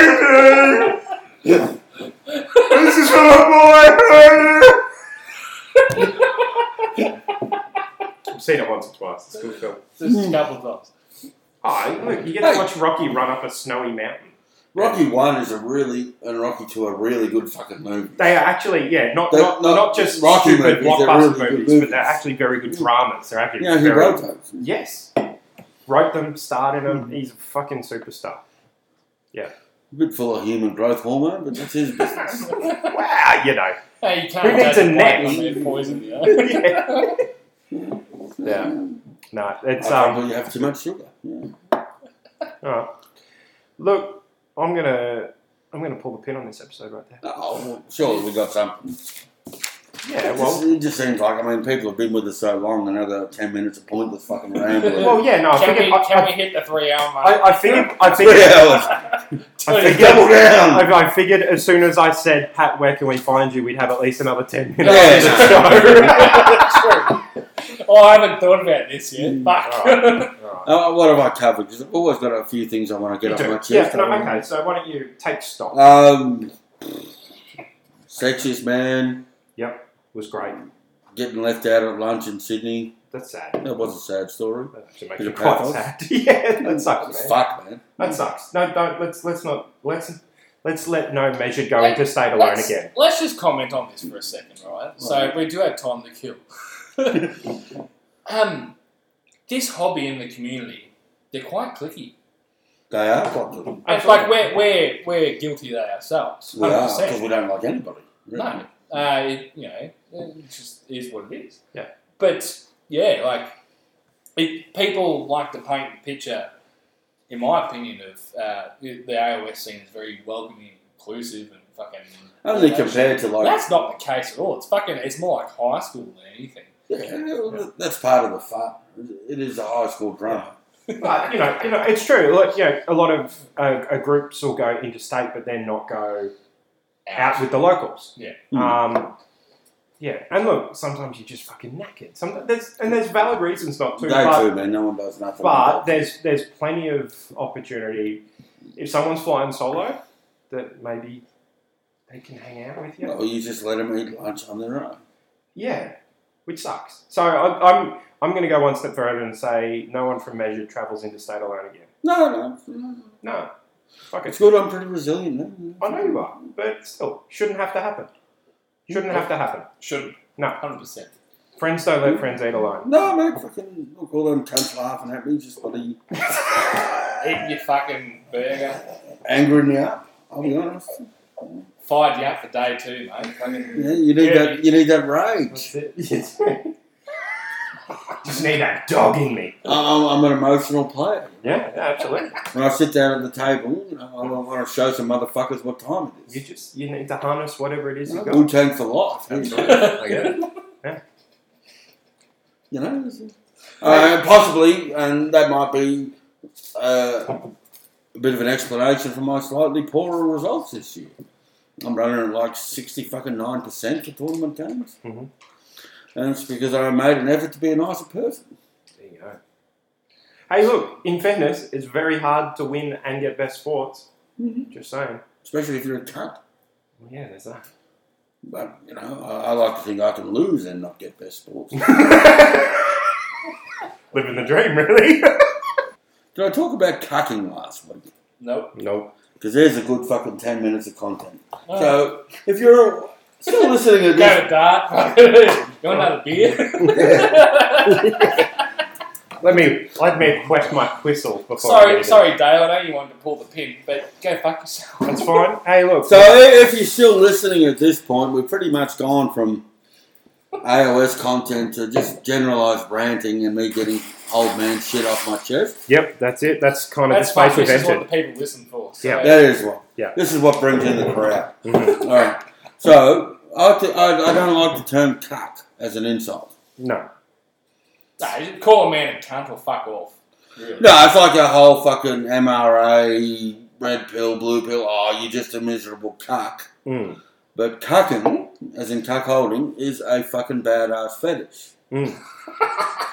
Speaker 2: can change. This is for my boy. I've seen it once or twice. It's a good film.
Speaker 4: Hmm.
Speaker 3: Just a couple of times.
Speaker 2: Oh, look, you get
Speaker 1: Hey.
Speaker 2: to watch Rocky run up a snowy mountain.
Speaker 1: Rocky One is a really and Rocky Two are really good fucking movies.
Speaker 2: They are actually, yeah, not
Speaker 1: They're
Speaker 2: not,
Speaker 1: not
Speaker 2: not, just
Speaker 1: Rocky
Speaker 2: stupid
Speaker 1: movies, they're
Speaker 2: blockbuster
Speaker 1: really good
Speaker 2: movies,
Speaker 1: movies.
Speaker 2: but they're actually very good dramas. They're actually
Speaker 1: You know who
Speaker 2: very,
Speaker 1: wrote Hmm. those?
Speaker 2: Yes, wrote them, starred in them. He's a fucking superstar.
Speaker 1: A bit full of human growth hormone, but that's his business.
Speaker 2: Wow, you know.
Speaker 3: Hey, you
Speaker 2: Who
Speaker 3: can't
Speaker 2: needs
Speaker 3: take
Speaker 2: a
Speaker 3: a
Speaker 2: net?
Speaker 3: net on their poison, you know?
Speaker 2: yeah.
Speaker 4: Oh,
Speaker 2: yeah. No, it's
Speaker 1: I think
Speaker 2: um.
Speaker 1: when you have too much sugar. Yeah.
Speaker 2: All right. Look, I'm gonna I'm gonna pull the pin on this episode right there.
Speaker 1: Oh, well, surely we got something.
Speaker 2: Yeah.
Speaker 1: It
Speaker 2: Well.
Speaker 1: just, it just seems like I mean people have been with us so long. Another ten minutes of pointless fucking rambling.
Speaker 2: Well, yeah. No, I
Speaker 3: Can,
Speaker 2: figured.
Speaker 3: we,
Speaker 2: I,
Speaker 3: can
Speaker 2: I,
Speaker 3: we hit the three hour mark?
Speaker 2: I, I figured. I
Speaker 1: Three
Speaker 2: figured.
Speaker 1: hours.
Speaker 2: I
Speaker 1: Just
Speaker 2: figured.
Speaker 1: double down.
Speaker 2: I, I figured as soon as I said, Pat, where can we find you? We'd have at least another ten minutes.
Speaker 1: Yeah.
Speaker 2: of the show.
Speaker 3: oh, I haven't thought about this yet.
Speaker 4: Hmm.
Speaker 3: Fuck.
Speaker 1: Uh, what have I covered? Because I've always got a few things I want to
Speaker 2: You
Speaker 1: get off
Speaker 2: do.
Speaker 1: my
Speaker 2: yeah,
Speaker 1: chest.
Speaker 2: no, okay. So why don't you take stock?
Speaker 1: Um, sexiest man
Speaker 2: was great.
Speaker 1: getting left out at lunch in Sydney.
Speaker 2: That's sad.
Speaker 1: That was a sad story.
Speaker 2: That actually makes
Speaker 1: Bit
Speaker 2: me
Speaker 1: of
Speaker 2: quite
Speaker 1: pathos.
Speaker 2: sad. yeah, that sucks, man.
Speaker 1: Fuck, man.
Speaker 2: That sucks. No, don't. Let's let's not let's let's let no measure go
Speaker 3: Let-
Speaker 2: into state alone
Speaker 3: Let's,
Speaker 2: again.
Speaker 3: let's just comment on this for a second, right? So we do have time to kill. um, this hobby in the community, they're quite clicky.
Speaker 1: They are quite good.
Speaker 3: It's like we're, we're, we're guilty of that ourselves.
Speaker 1: We are,
Speaker 3: 100%.
Speaker 1: because we don't like anybody.
Speaker 3: No, uh, it, you know, it just is what it is.
Speaker 2: Yeah.
Speaker 3: But yeah, like it, people like to paint the picture, in my opinion, of uh, the the AOS scene is very welcoming, inclusive, and fucking.
Speaker 1: Only compared to like.
Speaker 3: That's not the case at all. It's fucking. It's more like high school than anything.
Speaker 1: Yeah, well, that's part of the fun. It is a high school drama.
Speaker 2: But you know, you know, it's true. Like, you know, a lot of uh, uh, groups will go interstate, but then not go out with the locals.
Speaker 3: Yeah.
Speaker 1: Mm.
Speaker 2: Um, yeah, and look, sometimes you're just fucking knackered. Some, there's, and there's valid reasons not to.
Speaker 1: They
Speaker 2: but,
Speaker 1: too, man. No one does nothing.
Speaker 2: But there's there's plenty of opportunity if someone's flying solo that maybe they can hang out with you.
Speaker 1: Or you just let them eat lunch on their own.
Speaker 2: Yeah, which sucks. So I, I'm I'm going to go one step further and say no one from Measure travels interstate alone again.
Speaker 1: No, no, no.
Speaker 2: No, fuck
Speaker 1: It's
Speaker 2: it.
Speaker 1: good. I'm pretty resilient. Man.
Speaker 2: I know you are, but still, shouldn't have to happen.
Speaker 1: Hmm.
Speaker 2: Shouldn't have to happen.
Speaker 3: Shouldn't.
Speaker 2: No.
Speaker 3: Hundred percent.
Speaker 2: Friends don't
Speaker 1: Hmm.
Speaker 2: let friends eat alone.
Speaker 1: No, man. Fucking look, all them cunts laughing at me. Just bloody
Speaker 3: Eat your fucking burger.
Speaker 1: angering me up. I'll be honest.
Speaker 3: Fired you up for day two, mate. Fucking.
Speaker 1: Yeah, you need
Speaker 3: Yeah.
Speaker 1: that. You need that rage.
Speaker 2: That's it. Just need that dog in me.
Speaker 1: I'm, I'm an emotional player.
Speaker 2: Yeah, yeah, absolutely.
Speaker 1: When I sit down at the table, I, I want to show some motherfuckers what time it
Speaker 2: You
Speaker 1: is.
Speaker 2: just you need to harness whatever it is you
Speaker 1: Wu
Speaker 2: got.
Speaker 1: Tang for life.
Speaker 2: That's
Speaker 1: You
Speaker 2: right. I get it.
Speaker 1: You know, uh, possibly, and that might be uh, a bit of an explanation for my slightly poorer results this year. I'm running at like sixty fucking nine percent for tournament games,
Speaker 2: Mhm.
Speaker 1: and it's because I made an effort to be a nicer person.
Speaker 2: There you go. Hey, look. In fairness, it's very hard to win and get best sports.
Speaker 3: Mm-hmm.
Speaker 2: Just saying.
Speaker 1: Especially if you're a cunt.
Speaker 2: Well, yeah, there's that.
Speaker 1: But you know, I, I like to think I can lose and not get best sports.
Speaker 2: Living the dream, really.
Speaker 1: Did I talk about cucking last week?
Speaker 3: Nope.
Speaker 2: Nope.
Speaker 1: Because there's a good fucking ten minutes of content.
Speaker 3: Uh.
Speaker 1: So if you're still listening to
Speaker 3: Go
Speaker 1: this,
Speaker 3: to dart. you want another beer?
Speaker 2: Let me let me quack my whistle before. I
Speaker 3: sorry,
Speaker 2: leave.
Speaker 3: sorry, Dale. I know you wanted to pull the pin, but go fuck yourself.
Speaker 2: That's fine. Hey, look.
Speaker 1: So i- if you're still listening at this point, we've pretty much gone from AOS content to just generalised ranting and me getting old man shit off my chest.
Speaker 2: Yep, that's it. That's kind of
Speaker 3: That's
Speaker 2: the
Speaker 3: fine.
Speaker 2: space we've
Speaker 3: This is what
Speaker 2: entered.
Speaker 3: the people listen for. So.
Speaker 2: Yeah.
Speaker 1: That is what.
Speaker 2: Yeah.
Speaker 1: This is what brings in the crowd.
Speaker 2: Mhm.
Speaker 1: All right. So I, t- I, I don't like the term "cuck" as an insult.
Speaker 2: No,
Speaker 3: Nah, you call a man a cunt or fuck off. Really.
Speaker 1: No, it's like a whole fucking MRA, red pill, blue pill. Oh, you're just a miserable cuck.
Speaker 2: Mm.
Speaker 1: But cucking, as in cuck holding, is a fucking badass fetish.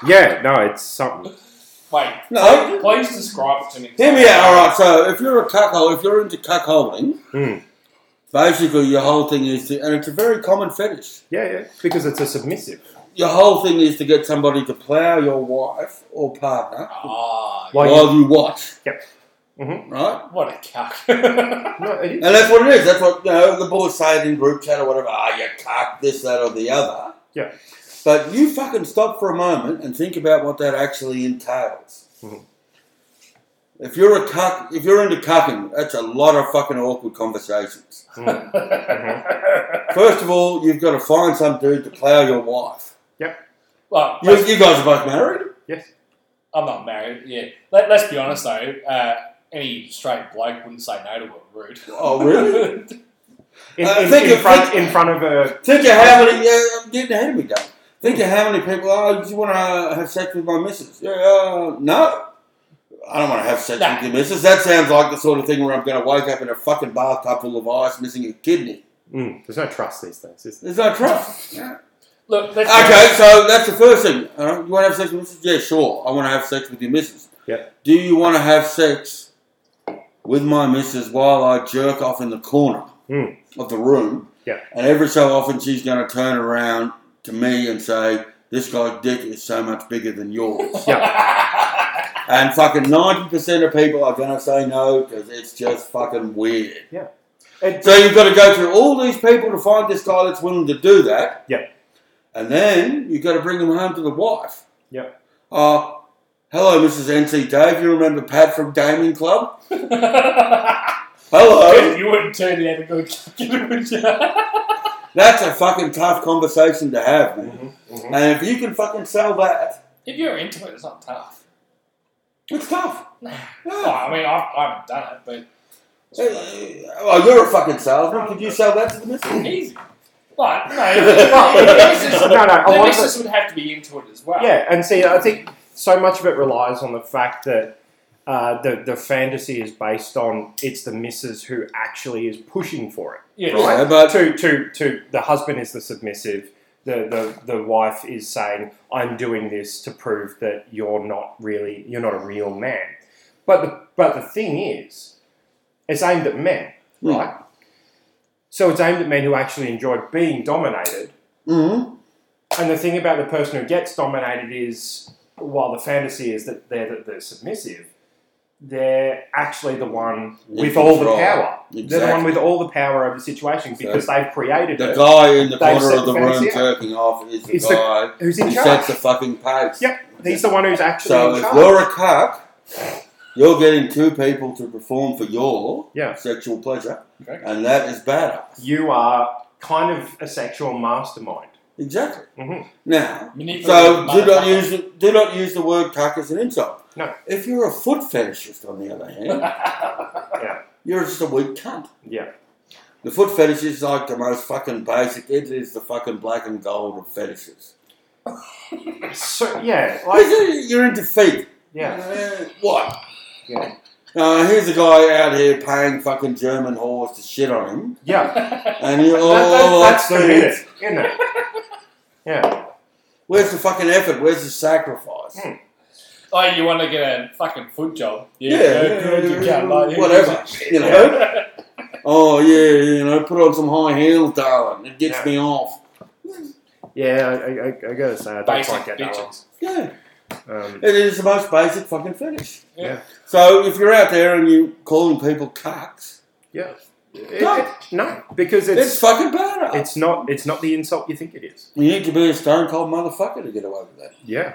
Speaker 2: Yeah, no, it's something.
Speaker 3: Wait,
Speaker 1: No.
Speaker 3: please, please describe it to me.
Speaker 1: Hear me out, alright. So if you're a cuckold, if you're into cuckolding,
Speaker 2: Hmm.
Speaker 1: basically your whole thing is to, and it's a very common fetish.
Speaker 2: Yeah, yeah, because it's a submissive.
Speaker 1: Your whole thing is to get somebody to plough your wife or partner
Speaker 3: Ah,
Speaker 2: Like,
Speaker 1: while you watch.
Speaker 2: Yep. Mhm.
Speaker 1: Right?
Speaker 3: what a cuck.
Speaker 2: no, it is.
Speaker 1: And that's what it is. That's what, you know, the boys say it in group chat or whatever. Ah, you cuck, this, that, or the other.
Speaker 2: Yeah.
Speaker 1: But you fucking stop for a moment and think about what that actually entails.
Speaker 2: Mhm.
Speaker 1: If you're a cuck, if you're into cucking, that's a lot of fucking awkward conversations.
Speaker 2: Mm. Mm-hmm.
Speaker 1: First of all, you've got to find some dude to plough your wife.
Speaker 3: well,
Speaker 1: You, you guys are both married.
Speaker 2: Yes.
Speaker 3: I'm not married. Yeah. Let, let's be honest though. Uh, any straight bloke wouldn't say no to a root.
Speaker 1: Oh, really?
Speaker 2: In,
Speaker 1: Uh,
Speaker 2: in-
Speaker 1: think
Speaker 2: in
Speaker 1: of-
Speaker 2: front,
Speaker 1: think-
Speaker 2: in front of a.
Speaker 1: Think of how many. Yeah, I'm getting ahead of me, Dave. Think of how many people. Oh, do you want to have sex with my missus? Yeah. Uh, no. I don't want to have sex
Speaker 3: Nah.
Speaker 1: with your missus. That sounds like the sort of thing where I'm going to wake up in a fucking bathtub full of ice, missing a kidney.
Speaker 2: Mm, there's no trust these days. Is there?
Speaker 1: There's no trust.
Speaker 3: Look, let's
Speaker 1: Okay, so that's the first thing. Uh, you want to have sex with missus? Yeah, sure. I want to have sex with your missus.
Speaker 2: Yep.
Speaker 1: Do you want to have sex with my missus while I jerk off in the corner
Speaker 2: Hmm.
Speaker 1: of the room?
Speaker 2: Yep.
Speaker 1: And every so often she's going to turn around to me and say, this guy's dick is so much bigger than yours. and fucking 90% of people are going to say no because it's just fucking weird.
Speaker 2: It-
Speaker 1: So you've got to go through all these people to find this guy that's willing to do that.
Speaker 2: Yep.
Speaker 1: And then you've got to bring him home to the wife.
Speaker 2: Yep.
Speaker 1: Uh, hello, Mrs. NC Dave. You remember Pat from Gaming Club?
Speaker 2: Oh.
Speaker 1: Hello.
Speaker 3: you wouldn't turn the other good cuck, would you?
Speaker 1: That's a fucking tough conversation to have, man.
Speaker 2: Mhm, mhm.
Speaker 1: And if you can fucking sell that,
Speaker 3: If you're into it, it's not tough.
Speaker 1: it's tough.
Speaker 3: Well,
Speaker 1: Yeah.
Speaker 3: I mean, I've, I haven't done it, but it's fucking
Speaker 1: Hey, Oh, you're a fucking salesman. Could you sell that to the missus?
Speaker 3: easy. But no, well, the
Speaker 2: no,
Speaker 3: missus-
Speaker 2: no, I
Speaker 3: the
Speaker 2: want to.
Speaker 3: missus would have to be into it as well.
Speaker 2: Yeah, and see, I think so much of it relies on the fact that uh, the the fantasy is based on it's the missus who actually is pushing for it.
Speaker 3: Yeah.
Speaker 1: Yeah, but
Speaker 2: Uh, To to to the husband is the submissive. The, the, the wife is saying, I'm doing this to prove that you're not really, you're not a real man. But the, but the thing is, it's aimed at men,
Speaker 1: Hmm.
Speaker 2: right? So it's aimed at men who actually enjoy being dominated
Speaker 1: Mhm.
Speaker 2: and the thing about the person who gets dominated is, while the fantasy is that they're that they're submissive, they're actually the one
Speaker 1: In
Speaker 2: with all the
Speaker 1: control.
Speaker 2: power. They're the one
Speaker 1: Exactly.
Speaker 2: with all the power over the situation because they've created
Speaker 1: the
Speaker 2: it.
Speaker 1: guy in the
Speaker 2: Dave
Speaker 1: corner
Speaker 2: set
Speaker 1: of the
Speaker 2: the
Speaker 1: room
Speaker 2: fantasy up.
Speaker 1: jerking off is the
Speaker 2: It's the-
Speaker 1: guy
Speaker 2: Who's in
Speaker 1: He sets
Speaker 2: charge?
Speaker 1: the fucking pace.
Speaker 2: Yep. He's the one who's actually
Speaker 1: So
Speaker 2: in
Speaker 1: if
Speaker 2: charge.
Speaker 1: you're a cuck, you're getting two people to perform for your
Speaker 2: Yeah.
Speaker 1: sexual pleasure,
Speaker 3: Correct.
Speaker 1: and that is badass.
Speaker 2: You are kind of a sexual mastermind.
Speaker 1: Exactly.
Speaker 2: Mhm.
Speaker 1: Now,
Speaker 3: Manipulative
Speaker 1: so do not
Speaker 3: motherfucker.
Speaker 1: use the- do not use the word cuck as an insult.
Speaker 2: No.
Speaker 1: If you're a foot fetishist, on the other hand, you're just a weak cunt.
Speaker 2: Yeah.
Speaker 1: The foot fetish is like the most fucking basic. It is the fucking black and gold of fetishes.
Speaker 2: So yeah,
Speaker 1: Like,
Speaker 2: like
Speaker 1: you're into feet.
Speaker 2: yeah,
Speaker 1: Uh, what?
Speaker 2: Yeah.
Speaker 1: Uh, here's a guy out here paying fucking German whores to shit on him.
Speaker 2: yeah.
Speaker 1: And you, oh,
Speaker 2: That- that- that's
Speaker 1: that's
Speaker 2: committed, isn't it? Yeah.
Speaker 1: Where's the fucking effort? Where's the sacrifice?
Speaker 2: Hmm.
Speaker 3: Oh, you want to get a fucking food job? Yeah,
Speaker 1: Yeah,
Speaker 3: yeah, good, you
Speaker 1: yeah,
Speaker 3: can, like, yeah,
Speaker 1: whatever, you know. Oh yeah, you know, put on some high heels, darling. It gets
Speaker 2: Yeah.
Speaker 1: me off.
Speaker 2: Yeah, I, I, I- I gotta say, I don't
Speaker 3: Basic
Speaker 2: quite get that one.
Speaker 3: bitches.
Speaker 1: Yeah,
Speaker 2: Um,
Speaker 1: it is the most basic fucking fetish.
Speaker 3: Yeah.
Speaker 1: So if you're out there and you calling people cucks,
Speaker 2: It- it- no, because
Speaker 1: it's,
Speaker 2: it's
Speaker 1: fucking badass.
Speaker 2: it's not it's not the insult you think it is.
Speaker 1: you need to be a stone cold motherfucker to get away with that.
Speaker 2: Yeah,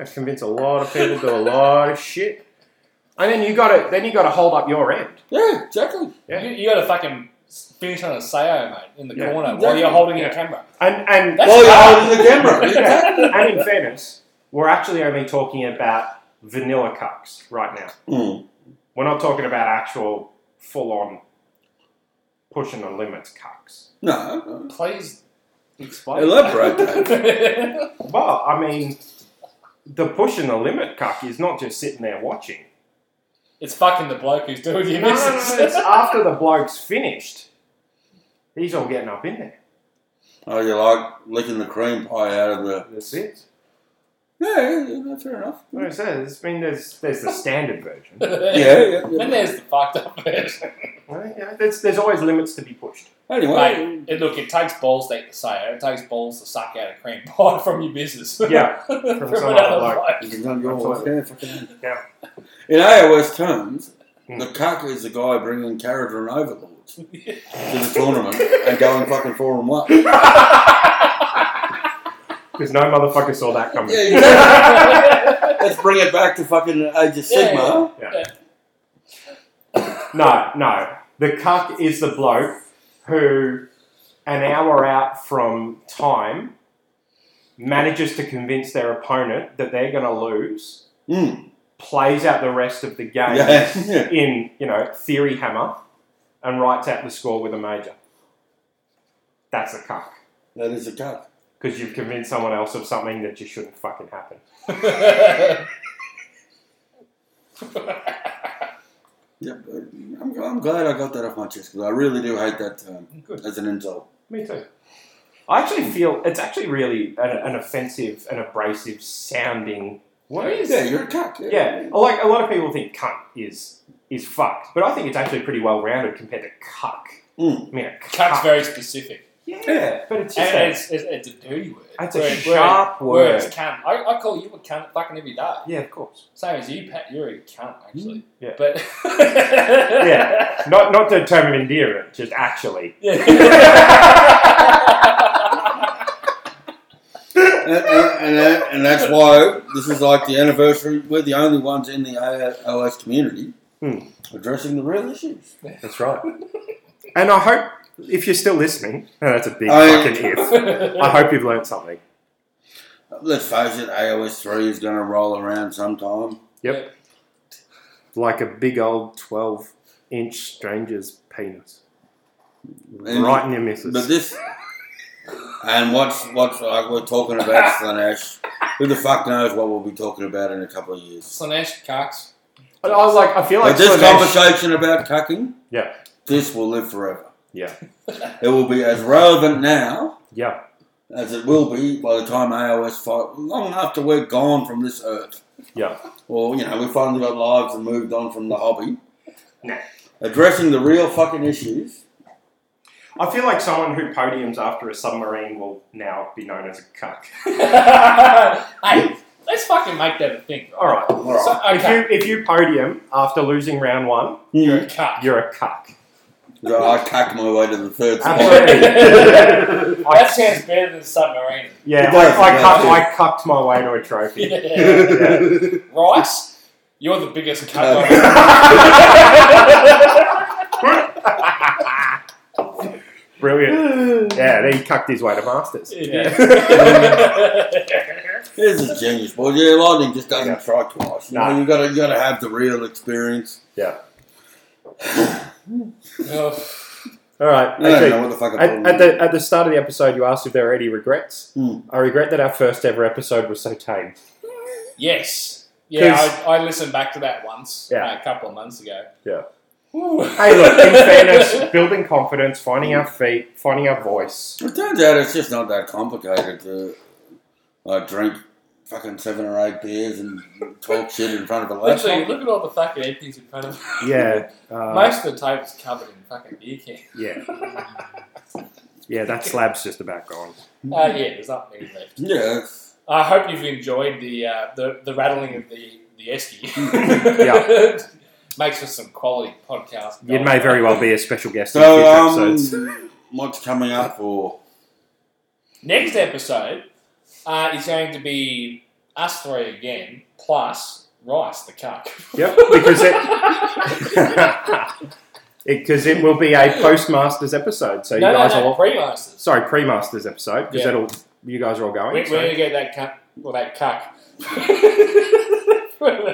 Speaker 2: I convince a lot of people to do a lot of shit, and then you got to then you got to hold up your end.
Speaker 1: Yeah, exactly.
Speaker 2: Yeah.
Speaker 3: You, you got to fucking finish on a sayo, mate, in the
Speaker 2: Yeah.
Speaker 3: corner while
Speaker 1: Exactly.
Speaker 3: you're holding your
Speaker 2: Yeah.
Speaker 3: camera.
Speaker 2: And and
Speaker 3: That's
Speaker 1: While
Speaker 3: hard.
Speaker 1: you're holding the camera, exactly.
Speaker 2: and in fairness, we're actually only talking about vanilla cucks right now.
Speaker 3: Hmm.
Speaker 1: Mm.
Speaker 2: We're not talking about actual full on pushing the limits cucks.
Speaker 1: No, no.
Speaker 3: Please explain.
Speaker 1: Elaborate,
Speaker 3: that.
Speaker 2: Well, I mean, the pushing the limit cuck is not just sitting there watching.
Speaker 3: It's fucking the bloke who's doing the
Speaker 2: No, no, no,
Speaker 3: missus.
Speaker 2: it's after the bloke's finished. He's all getting up in there.
Speaker 1: Oh, you like licking the cream pie out of the.
Speaker 2: That's it.
Speaker 1: Yeah, yeah, yeah fair enough.
Speaker 2: Like I said, it's- I mean, there's there's the standard version.
Speaker 1: Yeah, yeah, yeah.
Speaker 3: Then there's the fucked up version.
Speaker 2: Well, yeah, there's, there's always limits to be pushed.
Speaker 1: Anyway,
Speaker 3: Mate, it, look, it takes balls to say it. It takes balls to suck out a cream pie from your business.
Speaker 2: Yeah,
Speaker 3: from,
Speaker 2: someone
Speaker 3: another
Speaker 2: like-
Speaker 3: bloke.
Speaker 1: This is not yours.
Speaker 2: Absolutely.
Speaker 1: Yeah, fucking hell.
Speaker 2: Yeah.
Speaker 1: In AOS terms,
Speaker 2: Hmm.
Speaker 1: the cuck is the guy bringing character and overlords to the tournament and going fucking for and what? Yeah,
Speaker 2: Because no motherfucker saw that coming.
Speaker 1: exactly. Let's bring it back to fucking Age of Sigma.
Speaker 2: No, no. The cuck is the bloke who, an hour out from time, manages to convince their opponent that they're going to lose,
Speaker 1: Mm.
Speaker 2: plays out the rest of the game
Speaker 1: Yeah. yeah.
Speaker 2: in, you know, theory hammer, and writes out the score with a major. That's a cuck.
Speaker 1: That is a cuck.
Speaker 2: Because you've convinced someone else of something that just shouldn't fucking happen.
Speaker 1: Yeah, but I'm, I'm glad I got that off my chest because I really do hate that term
Speaker 2: Good.
Speaker 1: as an insult.
Speaker 2: Me too. I actually feel it's actually really an, an offensive and abrasive sounding word.
Speaker 1: Yeah, you're a cuck.
Speaker 2: Yeah, like a lot of people think cunt is is fucked, but I think it's actually pretty well rounded compared to cuck.
Speaker 1: Mm.
Speaker 2: I mean, a cuck.
Speaker 3: Cuck's very specific.
Speaker 2: yeah, but it's just
Speaker 3: And
Speaker 2: a,
Speaker 3: it's, it's, it's a dirty word.
Speaker 2: that's a
Speaker 3: Whereas-
Speaker 2: sharp
Speaker 3: whereas-
Speaker 2: word.
Speaker 3: whereas cunt. I, I call you a cunt fucking every day.
Speaker 2: Yeah, of course.
Speaker 3: Same as you, Pat. You're a cunt, actually.
Speaker 2: Mm, Yeah.
Speaker 3: But
Speaker 2: Yeah. Not not the term of endearment, just actually.
Speaker 3: Yeah.
Speaker 1: And, and, and, that, and that's why this is like the anniversary. We're the only ones in the AOS community
Speaker 2: Hmm.
Speaker 1: addressing the real issues.
Speaker 2: That's right. and I hope if you're still listening, no, that's a big
Speaker 1: I-
Speaker 2: fucking if. I hope you've learned something.
Speaker 1: Let's face it, AOS 3 is going to roll around sometime.
Speaker 2: Like a big old twelve inch stranger's penis.
Speaker 1: And-
Speaker 2: right in your missus.
Speaker 1: But this. And what's, what's like we're talking about Slanesh. Who the fuck knows what we'll be talking about in a couple of years?
Speaker 3: Slanesh cucks.
Speaker 2: I was like, I feel like
Speaker 1: But this
Speaker 2: Slanesh-
Speaker 1: conversation about cucking,
Speaker 2: Yeah.
Speaker 1: this will live forever.
Speaker 2: Yeah.
Speaker 1: It will be as relevant now
Speaker 2: Yeah.
Speaker 1: as it will be by the time AOS 5, long after we're gone from this earth.
Speaker 2: Yeah.
Speaker 1: or you know, we finally got lives and moved on from the hobby.
Speaker 2: Nah.
Speaker 1: Addressing the real fucking issues.
Speaker 2: I feel like someone who podiums after a submarine will now be known as a cuck.
Speaker 3: hey, let's fucking make that a thing.
Speaker 2: All right.
Speaker 1: All right.
Speaker 3: So,
Speaker 2: If
Speaker 3: okay.
Speaker 2: you if you podium after losing round one,
Speaker 3: You're
Speaker 1: Hmm.
Speaker 3: a cuck.
Speaker 2: you're a cuck.
Speaker 1: So I cacked my way to the third spot.
Speaker 2: Absolutely.
Speaker 3: That
Speaker 2: I,
Speaker 3: sounds better than submarine.
Speaker 2: yeah,
Speaker 1: It does,
Speaker 2: I, I,
Speaker 1: it
Speaker 2: cucked,
Speaker 1: does.
Speaker 2: I cucked my way to a trophy.
Speaker 3: Yeah.
Speaker 2: Yeah.
Speaker 3: Rice, you're the biggest cuck.
Speaker 1: Uh,
Speaker 3: I've ever-
Speaker 2: Brilliant. Yeah, then he cucked his way to masters.
Speaker 3: Yeah.
Speaker 1: This is genius, boys. Yeah, lightning just doesn't
Speaker 2: Yeah.
Speaker 1: try twice. You, know,
Speaker 2: Nah.
Speaker 1: you gotta you gotta have the real experience.
Speaker 3: Oh,
Speaker 2: All right.
Speaker 1: I don't
Speaker 2: okay.
Speaker 1: know what the fuck I'm
Speaker 2: At,
Speaker 1: talking
Speaker 2: at the at the start of the episode, you asked if there are any regrets.
Speaker 1: Hmm.
Speaker 2: I regret that our first ever episode was so tame.
Speaker 3: yes. Yeah,
Speaker 2: 'Cause-
Speaker 3: I, I listened back to that once
Speaker 2: Yeah.
Speaker 3: uh, a couple of months ago.
Speaker 2: Yeah.
Speaker 3: Ooh.
Speaker 2: Hey, look, in fairness, building confidence, finding our feet, finding our voice.
Speaker 1: It turns out it's just not that complicated to like drink fucking seven or eight beers and talk shit in front of a laptop.
Speaker 3: Literally, look at all the fucking empties in front of me.
Speaker 2: Yeah. Uh,
Speaker 3: Most of the table's covered in fucking beer cans.
Speaker 2: yeah. Yeah, that slab's just about gone.
Speaker 3: Uh, yeah, there's not many left.
Speaker 1: Yeah, it's,
Speaker 3: I hope you've enjoyed the uh, the, the rattling of the the esky.
Speaker 2: Yeah.
Speaker 3: makes for some quality podcast.
Speaker 2: It may very well be a special guest in
Speaker 1: so
Speaker 2: future episodes.
Speaker 1: um, what's coming up for?
Speaker 3: Next episode uh, is going to be us three again, plus Rice the cuck.
Speaker 2: Yep, because it because it will be a postmasters episode. So you
Speaker 3: no, no,
Speaker 2: guys are
Speaker 3: no,
Speaker 2: all
Speaker 3: pre-masters.
Speaker 2: sorry pre-masters episode because
Speaker 3: Yeah.
Speaker 2: that'll you guys are all going.
Speaker 3: We, we're
Speaker 2: so-
Speaker 3: going to get that cuck. Well, that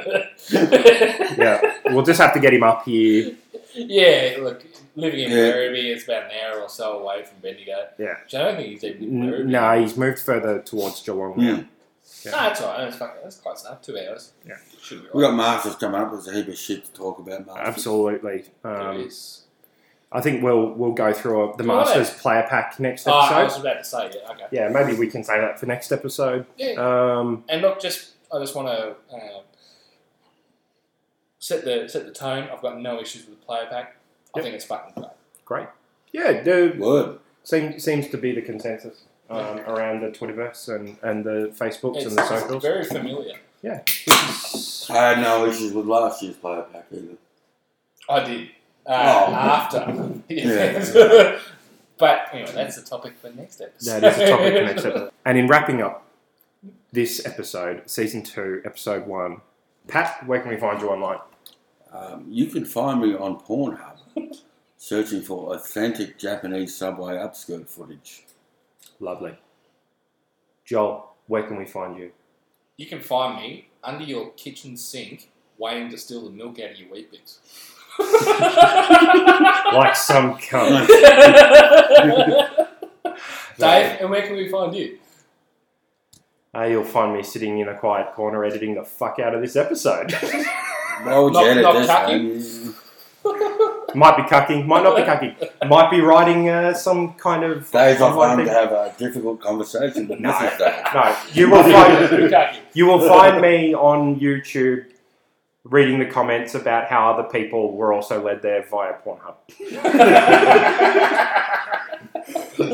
Speaker 3: cuck.
Speaker 2: yeah, we'll just have to get him up here.
Speaker 3: yeah, look, living in
Speaker 1: Yeah.
Speaker 3: Werribee, it's about an hour or so away from Bendigo.
Speaker 2: Yeah.
Speaker 3: Which I don't think he's even in
Speaker 2: N-
Speaker 3: Werribee.
Speaker 2: No, he's moved further towards Geelong. now.
Speaker 1: Hmm.
Speaker 2: Yeah.
Speaker 3: No, that's all right. That's, fucking, that's close enough. Two hours.
Speaker 2: Yeah.
Speaker 3: Should be all
Speaker 1: We
Speaker 3: right.
Speaker 1: got masters coming up. There's a heap of shit to talk about. Masters.
Speaker 2: Absolutely.
Speaker 3: There
Speaker 2: Um,
Speaker 3: is.
Speaker 2: I think we'll we'll go through uh, the
Speaker 3: Do you want
Speaker 2: Masters player pack next
Speaker 3: Oh, I was
Speaker 2: episode.
Speaker 3: about to say, yeah, okay.
Speaker 2: Yeah, maybe we can say that for next episode.
Speaker 3: Yeah.
Speaker 2: Um,
Speaker 3: And look, just I just want to uh, set the set the tone. I've got no issues with the player pack. I
Speaker 2: Yep.
Speaker 3: think it's fucking great.
Speaker 2: yeah, dude,
Speaker 1: Word.
Speaker 2: seem, seems to be the consensus um, around the Twitterverse and, and the Facebooks
Speaker 3: It's,
Speaker 2: and the
Speaker 3: it's
Speaker 2: socials.
Speaker 3: very familiar.
Speaker 1: I had no issues with last year's player pack either.
Speaker 3: I did uh,
Speaker 1: Oh.
Speaker 3: after.
Speaker 1: Yeah.
Speaker 3: but anyway, that's the topic for next episode.
Speaker 2: That is a topic for next episode. And in wrapping up this episode, season two, episode one, Pat, where can we find you online?
Speaker 1: Um, you can find me on Pornhub searching for authentic Japanese subway upskirt footage.
Speaker 2: Lovely. Joel, where can we find you?
Speaker 3: You can find me under your kitchen sink, waiting to steal the milk out of your wheat bits.
Speaker 2: Like some cunt.
Speaker 3: Dave, and where can we find you?
Speaker 2: Uh, you'll find me sitting in a quiet corner editing the fuck out of this episode.
Speaker 1: Why would you
Speaker 3: Not-
Speaker 1: edit
Speaker 3: not
Speaker 1: this
Speaker 3: cucking?
Speaker 1: one?
Speaker 2: might be cucking, might not be cucking. Might be writing uh, some kind of.
Speaker 1: Days off
Speaker 2: online
Speaker 1: home to
Speaker 2: thing.
Speaker 1: have a difficult conversation with
Speaker 2: No.
Speaker 1: Mrs. Dave.
Speaker 2: No, you will find.
Speaker 3: Kaki.
Speaker 2: You will find me on YouTube reading the comments about how other people were also led there via Pornhub.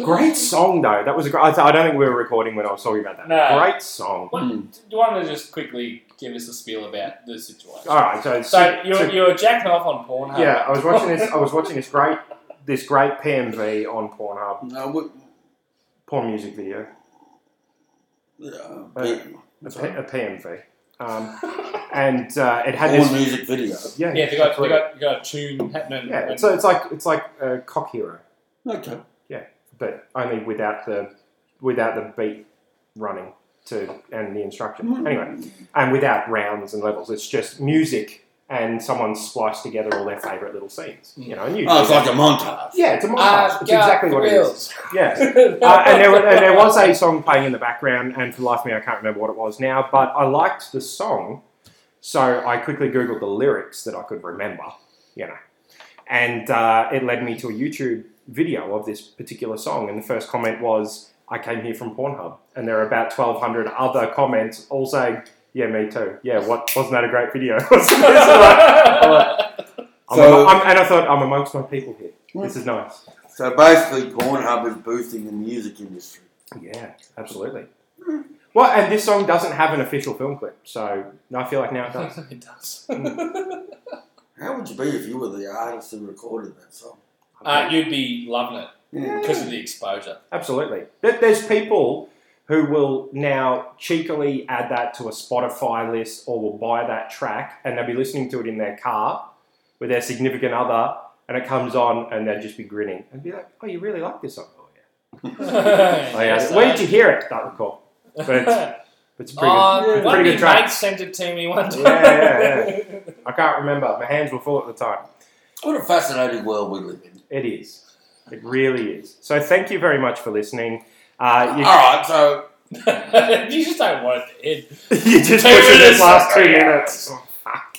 Speaker 2: Great song though. That was a great. I, I don't think we were recording when I was talking about that.
Speaker 3: No.
Speaker 2: Great song.
Speaker 3: What, do you want to just quickly give us a spiel about the situation?
Speaker 2: All right. So,
Speaker 3: So you're, you're jacking off on Pornhub.
Speaker 2: yeah, I was watching this. I was watching this great this great PMV on Pornhub
Speaker 1: No, we,
Speaker 2: porn music video.
Speaker 1: uh, pe-
Speaker 2: A,
Speaker 1: That's
Speaker 2: P-
Speaker 1: right.
Speaker 2: a PMV. Um, and uh, it had
Speaker 1: porn
Speaker 2: this.
Speaker 1: music video.
Speaker 2: Yeah,
Speaker 3: yeah. They got, they
Speaker 2: absolutely.
Speaker 3: got, they got a tune happening.
Speaker 2: yeah.
Speaker 3: and-
Speaker 2: So it's like it's like uh, cock hero.
Speaker 1: Okay.
Speaker 2: but only without the without the beat running to and the instruction.
Speaker 1: Hmm.
Speaker 2: Anyway, and without rounds and levels, it's just music and someone spliced together all their favourite little scenes. You know, and you
Speaker 1: Oh, it's like a montage.
Speaker 2: Ah, yeah, it's a montage.
Speaker 3: I've
Speaker 2: it's
Speaker 3: got
Speaker 2: exactly what it is.
Speaker 3: thrills.
Speaker 2: Yeah. Uh, and, there, and there was a song playing in the background, and for the life of me, I can't remember what it was now, but I liked the song, so I quickly Googled the lyrics that I could remember, you know. And uh, it led me to a YouTube video of this particular song, and the first comment was, I came here from Pornhub. And there are about 1,200 other comments all saying, Yeah, me too. Yeah, what wasn't that a great video? It's like, I'm
Speaker 1: So-
Speaker 2: amo- I'm- and I thought, I'm amongst my people here. This is nice.
Speaker 1: So basically, Pornhub is boosting the music industry.
Speaker 2: Yeah, absolutely. Well, and this song doesn't have an official film clip, so I feel like now it does.
Speaker 3: it does.
Speaker 1: How would you be if you were the artist who recorded that song?
Speaker 3: Uh, you'd be loving it
Speaker 1: Yeah.
Speaker 3: because of the exposure.
Speaker 2: Absolutely. But there's people who will now cheekily add that to a Spotify list or will buy that track and they'll be listening to it in their car with their significant other and it comes on and they'll just be grinning and be like, oh, you really like this song? Oh, yeah. Oh, yeah.
Speaker 3: Yes,
Speaker 2: Where
Speaker 3: uh,
Speaker 2: did you hear it? Don't recall. But it's, it's a pretty
Speaker 3: Oh,
Speaker 2: good,
Speaker 3: Uh, one
Speaker 2: pretty
Speaker 3: of
Speaker 2: good
Speaker 3: your
Speaker 2: track.
Speaker 3: mates sent it to me one time.
Speaker 2: Yeah, yeah, I can't remember. My hands were full at the time.
Speaker 1: What a fascinating world we live in.
Speaker 2: It is. It really is. So thank you very much for listening. Uh,
Speaker 1: All
Speaker 2: you,
Speaker 1: right, so
Speaker 3: you just don't want it to end.
Speaker 2: you just
Speaker 3: Two
Speaker 2: listened to
Speaker 3: minutes.
Speaker 2: this last two minutes. Oh, fuck.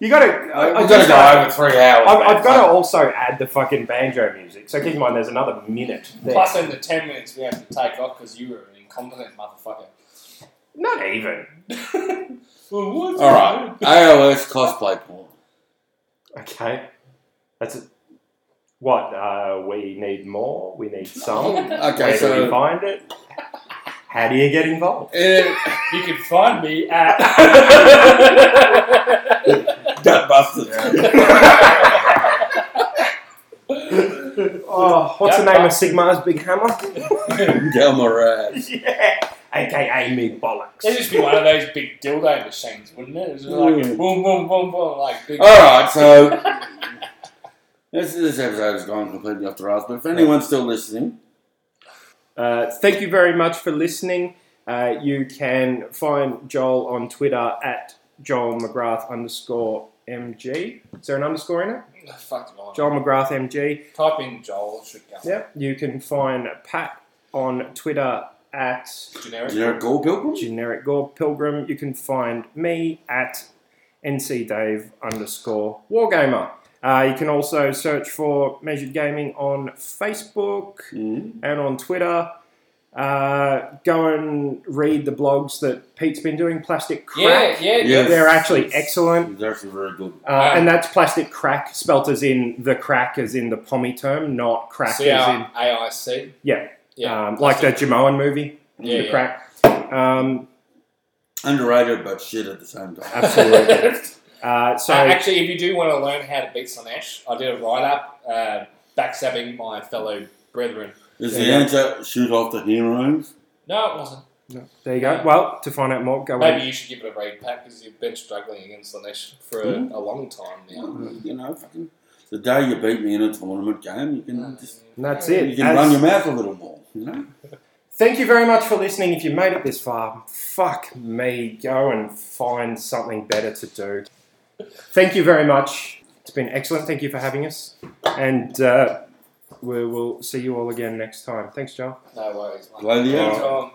Speaker 2: You gotta. I,
Speaker 1: we've
Speaker 2: I
Speaker 1: got to
Speaker 2: just,
Speaker 1: go over three hours.
Speaker 2: I've,
Speaker 1: man.
Speaker 2: I've got to also add the fucking banjo music. So keep in mind, there's another minute. There.
Speaker 3: Plus, in the 10 minutes we have to take off because you were an incompetent motherfucker.
Speaker 2: not even.
Speaker 3: Well, what's
Speaker 1: All right, AOS cosplay porn.
Speaker 2: Okay, that's a, what uh, we need more. We need
Speaker 3: Uh, Oh,
Speaker 2: some.
Speaker 1: Okay,
Speaker 2: Where do you
Speaker 1: so
Speaker 2: find it? How do you get involved?
Speaker 1: uh,
Speaker 3: You can find me at.
Speaker 1: gut busted.
Speaker 2: Oh, what's the
Speaker 3: That
Speaker 2: name of
Speaker 3: bastard.
Speaker 2: Sigma's big hammer?
Speaker 1: Delma Rad.
Speaker 2: yeah, aka me bollocks.
Speaker 3: It'd just be one of those big dildo machines, wouldn't it? It's just like
Speaker 1: Mm.
Speaker 3: boom, boom, boom, boom, like big.
Speaker 1: All right, so this, this episode has gone completely off the rails. But if anyone's still listening,
Speaker 2: Uh, thank you very much for listening. Uh, you can find Joel on Twitter at Joel McGrath underscore MG. Is there an underscore in it?
Speaker 3: Fuck it, on.
Speaker 2: Joel McGrath MG.
Speaker 3: Type in Joel. it Should go.
Speaker 2: Yep. You can find Pat on Twitter at
Speaker 3: Generic.
Speaker 1: Do you know Gore Pilgrim?
Speaker 2: generic gore pilgrim. You can find me at ncdave underscore wargamer. Uh, you can also search for Measured Gaming on Facebook
Speaker 1: Mm.
Speaker 2: and on Twitter. Uh, go and read the blogs that Pete's been doing. Plastic
Speaker 3: Yeah,
Speaker 2: Crack.
Speaker 3: yeah,
Speaker 1: Yeah.
Speaker 2: They're actually excellent.
Speaker 1: It's actually very good.
Speaker 2: Uh, and that's plastic crack, spelt as in the crack, as in the pommy term, not crack
Speaker 3: C
Speaker 2: as in
Speaker 3: R A I C.
Speaker 2: Yeah.
Speaker 3: uh, Yeah.
Speaker 2: um, like the Jamoan movie,
Speaker 3: Yeah,
Speaker 2: the
Speaker 3: yeah.
Speaker 2: crack. Um,
Speaker 1: Underrated, but shit at the same time.
Speaker 2: absolutely. uh, so
Speaker 3: Uh, actually, if you do want to learn how to beat Slanesh, I did a write up uh, backstabbing my fellow brethren.
Speaker 1: Is
Speaker 2: There
Speaker 1: the
Speaker 2: you
Speaker 1: answer shoot off the heroes?
Speaker 3: No, it wasn't.
Speaker 2: there you go. Oh, Well, to find out more, go
Speaker 3: Maybe
Speaker 2: and
Speaker 3: you should give it a read, Pat, because you've been struggling against Slanesh for a,
Speaker 1: Hmm.
Speaker 3: a long time now.
Speaker 1: You know, fucking, Mm. the day you beat me in a tournament game, you
Speaker 3: Um,
Speaker 1: can just
Speaker 2: and that's it.
Speaker 1: you can
Speaker 2: As-
Speaker 1: run your mouth a little more. You know,
Speaker 2: Thank you very much for listening. If you made it this far, fuck me, go and find something better to do. Thank you very much. It's been excellent. Thank you for having us, and uh, we will see you all again next time. Thanks, Joel.
Speaker 3: No worries. mate.
Speaker 1: Bloody hell.
Speaker 3: Get to go.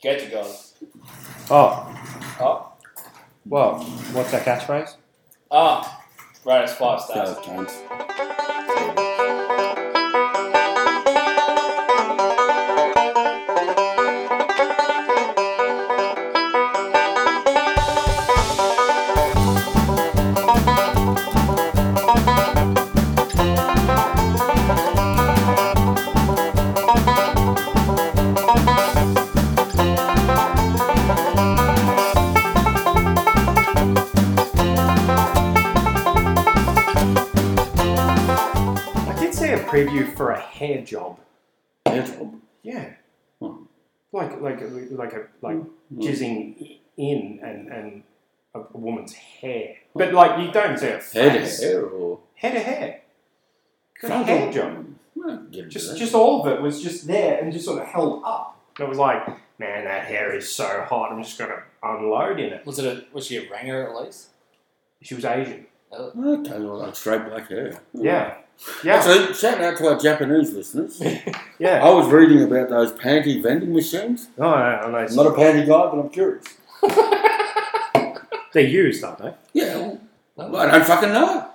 Speaker 3: Get to go.
Speaker 2: Oh,
Speaker 3: Oh,
Speaker 2: well, what's our catchphrase?
Speaker 3: ah, right, it's five stars.
Speaker 1: so, cunts.
Speaker 2: I did see a preview for a hair job.
Speaker 1: Hair job.
Speaker 2: Yeah,
Speaker 1: Hmm.
Speaker 2: like like a- like a like jizzing in and and a a woman's hair, but like you don't see a
Speaker 1: Hair
Speaker 2: face.
Speaker 1: to hair or
Speaker 2: head to hair. Good
Speaker 1: Fuck
Speaker 2: hair
Speaker 1: off.
Speaker 2: job.
Speaker 1: Well, get into
Speaker 2: Just,
Speaker 1: that.
Speaker 2: just all of it was just there and just sort of held up. And it was like, man, that hair is so hot. I'm just gonna unload in it.
Speaker 3: Was it a, was she a ranger at least?
Speaker 2: She was Asian.
Speaker 1: okay, well, like straight black hair.
Speaker 2: Yeah, yeah,
Speaker 1: So shout out to our Japanese listeners.
Speaker 2: yeah.
Speaker 1: I was reading about those panty vending machines.
Speaker 2: Oh, I know.
Speaker 1: I'm not a panty guy, but I'm curious.
Speaker 2: They're used, eh? aren't they?
Speaker 1: Yeah, well, I don't fucking know.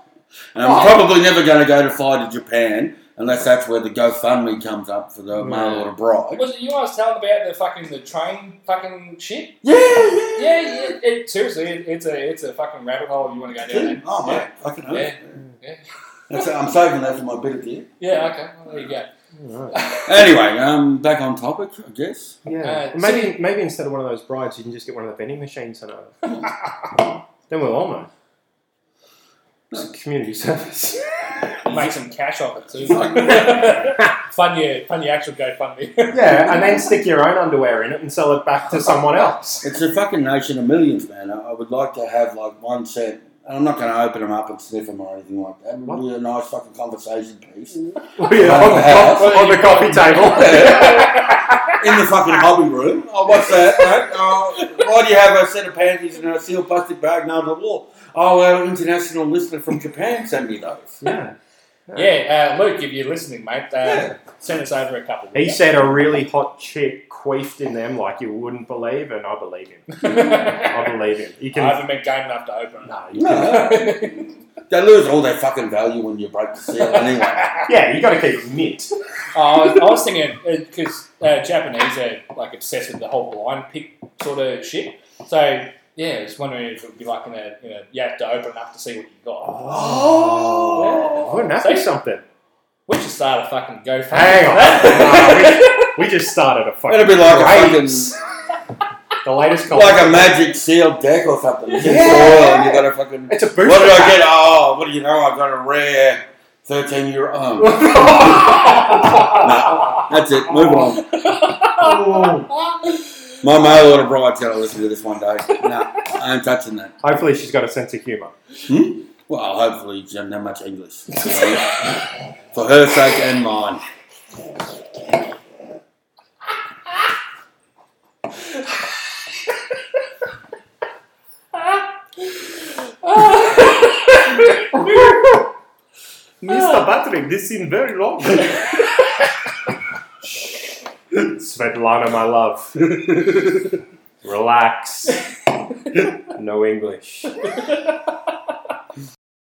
Speaker 1: And I'm
Speaker 2: Oh.
Speaker 1: probably never going to go to fly to Japan unless that's where the GoFundMe comes up for the
Speaker 2: Yeah.
Speaker 1: male or the bride.
Speaker 3: Was it you I was telling about the fucking the train fucking shit?
Speaker 1: Yeah,
Speaker 3: Yeah,
Speaker 1: yeah,
Speaker 3: yeah. It, seriously, it, it's a it's a fucking rabbit hole you want to go down. there.
Speaker 1: Oh,
Speaker 3: yeah.
Speaker 1: mate, fucking hell.
Speaker 3: Yeah. Yeah.
Speaker 1: That's, I'm saving that for my bit at the end.
Speaker 3: Yeah, okay. Well, there you go.
Speaker 1: Anyway, um, back on topic, I guess.
Speaker 2: Yeah.
Speaker 3: Uh,
Speaker 2: maybe maybe instead of one of those brides, you can just get one of the vending machines and over. then we'll all know. It's a community service.
Speaker 3: Make some cash off it too.
Speaker 1: Fuck.
Speaker 3: fund your fund your actual GoFundMe.
Speaker 2: yeah, and then stick your own underwear in it and sell it back to someone else.
Speaker 1: It's a fucking nation of millions, man. I, I would like to have like one set. And I'm not going to open them up and sniff them or anything like that. It would be a nice fucking conversation piece. In
Speaker 2: Yeah, on, the co- on the coffee table.
Speaker 1: the fucking hobby room. Oh, what's that, mate? Oh, why do you have a set of panties in a sealed plastic bag nailed to the wall? Oh, our international listener from Japan sent me those.
Speaker 2: yeah.
Speaker 3: yeah, uh, Luke, if you're listening, mate, uh,
Speaker 1: Yeah.
Speaker 3: send us over a couple.
Speaker 2: He said a really hot chick queefed in them like you wouldn't believe, and I believe him. I
Speaker 3: I
Speaker 2: believe him. You can.
Speaker 3: haven't been game enough to open.
Speaker 2: No, you can.
Speaker 1: No, they lose all their fucking value when you break the seal anyway.
Speaker 2: Yeah, you got to keep it mint.
Speaker 3: Oh, I, was, I was thinking because uh, Japanese are like obsessed with the whole blind pick sort of shit. So yeah, I was wondering if it would be like in a you know you have to open it up to see what you got.
Speaker 1: Oh.
Speaker 2: wouldn't that be something?
Speaker 3: We should start a fucking GoFundMe.
Speaker 2: Hang on. No, we, we just started a fucking.
Speaker 1: It'd be like a fucking,
Speaker 2: craze. the latest.
Speaker 1: like a magic sealed deck or something. You get
Speaker 2: Yeah.
Speaker 1: soil and you got a fucking
Speaker 2: It's a booster.
Speaker 1: What did I get? Oh, what do you know? I got a rare 13 year old. That's it. Move on. My male order bride's going to listen to this one day. No, I ain't touching that.
Speaker 2: Hopefully, she's got a sense of humour.
Speaker 1: Well, hopefully, she doesn't have much English. You know? For her sake and mine.
Speaker 2: Mr. Patrick, this seemed very long. Svetlana, my love, relax. No English.